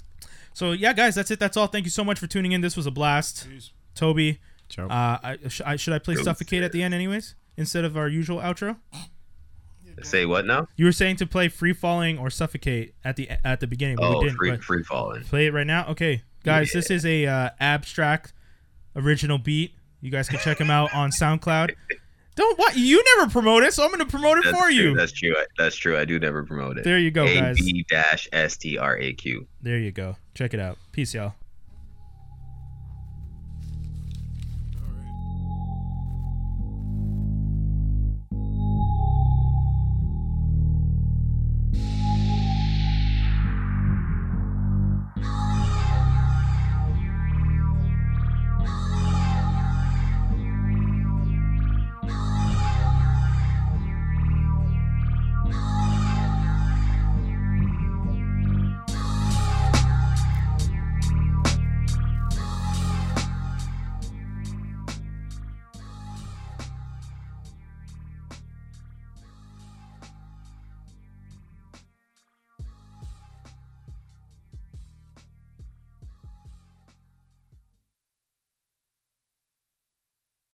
[SPEAKER 3] So yeah, guys, that's it. That's all. Thank you so much for tuning in. This was a blast. Toby,
[SPEAKER 4] Ciao.
[SPEAKER 3] uh, I, sh- I, should I play suffocate at the end anyways instead of our usual outro?
[SPEAKER 1] Say what now?
[SPEAKER 3] You were saying to play free falling or suffocate at the at the beginning, but we
[SPEAKER 1] Oh,
[SPEAKER 3] didn't.
[SPEAKER 1] free
[SPEAKER 3] but
[SPEAKER 1] free falling.
[SPEAKER 3] play it right now, okay, guys. This is a uh, abstract original beat. You guys can check him out
[SPEAKER 1] [laughs]
[SPEAKER 3] on SoundCloud. Don't what you never promote it, so I'm gonna promote it
[SPEAKER 1] That's
[SPEAKER 3] for
[SPEAKER 1] true,
[SPEAKER 3] you.
[SPEAKER 1] That's true. I, that's true. I do never promote it.
[SPEAKER 3] There you go,
[SPEAKER 1] A
[SPEAKER 3] guys.
[SPEAKER 1] B dash S T R A Q.
[SPEAKER 3] There you go. Check it out. Peace, y'all.